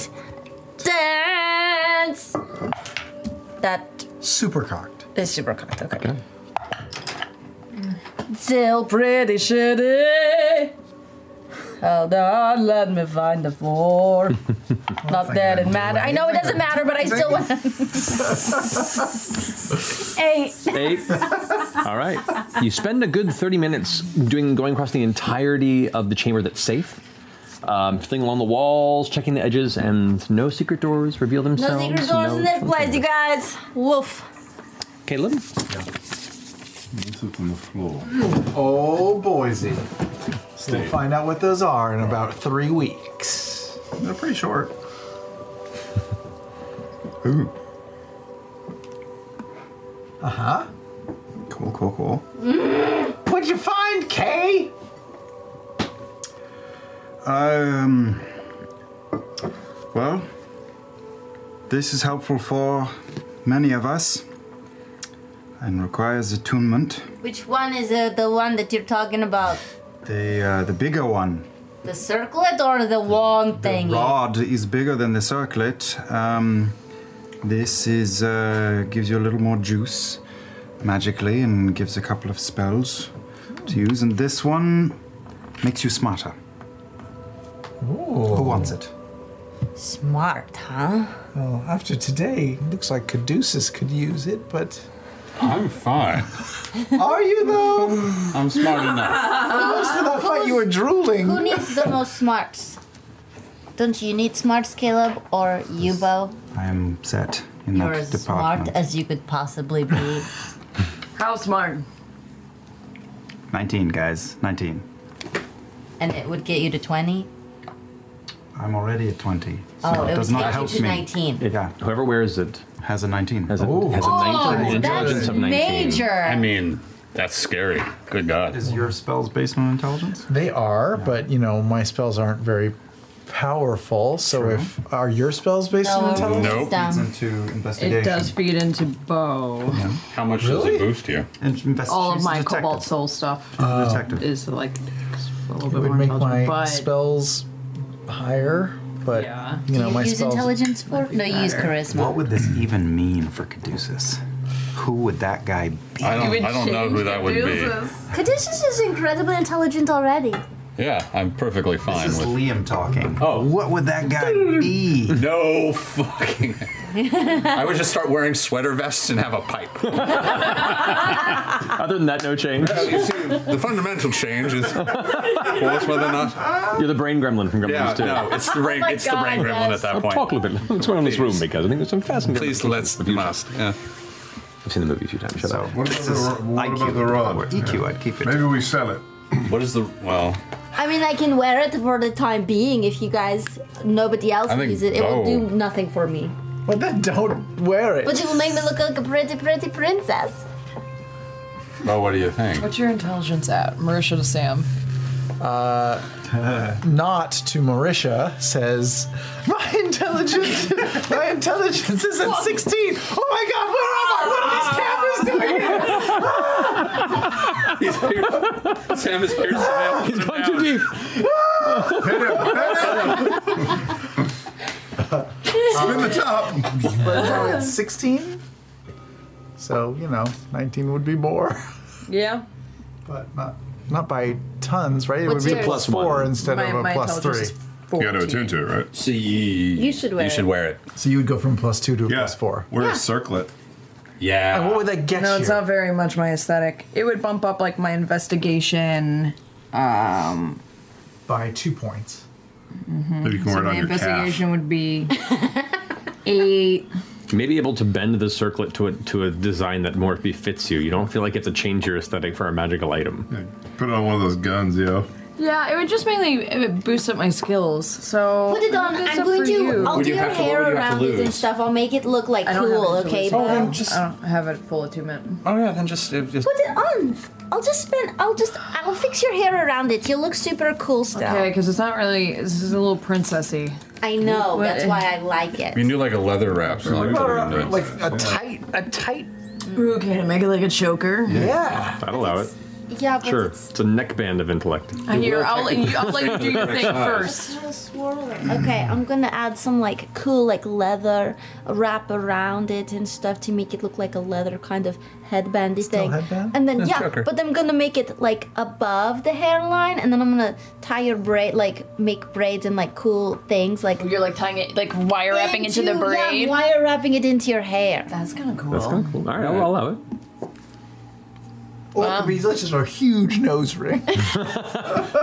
Speaker 7: Dance! That
Speaker 12: Super cocked.
Speaker 7: is super cocked, okay.
Speaker 4: Still pretty shitty. Hold on, let me find the floor. Not that it matters. I know it doesn't matter, but I still want.
Speaker 1: Eight.
Speaker 2: Eight. All right. You spend a good 30 minutes doing going across the entirety of the chamber that's safe. Um, feeling along the walls, checking the edges, and no secret doors reveal themselves.
Speaker 1: No secret doors in this place, you guys. Woof.
Speaker 2: Caleb?
Speaker 14: It's up on the floor.
Speaker 12: Oh, Boise. We'll
Speaker 14: Stay.
Speaker 12: find out what those are in about three weeks. They're pretty short.
Speaker 3: Ooh.
Speaker 12: Uh huh.
Speaker 3: Cool, cool, cool.
Speaker 12: Mm-hmm. What'd you find, Kay?
Speaker 3: Um. Well, this is helpful for many of us and requires attunement.
Speaker 7: Which one is uh, the one that you're talking about?
Speaker 3: The uh, the bigger one.
Speaker 7: The circlet or the one thing?
Speaker 3: Rod is bigger than the circlet. Um, this is uh, gives you a little more juice magically and gives a couple of spells to use. And this one makes you smarter. Who wants it?
Speaker 7: Smart, huh?
Speaker 12: Well, after today, looks like Caduceus could use it, but.
Speaker 14: I'm fine.
Speaker 12: Are you, though?
Speaker 15: I'm smart
Speaker 12: Most of that fight, you were drooling.
Speaker 7: Who needs the most smarts? Don't you need smarts, Caleb, or Yubo?
Speaker 3: I am set in
Speaker 7: You're
Speaker 3: that
Speaker 7: as
Speaker 3: department.
Speaker 7: smart as you could possibly be.
Speaker 4: How smart?
Speaker 3: 19, guys. 19.
Speaker 7: And it would get you to 20?
Speaker 3: I'm already at 20. So
Speaker 7: Oh, it
Speaker 3: it does
Speaker 7: would
Speaker 3: not
Speaker 7: take you
Speaker 3: help
Speaker 7: to
Speaker 3: me.
Speaker 7: 19.
Speaker 3: Yeah.
Speaker 2: Whoever wears it
Speaker 3: has a 19.
Speaker 2: Has a, has a
Speaker 7: Oh,
Speaker 2: 19 intelligence
Speaker 7: that's
Speaker 2: of 19.
Speaker 7: major.
Speaker 15: I mean, that's scary. Good God.
Speaker 3: Is your spells based on intelligence?
Speaker 12: They are, but you know, my spells aren't very powerful. So if are your spells based
Speaker 4: No,
Speaker 12: on intelligence?
Speaker 4: it's Nope. dumb. It's
Speaker 3: into
Speaker 4: Um, It does feed into bow.
Speaker 15: How much does
Speaker 12: Really?
Speaker 15: it boost you?
Speaker 4: All of my cobalt soul stuff
Speaker 12: Oh.
Speaker 4: is like a little
Speaker 12: It
Speaker 4: bit
Speaker 12: would
Speaker 4: more
Speaker 12: make my
Speaker 4: intelligent, but
Speaker 12: spells higher, but you know,
Speaker 7: Do you
Speaker 12: my
Speaker 7: use
Speaker 12: spells.
Speaker 7: intelligence for? No, you use charisma.
Speaker 3: What would this even mean for Caduceus? Who would that guy be?
Speaker 15: I don't- You would I don't know who change that would be. Caduceus.
Speaker 7: Caduceus is incredibly intelligent already.
Speaker 56: Yeah, I'm perfectly fine
Speaker 3: This is
Speaker 56: with
Speaker 3: Liam talking.
Speaker 56: Oh.
Speaker 3: What would that guy be?
Speaker 56: No fucking. I would just start wearing sweater vests and have a pipe.
Speaker 2: Other than that, no change.
Speaker 56: you see, the fundamental change is, of course, whether or not
Speaker 2: You're the brain gremlin from Gremlins
Speaker 56: Yeah,
Speaker 2: 2.
Speaker 56: no, it's the brain- Oh my it's the brain God, gremlin yes. at that
Speaker 2: Well,
Speaker 56: point.
Speaker 2: Talk a little bit. What's going on in this room, because I think there's some fascinating.
Speaker 56: Please let's must. Yeah.
Speaker 2: I've seen the movie a few times. Shut up.
Speaker 14: What about, the, ro- what about the rod?
Speaker 12: E
Speaker 3: EQ, I'd keep it.
Speaker 14: Maybe we sell it.
Speaker 56: What is the well?
Speaker 7: I mean, I can wear it for the time being if you guys, nobody else
Speaker 56: I think
Speaker 7: uses it. It will
Speaker 56: go.
Speaker 7: do nothing for me.
Speaker 12: But then don't wear it.
Speaker 7: But it will make me look like a pretty, pretty princess.
Speaker 56: Well, what do you think?
Speaker 4: What's your intelligence at, Marisha to Sam?
Speaker 12: Uh, not to Marisha says, my intelligence, my intelligence is at 16. Oh my God, where am I? What are these cameras doing here?
Speaker 56: He's pierced. Sam is pierced. the veil.
Speaker 2: He's gone too deep.
Speaker 12: Spin
Speaker 16: the
Speaker 12: top. But no, it's 16. So, you know, 19 would be more.
Speaker 4: Yeah.
Speaker 12: But not not by tons, right? It would
Speaker 4: What's
Speaker 12: be a
Speaker 4: yours?
Speaker 12: plus four instead
Speaker 4: My-
Speaker 12: of
Speaker 4: my
Speaker 12: a plus three.
Speaker 4: intelligence is You gotta 14. attune
Speaker 14: to it, right?
Speaker 56: So you,
Speaker 12: You should wear
Speaker 56: You should
Speaker 12: it.
Speaker 56: wear it.
Speaker 12: So you would go from plus two to a plus four.
Speaker 14: Wear a circlet.
Speaker 56: Yeah.
Speaker 12: And what would that get
Speaker 4: no,
Speaker 12: you?
Speaker 4: it's not very much my aesthetic. It would bump up like my investigation. Um,
Speaker 12: by two points.
Speaker 14: Maybe you can
Speaker 4: so
Speaker 14: wear it
Speaker 4: my
Speaker 14: on your calf.
Speaker 4: investigation would be eight.
Speaker 2: Maybe able to bend the circlet to a, to a design that more befits you. You don't feel like you have to change your aesthetic for a magical item.
Speaker 14: Put it on one of those guns, yo.
Speaker 4: Yeah, it would just mainly it would boost up my skills. So
Speaker 7: Put it on.
Speaker 4: Boost
Speaker 7: I'm
Speaker 4: up
Speaker 7: going
Speaker 4: for
Speaker 7: to.
Speaker 4: you.
Speaker 7: I'll do your hair around it and stuff. I'll make it look like
Speaker 4: I don't have Oh,
Speaker 7: cool.
Speaker 4: it to
Speaker 7: Okay.
Speaker 4: lose.
Speaker 7: but-
Speaker 4: I don't have it full attunement.
Speaker 56: Oh yeah, then just, just
Speaker 7: Put it on. I'll just spin. I'll just. I'll fix your hair around it. You look super cool still.
Speaker 4: Okay, because it's not really. This is a little princessy.
Speaker 7: I know.
Speaker 4: What-
Speaker 7: That's why I like it.
Speaker 56: You can do like a leather wrap. so like-
Speaker 12: a tight, a tight.
Speaker 4: Ooh, can I make it like a choker?
Speaker 2: I'd allow it.
Speaker 7: Yeah, but
Speaker 2: Sure.
Speaker 7: it's-
Speaker 2: It's a neckband of intellect.
Speaker 4: I hear. I'll let you. I'll let you do your thing first.
Speaker 7: Just a little swirl it. Okay, I'm gonna add some like cool like leather wrap around it and stuff to make it look like a leather kind of headbandy thing.
Speaker 12: headband?
Speaker 7: And then
Speaker 12: That's
Speaker 7: yeah,
Speaker 12: Joker.
Speaker 7: but I'm gonna make it like above the hairline, and then I'm gonna tie your braid, like make braids and like cool things like
Speaker 28: you're like tying it like wire wrapping into the braid.
Speaker 7: Yeah, wire wrapping it into your hair. That's
Speaker 4: kind of cool.
Speaker 2: That's kind of cool. All right, I'll allow it.
Speaker 12: Or it could be such as a huge nose ring.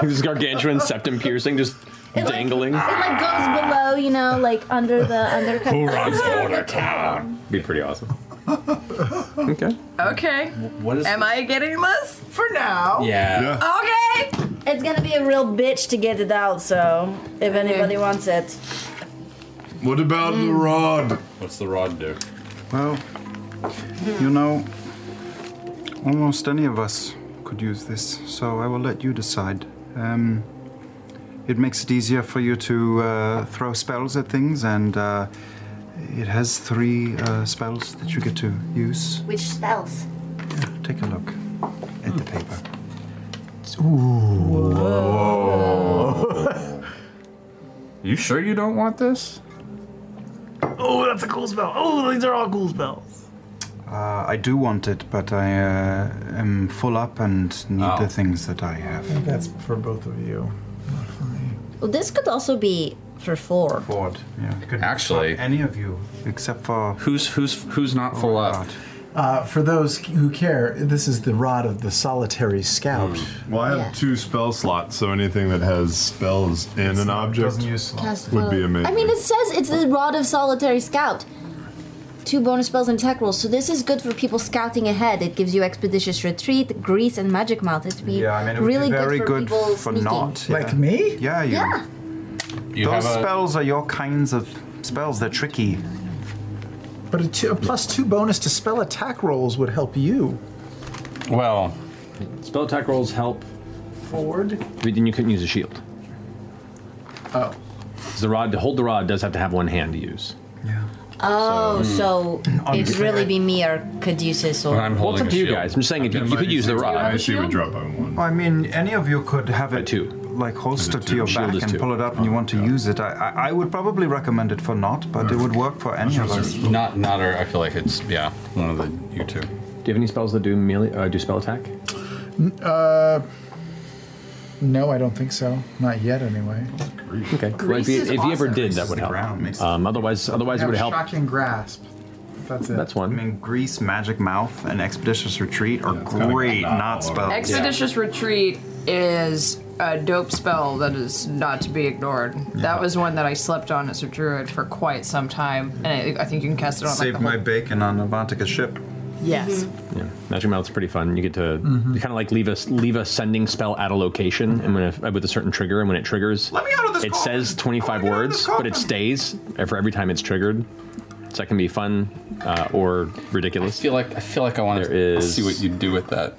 Speaker 2: this gargantuan septum piercing just dangling.
Speaker 7: It like goes below, you know, like under the under.
Speaker 2: town? Be pretty awesome. okay.
Speaker 4: Okay.
Speaker 2: What
Speaker 4: Am I getting this
Speaker 12: for now?
Speaker 2: Yeah.
Speaker 4: Okay.
Speaker 7: It's gonna be a real bitch to get it out, so if anybody wants it.
Speaker 14: What about
Speaker 7: Hmm.
Speaker 14: the rod?
Speaker 56: What's the rod do?
Speaker 3: Well, you know, almost any of us could use this, so I will let you decide. Um, it makes it easier for you to uh, throw spells at things, and uh, it has three uh, spells that you get to use.
Speaker 7: Which spells?
Speaker 3: Take a look at the paper.
Speaker 56: You sure you don't want this?
Speaker 16: Oh, that's a cool spell. Oh, these are all cool spells.
Speaker 3: Uh, I do want it, but I uh, am full up and need
Speaker 12: Oh.
Speaker 3: the things that I have.
Speaker 12: That's for both of you.
Speaker 7: Well, this could also be for four.
Speaker 3: Ford, yeah.
Speaker 56: Actually,
Speaker 3: any of you except for
Speaker 56: who's who's who's
Speaker 2: Oh
Speaker 56: not full up.
Speaker 12: Uh, for those who care, this is the rod of the solitary scout.
Speaker 14: Well, I have two spell slots, so anything that has spells in an object
Speaker 7: Cast
Speaker 14: would be
Speaker 7: spell.
Speaker 14: amazing.
Speaker 7: I mean, it says it's the Rod of Solitary Scout. Two bonus spells and attack rolls, so this is good for people scouting ahead. It gives you Expeditious Retreat, Grease, and Magic Mouth. It'd be
Speaker 3: Yeah, I mean, it would
Speaker 7: really
Speaker 3: be very
Speaker 7: good for
Speaker 3: good
Speaker 7: people
Speaker 3: for,
Speaker 7: sneaking.
Speaker 3: not.
Speaker 12: Like me?
Speaker 3: Yeah, you.
Speaker 7: Yeah.
Speaker 56: You
Speaker 3: Those
Speaker 56: have a-
Speaker 3: spells are your kinds of spells. They're tricky.
Speaker 12: But a, two, a plus two bonus to spell attack rolls would help you.
Speaker 56: Well,
Speaker 2: spell attack rolls help.
Speaker 12: Forward.
Speaker 2: But then you couldn't use a shield.
Speaker 12: Oh.
Speaker 2: The rod to hold the rod does have to have one hand to use.
Speaker 7: Oh,
Speaker 3: Hmm.
Speaker 7: so, it'd
Speaker 2: Unfair.
Speaker 7: really be me or Caduceus or.
Speaker 2: well, it's up to you guys. I'm just saying if you, you could use the rod.
Speaker 3: one. I mean, any of you could have it like holstered to your
Speaker 2: Shield
Speaker 3: back
Speaker 2: is
Speaker 3: and
Speaker 2: two.
Speaker 3: pull it up, and you want to use it. I, I, I would probably recommend it for not, but it would work for any of us.
Speaker 56: Not not her. I feel like it's yeah one of the you two.
Speaker 2: Do you have any spells that do melee uh, do spell attack?
Speaker 12: Uh,
Speaker 7: No, I don't think so. Not yet, anyway.
Speaker 2: Okay. Well, if you, if you ever did, that would help. Um, otherwise, otherwise it
Speaker 7: Have
Speaker 2: would help.
Speaker 7: Shocking grasp. That's it.
Speaker 2: That's one.
Speaker 3: I mean, Grease, Magic Mouth, and Expeditious Retreat are
Speaker 7: gotta be
Speaker 3: great,
Speaker 7: not
Speaker 3: not
Speaker 7: all over.
Speaker 3: spells.
Speaker 4: Expeditious Retreat is a dope spell that is not to be ignored. That was one that I slept on as a druid for quite some time, and I, I think you can cast it on
Speaker 3: Save
Speaker 4: like the
Speaker 3: my bacon on Avantica's ship.
Speaker 4: whole. Yes.
Speaker 2: Yeah, magic mouth's pretty fun. You get to kind of like leave us leave a sending spell at a location, and when it, with a certain trigger, and when it triggers, it says twenty five words, but it stays for every time it's triggered. So that can be fun uh, or ridiculous. I feel like I feel like I want to
Speaker 12: see what you do with that.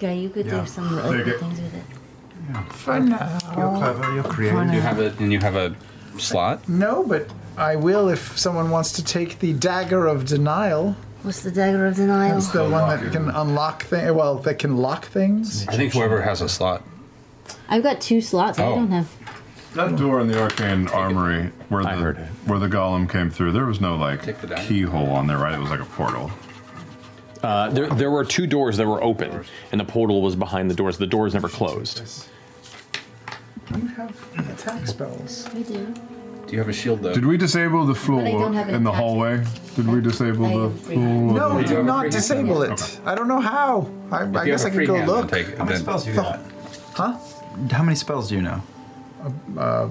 Speaker 1: Yeah, you could
Speaker 12: Yeah.
Speaker 1: do some
Speaker 12: Take
Speaker 1: really
Speaker 12: it.
Speaker 1: good things with it.
Speaker 7: For now.
Speaker 12: You have a and you have a slot.
Speaker 7: No, but I will if someone wants to take the dagger of denial.
Speaker 1: What's the dagger of denial?
Speaker 7: That's the one that can unlock things. Well, that can lock things.
Speaker 12: I think whoever has a slot.
Speaker 1: I've got two slots. I
Speaker 14: Oh.
Speaker 1: don't have.
Speaker 14: That door in the arcane armory where the where the golem came through, there was no like keyhole on there, right? It was like a portal.
Speaker 2: Uh, there, there were two doors that were open, and the portal was behind the doors. The doors never closed.
Speaker 7: Do you have attack spells?
Speaker 1: We do.
Speaker 12: Do you have a shield though?
Speaker 14: Did we disable the
Speaker 7: But I
Speaker 14: floor
Speaker 7: don't have an
Speaker 14: in the
Speaker 7: attack.
Speaker 14: hallway? Did we disable the floor?
Speaker 7: No, we did not disable it. I don't know how. I, I guess I can go look.
Speaker 3: How many spells do you got?
Speaker 7: Huh?
Speaker 3: How many spells do you know?
Speaker 7: Uh,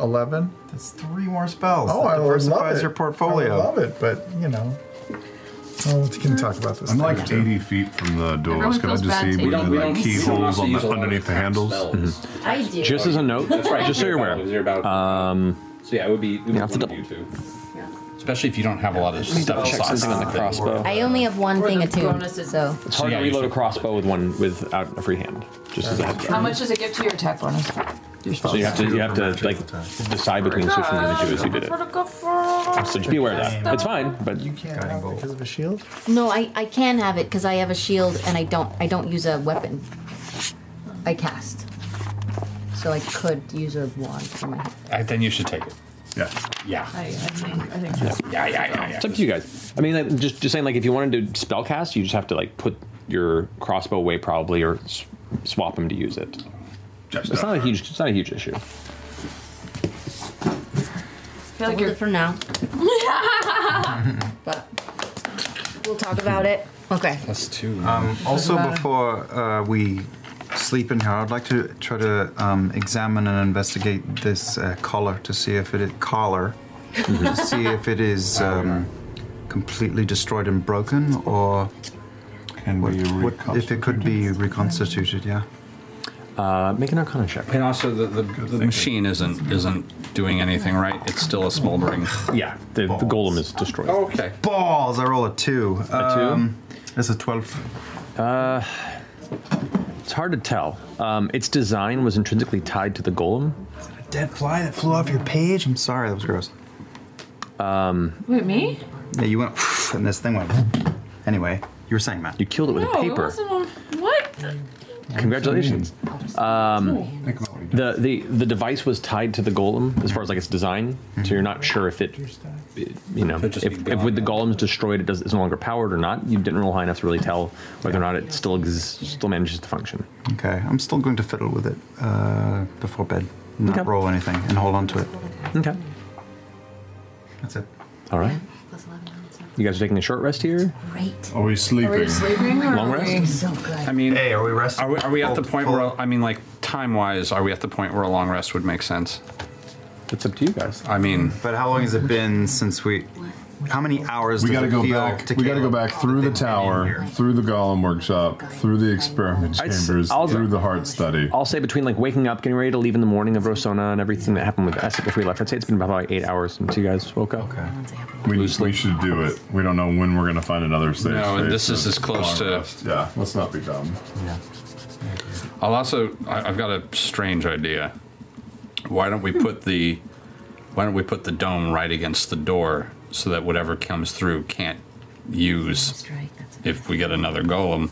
Speaker 7: Eleven.
Speaker 3: That's three more spells.
Speaker 7: Oh, I
Speaker 3: That
Speaker 7: love it.
Speaker 3: diversifies your portfolio.
Speaker 7: I love it, but you know, well, we can talk about this.
Speaker 14: I'm
Speaker 7: later,
Speaker 14: like
Speaker 7: too.
Speaker 14: 80 feet from the
Speaker 7: Everyone
Speaker 14: doors. Can I
Speaker 7: feels
Speaker 14: just
Speaker 7: bad
Speaker 14: see
Speaker 7: taking- We don't-
Speaker 14: whether
Speaker 7: we
Speaker 14: like
Speaker 7: don't-
Speaker 14: keyholes
Speaker 12: we don't
Speaker 14: on
Speaker 12: use a
Speaker 14: the,
Speaker 12: lot of
Speaker 14: underneath the
Speaker 12: attack
Speaker 14: handles?
Speaker 1: I do.
Speaker 2: Just as a note,
Speaker 12: That's right.
Speaker 2: just so you're aware.
Speaker 12: Those are about-
Speaker 2: Um,
Speaker 12: so yeah, it would be. It would
Speaker 2: have to
Speaker 12: be you two. Especially if you don't have a lot of
Speaker 2: Let me double
Speaker 12: stuff
Speaker 2: check
Speaker 12: slots
Speaker 2: something on the
Speaker 12: that-
Speaker 2: crossbow.
Speaker 1: I only have one thing attuned, so.
Speaker 2: It's hard
Speaker 12: Yeah,
Speaker 2: to
Speaker 12: you
Speaker 2: reload a crossbow with one without a free hand. Just as a heads
Speaker 4: How
Speaker 2: up.
Speaker 4: much does it give to your attack bonus?
Speaker 2: So you have to you have to like decide between switching the two as you did it. So just be aware of that. It's fine, but you
Speaker 7: can't because of a shield.
Speaker 1: No, I, I can have it because I have a shield and I don't I don't use a weapon. I cast. So I could use a wand for my
Speaker 12: I, then you should take it.
Speaker 14: Yeah.
Speaker 12: Yeah.
Speaker 4: I, I think. I think.
Speaker 2: Yeah,
Speaker 12: yeah, yeah, yeah.
Speaker 2: It's up to you guys. I mean, like, just just saying, like, if you wanted to spellcast, you just have to like put your crossbow away, probably, or s- swap them to use it. it's not a huge. It's not a huge issue.
Speaker 1: feel like you're for now. but we'll talk about it. Okay.
Speaker 12: Plus two.
Speaker 3: Um,
Speaker 1: Doesn't
Speaker 3: also,
Speaker 1: matter.
Speaker 3: before uh, we sleep in here, I'd like to try to um, examine and investigate this uh, collar to see if it is collar to see if it is um, completely destroyed and broken, or what, what, if it could be reconstituted. Yeah.
Speaker 2: Uh, make an Arcana check.
Speaker 12: And also, the, the, the machine isn't isn't doing anything, right? It's still a smoldering.
Speaker 2: Yeah, the, the golem is destroyed.
Speaker 3: Oh,
Speaker 12: okay.
Speaker 3: Balls! I roll a two.
Speaker 2: A two?
Speaker 3: that's a twelve.
Speaker 2: Uh, it's hard to tell. Um, its design was intrinsically tied to the golem.
Speaker 3: A dead fly that flew off your page. I'm sorry, that was gross.
Speaker 2: Um,
Speaker 4: Wait, me?
Speaker 3: Yeah, you went, and this thing went. Anyway, you were saying, Matt.
Speaker 2: You killed it with
Speaker 4: no, Oh, It wasn't on, what?
Speaker 2: Congratulations. Um, the, the the device was tied to the golem as far as like its design, so you're not sure if it, it- you know, if, if with the golem's destroyed, it does, it's no longer powered or not. You didn't roll high enough to really tell whether or not it still ex- still manages to function.
Speaker 3: Okay, I'm still going to fiddle with it uh, before bed. Not roll anything and hold on to it.
Speaker 2: Okay.
Speaker 3: That's it.
Speaker 2: All right. You guys are taking a short rest here.
Speaker 1: Great.
Speaker 14: Are we sleeping?
Speaker 4: Are we sleeping? Or
Speaker 12: Long
Speaker 4: are
Speaker 12: rest?
Speaker 4: we-
Speaker 12: I mean,
Speaker 3: hey, are we resting?
Speaker 12: Are we, at the point where I mean, like time wise, are we at the point where a long rest would make sense?
Speaker 2: It's up to you guys.
Speaker 12: I mean,
Speaker 3: but how long has it been since we? How many hours?
Speaker 14: We
Speaker 3: does
Speaker 14: gotta
Speaker 3: it
Speaker 14: go
Speaker 3: feel
Speaker 14: back.
Speaker 3: To
Speaker 14: we gotta go
Speaker 3: Caleb?
Speaker 14: back through the tower, through the golem workshop, through the experiment
Speaker 2: I'd s-
Speaker 14: chambers,
Speaker 2: I'll-
Speaker 14: through the heart study.
Speaker 2: I'll say between like waking up, getting ready to leave in the morning of Rosona and everything that happened with Essex before we left. I'd say it's been about eight hours since you guys woke up. Okay.
Speaker 14: We, we should do it. We don't know when we're gonna find another safe
Speaker 12: No, and
Speaker 14: space
Speaker 12: this is
Speaker 14: for
Speaker 12: as close
Speaker 14: long
Speaker 12: to-
Speaker 14: rest. Yeah, let's not be dumb. Yeah.
Speaker 12: I'll also I, I've got a strange idea. Why don't we put the Why don't we put the dome right against the door so that whatever comes through can't use if we get another golem.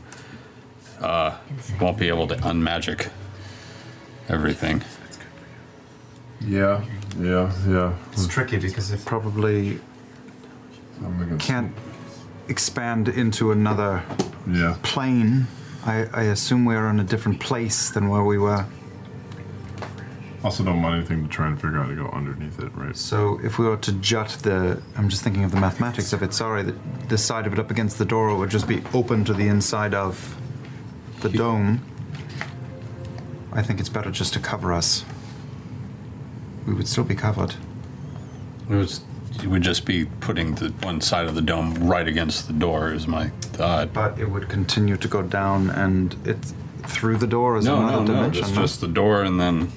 Speaker 12: Uh, won't be able to unmagic everything.
Speaker 14: Yeah, yeah, yeah.
Speaker 3: It's tricky because it probably can't expand into another
Speaker 14: yeah.
Speaker 3: plane. I, I assume we're in a different place than where we were.
Speaker 14: Also, don't want anything to try and figure out to go underneath it, right?
Speaker 3: So, if we were to jut the, I'm just thinking of the mathematics of it. Sorry, the, the side of it up against the door would just be open to the inside of the dome. I think it's better just to cover us. We would still be covered.
Speaker 56: It was. It would just be putting the one side of the dome right against the door. Is my thought.
Speaker 3: But it would continue to go down, and it's through the door is
Speaker 56: no,
Speaker 3: another
Speaker 56: no, no.
Speaker 3: dimension.
Speaker 56: It's just the door, and then.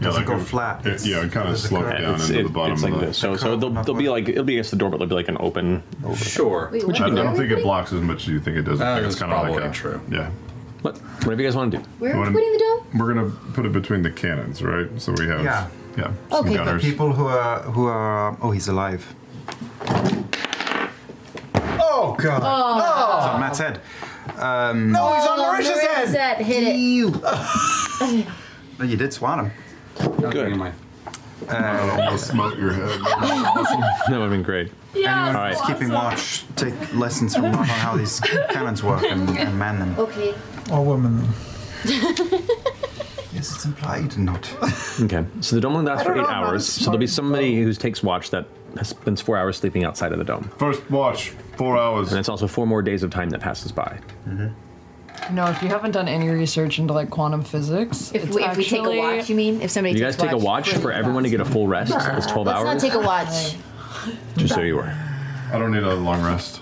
Speaker 3: Yeah, Doesn't like go a- flat. it- yeah, it kinda sloped
Speaker 56: curve.
Speaker 14: down
Speaker 2: it's,
Speaker 14: into
Speaker 2: it-
Speaker 14: the bottom
Speaker 2: It's
Speaker 14: of
Speaker 2: like
Speaker 14: the-
Speaker 2: this. So,
Speaker 14: the
Speaker 2: so they'll, they'll be like it'll be against the door, but it'll be like an open.
Speaker 56: Sure.
Speaker 2: Which you
Speaker 14: I
Speaker 2: can do.
Speaker 14: don't think it blocks as much as you think it does. I
Speaker 2: Uh,
Speaker 14: think it's
Speaker 2: that's
Speaker 14: kind of like
Speaker 2: probably
Speaker 14: a
Speaker 56: true.
Speaker 14: Yeah.
Speaker 2: What? Whatever you guys want to do.
Speaker 14: Where
Speaker 7: are we putting the dome?
Speaker 14: We're gonna put it between the cannons, right? So we have
Speaker 3: Yeah.
Speaker 14: yeah. some
Speaker 3: Okay. The
Speaker 14: gunners.
Speaker 3: people who are who are oh he's alive.
Speaker 16: Oh god.
Speaker 3: It's
Speaker 16: Oh.
Speaker 3: on Matt's head. Um,
Speaker 16: No, he's on Marisha's head.
Speaker 7: Oh, Hit it.
Speaker 3: Oh, You did swat him.
Speaker 2: Good.
Speaker 3: I
Speaker 14: almost smote your head.
Speaker 2: that would have been great.
Speaker 3: Anyone
Speaker 2: All right.
Speaker 3: who's keeping watch, take lessons from Matt on how these cannons work and, and man them.
Speaker 7: Okay.
Speaker 12: Or women.
Speaker 3: yes, it's implied, not.
Speaker 2: Okay. So the dome only lasts
Speaker 3: I don't
Speaker 2: for eight
Speaker 3: know about
Speaker 2: hours.
Speaker 3: this
Speaker 2: So there'll be somebody who takes watch that has spends four hours sleeping outside of the dome.
Speaker 14: First watch, four hours.
Speaker 2: And it's also four more days of time that passes by.
Speaker 4: No, if you haven't done any research into like quantum physics,
Speaker 7: If
Speaker 4: it's
Speaker 7: we, if we take a
Speaker 4: actually-
Speaker 7: watch, you mean? If somebody
Speaker 2: You guys take
Speaker 7: takes
Speaker 2: a watch for everyone to get a full rest. It's twelve
Speaker 7: Let's
Speaker 2: hours.
Speaker 7: not take a watch.
Speaker 2: Just so you are.
Speaker 14: I don't need a long rest.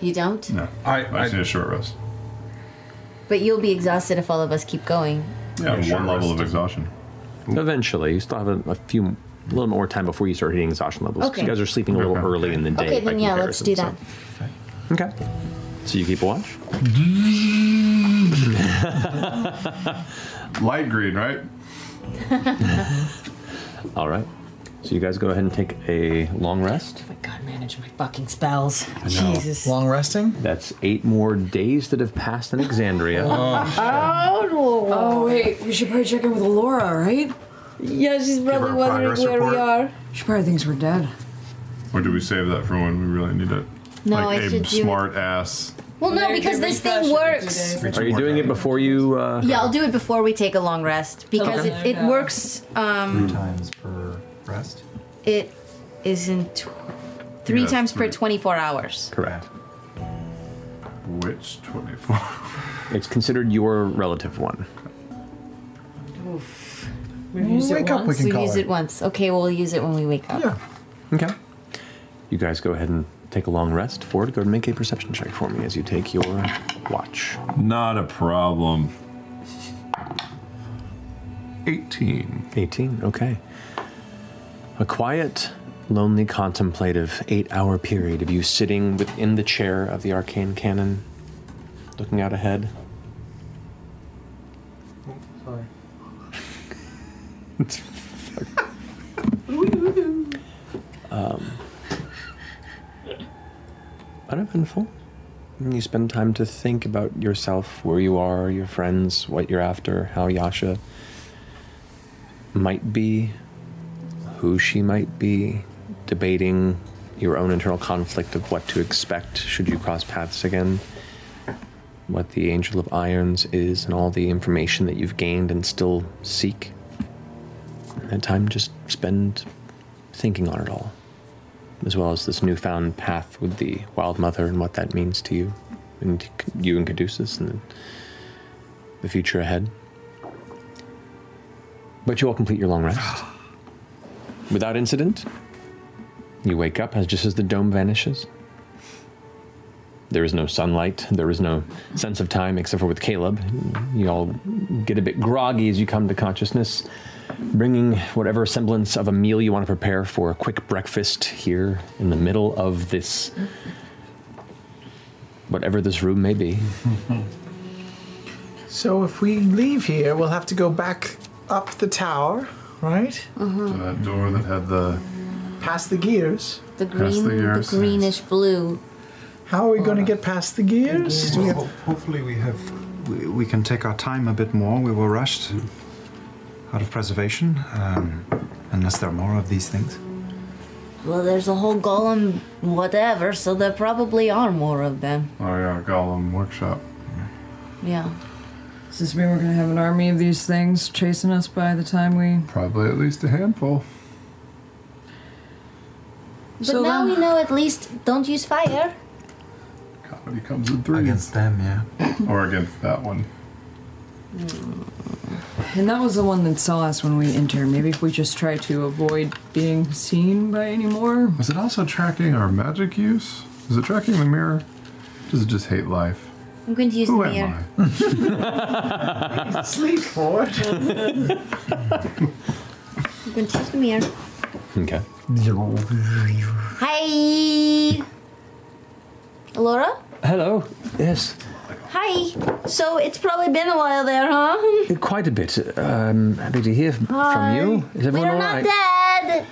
Speaker 7: You don't?
Speaker 14: No.
Speaker 56: I,
Speaker 14: I just need a short rest.
Speaker 7: But you'll be exhausted if all of us keep going.
Speaker 14: Yeah, one level of exhaustion.
Speaker 2: Eventually, you still have a, a few, a little more time before you start hitting exhaustion levels. 'cause
Speaker 7: Okay.
Speaker 2: You guys are sleeping a little early in the day.
Speaker 7: Okay,
Speaker 2: by
Speaker 7: then yeah, let's do that.
Speaker 2: comparison, so- Okay. So you keep watch.
Speaker 14: Light green, right?
Speaker 2: All right. So you guys go ahead and take a long rest.
Speaker 5: Manage my fucking spells.
Speaker 2: Jesus. Long resting. That's eight more days that have passed in Exandria.
Speaker 5: Oh,
Speaker 4: wait, we should probably check in with Laura, right?
Speaker 5: Yeah, she's
Speaker 14: probably her a wondering progress where we report.
Speaker 5: are. She probably thinks we're dead.
Speaker 14: Or do we save that for when we really need it?
Speaker 7: No,
Speaker 14: like
Speaker 7: I
Speaker 14: a
Speaker 7: should do it-
Speaker 14: smart ass.
Speaker 7: Well, no, because this thing works.
Speaker 2: Are you doing it before you? Uh,
Speaker 7: Yeah, I'll do it before we take a long rest because
Speaker 2: Okay.
Speaker 7: it, it works. Um,
Speaker 3: times per rest.
Speaker 7: It is in tw- three
Speaker 14: Yeah,
Speaker 7: times per
Speaker 14: three.
Speaker 7: 24 hours.
Speaker 2: Correct.
Speaker 14: Which twenty-four?
Speaker 2: It's considered your relative one.
Speaker 7: Oof.
Speaker 12: We've used it Wake up, we once. can
Speaker 7: We've
Speaker 12: call
Speaker 7: used
Speaker 12: it.
Speaker 7: it once. Okay, we'll use it when we wake up. Yeah.
Speaker 2: Okay. You guys go ahead and take a long rest. Ford, go ahead and make a perception check for me as you take your watch.
Speaker 14: Not a problem. 18.
Speaker 2: 18, okay. A quiet, lonely, contemplative eight hour period of you sitting within the chair of the arcane cannon, looking out ahead.
Speaker 12: Sorry.
Speaker 2: Um, uneventful. You spend time to think about yourself, where you are, your friends, what you're after, how Yasha might be, who she might be, debating your own internal conflict of what to expect should you cross paths again, what the Angel of Irons is, and all the information that you've gained and still seek. That time just spend thinking on it all, as well as this newfound path with the Wild Mother and what that means to you, and to c- you and Caduceus, and the future ahead. But you all complete your long rest. Without incident, you wake up as just as the dome vanishes. There is no sunlight, there is no sense of time except for with Caleb. You all get a bit groggy as you come to consciousness, bringing whatever semblance of a meal you want to prepare for a quick breakfast here in the middle of this, whatever this room may be.
Speaker 12: So if we leave here, we'll have to go back up the tower, right?
Speaker 14: To that door that had the.
Speaker 12: Past the gears.
Speaker 7: The green, the, greenish blue.
Speaker 12: How are we going to get past the gears? Do we have-
Speaker 3: Hopefully, we have. We, we can take our time a bit more. We were rushed out of preservation, um, unless there are more of these things.
Speaker 7: Well, there's a whole golem, whatever, so there probably are more of them.
Speaker 14: Oh yeah, Gollum workshop.
Speaker 57: Yeah.
Speaker 4: Does this mean we're gonna have an army of these things chasing us by the time we?
Speaker 14: Probably at least a handful.
Speaker 7: But
Speaker 4: So
Speaker 7: now
Speaker 4: then-
Speaker 7: we know at least don't use fire.
Speaker 14: He comes in three. Against them, yeah. or against that one.
Speaker 4: And that was the one that saw us when we enter. Maybe if we just try to avoid being seen by any more.
Speaker 14: Is it also tracking our magic use? Is it tracking the mirror? Does it just hate life?
Speaker 7: I'm going to use
Speaker 14: Who
Speaker 7: the
Speaker 14: am
Speaker 7: mirror.
Speaker 58: Sleep forward.
Speaker 7: I'm going to use the mirror.
Speaker 2: Okay.
Speaker 7: Hi, Laura.
Speaker 2: Hello. Yes.
Speaker 7: Hi. So it's probably been a while there, huh?
Speaker 2: Quite a bit. Um, happy to hear f- from you. Is everyone all
Speaker 7: We're not
Speaker 2: right?
Speaker 7: dead.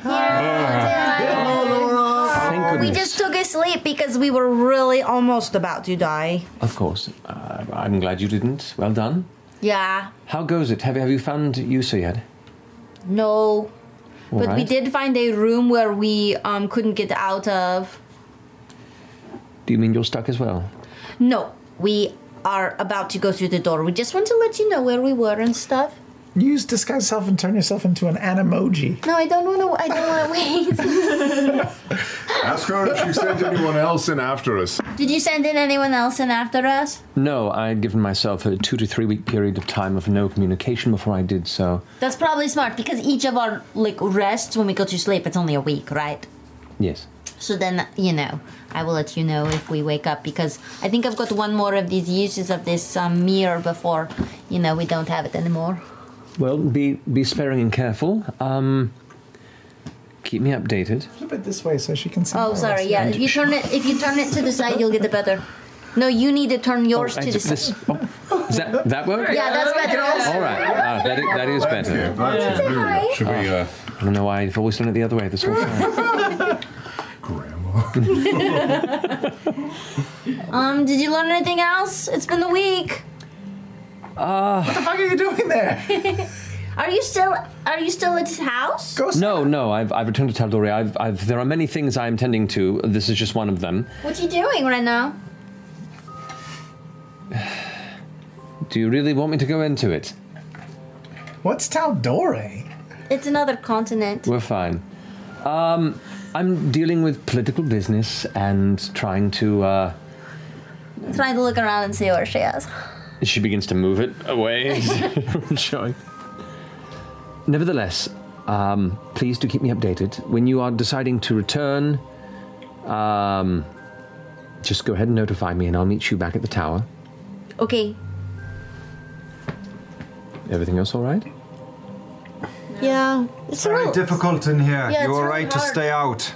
Speaker 2: Thank
Speaker 7: We
Speaker 2: goodness.
Speaker 7: just took a sleep because we were really almost about to die.
Speaker 2: Of course. Uh, I'm glad you didn't. Well done.
Speaker 7: Yeah.
Speaker 2: How goes it? Have, have you found Yusa yet?
Speaker 7: No.
Speaker 2: All
Speaker 7: but we
Speaker 2: right.
Speaker 7: did find a room where we um, couldn't get out of.
Speaker 2: Do you mean you're stuck as well?
Speaker 7: No, we are about to go through the door. We just want to let you know where we were and stuff.
Speaker 3: Use disguise self and turn yourself into an animoji.
Speaker 7: No, I don't want to. I don't want to wait.
Speaker 14: Ask her if she sent anyone else in after us.
Speaker 7: did you send in anyone else in after us?
Speaker 2: No, I had given myself a two to three week period of time of no communication before I did so.
Speaker 7: That's probably smart because each of our like rests when we go to sleep. It's only a week, right?
Speaker 2: Yes.
Speaker 7: So then, you know, I will let you know if we wake up because I think I've got one more of these uses of this um, mirror before, you know, we don't have it anymore.
Speaker 2: Well, be be sparing and careful. Um, keep me updated.
Speaker 3: Flip it this way so she can see.
Speaker 7: Oh, sorry. Yeah, if you turn it, if you turn it to the side, you'll get the better. No, you need to turn yours to
Speaker 2: Oh, I-
Speaker 7: the
Speaker 2: this-
Speaker 7: side.
Speaker 2: oh, is that that work?
Speaker 7: Yeah, that's better.
Speaker 2: All right. Ah, that, is, that is better.
Speaker 7: That's Yeah. good.
Speaker 2: Should we? Uh... I don't know why I've always done it the other way this whole time.
Speaker 7: um, did you learn anything else? It's been a week.
Speaker 2: Uh,
Speaker 3: What the fuck are you doing there?
Speaker 7: are you still? Are you still at his house?
Speaker 2: no, no. I've, I've returned to Tal'Dorei. I've, I've, there are many things I'm tending to. This is just one of them.
Speaker 7: What you doing right now?
Speaker 2: Do you really want me to go into it?
Speaker 3: What's Tal'Dorei?
Speaker 7: It's another continent.
Speaker 2: We're fine. Um, I'm dealing with political business and trying to. Uh,
Speaker 7: Trying to look around and see where she is.
Speaker 2: She begins to move it away from showing. Nevertheless, um, please do keep me updated. When you are deciding to return, um, just go ahead and notify me and I'll meet you back at the tower.
Speaker 7: Okay.
Speaker 2: Everything else all right?
Speaker 7: Yeah. It's
Speaker 3: Oh.
Speaker 59: very difficult in here.
Speaker 7: Yeah,
Speaker 59: you
Speaker 7: it's
Speaker 59: all
Speaker 7: really
Speaker 59: right to
Speaker 7: hard.
Speaker 59: stay out?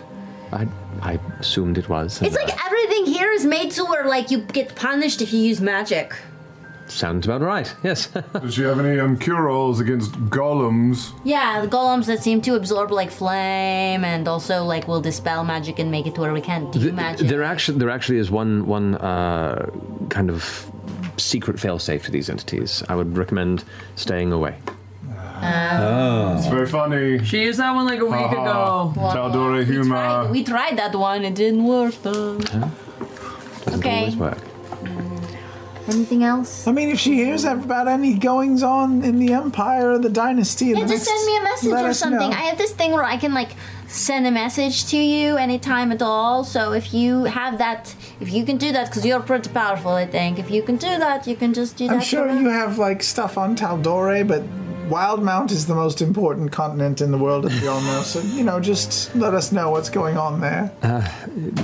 Speaker 2: I, I assumed it was.
Speaker 7: It's like everything here is made to where like you get punished if you use magic.
Speaker 2: Sounds about right, yes.
Speaker 14: Does she have any um, cure alls against golems?
Speaker 7: Yeah, the golems that seem to absorb like flame and also like will dispel magic and make it to where we can't do
Speaker 2: Th-
Speaker 7: magic.
Speaker 2: there actually there actually is one one uh, kind of secret failsafe to these entities. I would recommend staying away.
Speaker 14: Oh. It's very funny.
Speaker 4: She used that one like a week ago.
Speaker 14: Taldora humor.
Speaker 7: We tried that one, it didn't work though.
Speaker 3: Okay.
Speaker 7: Anything else?
Speaker 3: I mean, if she hears about any goings on in the Empire or the Dynasty, in
Speaker 7: Yeah,
Speaker 3: the
Speaker 7: just
Speaker 3: next-
Speaker 7: send me a message
Speaker 3: let
Speaker 7: or
Speaker 3: us
Speaker 7: something.
Speaker 3: know.
Speaker 7: I have this thing where I can like send a message to you anytime at all. So if you have that, if you can do that, because you're pretty powerful, I think. If you can do that, you can just do that.
Speaker 3: I'm
Speaker 7: for
Speaker 3: sure you have like stuff on Tal'Dorei, but Wildmount is the most important continent in the world, as we all know. So you know, just let us know what's going on there.
Speaker 2: Uh,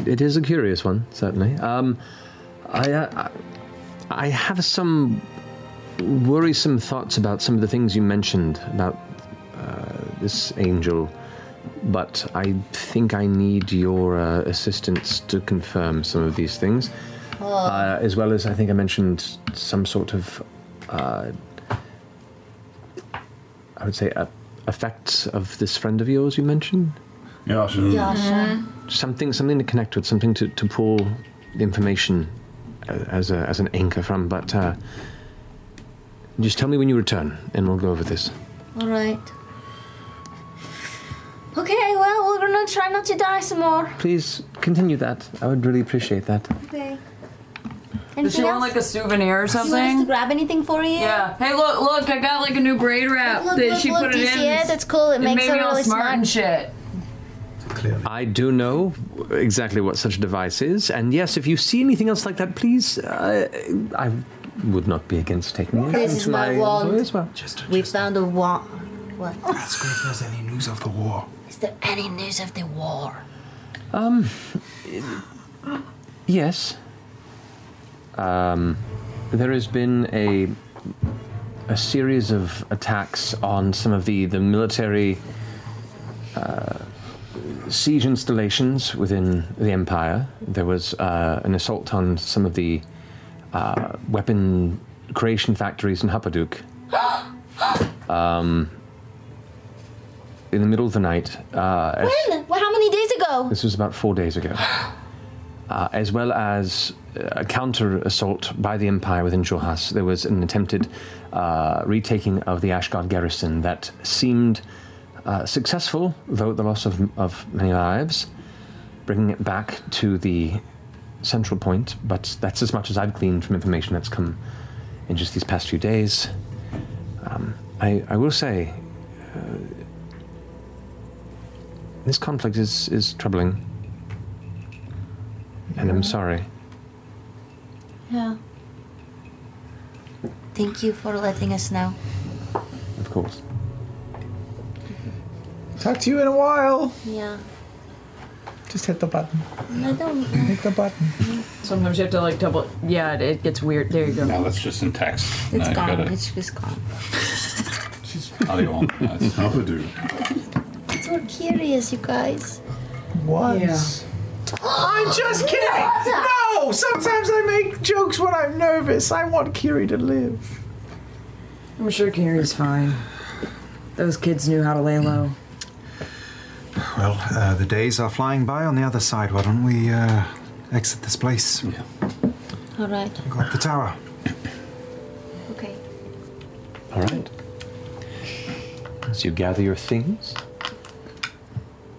Speaker 2: it is a curious one, certainly. Um, I, uh, I have some worrisome thoughts about some of the things you mentioned about uh, this angel, but I think I need your uh, assistance to confirm some of these things. Uh, as well as, I think I mentioned some sort of, uh, I would say, uh, effects of this friend of yours you mentioned?
Speaker 14: Yasha.
Speaker 2: something something to connect with, something to, to pull information a- as a, as an anchor from. But uh, just tell me when you return, and we'll go over this.
Speaker 7: All right. Okay, well, we're gonna try not to die some more.
Speaker 2: Please continue that. I would really appreciate that.
Speaker 7: Okay.
Speaker 4: Does she
Speaker 7: Anything
Speaker 4: want
Speaker 7: else?
Speaker 4: like a souvenir or
Speaker 7: You want us to
Speaker 4: something?
Speaker 7: grab anything for you?
Speaker 4: Yeah. Hey, look, look! I got like a new braid wrap
Speaker 7: Look,
Speaker 4: that
Speaker 7: look,
Speaker 4: she
Speaker 7: look,
Speaker 4: put
Speaker 7: do
Speaker 4: it
Speaker 7: you
Speaker 4: in.
Speaker 7: see it? It's cool. It makes
Speaker 4: made
Speaker 7: her
Speaker 4: me all
Speaker 7: really
Speaker 4: smart, and
Speaker 7: smart.
Speaker 4: shit.
Speaker 2: I do know exactly what such a device is, and yes, if you see anything else like that, please, uh, I would not be against taking it.
Speaker 7: This is
Speaker 2: into
Speaker 7: my wand.
Speaker 2: employ as well.
Speaker 7: we found a wand. What?
Speaker 11: Ask her if there's any news of the war.
Speaker 7: Is there any news of the war?
Speaker 2: Um, yes. Um, there has been a a series of attacks on some of the the military uh, siege installations within the empire. There was uh, an assault on some of the uh, weapon creation factories in Hapaduk. Um, in the middle of the night, uh, as-
Speaker 7: When? Well, how many days ago?
Speaker 2: this was about four days ago. Uh, as well as uh, a counter assault by the Empire within Joras, there was an attempted uh, retaking of the Ashgard garrison that seemed uh, successful, though at the loss of, of many lives, bringing it back to the central point. But that's as much as I've gleaned from information that's come in just these past few days. Um, I, I will say, uh, this conflict is, is troubling. And I'm sorry.
Speaker 7: Yeah. Thank you for letting us know.
Speaker 2: Of course.
Speaker 12: Talk to you in a while.
Speaker 7: Yeah.
Speaker 12: Just hit the button.
Speaker 7: I don't.
Speaker 12: Hit the button.
Speaker 4: Sometimes you have to like double. Yeah, it, it gets weird. There you go.
Speaker 56: Now that's just in text.
Speaker 7: It's
Speaker 56: Now you
Speaker 7: gone.
Speaker 56: gotta-
Speaker 7: It's just gone.
Speaker 56: audio on. Yeah, it's-
Speaker 7: So curious, you guys.
Speaker 12: Once.
Speaker 16: I'm just kidding!
Speaker 12: No! Sometimes I make jokes when I'm nervous. I want Kiri to live.
Speaker 4: I'm sure Carrie's fine. Those kids knew how to lay low.
Speaker 3: Well, uh, the days are flying by on the other side. Why don't we uh, exit this place?
Speaker 7: All right.
Speaker 3: Go up the tower.
Speaker 7: Okay.
Speaker 2: All right. So you gather your things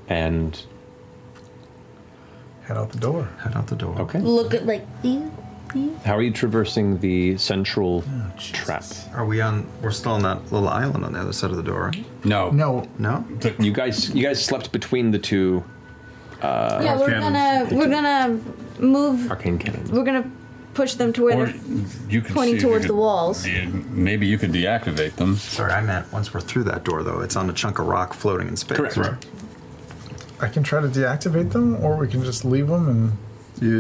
Speaker 2: and
Speaker 12: head out the door.
Speaker 2: Head out the door. Okay.
Speaker 7: Look at like you.
Speaker 2: How are you traversing the central trap?
Speaker 3: Are we on? We're still on that little island on the other side of the door, right?
Speaker 56: No.
Speaker 12: No.
Speaker 3: No.
Speaker 2: You guys, you guys slept between the two. Uh,
Speaker 1: yeah, we're gonna we're gonna move.
Speaker 2: arcane cannon.
Speaker 1: We're gonna push them to where
Speaker 56: Or
Speaker 1: they're
Speaker 56: you could
Speaker 1: pointing
Speaker 56: see if you
Speaker 1: towards
Speaker 56: could-
Speaker 1: the walls.
Speaker 56: yeah, Maybe you could deactivate them.
Speaker 3: Sorry, I meant once we're through that door, though. It's on a chunk of rock floating in space.
Speaker 56: Correct. Right.
Speaker 12: I can try to deactivate them, or we can just leave them and.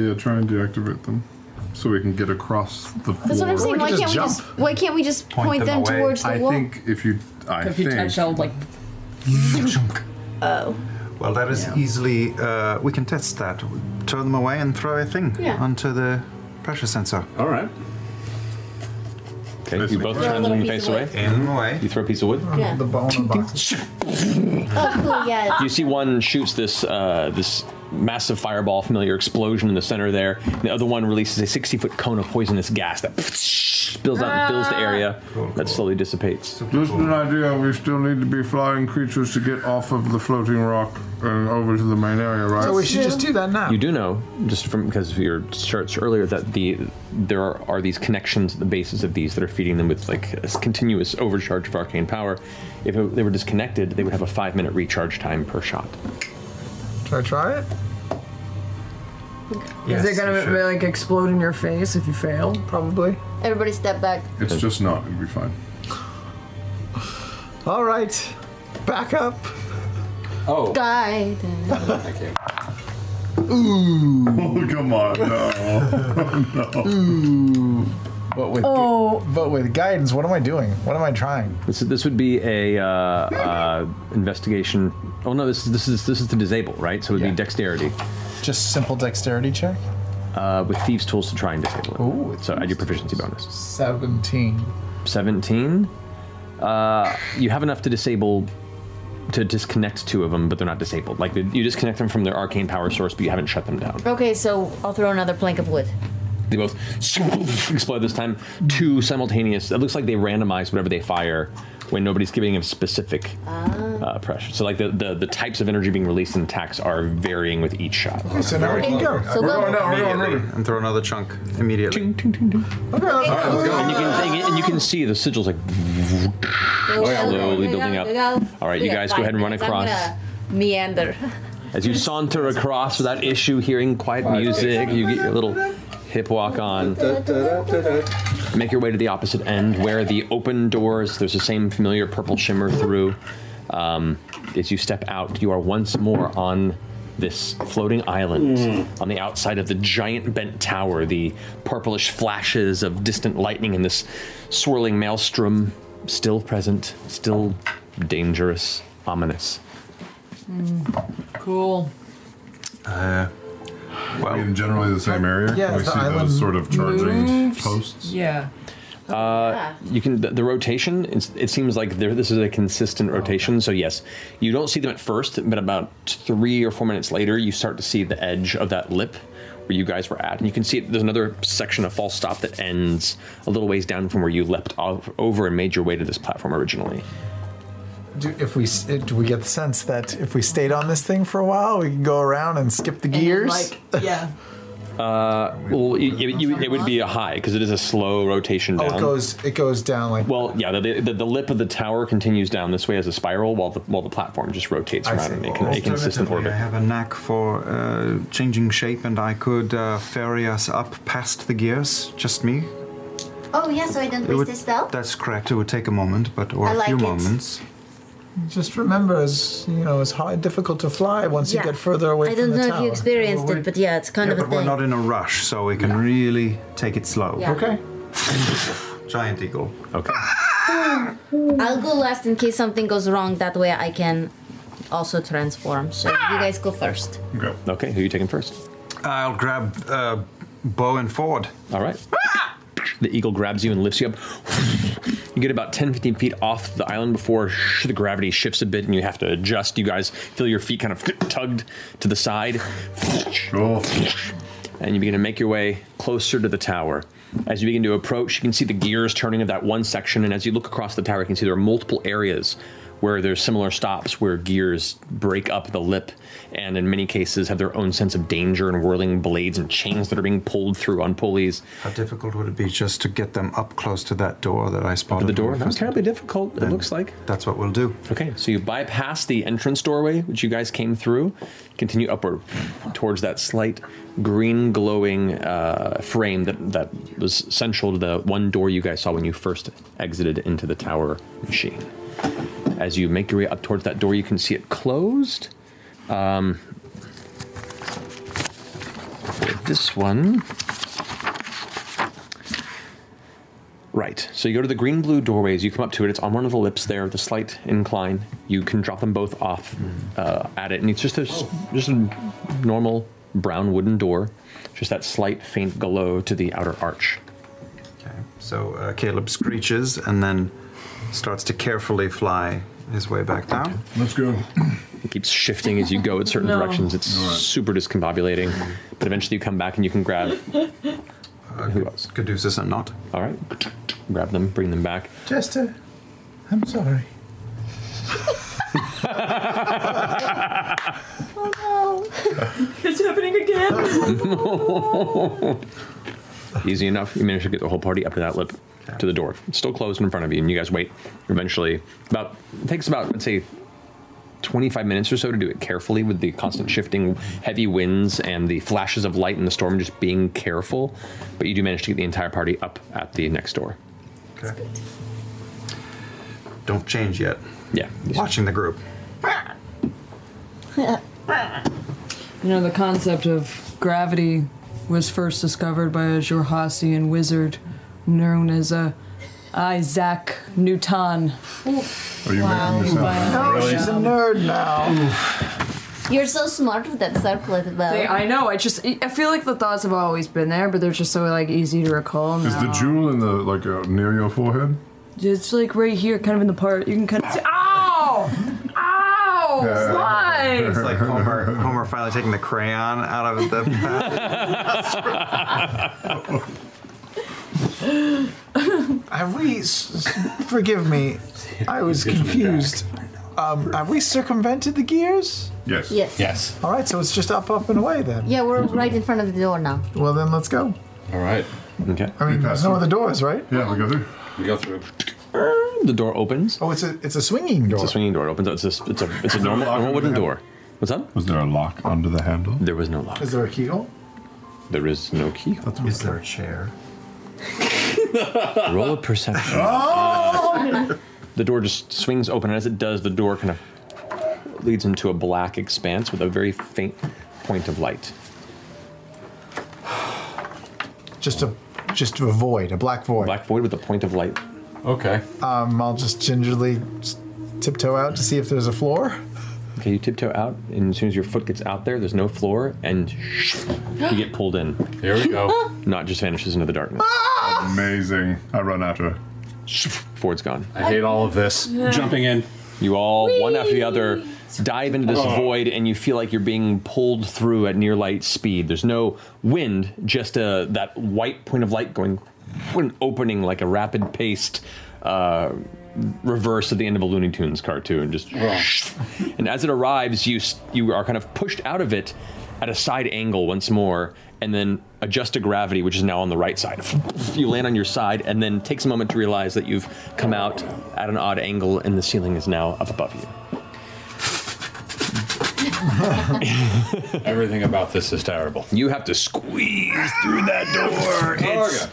Speaker 14: Yeah, try and deactivate them so we can get across the floor.
Speaker 1: That's what I'm saying. Why can't we just why can't we just point, them, towards the
Speaker 14: I
Speaker 1: wall?
Speaker 14: think if you, I
Speaker 1: If
Speaker 3: you
Speaker 14: think
Speaker 3: touch
Speaker 4: Shell like
Speaker 1: oh.
Speaker 3: Well, that is easily. Uh, we can test that. Throw them away and throw a thing
Speaker 1: Yeah.
Speaker 3: onto the pressure sensor.
Speaker 56: All right.
Speaker 2: Okay, you both
Speaker 3: Throw a
Speaker 2: turn
Speaker 3: little
Speaker 2: them
Speaker 3: piece
Speaker 2: face
Speaker 3: of
Speaker 2: away.
Speaker 3: wood. Aim them away.
Speaker 2: You throw a piece of wood.
Speaker 7: Yeah.
Speaker 12: The bone and box.
Speaker 7: Oh, cool. Yeah.
Speaker 2: You see one shoots this uh, this massive fireball, familiar explosion in the center there. And the other one releases a 60 foot cone of poisonous gas that spills out and fills the area. That slowly dissipates.
Speaker 14: Just an idea. We still need to be flying creatures to get off of the floating rock and over to the main area, right?
Speaker 12: So we should just do that now.
Speaker 2: You do know, just from because of your search earlier, that the there are, are these connections at the bases of these that are feeding them with like a s- continuous overcharge of arcane power. If it, they were disconnected, they would have a five minute recharge time per shot.
Speaker 12: Should I try it?
Speaker 4: Is it gonna like explode in your face if you fail?
Speaker 12: Probably.
Speaker 7: Everybody step back.
Speaker 14: It's just not. It'll be fine.
Speaker 12: All right. Back up.
Speaker 56: Oh.
Speaker 7: Guide.
Speaker 56: Thank you.
Speaker 14: Ooh. Oh, come on. No.
Speaker 12: Ooh. But with
Speaker 4: oh.
Speaker 12: but with guidance, what am I doing? What am I trying?
Speaker 2: This is, this would be a uh, uh, investigation. Oh no, this is this is this is to disable, right? So it would be dexterity.
Speaker 12: Just simple dexterity check.
Speaker 2: Uh, with thieves' tools to try and disable it. Ooh, so add your proficiency bonus.
Speaker 12: Seventeen.
Speaker 2: Seventeen. Uh, you have enough to disable, to disconnect two of them, but they're not disabled. Like you disconnect them from their arcane power source, but you haven't shut them down.
Speaker 7: Okay, so I'll throw another plank of wood.
Speaker 2: They both explode this time. Two simultaneous. It looks like they randomize whatever they fire when nobody's giving them specific.
Speaker 7: Ah.
Speaker 2: uh, pressure. So like the, the the types of energy being released in attacks are varying with each shot.
Speaker 12: Okay, so now we can go. So
Speaker 3: we're
Speaker 12: go.
Speaker 3: going now. We're going
Speaker 12: Immediately.
Speaker 3: Ruby. And throw another chunk immediately.
Speaker 12: Okay, let's
Speaker 3: All right, let's go.
Speaker 2: And you can and you can see the sigils like Oh, slowly building up. All right, you guys go ahead and run across.
Speaker 1: meander.
Speaker 2: As you saunter across without issue, hearing quiet music, you get your little hip walk on. Make your way to the opposite end where the open doors, there's the same familiar purple shimmer through. Um, as you step out, you are once more on this floating island on the outside of the giant bent tower, the purplish flashes of distant lightning and this swirling maelstrom still present, still dangerous, ominous.
Speaker 4: Cool.
Speaker 14: Uh, I mean, generally the same area.
Speaker 4: Yeah,
Speaker 14: Can we
Speaker 4: the
Speaker 14: see
Speaker 4: island
Speaker 14: those sort of charging
Speaker 4: moves.
Speaker 14: posts?
Speaker 4: Yeah.
Speaker 2: Uh, you can the, the rotation. It's, it seems like there, this is a consistent rotation. So yes, you don't see them at first, but about three or four minutes later, you start to see the edge of that lip where you guys were at, and you can see it, there's another section of false stop that ends a little ways down from where you leapt off, over and made your way to this platform originally.
Speaker 12: Do, if we s- do, we get the sense that if we stayed on this thing for a while, we can go around and skip the gears.
Speaker 4: yeah.
Speaker 2: Uh, well, you, you- you- it would be a high because it is a slow rotation
Speaker 12: Oh,
Speaker 2: down.
Speaker 12: it goes. It goes down like.
Speaker 2: Well, yeah, the, the, the lip of the tower continues down this way as a spiral, while the while the platform just rotates
Speaker 3: I
Speaker 2: around
Speaker 3: see.
Speaker 2: in a, con- a
Speaker 3: Alternatively,
Speaker 2: consistent orbit.
Speaker 3: I have a knack for uh, changing shape, and I could uh, ferry us up past the gears. Just me.
Speaker 7: Oh, yeah, so I didn't
Speaker 3: It
Speaker 7: waste
Speaker 3: would-
Speaker 7: this spell?
Speaker 3: That's correct. It would take a moment, but or
Speaker 7: I
Speaker 3: a
Speaker 7: like
Speaker 3: few
Speaker 7: it.
Speaker 3: moments.
Speaker 12: Just remember, it's you know, it's hard, difficult to fly once
Speaker 7: Yeah.
Speaker 12: you get further away
Speaker 7: I
Speaker 12: from
Speaker 7: don't
Speaker 12: the
Speaker 7: know
Speaker 12: tower.
Speaker 7: if you experienced it, but yeah, it's kind
Speaker 3: yeah,
Speaker 7: of a
Speaker 3: but we're
Speaker 7: thing.
Speaker 3: not in a rush, so we can really take it slow.
Speaker 7: Yeah. Okay.
Speaker 3: Giant eagle.
Speaker 2: Okay.
Speaker 7: I'll go last in case something goes wrong. That way I can also transform. So you guys go first.
Speaker 2: Okay. Okay, who are you taking first?
Speaker 3: I'll grab uh, bow and forward.
Speaker 2: All right. The eagle grabs you and lifts you up. You get about 10, 15 feet off the island before sh- the gravity shifts a bit and you have to adjust. You guys feel your feet kind of tugged to the side. And you begin to make your way closer to the tower. As you begin to approach, you can see the gears turning of that one section. And as you look across the tower, you can see there are multiple areas where there's similar stops where gears break up the lip and in many cases have their own sense of danger and whirling blades and chains that are being pulled through on pulleys.
Speaker 3: How difficult would it be just to get them up close to that door that I spotted?
Speaker 2: the door?
Speaker 3: when I
Speaker 2: Not
Speaker 3: first-
Speaker 2: terribly difficult, it looks like.
Speaker 3: That's what we'll do.
Speaker 2: Okay, so you bypass the entrance doorway, which you guys came through, continue upward towards that slight green glowing uh, frame that, that was central to the one door you guys saw when you first exited into the tower machine. As you make your way up towards that door, you can see it closed. Um, for this one. Right. So you go to the green blue doorways, you come up to it, it's on one of the lips there, the slight incline. You can drop them both off uh, at it, and it's just a, s- just a normal brown wooden door, just that slight faint glow to the outer arch.
Speaker 3: So uh, Caleb screeches and then starts to carefully fly his way back down.
Speaker 14: Let's go.
Speaker 2: It keeps shifting as you go in certain
Speaker 3: No.
Speaker 2: directions. It's
Speaker 3: All right.
Speaker 2: super discombobulating, but eventually you come back and you can grab who else?
Speaker 3: Caduceus and Not.
Speaker 2: All right, grab them, bring them back.
Speaker 12: Jester, I'm sorry.
Speaker 4: It's happening again.
Speaker 2: Easy enough. You manage to get the whole party up to that lip, to the door. It's still closed in front of you, and you guys wait. Eventually, about it takes about let's say 25 minutes or so to do it carefully with the constant shifting heavy winds and the flashes of light in the storm. Just being careful, but you do manage to get the entire party up at the next door.
Speaker 3: Okay. Don't change yet.
Speaker 2: Yeah.
Speaker 3: Watching the group.
Speaker 4: You know, the concept of gravity was first discovered by a Jorhasian wizard known as a Isaac Newton.
Speaker 14: Are you
Speaker 7: Wow.
Speaker 14: making this up?
Speaker 7: Wow.
Speaker 14: Really?
Speaker 7: she's a
Speaker 12: nerd now.
Speaker 7: You're so smart with that circlet, though.
Speaker 4: They- I know. I just I feel like the thoughts have always been there, but they're just so like easy to recall now.
Speaker 14: Is the jewel in the like uh, near your forehead?
Speaker 4: It's like right here, kind of in the part. You can kind of. See. Ow! Ow! Slide!
Speaker 3: It's like Homer, Homer finally taking the crayon out of the.
Speaker 12: Have we? s- s- Forgive me. I was confused.
Speaker 7: Um, have we circumvented the gears?
Speaker 14: Yes.
Speaker 1: Yes.
Speaker 12: Yes.
Speaker 7: All right, so it's just up, up, and away then.
Speaker 1: Yeah, we're right in front of the door now.
Speaker 7: Well, then let's go.
Speaker 12: All right.
Speaker 2: Okay.
Speaker 7: I mean, there's no other doors, right?
Speaker 14: Yeah, we go through.
Speaker 12: We go through.
Speaker 2: The door opens.
Speaker 7: Oh, it's a it's a swinging door.
Speaker 2: It's a swinging door. It opens. It's a it's a it's a normal, normal wooden door. What's that?
Speaker 14: Was there a lock under the handle?
Speaker 2: There was no lock.
Speaker 7: Is there a keyhole?
Speaker 2: There is no key.
Speaker 3: Is there a chair?
Speaker 2: Roll a perception. The door just swings open, and as it does, the door kind of leads into a black expanse with a very faint point of light.
Speaker 7: Just a just a void, a black void.
Speaker 2: Black void with a point of light.
Speaker 12: Okay.
Speaker 7: Um, I'll just gingerly s- tiptoe out to see if there's a floor.
Speaker 2: Okay, you tiptoe out, and as soon as your foot gets out there, there's no floor, and you get pulled in.
Speaker 12: Here we go.
Speaker 2: Not just vanishes into the darkness.
Speaker 14: Amazing. I run after her.
Speaker 2: Ford's gone.
Speaker 12: I hate all of this. Jumping in.
Speaker 2: You all, one after the other, dive into this
Speaker 12: Oh.
Speaker 2: void, and you feel like you're being pulled through at near light speed. There's no wind, just uh, that white point of light going and opening like a rapid paced uh, reverse at the end of a Looney Tunes cartoon. Just and as it arrives, you s- you are kind of pushed out of it at a side angle once more, and then adjust to gravity, which is now on the right side. You land on your side, and then takes a moment to realize that you've come out at an odd angle, and the ceiling is now up above you.
Speaker 12: Everything about this is terrible.
Speaker 2: You have to squeeze through that door. It's,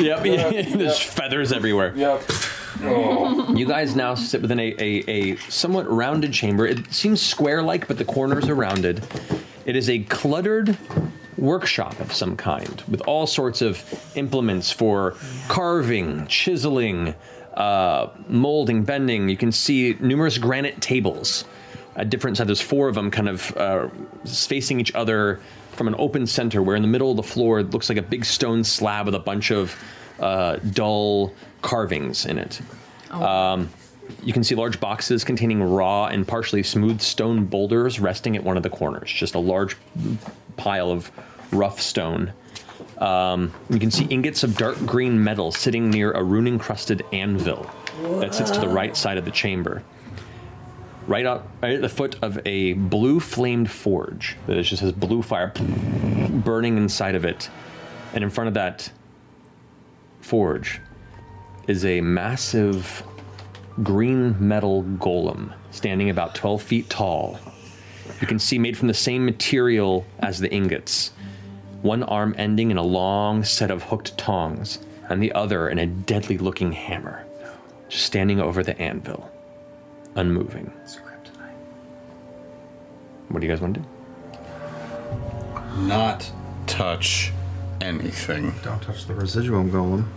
Speaker 2: yep, there's feathers everywhere.
Speaker 12: Yep. Oh.
Speaker 2: You guys now sit within a, a, a somewhat rounded chamber. It seems square like, but the corners are rounded. It is a cluttered workshop of some kind with all sorts of implements for carving, chiseling, uh, molding, bending. You can see numerous granite tables at different sides. There's four of them kind of uh, facing each other from an open center, where in the middle of the floor it looks like a big stone slab with a bunch of uh, dull carvings in it. Um, you can see large boxes containing raw and partially smooth stone boulders resting at one of the corners, just a large pile of rough stone. Um, you can see ingots of dark green metal sitting near a rune encrusted anvil that sits to the right side of the chamber right up right at the foot of a blue flamed forge that is just has blue fire burning inside of it and in front of that forge is a massive green metal golem standing about 12 feet tall you can see made from the same material as the ingots one arm ending in a long set of hooked tongs and the other in a deadly looking hammer just standing over the anvil unmoving what do you guys want to do?
Speaker 12: Not touch anything.
Speaker 3: Don't touch the residual golem.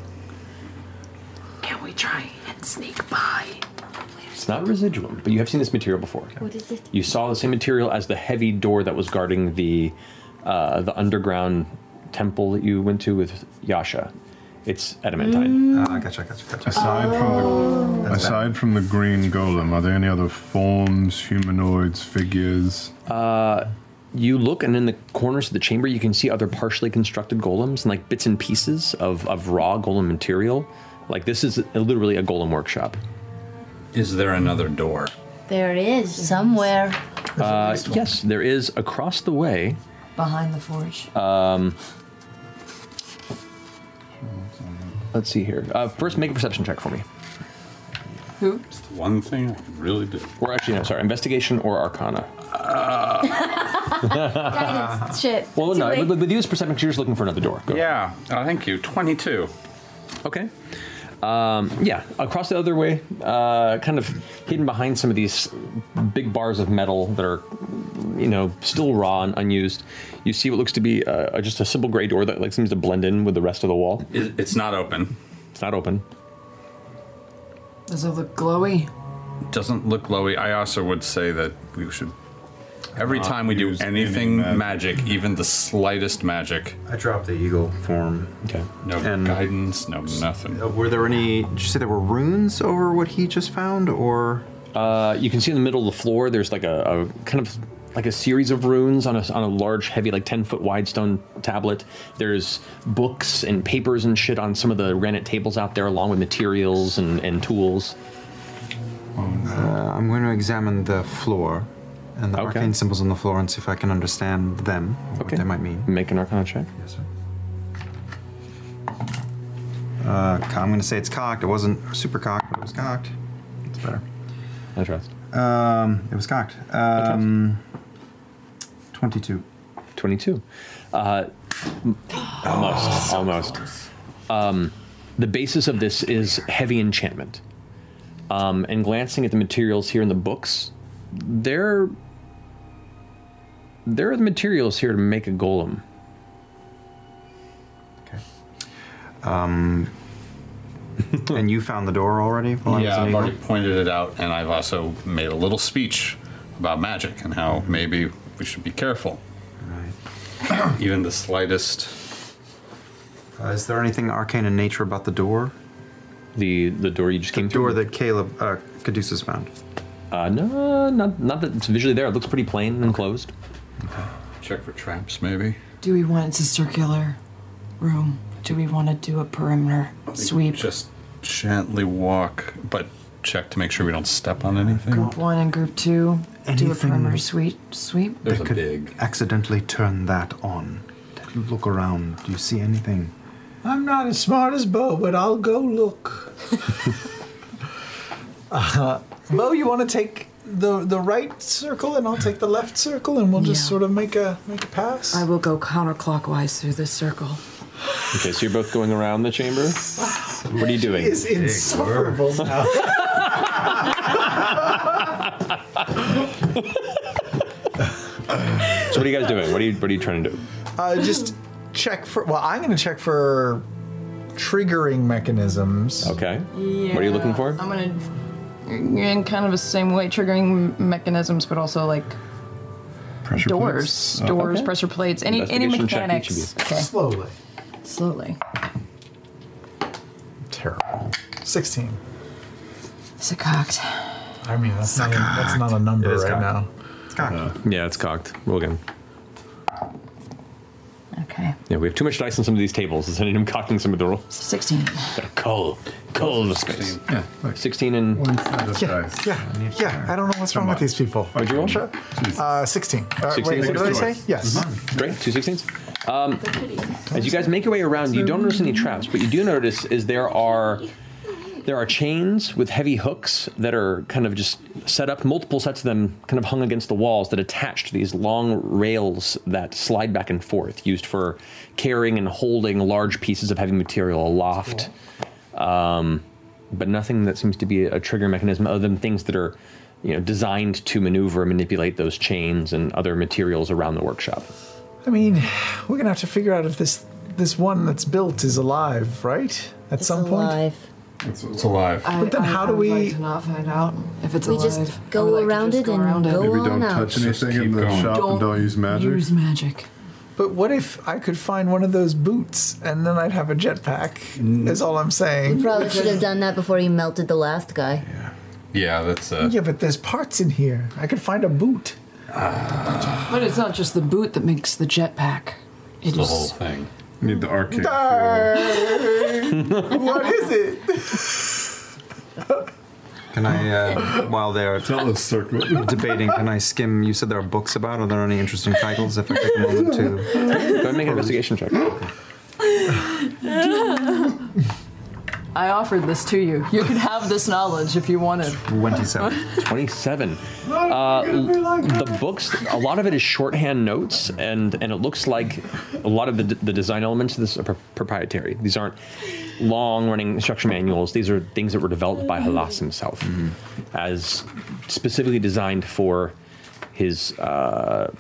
Speaker 4: Can we try and sneak by?
Speaker 2: It's not residuum, but you have seen this material before.
Speaker 4: What is it?
Speaker 2: You saw the same material as the heavy door that was guarding the uh, the underground temple that you went to with Yasha. It's adamantine.
Speaker 3: Uh,
Speaker 2: Ah, gotcha, gotcha, gotcha.
Speaker 14: Aside from the aside from the green golem, are there any other forms, humanoids, figures?
Speaker 2: Uh, you look, and in the corners of the chamber, you can see other partially constructed golems and like bits and pieces of, of raw golem material. Like this is literally a golem workshop.
Speaker 12: Is there another door?
Speaker 1: There is somewhere
Speaker 2: Uh, yes, there is across the way.
Speaker 1: behind the forge.
Speaker 2: Um, let's see here. Uh, first, make a perception check for me.
Speaker 60: Who?
Speaker 12: One thing I can really do.
Speaker 2: Or actually, no, sorry, investigation or arcana.
Speaker 7: Uh-huh.
Speaker 61: Guidance. Shit.
Speaker 2: well,
Speaker 61: Too
Speaker 2: no,
Speaker 61: late.
Speaker 2: with, with you as perception, 'cause you're just looking for another door. Go
Speaker 12: yeah, uh, thank you. 22.
Speaker 2: Okay. Um, yeah, across the other way, uh, kind of hidden behind some of these big bars of metal that are, you know, still raw and unused. You see what looks to be uh, just a simple gray door that like seems to blend in with the rest of the wall.
Speaker 12: It- It's not open.
Speaker 2: It's not open.
Speaker 60: Does it look glowy?
Speaker 12: Doesn't look glowy. I also would say that we should. Every
Speaker 3: Not
Speaker 12: time we do
Speaker 3: use any
Speaker 12: anything magic. even the slightest magic.
Speaker 3: I dropped the eagle form.
Speaker 2: Okay.
Speaker 12: No guidance, no nothing.
Speaker 3: Uh, Were there any? Did you say there were runes over what he just found, or?
Speaker 2: Uh, you can see in the middle of the floor. There's like a, a kind of like a series of runes on a on a large, heavy, like ten foot wide stone tablet. There's books and papers and shit on some of the granite tables out there, along with materials and and tools.
Speaker 3: Uh, I'm going to examine the floor and the
Speaker 2: Okay.
Speaker 3: arcane symbols on the floor and see if I can understand them, what they might mean.
Speaker 2: Make an arcana check.
Speaker 3: Yes, sir. Uh, co- I'm going to say it's cocked. It wasn't super cocked, but it was cocked. It's better.
Speaker 2: I trust.
Speaker 3: Um, it was cocked. Um, 22.
Speaker 2: 22. Uh, m-
Speaker 3: Oh,
Speaker 2: almost. almost. Um, the basis of this is heavy enchantment. Um, and glancing at the materials here in the books, there, there are the materials here to make a golem.
Speaker 3: Um, and you found the door already? while I was
Speaker 56: Hmm. yeah,
Speaker 3: in
Speaker 56: I've
Speaker 3: Eagle?
Speaker 56: already pointed it out, and I've also made a little speech about magic and how maybe we should be careful. Right. Even the slightest.
Speaker 3: Uh, is there anything arcane in nature about the door?
Speaker 2: The the door you just
Speaker 3: came through. The door that Caleb uh, Caduceus found.
Speaker 2: Uh, no, not, not that it's visually there. It looks pretty plain and closed.
Speaker 56: Check for traps, maybe.
Speaker 5: Do we want it's a circular room? Do we want to do a perimeter sweep?
Speaker 56: Just gently walk, but check to make sure we don't step on anything.
Speaker 5: Group one and group two do a
Speaker 3: Anything-
Speaker 5: perimeter sweep. Sweep.
Speaker 56: There's
Speaker 3: They
Speaker 56: a
Speaker 3: could
Speaker 56: big-
Speaker 3: accidentally turn that on. Look around. Do you see anything?
Speaker 12: I'm not as smart as Bo, but I'll go look. uh, Bo, you want to take the the right circle, and I'll take the left circle, and we'll just sort of make a make a pass.
Speaker 5: I will go counterclockwise through this circle.
Speaker 2: Okay, so you're both going around the chamber. What are you doing?
Speaker 12: She is insufferable now.
Speaker 2: So what are you guys doing? What are you What are you trying to do?
Speaker 12: Uh, just check for. Well, I'm going to check for triggering mechanisms.
Speaker 2: Okay.
Speaker 4: Yeah. I'm gonna in kind of the same way, triggering mechanisms, but also like
Speaker 12: Pressure
Speaker 4: doors,
Speaker 12: plates?
Speaker 4: doors,
Speaker 12: Okay.
Speaker 4: pressure plates, any any
Speaker 12: Investigation check,
Speaker 4: mechanics.
Speaker 12: each of you.
Speaker 4: Okay.
Speaker 12: Slowly.
Speaker 4: Slowly.
Speaker 12: Terrible. Sixteen.
Speaker 5: It's a cocked.
Speaker 12: I mean, that's, not, that's not a number
Speaker 2: It is
Speaker 12: right
Speaker 2: cocked.
Speaker 12: now.
Speaker 2: yeah, it's cocked. Roll again.
Speaker 5: Okay.
Speaker 2: Yeah, we have too much dice on some of these tables. It's ending up cocking some of the rolls.
Speaker 5: 16.
Speaker 2: Coal. Coal the space. Yeah, 16 and. One side of
Speaker 12: yeah, yeah, yeah. I don't know what's wrong with these people.
Speaker 2: What'd you roll?
Speaker 12: Uh, 16. Uh,
Speaker 2: 16,
Speaker 12: wait, what did I
Speaker 2: 16.
Speaker 12: say? Yes.
Speaker 3: Mm-hmm.
Speaker 2: Great, two 16s. Um, as you guys make your way around, you don't notice any traps. What you do notice is there are there are chains with heavy hooks that are kind of just set up, multiple sets of them kind of hung against the walls that attach to these long rails that slide back and forth, used for carrying and holding large pieces of heavy material aloft. Um, but nothing that seems to be a trigger mechanism other than things that are you know, designed to maneuver and manipulate those chains and other materials around the workshop.
Speaker 12: I mean, we're gonna have to figure out if this this one that's built is alive, right? At some point. It's,
Speaker 56: it's alive.
Speaker 12: but then how do we?
Speaker 5: Like to not find out if it's
Speaker 7: We
Speaker 5: alive.
Speaker 7: just go around it and go
Speaker 14: Maybe don't touch anything in the shop and don't use magic.
Speaker 5: magic.
Speaker 12: But what if I could find one of those boots and then I'd have a jetpack?
Speaker 14: Mm.
Speaker 12: Is all I'm saying.
Speaker 7: You probably should have done that before you melted the last guy.
Speaker 56: Yeah, that's uh,
Speaker 12: Yeah, but there's parts in here. I could find a boot.
Speaker 5: But it's not just the boot that makes the jetpack. It's
Speaker 56: the whole thing.
Speaker 14: Need the arcade.
Speaker 12: what is it?
Speaker 3: Can I, uh, while they're debating, can I skim? You said there are books about. Are there any interesting titles? If I take a moment to.
Speaker 2: Go and make an investigation check.
Speaker 4: I offered this to you. You could have this knowledge if you wanted.
Speaker 3: 27.
Speaker 2: 27.
Speaker 4: Not
Speaker 2: Uh,
Speaker 4: gonna be like
Speaker 2: the books, a lot of it is shorthand notes, and, and it looks like a lot of the, d- the design elements of this are pro- proprietary. These aren't long running instruction manuals, these are things that were developed by Halas himself Mm-hmm. as specifically designed for his, uh,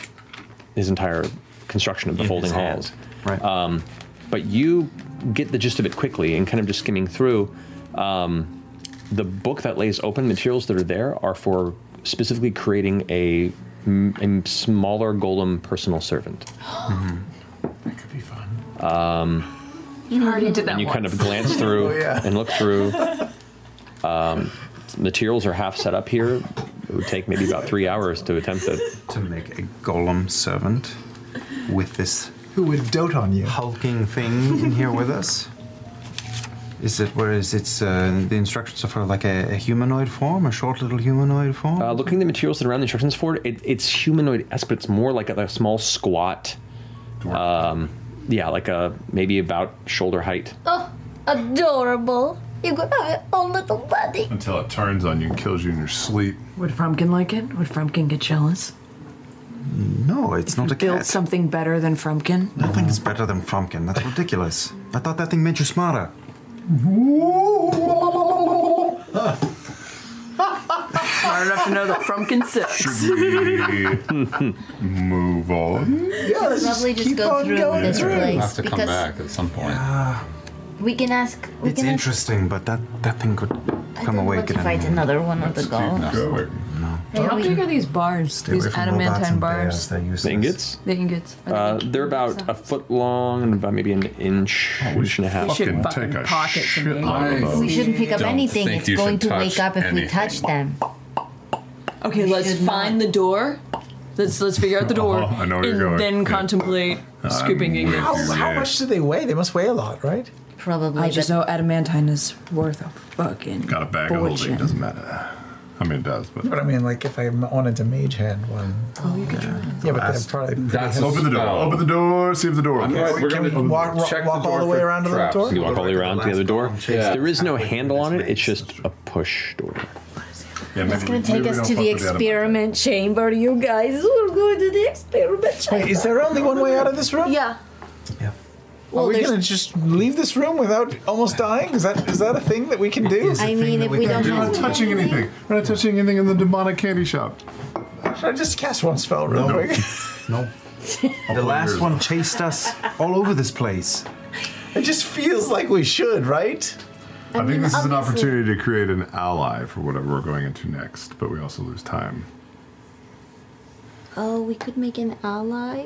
Speaker 2: his entire construction of the
Speaker 62: In his
Speaker 2: folding
Speaker 62: hand.
Speaker 2: halls. Right. Um, but you get the gist of it quickly and kind of just skimming through. Um, the book that lays open materials that are there are for specifically creating a, m- a smaller golem personal servant. That could
Speaker 12: be fun.
Speaker 2: Um,
Speaker 4: You already did that.
Speaker 2: and you kind
Speaker 4: once.
Speaker 2: of glance through and look through. Um, materials are half set up here. It would take maybe about three hours to attempt it.
Speaker 3: To make a golem servant with this
Speaker 12: who would dote on you
Speaker 3: hulking thing in here with us. Is it where is it's uh, the instructions are for like a, a humanoid form, a short little humanoid form?
Speaker 2: Uh, looking at the materials that are around the instructions for it, it it's humanoid esque, but it's more like a, a small squat. Um, yeah, like a maybe about shoulder height.
Speaker 7: Oh, adorable. You could have your own oh, little buddy.
Speaker 14: Until it turns on you and kills you in your sleep.
Speaker 63: Would Frumpkin like it? Would Frumpkin get jealous?
Speaker 3: No, it's not a
Speaker 63: Build
Speaker 3: cat.
Speaker 63: something better than Frumpkin?
Speaker 3: Nothing is better than Frumpkin. That's ridiculous. I thought that thing made you smarter.
Speaker 4: Smart enough to know that Frumpkin sits.
Speaker 14: Move on.
Speaker 7: Yeah, let's probably just, go through this place
Speaker 56: have to come
Speaker 7: because
Speaker 56: back at some point.
Speaker 7: we can ask. We
Speaker 3: It's
Speaker 7: can
Speaker 3: interesting, but that, that thing could
Speaker 7: Ask,
Speaker 3: come
Speaker 7: I
Speaker 3: awake
Speaker 7: to
Speaker 3: and
Speaker 7: fight another one of the golems.
Speaker 4: Hey, how big are these bars? these adamantine bars?
Speaker 2: The ingots?
Speaker 4: The ingots. Are they
Speaker 2: Uh,
Speaker 4: big?
Speaker 2: they're about a foot long and about maybe an inch, inch and a half.
Speaker 4: We should Fucking button take a pockets and shitload make- of those.
Speaker 7: We shouldn't pick up
Speaker 2: Don't
Speaker 7: anything.
Speaker 2: think
Speaker 7: It's
Speaker 2: you
Speaker 7: going
Speaker 2: should
Speaker 7: to
Speaker 2: touch
Speaker 7: wake up if we touch them.
Speaker 4: Okay, let's find the door. Let's let's figure out the door.
Speaker 12: Oh, I know where
Speaker 4: and
Speaker 12: you're going.
Speaker 4: Then
Speaker 12: Yeah.
Speaker 4: contemplate scooping it.
Speaker 12: How, how much do they weigh? They must weigh a lot, right?
Speaker 7: Probably.
Speaker 4: I just know adamantine is worth a fucking.
Speaker 14: Got a bag of holding, doesn't matter. I mean, it does, but.
Speaker 12: But I mean, like if I m- wanted to mage hand one. Oh, you could try. Yeah, but that's probably.
Speaker 14: That's open the door. Open the door. See if the door.
Speaker 12: Okay,
Speaker 14: opens.
Speaker 12: wait, We're can gonna we walk- walk- check the walk all door the way for around to the traps. door?
Speaker 2: You walk all the way around to the other door.
Speaker 14: Yeah.
Speaker 2: There is no handle on it, it's just a push door.
Speaker 14: Yeah,
Speaker 7: It's going to take us to the experiment chamber, you guys. We're going to the experiment chamber.
Speaker 12: Wait, is there only one way out of this room?
Speaker 7: Yeah.
Speaker 12: Are we gonna just leave this room without almost dying? Is that is that a thing that we can do?
Speaker 7: I mean, if we don't
Speaker 14: We're not touching anything. We're not touching anything in the demonic candy shop.
Speaker 12: Should I just cast one spell real
Speaker 3: No.
Speaker 12: quick?
Speaker 3: No. the last one chased us all over this place.
Speaker 12: It just feels like we should, right?
Speaker 14: I, think this is an
Speaker 12: obviously-
Speaker 14: opportunity to create an ally for whatever we're going into next, but we also lose time.
Speaker 7: Oh, we could make an ally.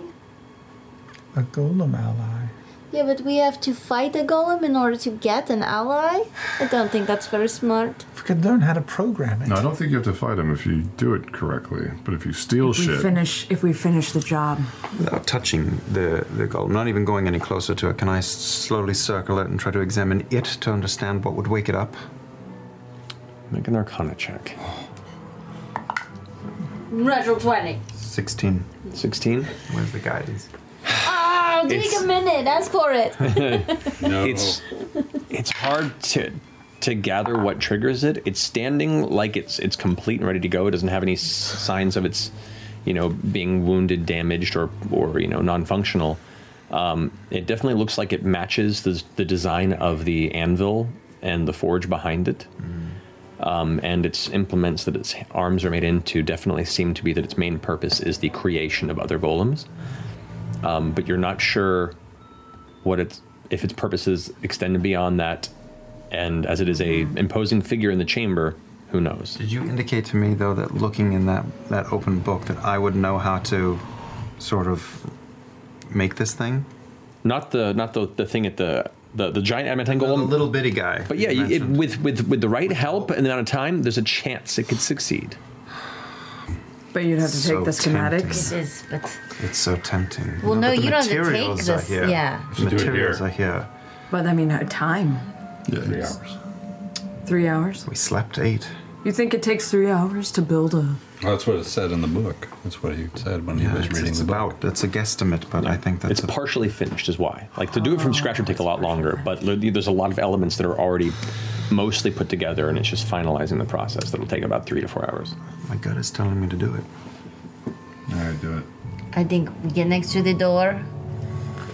Speaker 12: A golem ally.
Speaker 7: Yeah, but we have to fight a golem in order to get an ally. I don't think that's very smart.
Speaker 12: If we could learn how to program it.
Speaker 14: No, I don't think you have to fight him if you do it correctly, but if you steal
Speaker 63: If we
Speaker 14: shit.
Speaker 63: finish, if we finish the job.
Speaker 3: Without touching the, the golem, not even going any closer to it, can I s- slowly circle it and try to examine it to understand what would wake it up?
Speaker 2: Make an arcana check.
Speaker 7: Natural 20.
Speaker 3: 16.
Speaker 2: 16?
Speaker 3: Where's the guidance?
Speaker 7: Oh, take
Speaker 2: It's-
Speaker 7: a minute. Ask for it.
Speaker 2: It's it's hard to to gather what triggers it. It's standing like it's it's complete and ready to go. It doesn't have any s- signs of its you know being wounded, damaged, or or you know non-functional. Um, it definitely looks like it matches the the design of the anvil and the forge behind it. Um, and its implements that its arms are made into definitely seem to be that its main purpose is the creation of other golems. Um, but you're not sure what its if its purposes extend beyond that, and as it is a imposing figure in the chamber, who knows?
Speaker 3: Did you indicate to me, though, that looking in that, that open book, that I would know how to sort of make this thing?
Speaker 2: Not the not the, the thing at the the, the giant adamantine golem, the
Speaker 3: little bitty guy.
Speaker 2: um, But yeah, you- it, with with with the right help and the amount of time, there's a chance it could succeed.
Speaker 63: But you'd have to
Speaker 3: So
Speaker 63: take the
Speaker 3: tempting.
Speaker 63: schematics.
Speaker 7: It is, but
Speaker 3: It's so tempting.
Speaker 63: Well, no,
Speaker 3: but the
Speaker 63: you don't have to take
Speaker 3: materials are
Speaker 63: this-
Speaker 3: here.
Speaker 63: yeah.
Speaker 3: The
Speaker 63: You should do it
Speaker 3: materials are here.
Speaker 63: But I mean, uh, time.
Speaker 3: Three
Speaker 56: hours.
Speaker 63: Three hours?
Speaker 3: We slept eight.
Speaker 63: You think it takes three hours to build a.
Speaker 56: Well, that's what it said in the book. That's what he said when he was
Speaker 3: it's,
Speaker 56: reading
Speaker 3: it's
Speaker 56: the book.
Speaker 3: about. It's a guesstimate, but I think that's
Speaker 2: It's partially finished, is why. Like to do it from scratch would take a lot longer, but li- there's a lot of elements that are already mostly put together, and it's just finalizing the process that'll take about three to four hours.
Speaker 3: My gut is telling me to do it.
Speaker 14: All right, do it.
Speaker 7: I think we get next to the door.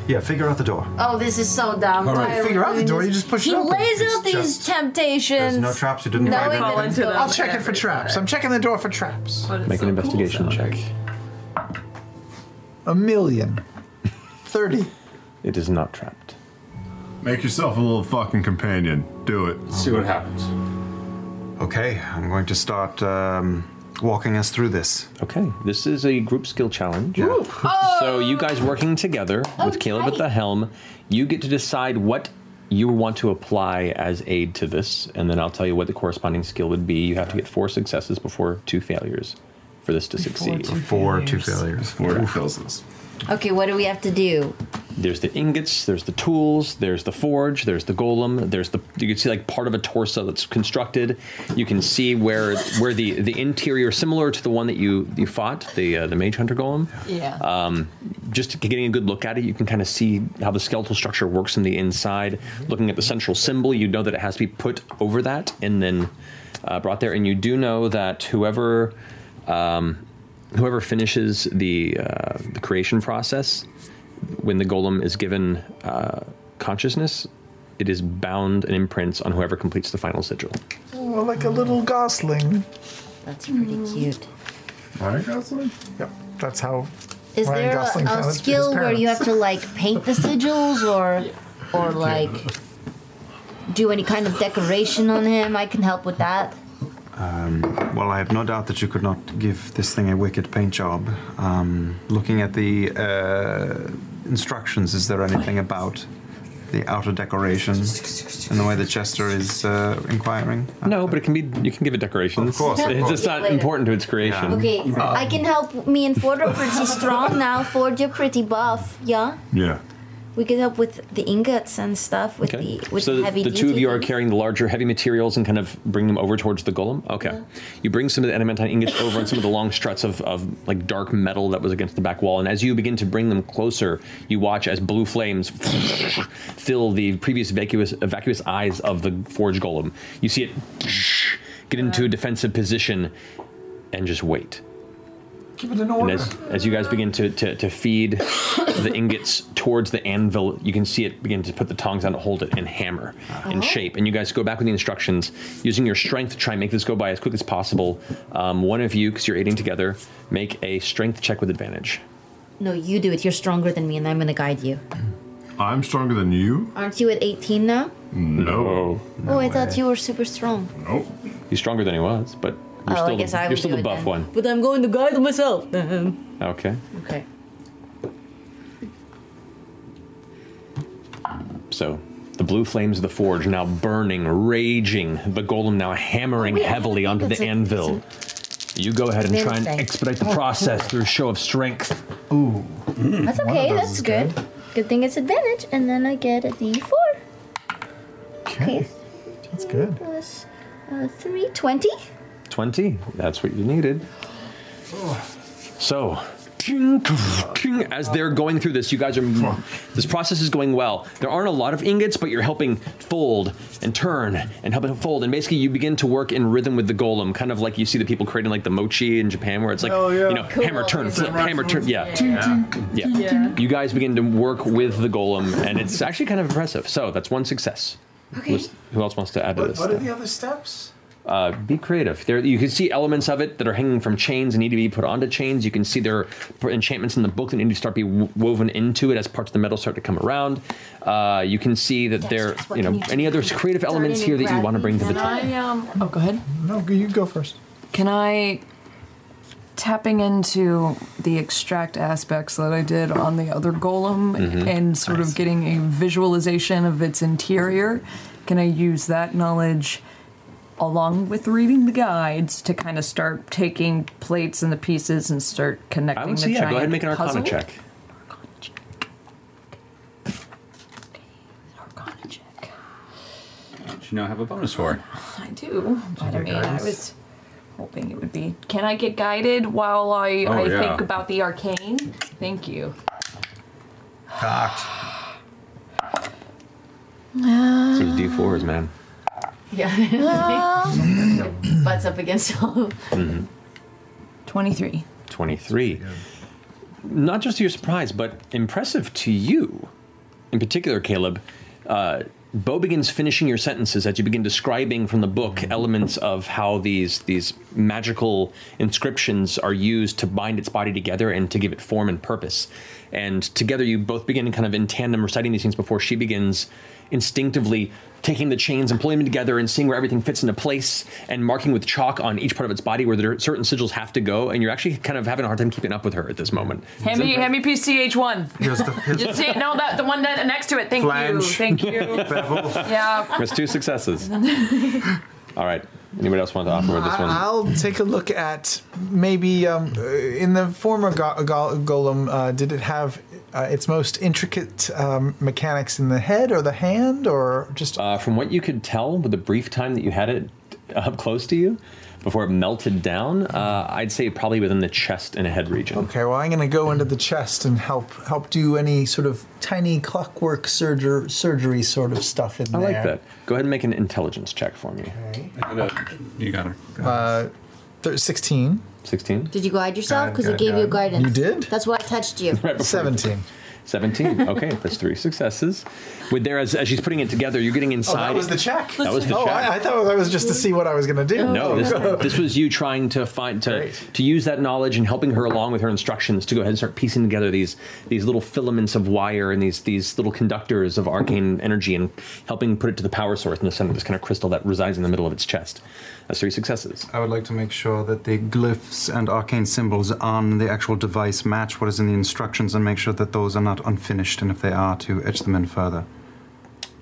Speaker 3: Yeah, figure out the door.
Speaker 7: Oh, this is so dumb.
Speaker 3: All right,
Speaker 7: Why are
Speaker 3: figure
Speaker 7: we
Speaker 3: out the
Speaker 7: doing
Speaker 3: door,
Speaker 7: this?
Speaker 3: you just push it
Speaker 7: he
Speaker 3: open.
Speaker 7: lays
Speaker 3: It's
Speaker 7: out these
Speaker 3: just-
Speaker 7: temptations.
Speaker 3: There's no traps. You didn't
Speaker 7: No,
Speaker 3: find
Speaker 7: we
Speaker 3: anything.
Speaker 7: didn't. Into them
Speaker 12: I'll check it for
Speaker 7: every
Speaker 12: traps.
Speaker 7: day.
Speaker 12: I'm checking the door for traps.
Speaker 2: Make an investigation check.
Speaker 12: A million. 30.
Speaker 2: It is not trapped.
Speaker 14: Make yourself a little fucking companion. Do it.
Speaker 56: See what happens.
Speaker 3: Okay, I'm going to start um, walking us through this.
Speaker 2: Okay, this is a group skill challenge. So you guys working together with Caleb at the helm, you get to decide what you want to apply as aid to this, and then I'll tell you what the corresponding skill would be. You have to get four successes before two failures for this to succeed.
Speaker 3: Before two failures.
Speaker 14: Four failures.
Speaker 7: Okay, what do we have to do?
Speaker 2: There's the ingots, there's the tools, there's the forge, there's the golem, there's the you can see like part of a torso that's constructed. You can see where where the the interior similar to the one that you you fought, the uh, the mage hunter golem.
Speaker 5: Yeah.
Speaker 2: Um, just getting a good look at it, you can kind of see how the skeletal structure works from the inside. Looking at the central symbol, you know that it has to be put over that and then uh, brought there. And you do know that whoever um, whoever finishes the uh, the creation process, when the golem is given uh, consciousness, it is bound and imprints on whoever completes the final sigil.
Speaker 12: Oh, like a little gosling.
Speaker 7: That's pretty cute.
Speaker 12: Ryan Gosling? Yep. That's how
Speaker 7: Is
Speaker 12: Ryan
Speaker 7: there
Speaker 12: Gosling
Speaker 7: a,
Speaker 12: found
Speaker 7: a
Speaker 12: his- his
Speaker 7: skill where you
Speaker 12: parents.
Speaker 7: have to like paint the sigils or or like do any kind of decoration on him? I can help with that.
Speaker 3: Um, well, I have no doubt that you could not give this thing a wicked paint job. Um, looking at the uh, instructions, is there anything about the outer decorations and the way that Chester is uh, inquiring?
Speaker 2: No, but it can be. You can give it decorations. Of
Speaker 3: course, of
Speaker 2: it's
Speaker 3: course.
Speaker 2: just not important to its creation.
Speaker 7: Okay,
Speaker 3: Uh,
Speaker 7: I can help. Me and Ford are pretty strong now. Ford, you're pretty buff. Yeah,
Speaker 2: Yeah.
Speaker 7: we can help with the ingots and stuff with
Speaker 2: Okay.
Speaker 7: the with
Speaker 2: so
Speaker 7: the heavy
Speaker 2: the two
Speaker 7: duty.
Speaker 2: of you are carrying the larger heavy materials and kind of bring them over towards the golem. Okay. You bring some of the adamantine ingots over and some of the long struts of, of like dark metal that was against the back wall. And as you begin to bring them closer, you watch as blue flames fill the previous vacuous, vacuous eyes of the forge golem. You see it get into a defensive position and just wait.
Speaker 12: Give it an
Speaker 2: And
Speaker 12: order.
Speaker 2: as, as you guys begin to, to, to feed the ingots towards the anvil, you can see it begin to put the tongs on, hold it, and hammer
Speaker 7: Oh.
Speaker 2: and shape. And you guys go back with the instructions, using your strength to try and make this go by as quick as possible. Um, one of you, because you're aiding together, make a strength check with advantage.
Speaker 7: no, you do it. You're stronger than me, and I'm gonna guide you.
Speaker 14: I'm stronger than you?
Speaker 7: Aren't you at 18 now?
Speaker 14: No.
Speaker 7: oh, I thought you were super strong.
Speaker 14: Nope.
Speaker 2: He's stronger than he was, but you're
Speaker 7: oh,
Speaker 2: still,
Speaker 7: I guess
Speaker 2: the,
Speaker 7: I
Speaker 2: you're
Speaker 7: will
Speaker 2: still
Speaker 7: do
Speaker 2: the
Speaker 7: it
Speaker 2: buff
Speaker 7: then.
Speaker 2: one.
Speaker 7: But I'm going to guide myself.
Speaker 2: Okay.
Speaker 7: okay.
Speaker 2: So the blue flames of the forge now burning, raging, the golem now hammering
Speaker 62: Wait, I
Speaker 2: heavily
Speaker 62: think
Speaker 2: onto
Speaker 62: that's
Speaker 2: the
Speaker 62: a-
Speaker 2: anvil. You go ahead and try and
Speaker 7: Very nice.
Speaker 2: expedite the
Speaker 7: Oh,
Speaker 2: process
Speaker 7: cool.
Speaker 2: through a show of strength. Ooh.
Speaker 7: That's okay. That's good. good. thing it's advantage, and then I get a D4
Speaker 12: Okay. That's good.
Speaker 7: plus uh, three twenty.
Speaker 2: 20. That's what you needed. So, ting, ting, as they're going through this, you guys are. This process is going well. There aren't a lot of ingots, but you're helping fold and turn and helping fold. And basically, you begin to work in rhythm with the golem, kind of like you see the people creating like the mochi in Japan, where it's like,
Speaker 62: Oh, yeah.
Speaker 2: you know,
Speaker 62: Cool.
Speaker 2: hammer, turn,
Speaker 62: Is
Speaker 2: flip,
Speaker 62: that right?
Speaker 2: hammer, turn. Yeah.
Speaker 62: Ting,
Speaker 2: Yeah.
Speaker 62: ting,
Speaker 2: yeah.
Speaker 62: ting, ting.
Speaker 2: You guys begin to work with the golem, and it's actually kind of impressive. So, that's one success.
Speaker 12: Okay.
Speaker 2: Who's- Who else wants to add to
Speaker 12: What,
Speaker 2: this?
Speaker 12: what are
Speaker 2: stuff?
Speaker 12: the other steps?
Speaker 2: uh, be creative. There, you can see elements of it that are hanging from chains and need to be put onto chains. You can see there are enchantments in the book that need to start be w- woven into it as parts of the metal start to come around. Uh, you can see that there, you know, any other creative elements here that you want to bring to the
Speaker 4: Can
Speaker 2: table.
Speaker 4: I, um, oh, go ahead.
Speaker 12: No, you go first.
Speaker 4: Can I tapping into the extract aspects that I did on the other golem
Speaker 2: Mm-hmm.
Speaker 63: Mhm.
Speaker 4: and sort of getting a visualization of its interior? Can I use that knowledge along with reading the guides to kind of start taking plates and the pieces and start connecting
Speaker 2: I would
Speaker 4: the
Speaker 2: say, yeah, go ahead and make an
Speaker 4: giant
Speaker 2: Arcana
Speaker 4: puzzle?
Speaker 2: check.
Speaker 56: you now have a bonus for.
Speaker 4: I do. But I
Speaker 56: you
Speaker 4: mean,
Speaker 56: get
Speaker 4: I
Speaker 56: guidance?
Speaker 4: was hoping it would be. Can I get guided while I,
Speaker 56: Oh,
Speaker 4: I
Speaker 56: yeah.
Speaker 4: think about the arcane? Thank you.
Speaker 2: Cocked. Some D4s, man.
Speaker 4: Ah.
Speaker 28: Yeah. Butts up against all.
Speaker 2: Mhm.
Speaker 4: 23.
Speaker 2: 23. Not just to your surprise, but impressive to you, in particular, Caleb. Uh, Bo begins finishing your sentences as you begin describing from the book elements of how these these magical inscriptions are used to bind its body together and to give it form and purpose. And together, you both begin kind of in tandem reciting these things before she begins instinctively taking the chains and pulling them together and seeing where everything fits into place and marking with chalk on each part of its body where there are certain sigils have to go and you're actually kind of having a hard time keeping up with her at this moment
Speaker 4: Hand me, hand me PCH1.
Speaker 2: Here's the- here's
Speaker 4: Just
Speaker 2: the-
Speaker 4: see, no, that, the one that next to it. Thank you.
Speaker 2: Flange.
Speaker 4: Thank you.
Speaker 2: Bevel.
Speaker 4: Yeah.
Speaker 2: that's two successes all right Anybody else want to offer with this one?
Speaker 12: I- I'll take a look at maybe um, uh, in the former go- go- golem. Uh, did it have uh, its most intricate um, mechanics in the head or the hand, or just
Speaker 2: Uh, from what you could tell, with the brief time that you had it up close to you, before it melted down, uh, I'd say probably within the chest and head region.
Speaker 12: Okay, well, I'm going to go into the chest and help help do any sort of tiny clockwork surger, surgery sort of stuff in
Speaker 2: I
Speaker 12: there.
Speaker 2: like that. Go ahead and make an intelligence check for me.
Speaker 56: You got her.
Speaker 12: Uh, thir- 16.
Speaker 2: 16.
Speaker 7: Did you guide yourself?
Speaker 2: Guide,
Speaker 7: Because it
Speaker 2: guide,
Speaker 7: gave you
Speaker 2: guide.
Speaker 7: guidance.
Speaker 2: You did?
Speaker 7: That's why I touched you.
Speaker 2: Right before- 17. Okay, that's three successes. With there, as, as she's putting it together, you're getting
Speaker 12: Oh,
Speaker 2: inside.
Speaker 12: that was the check.
Speaker 2: That was the
Speaker 12: oh,
Speaker 2: check.
Speaker 12: I, I thought that was just to see what I was going to do.
Speaker 3: Oh,
Speaker 2: No, this, this was you trying to find to, to use that knowledge and helping her along with her instructions to go ahead and start piecing together these these little filaments of wire and these these little conductors of arcane energy and helping put it to the power source in the center of this kind of crystal that resides in the middle of its chest. That's three successes.
Speaker 3: I would like to make sure that the glyphs and arcane symbols on the actual device match what is in the instructions and make sure that those are not unfinished, and if they are, to etch them in further.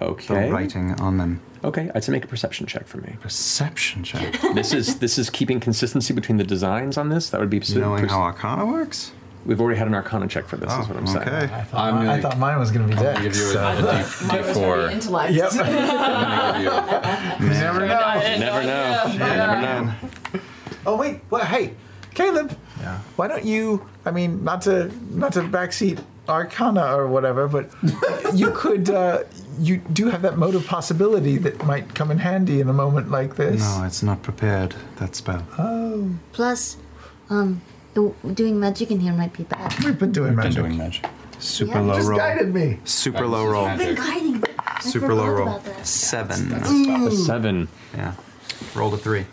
Speaker 2: Okay.
Speaker 3: The writing on them.
Speaker 2: Okay, I'd say make a perception check for me.
Speaker 3: Perception check.
Speaker 2: this is this is keeping consistency between the designs on this. That would be
Speaker 3: Knowing how Arcana works.
Speaker 2: We've already had an Arcana check for this. is what I'm saying.
Speaker 3: okay. I
Speaker 12: thought mi- I thought mine was going to be
Speaker 2: I'll
Speaker 12: that.
Speaker 2: give you a- a D- Mine was gonna be D4.
Speaker 4: intellect.
Speaker 12: Yep.
Speaker 2: Never
Speaker 12: know.
Speaker 2: Never know. You never know.
Speaker 12: Oh wait, well, hey, Caleb, why don't you? I mean, not to not to backseat Arcana or whatever, but you could. Uh, you do have that mode of possibility that might come in handy in a moment like this.
Speaker 3: No, it's not prepared, that spell.
Speaker 12: Oh,
Speaker 7: Plus, um, do- doing magic in here might be bad.
Speaker 12: We've been doing magic.
Speaker 3: doing magic. Super
Speaker 7: Yeah, you
Speaker 3: low
Speaker 7: just
Speaker 3: roll.
Speaker 7: guided
Speaker 12: me.
Speaker 3: Super low roll.
Speaker 7: I've been guiding. me. I
Speaker 3: Super
Speaker 7: forgot
Speaker 3: low roll.
Speaker 7: about that.
Speaker 3: Seven.
Speaker 7: Mm. A
Speaker 2: seven.
Speaker 3: Yeah. Rolled a three.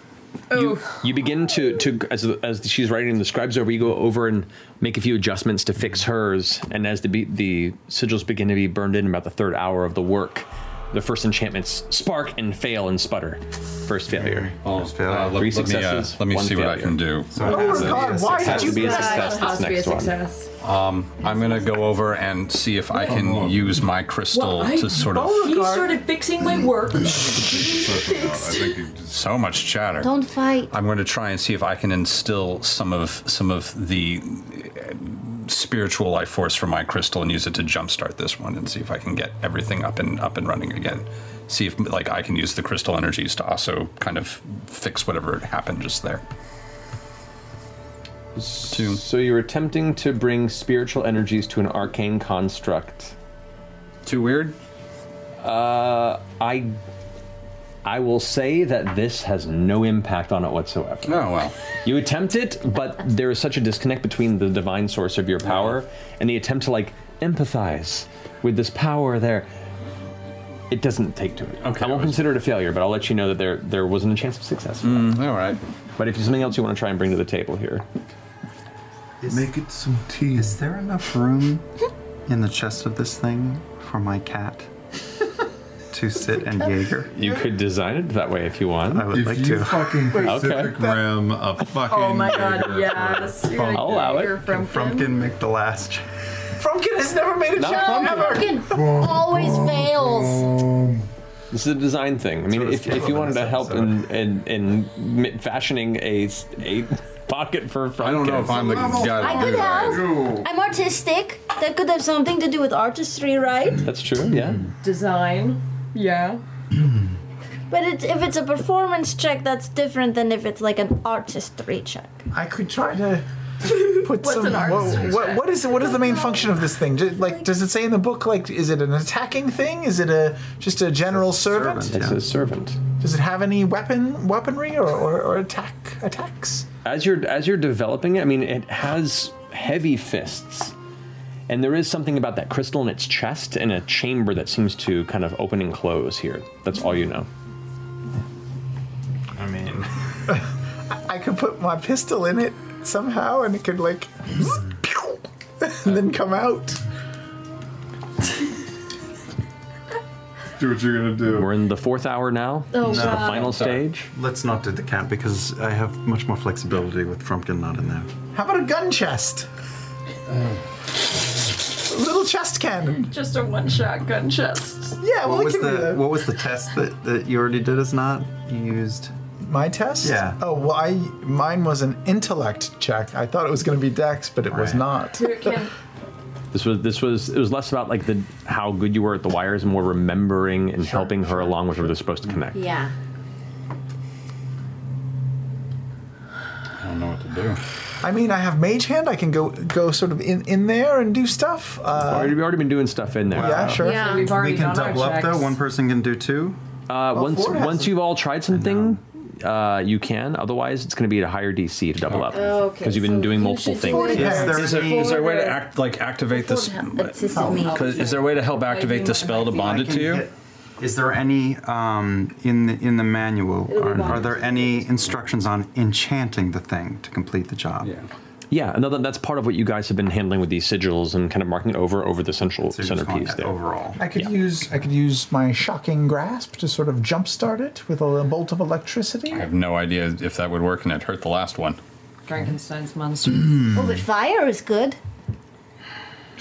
Speaker 2: You, you begin to, to as, as she's writing and the scribes over, you go over and make a few adjustments to fix hers. And as the, be- the sigils begin to be burned in about the third hour of the work, the first enchantments spark and fail and sputter. First failure.
Speaker 56: Oh, uh, let-
Speaker 2: Three
Speaker 56: let me, uh,
Speaker 2: successes.
Speaker 56: let me
Speaker 2: one
Speaker 56: see what I
Speaker 2: failure.
Speaker 56: can do. So it
Speaker 2: That
Speaker 56: has
Speaker 2: has
Speaker 56: to be a success.
Speaker 2: to be a success. That's
Speaker 56: Has
Speaker 2: next one.
Speaker 56: Um, I'm gonna go over and see if I can use my crystal to sort of.
Speaker 63: He started fixing my work.
Speaker 56: So much chatter.
Speaker 7: Don't fight.
Speaker 56: I'm going to try and see if I can instill some of some of the uh, spiritual life force from my crystal and use it to jumpstart this one and see if I can get everything up and up and running again. See if like I can use the crystal energies to also kind of fix whatever happened just there.
Speaker 2: So you're attempting to bring spiritual energies to an arcane construct.
Speaker 56: Too weird.
Speaker 2: Uh, I, I will say that this has no impact on it whatsoever.
Speaker 56: Oh well.
Speaker 2: You attempt it, but there is such a disconnect between the divine source of your power and the attempt to like empathize with this power there. It doesn't take to it. Okay. I won't consider it a failure, but I'll let you know that there there wasn't a chance of success. For
Speaker 56: that. Mm, All right.
Speaker 2: But if there's something else you want to try and bring to the table here,
Speaker 3: Make it some tea. Is there enough room in the chest of this thing for my cat to sit and Jaeger?
Speaker 2: you could design it that way if you want. I
Speaker 3: would If like you to. fucking
Speaker 2: okay.
Speaker 3: Pacific
Speaker 2: Rim a fucking.
Speaker 3: Oh my God, Jaeger
Speaker 63: yes.
Speaker 3: You're gonna
Speaker 2: I'll allow it.
Speaker 3: Can Frumpkin make the last check?
Speaker 12: Frumpkin has never made a
Speaker 2: Not
Speaker 12: check
Speaker 2: Frumpkin.
Speaker 12: ever.
Speaker 7: always fails.
Speaker 14: Um,
Speaker 2: This is a design thing. I mean, if, if you wanted to help in, in, in mi- fashioning a, s- a pocket for Frumpkin. I don't
Speaker 56: know if I'm the
Speaker 7: I could have. I'm artistic. That could have something to do with artistry, right?
Speaker 2: That's true, yeah.
Speaker 4: Design. Yeah.
Speaker 7: But it's, if it's a performance check, that's different than if it's like an artistry check.
Speaker 12: I could try to put
Speaker 7: What's
Speaker 12: some.
Speaker 7: an
Speaker 12: what-
Speaker 7: artistry
Speaker 12: what- what is what is the main function of this thing? Ju- like, does it say in the book? Like, is it an attacking thing? Is it a just a general servant?
Speaker 2: It's a servant.
Speaker 12: Does it have any weapon weaponry or, or, or attack attacks?
Speaker 2: as you're as you're developing it, I mean, it has heavy fists, and there is something about that crystal in its chest and a chamber that seems to kind of open and close here. That's all you know.
Speaker 12: I mean, I could put my pistol in it somehow, and it could like, pew, and then come out.
Speaker 14: Do what you're gonna do.
Speaker 2: We're in the fourth hour now.
Speaker 12: Oh,
Speaker 2: This is the
Speaker 12: God.
Speaker 2: final stage.
Speaker 3: Let's not do the cat because I have much more flexibility with Frumpkin not in there.
Speaker 12: How about a gun chest?
Speaker 7: Uh.
Speaker 12: Little chest cannon.
Speaker 4: Just a one-shot gun chest.
Speaker 12: Yeah,
Speaker 3: what
Speaker 12: well, it
Speaker 3: was
Speaker 12: can be
Speaker 3: the
Speaker 12: that.
Speaker 3: what was the test that, that you already did? Is not you used
Speaker 12: my test?
Speaker 16: Yeah.
Speaker 12: Oh, well, I mine was an intellect check. I thought it was going to be Dex, but it was not.
Speaker 2: This was this was it was less about like the how good you were at the wires and more remembering and helping her along with where they're supposed to connect.
Speaker 28: Yeah.
Speaker 56: I don't know what to do.
Speaker 12: I mean, I have Mage Hand. I can go go sort of in, in there and do stuff. Uh,
Speaker 2: already, we've already been doing stuff in there.
Speaker 7: Uh,
Speaker 12: Yeah, sure. Yeah, we've already
Speaker 3: we can
Speaker 12: done our
Speaker 3: double up though.
Speaker 12: checks.
Speaker 3: One person can do two.
Speaker 2: Uh,
Speaker 3: Well,
Speaker 2: once
Speaker 3: Ford has
Speaker 2: once
Speaker 3: it.
Speaker 2: you've all tried something, uh, you can. Otherwise, it's going to be at a higher DC to double up
Speaker 7: Oh,
Speaker 56: Okay,
Speaker 2: because you've been doing multiple
Speaker 56: should
Speaker 2: things.
Speaker 56: forward Yes, her. there
Speaker 2: Is
Speaker 56: is
Speaker 2: there-
Speaker 56: a-
Speaker 2: is there a way to act-
Speaker 56: act like activate this?
Speaker 7: Assisted me.
Speaker 56: Cause is there a way to help activate the spell to bond it to you?
Speaker 3: Is there any um, in the in the manual? Are, are there any instructions on enchanting the thing to complete the job? Yeah.
Speaker 2: Yeah, and that- that's part of what you guys have been handling with these sigils and kind of marking over over the central centerpiece there.
Speaker 3: Overall,
Speaker 12: I could use I could use my shocking grasp to sort of jumpstart it with a bolt of electricity.
Speaker 56: I have no idea if that would work, and it hurt the last one.
Speaker 4: Frankenstein's monster.
Speaker 7: Oh, but fire is good.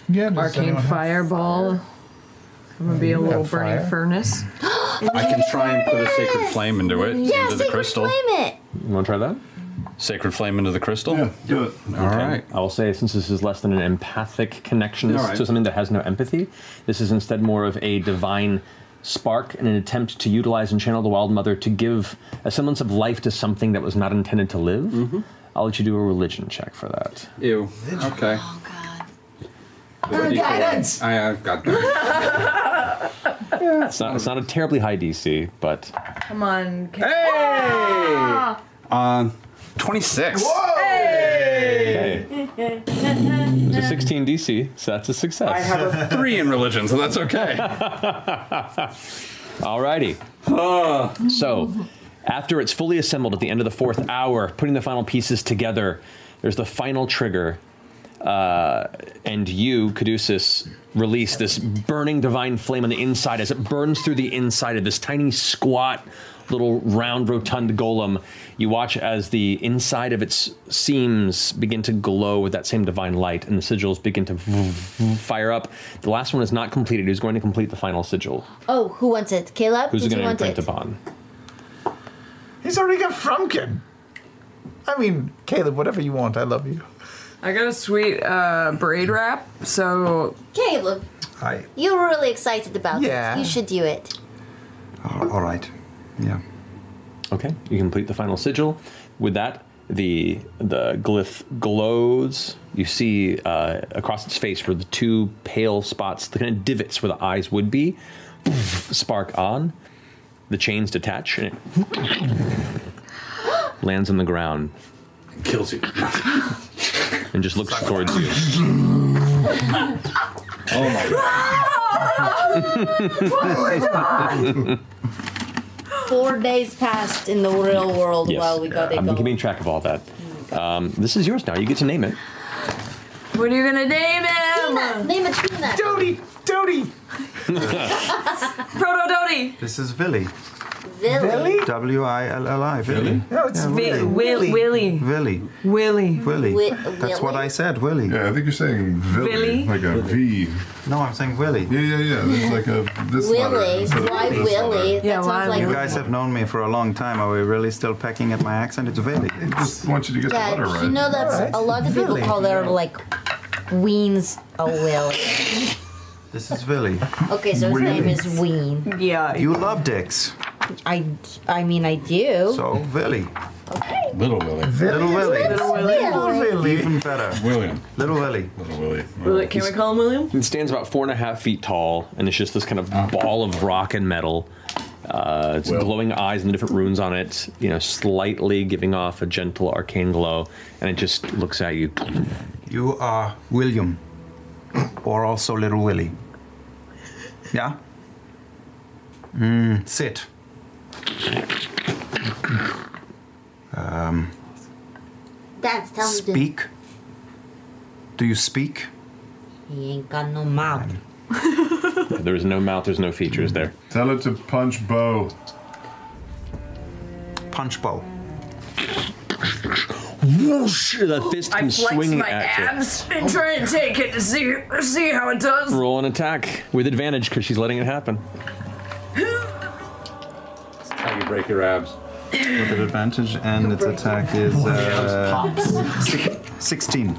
Speaker 12: Yeah,
Speaker 4: Arcane fireball. I'm gonna be a
Speaker 56: Yeah,
Speaker 4: little burning
Speaker 56: fire.
Speaker 4: furnace.
Speaker 56: I can try and put a sacred flame into it,
Speaker 7: Yeah,
Speaker 56: into the
Speaker 7: sacred
Speaker 56: crystal.
Speaker 7: flame it.
Speaker 2: You want to try that?
Speaker 56: Sacred flame into the crystal. Yeah,
Speaker 2: do it.
Speaker 56: All right.
Speaker 2: I will say, since this is less than an empathic connection
Speaker 56: All
Speaker 2: to
Speaker 56: right.
Speaker 2: something that has no empathy, this is instead more of a divine spark and an attempt to utilize and channel the Wild Mother to give a semblance of life to something that was not intended to live. I'll let you do a religion check for that.
Speaker 56: Mm-hmm. Ew. Okay.
Speaker 2: Oh, guidance.
Speaker 56: I, have got that.
Speaker 2: It's not, it's not a terribly high DC, but
Speaker 4: Come on. Hey!
Speaker 2: um, twenty-six. It's a 16 DC, so that's a success.
Speaker 56: I have a three in religion, so that's okay.
Speaker 2: Alrighty. so, after it's fully assembled at the end of the fourth hour, putting the final pieces together, there's the final trigger. Uh, and you, Caduceus, release this burning divine flame on the inside as it burns through the inside of this tiny, squat, little round, rotund golem. You watch as the inside of its seams begin to glow with that same divine light, and the sigils begin to fire up. The last one is not completed. Who's going to complete the final sigil?
Speaker 7: Oh, who wants it? Caleb?
Speaker 2: Who's
Speaker 7: did
Speaker 2: it
Speaker 7: you
Speaker 2: going to imprint
Speaker 7: want it?
Speaker 2: upon?
Speaker 12: He's already got Frumpkin. I mean, Caleb, whatever you want, I love you.
Speaker 4: I got a sweet uh, braid wrap, so.
Speaker 7: Caleb,
Speaker 12: I.
Speaker 7: you were really excited about
Speaker 12: Yeah.
Speaker 7: this. You should do it.
Speaker 3: oh,
Speaker 2: All right. Yeah. Okay. You complete the final sigil. With that, the the glyph glows. You see uh, across its face where the two pale spots, the kind of divots where the eyes would be, spark on. The chains detach and it lands on the ground. Kills you. And just looks towards you. Oh my
Speaker 7: Four days passed in the real world
Speaker 2: Yes.
Speaker 7: while we got it
Speaker 2: I'm
Speaker 7: going.
Speaker 2: keeping track of all that. Um, this is yours now. You get to name it.
Speaker 4: What are you gonna name him?
Speaker 7: Name it Peanut.
Speaker 12: Dodie! Dodie!
Speaker 4: Proto Dodie!
Speaker 3: This is Villy.
Speaker 4: Villy?
Speaker 3: W i l l i. Villy.
Speaker 4: No, it's Vi- Will- Willy.
Speaker 3: Willy.
Speaker 4: Willy.
Speaker 3: Willy.
Speaker 4: Wi-
Speaker 3: That's what I said, Willy.
Speaker 14: Yeah, I think you're saying
Speaker 3: Villy.
Speaker 14: Villy, like a V.
Speaker 3: No, I'm saying Willy.
Speaker 14: Yeah, yeah, yeah. There's like a this letter
Speaker 7: Willy?
Speaker 14: instead of
Speaker 7: Why
Speaker 14: this
Speaker 7: Willy?
Speaker 14: letter.
Speaker 7: That sounds like
Speaker 3: you guys have known me for a long time. Are we really still pecking at my accent? It's Villy. I
Speaker 14: just want you to
Speaker 7: yeah, you know that's a lot of people
Speaker 3: Really?
Speaker 7: call their like weens a will.
Speaker 3: This is Villy.
Speaker 7: Okay, so his name is Ween.
Speaker 4: Yeah.
Speaker 3: You love dicks.
Speaker 7: I, I mean I do.
Speaker 3: So, Villy.
Speaker 56: Little Willy.
Speaker 3: Little Willy.
Speaker 7: Little Willy. Little Willy.
Speaker 3: Even better.
Speaker 56: William.
Speaker 3: Little Willy.
Speaker 56: Little Willy.
Speaker 4: Willy- Can we call him William?
Speaker 2: It stands about four and a half feet tall, and it's just this kind of ball of rock and metal. Uh, it's glowing eyes and different runes on it, you know, slightly giving off a gentle arcane glow, and it just looks at you.
Speaker 3: You are William, or also Little Willy. Yeah? Mm, sit. Um,
Speaker 7: Dance, tell me. this.
Speaker 3: speak? Do you speak?
Speaker 7: He ain't got no mouth.
Speaker 2: there is no mouth, there's no features there.
Speaker 14: Tell it to punch Bo.
Speaker 3: Punch Bo.
Speaker 2: Whoosh! The fist
Speaker 4: I
Speaker 2: comes
Speaker 4: flex
Speaker 2: swinging
Speaker 4: my
Speaker 2: at you.
Speaker 4: abs and try and take it to see see how it does.
Speaker 2: Roll an attack with advantage because she's letting it happen.
Speaker 56: How you break your abs?
Speaker 3: with an advantage, and its attack is uh, six- 16.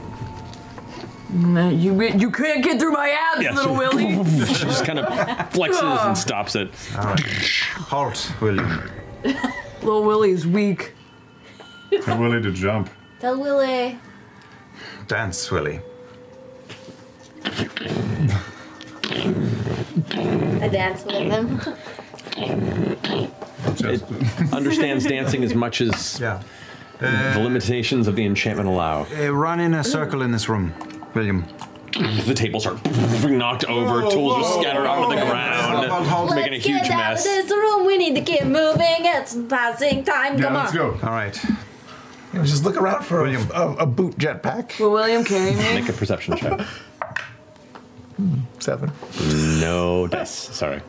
Speaker 4: No, you you can't get through my abs,
Speaker 3: Yeah,
Speaker 4: little
Speaker 3: she-
Speaker 4: Willie.
Speaker 2: she just kind of flexes and stops it.
Speaker 3: All right. Halt, William.
Speaker 4: little Willie is weak.
Speaker 14: I'm willing to jump.
Speaker 7: Tell Willie.
Speaker 3: Dance, Willie.
Speaker 7: I dance with him.
Speaker 2: It understands dancing as much as the limitations of the enchantment allow.
Speaker 3: Uh, run in a circle in this room, William.
Speaker 2: The tables are knocked over, tools are scattered onto the ground, making a huge
Speaker 7: Get out
Speaker 2: mess.
Speaker 7: of this room. We need to keep moving. It's passing time. Come on.
Speaker 3: All right.
Speaker 12: just look around for a, a, a boot jetpack.
Speaker 4: Will William carry me?
Speaker 2: Make a perception check.
Speaker 12: uh, Seven.
Speaker 2: No dice. Sorry.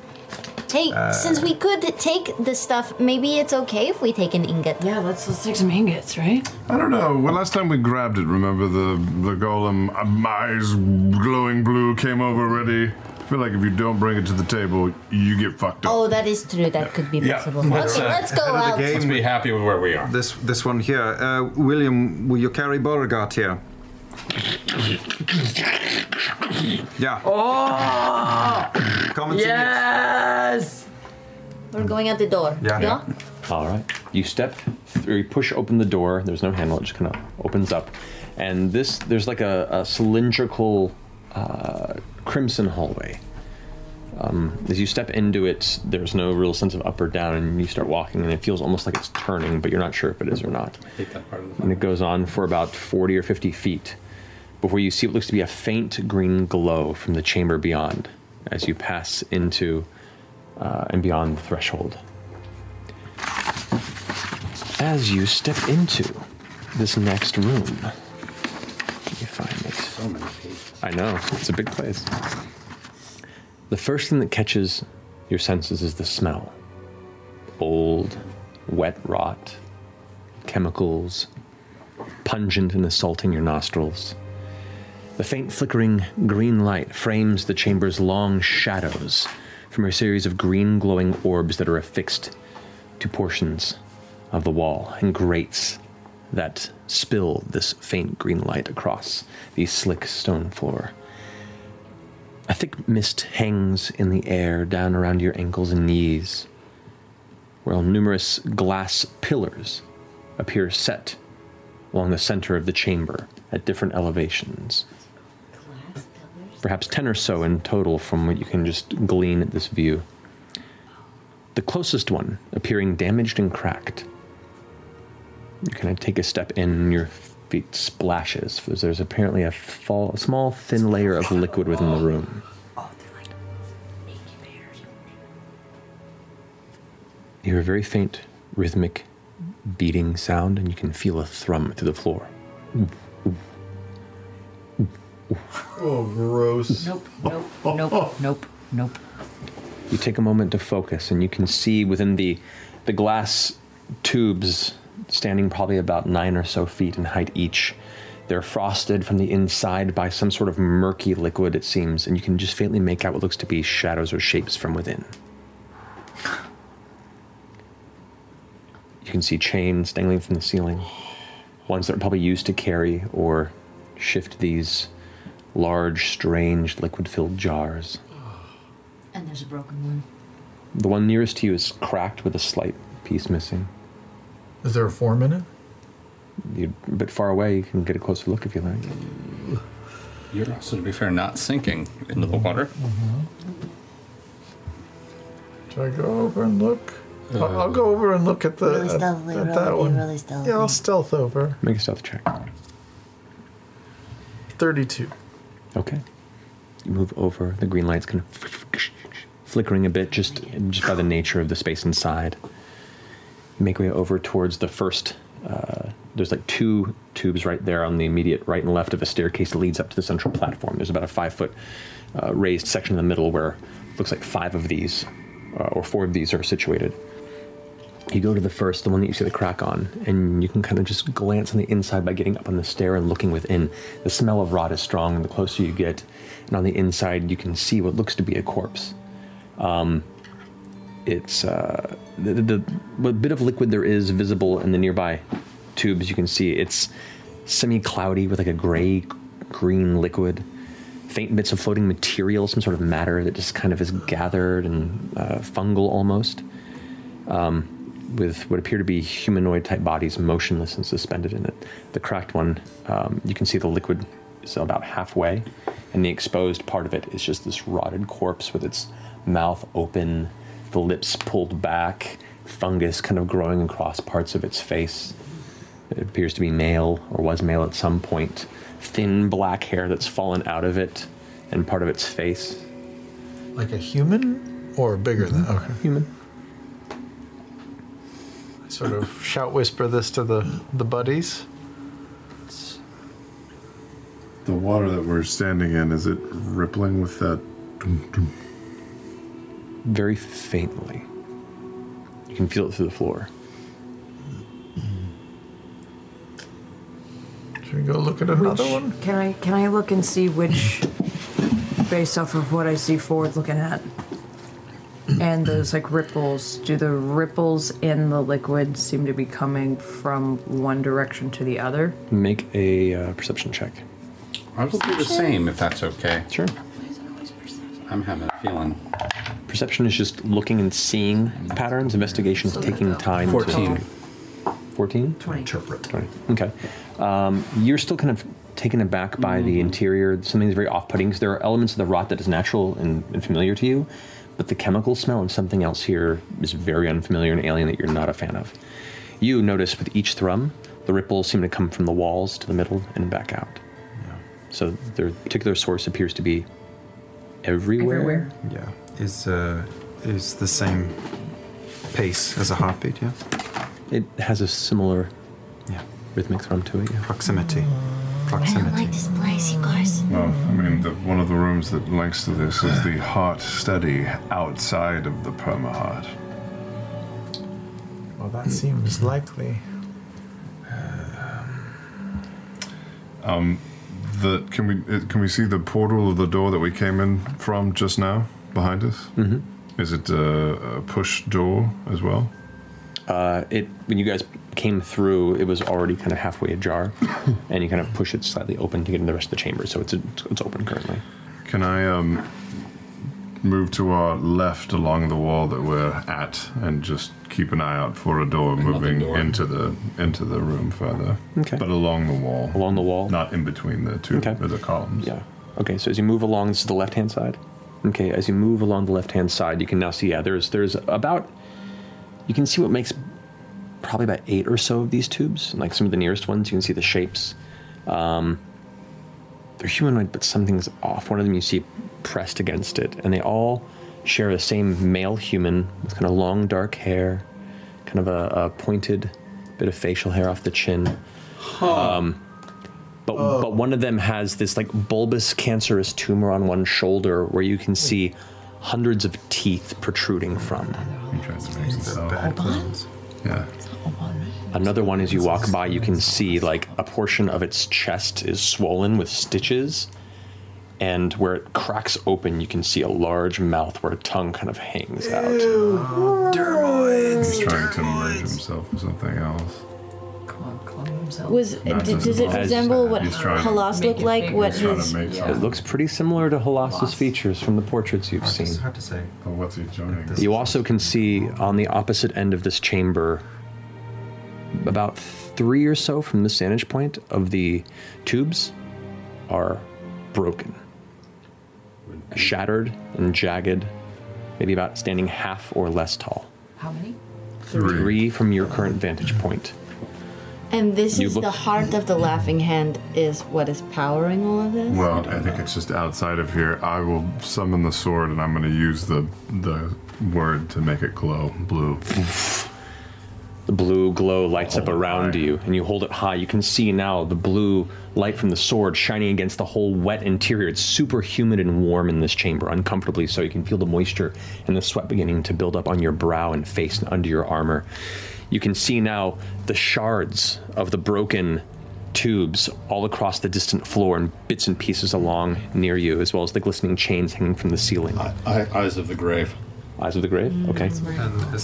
Speaker 7: Hey,
Speaker 2: Uh,
Speaker 7: since we could take the stuff, maybe it's okay if we take an ingot.
Speaker 4: Yeah, let's let's take some ingots, right?
Speaker 14: I don't know. When last time we grabbed it, remember the the golem uh, my eyes glowing blue came over ready. I feel like if you don't bring it to the table, you get fucked up.
Speaker 7: Oh, that is true. That could be possible. okay, let's go out.
Speaker 56: Let's be happy with where we are.
Speaker 3: This this one here, uh, William. Will you carry Beauregard here? yeah.
Speaker 4: Oh!
Speaker 3: Comments
Speaker 4: yes!
Speaker 7: We're going out the door. No?
Speaker 2: All right. You step through, you push open the door. There's no handle, it just kind of opens up. And this, there's like a, a cylindrical uh, crimson hallway. Um, as you step into it, there's no real sense of up or down, and you start walking, and it feels almost like it's turning, but you're not sure if it is or not.
Speaker 56: Take that part of the
Speaker 2: And it goes on for about 40 or 50 feet before you see what looks to be a faint green glow from the chamber beyond as you pass into uh, and beyond the threshold. As you step into this next room, you find it. So many pages. I know, it's a big place. The first thing that catches your senses is the smell old, wet rot, chemicals, pungent and assaulting your nostrils. The faint flickering green light frames the chamber's long shadows from a series of green glowing orbs that are affixed to portions of the wall and grates that spill this faint green light across the slick stone floor. A thick mist hangs in the air down around your ankles and knees, while numerous glass pillars appear set along the center of the chamber at different elevations. Perhaps 10 or so in total from what you can just glean at this view. The closest one appearing damaged and cracked. You kind of take a step in and your feet splashes. because There's apparently a, fall, a small thin layer of liquid within the room. You hear a very faint rhythmic beating sound, and you can feel a thrum through the floor.
Speaker 4: Oh, gross. Nope, nope, nope, nope, nope.
Speaker 2: You take a moment to focus, and you can see within the the glass tubes, standing probably about nine or so feet in height each. They're frosted from the inside by some sort of murky liquid, it seems, and you can just faintly make out what looks to be shadows or shapes from within. You can see chains dangling from the ceiling, ones that are probably used to carry or shift these large, strange, liquid filled jars.
Speaker 5: And there's a broken one.
Speaker 2: The one nearest to you is cracked with a slight piece missing.
Speaker 12: Is there a form in it?
Speaker 2: You're a bit far away, you can get a closer look if you like.
Speaker 56: You're also, to be fair, not sinking into the water.
Speaker 12: Mm-hmm. Should I go over and look?
Speaker 56: Uh,
Speaker 12: I'll, I'll go over and look at the
Speaker 56: Really
Speaker 12: at-
Speaker 56: stealthily,
Speaker 12: at,
Speaker 56: really,
Speaker 12: that one.
Speaker 56: really
Speaker 12: Yeah, I'll stealth over.
Speaker 2: Make a stealth check.
Speaker 12: Thirty-two.
Speaker 2: Okay. You move over, the green light's kind of flickering a bit just, just by the nature of the space inside. You make way over towards the first. Uh, there's like two tubes right there on the immediate right and left of a staircase that leads up to the central platform. There's about a five foot uh, raised section in the middle where it looks like five of these uh, or four of these are situated. You go to the first, the one that you see the crack on, and you can kind of just glance on the inside by getting up on the stair and looking within. The smell of rot is strong the closer you get, and on the inside you can see what looks to be a corpse. Um, it's uh, the, the, the what bit of liquid there is visible in the nearby tubes. You can see it's semi-cloudy with like a gray green liquid, faint bits of floating material, some sort of matter that just kind of is gathered and uh, fungal almost, um, with what appear to be humanoid-type bodies motionless and suspended in it. The cracked one, um, you can see the liquid is about halfway, and the exposed part of it is just this rotted corpse with its mouth open, the lips pulled back, fungus kind of growing across parts of its face. It appears to be male, or was male at some point. Thin black hair that's fallen out of it and part of its face.
Speaker 12: Like a human or bigger than? Okay.
Speaker 2: Human.
Speaker 12: I sort of shout whisper this to the, the buddies.
Speaker 14: The water that we're standing in, is it rippling with that?
Speaker 2: Very faintly. You can feel it through the floor.
Speaker 12: Should we go look at another
Speaker 4: Which-
Speaker 12: one?
Speaker 4: Can I can I look and see which, based off of what I see forward looking at, and those like ripples? Do the ripples in the liquid seem to be coming from one direction to the other?
Speaker 2: Make a uh, perception check.
Speaker 56: I will do the same if that's okay.
Speaker 2: Sure.
Speaker 56: I'm having a feeling.
Speaker 2: Perception is just looking and seeing patterns. Investigation is taking time.
Speaker 56: 14.
Speaker 2: To, 14? 20. Interpret. 20. Okay. Um, you're still kind of taken aback by the interior. Something's very off putting. So there are elements of the rot that is natural and, and familiar to you, but the chemical smell and something else here is very unfamiliar and alien that you're not a fan of. You notice with each thrum, the ripples seem to come from the walls to the middle and back out. So their particular source appears to be everywhere.
Speaker 4: Everywhere.
Speaker 3: Yeah. Is uh, is the same pace as a heartbeat? Yeah.
Speaker 2: It has a similar rhythmic thrum to it.
Speaker 3: Proximity.
Speaker 7: I don't like this place, you guys.
Speaker 14: Well, I mean, the, one of the rooms that links to this is the heart study outside of the perma heart.
Speaker 12: Well, that seems likely.
Speaker 14: Um, the can we uh, can we see the portal of the door that we came in from just now behind us?
Speaker 12: Mm-hmm.
Speaker 2: Mhm.
Speaker 14: Is it a, a push door as well?
Speaker 2: Uh, it when you guys came through, it was already kind of halfway ajar, and you kind of push it slightly open to get in the rest of the chamber. So it's it's open currently.
Speaker 14: Can I um, move to our left along the wall that we're at and just keep an eye out for a door moving into the into the room further?
Speaker 2: Okay.
Speaker 14: But along the wall.
Speaker 2: Along the wall.
Speaker 14: Not in between the two
Speaker 2: Okay.
Speaker 14: or the columns.
Speaker 2: Um, Yeah. Okay. So as you move along, this is the left hand side. Okay. As you move along the left hand side, you can now see yeah, there's there's about you can see what makes probably about eight or so of these tubes. And like some of the nearest ones, you can see the shapes. Um, they're humanoid, but something's off. One of them you see pressed against it, and they all share the same male human with kind of long dark hair, kind of a, a pointed bit of facial hair off the chin. Um, but but one of them has this like bulbous cancerous tumor on one shoulder where you can see hundreds of teeth protruding from.
Speaker 14: Yeah.
Speaker 2: Another one, as you walk by, you can see like a portion of its chest is swollen with stitches, and where it cracks open, you can see a large mouth where a tongue kind of hangs out.
Speaker 14: He's trying to merge himself with something else.
Speaker 7: Was
Speaker 14: Not
Speaker 7: d-
Speaker 14: just
Speaker 7: does it
Speaker 14: involved.
Speaker 7: resemble what
Speaker 14: He's trying to
Speaker 7: Halas
Speaker 14: make
Speaker 7: looked
Speaker 14: it
Speaker 7: like?
Speaker 14: bigger.
Speaker 7: What
Speaker 14: He's trying to
Speaker 7: his
Speaker 14: make
Speaker 7: yeah.
Speaker 14: it.
Speaker 2: It looks pretty similar to Halas's features from the portraits you've seen.
Speaker 3: Hard to say.
Speaker 14: But what's he joining?
Speaker 2: You also can see on the opposite end of this chamber, about three or so from this vantage point of the tubes, are broken, shattered and jagged, maybe about standing half or less tall.
Speaker 4: How many?
Speaker 2: Three, from your current vantage point.
Speaker 7: And this
Speaker 2: You
Speaker 7: is
Speaker 2: look-
Speaker 7: the heart of the Laughing Hand. Is what is powering all of this?
Speaker 14: Well, I think it's just outside of here. I will summon the sword, and I'm going to use the the word to make it glow blue.
Speaker 2: The blue glow lights up around you, and you hold it high. You can see now the blue light from the sword shining against the whole wet interior. It's super humid and warm in this chamber, uncomfortably so. You can feel the moisture and the sweat beginning to build up on your brow and face and under your armor. You can see now the shards of the broken tubes all across the distant floor and bits and pieces along near you, as well as the glistening chains hanging from the ceiling.
Speaker 56: Eyes of the grave.
Speaker 2: Eyes of the Grave. Okay.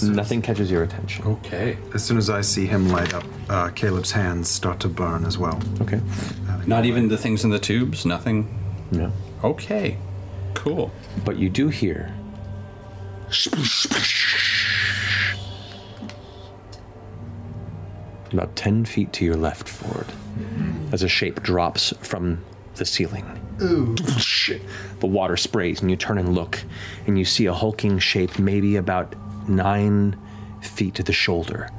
Speaker 2: Nothing catches your attention.
Speaker 12: Oh. Okay.
Speaker 3: As soon as I see him light up, uh, Caleb's hands start to burn as well.
Speaker 2: Okay.
Speaker 12: Not even the things in the tubes. Nothing.
Speaker 2: No.
Speaker 12: Okay. Cool.
Speaker 2: But you do hear about 10 feet to your left forward as a shape drops from the ceiling.
Speaker 64: Ooh.
Speaker 2: The water sprays, and you turn and look, and you see a hulking shape, maybe about nine feet to the shoulder.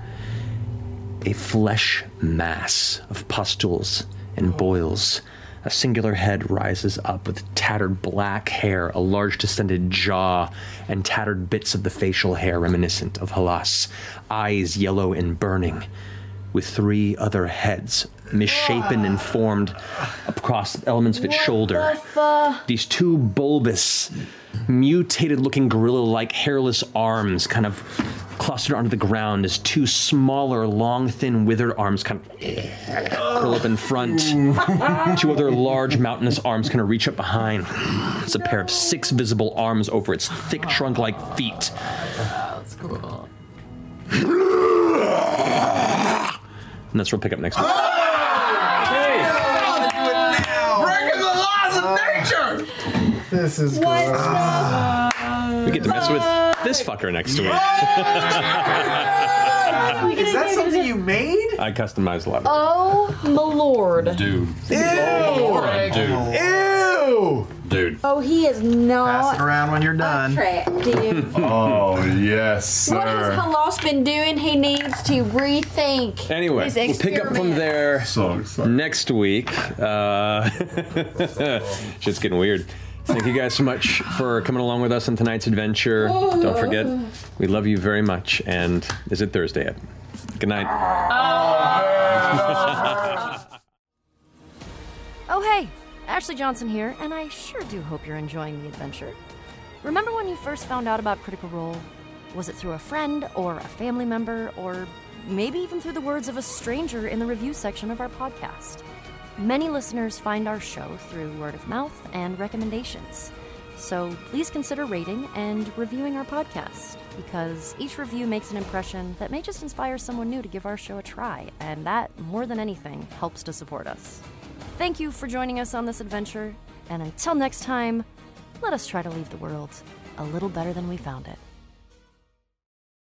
Speaker 2: A flesh mass of pustules and boils. A singular head rises up with tattered black hair, a large distended jaw, and tattered bits of the facial hair reminiscent of Halas. Eyes yellow and burning, with three other heads, misshapen and formed across elements of its shoulder these two bulbous, mutated looking gorilla like hairless arms kind of clustered onto the ground as two smaller, long, thin, withered arms kind of curl up in front. two other large, mountainous arms kind of reach up behind. It's a pair of six visible arms over its thick, trunk like feet.
Speaker 4: That's cool.
Speaker 2: And that's where we'll pick up next week.
Speaker 64: Breaking the laws of nature!
Speaker 14: This is
Speaker 64: What?
Speaker 2: We get to mess with this fucker next week.
Speaker 14: Is that something you made?
Speaker 2: I customized a lot of
Speaker 7: Oh, my lord.
Speaker 12: Dude.
Speaker 7: Ew.
Speaker 14: Ew!
Speaker 12: Dude.
Speaker 7: Oh, he is not.
Speaker 3: around when you're
Speaker 7: done. Attractive.
Speaker 65: Oh, yes,
Speaker 7: What has
Speaker 65: sir.
Speaker 7: Halas been doing? He needs to rethink.
Speaker 2: Anyway,
Speaker 7: his
Speaker 2: we'll pick up from
Speaker 7: experiment.
Speaker 2: there next week. Uh, shit's getting weird. Thank you guys so much for coming along with us on tonight's adventure. Don't forget, we love you very much. And is it Thursday yet? Good night.
Speaker 1: Oh, hey! Ashley Johnson here, and I sure do hope you're enjoying the adventure. Remember when you first found out about Critical Role? Was it through a friend, or a family member, or maybe even through the words of a stranger in the review section of our podcast? Many listeners find our show through word of mouth and recommendations. So please consider rating and reviewing our podcast, because each review makes an impression that may just inspire someone new to give our show a try, and that, more than anything, helps to support us. Thank you for joining us on this adventure, and until next time, let us try to leave the world a little better than we found it.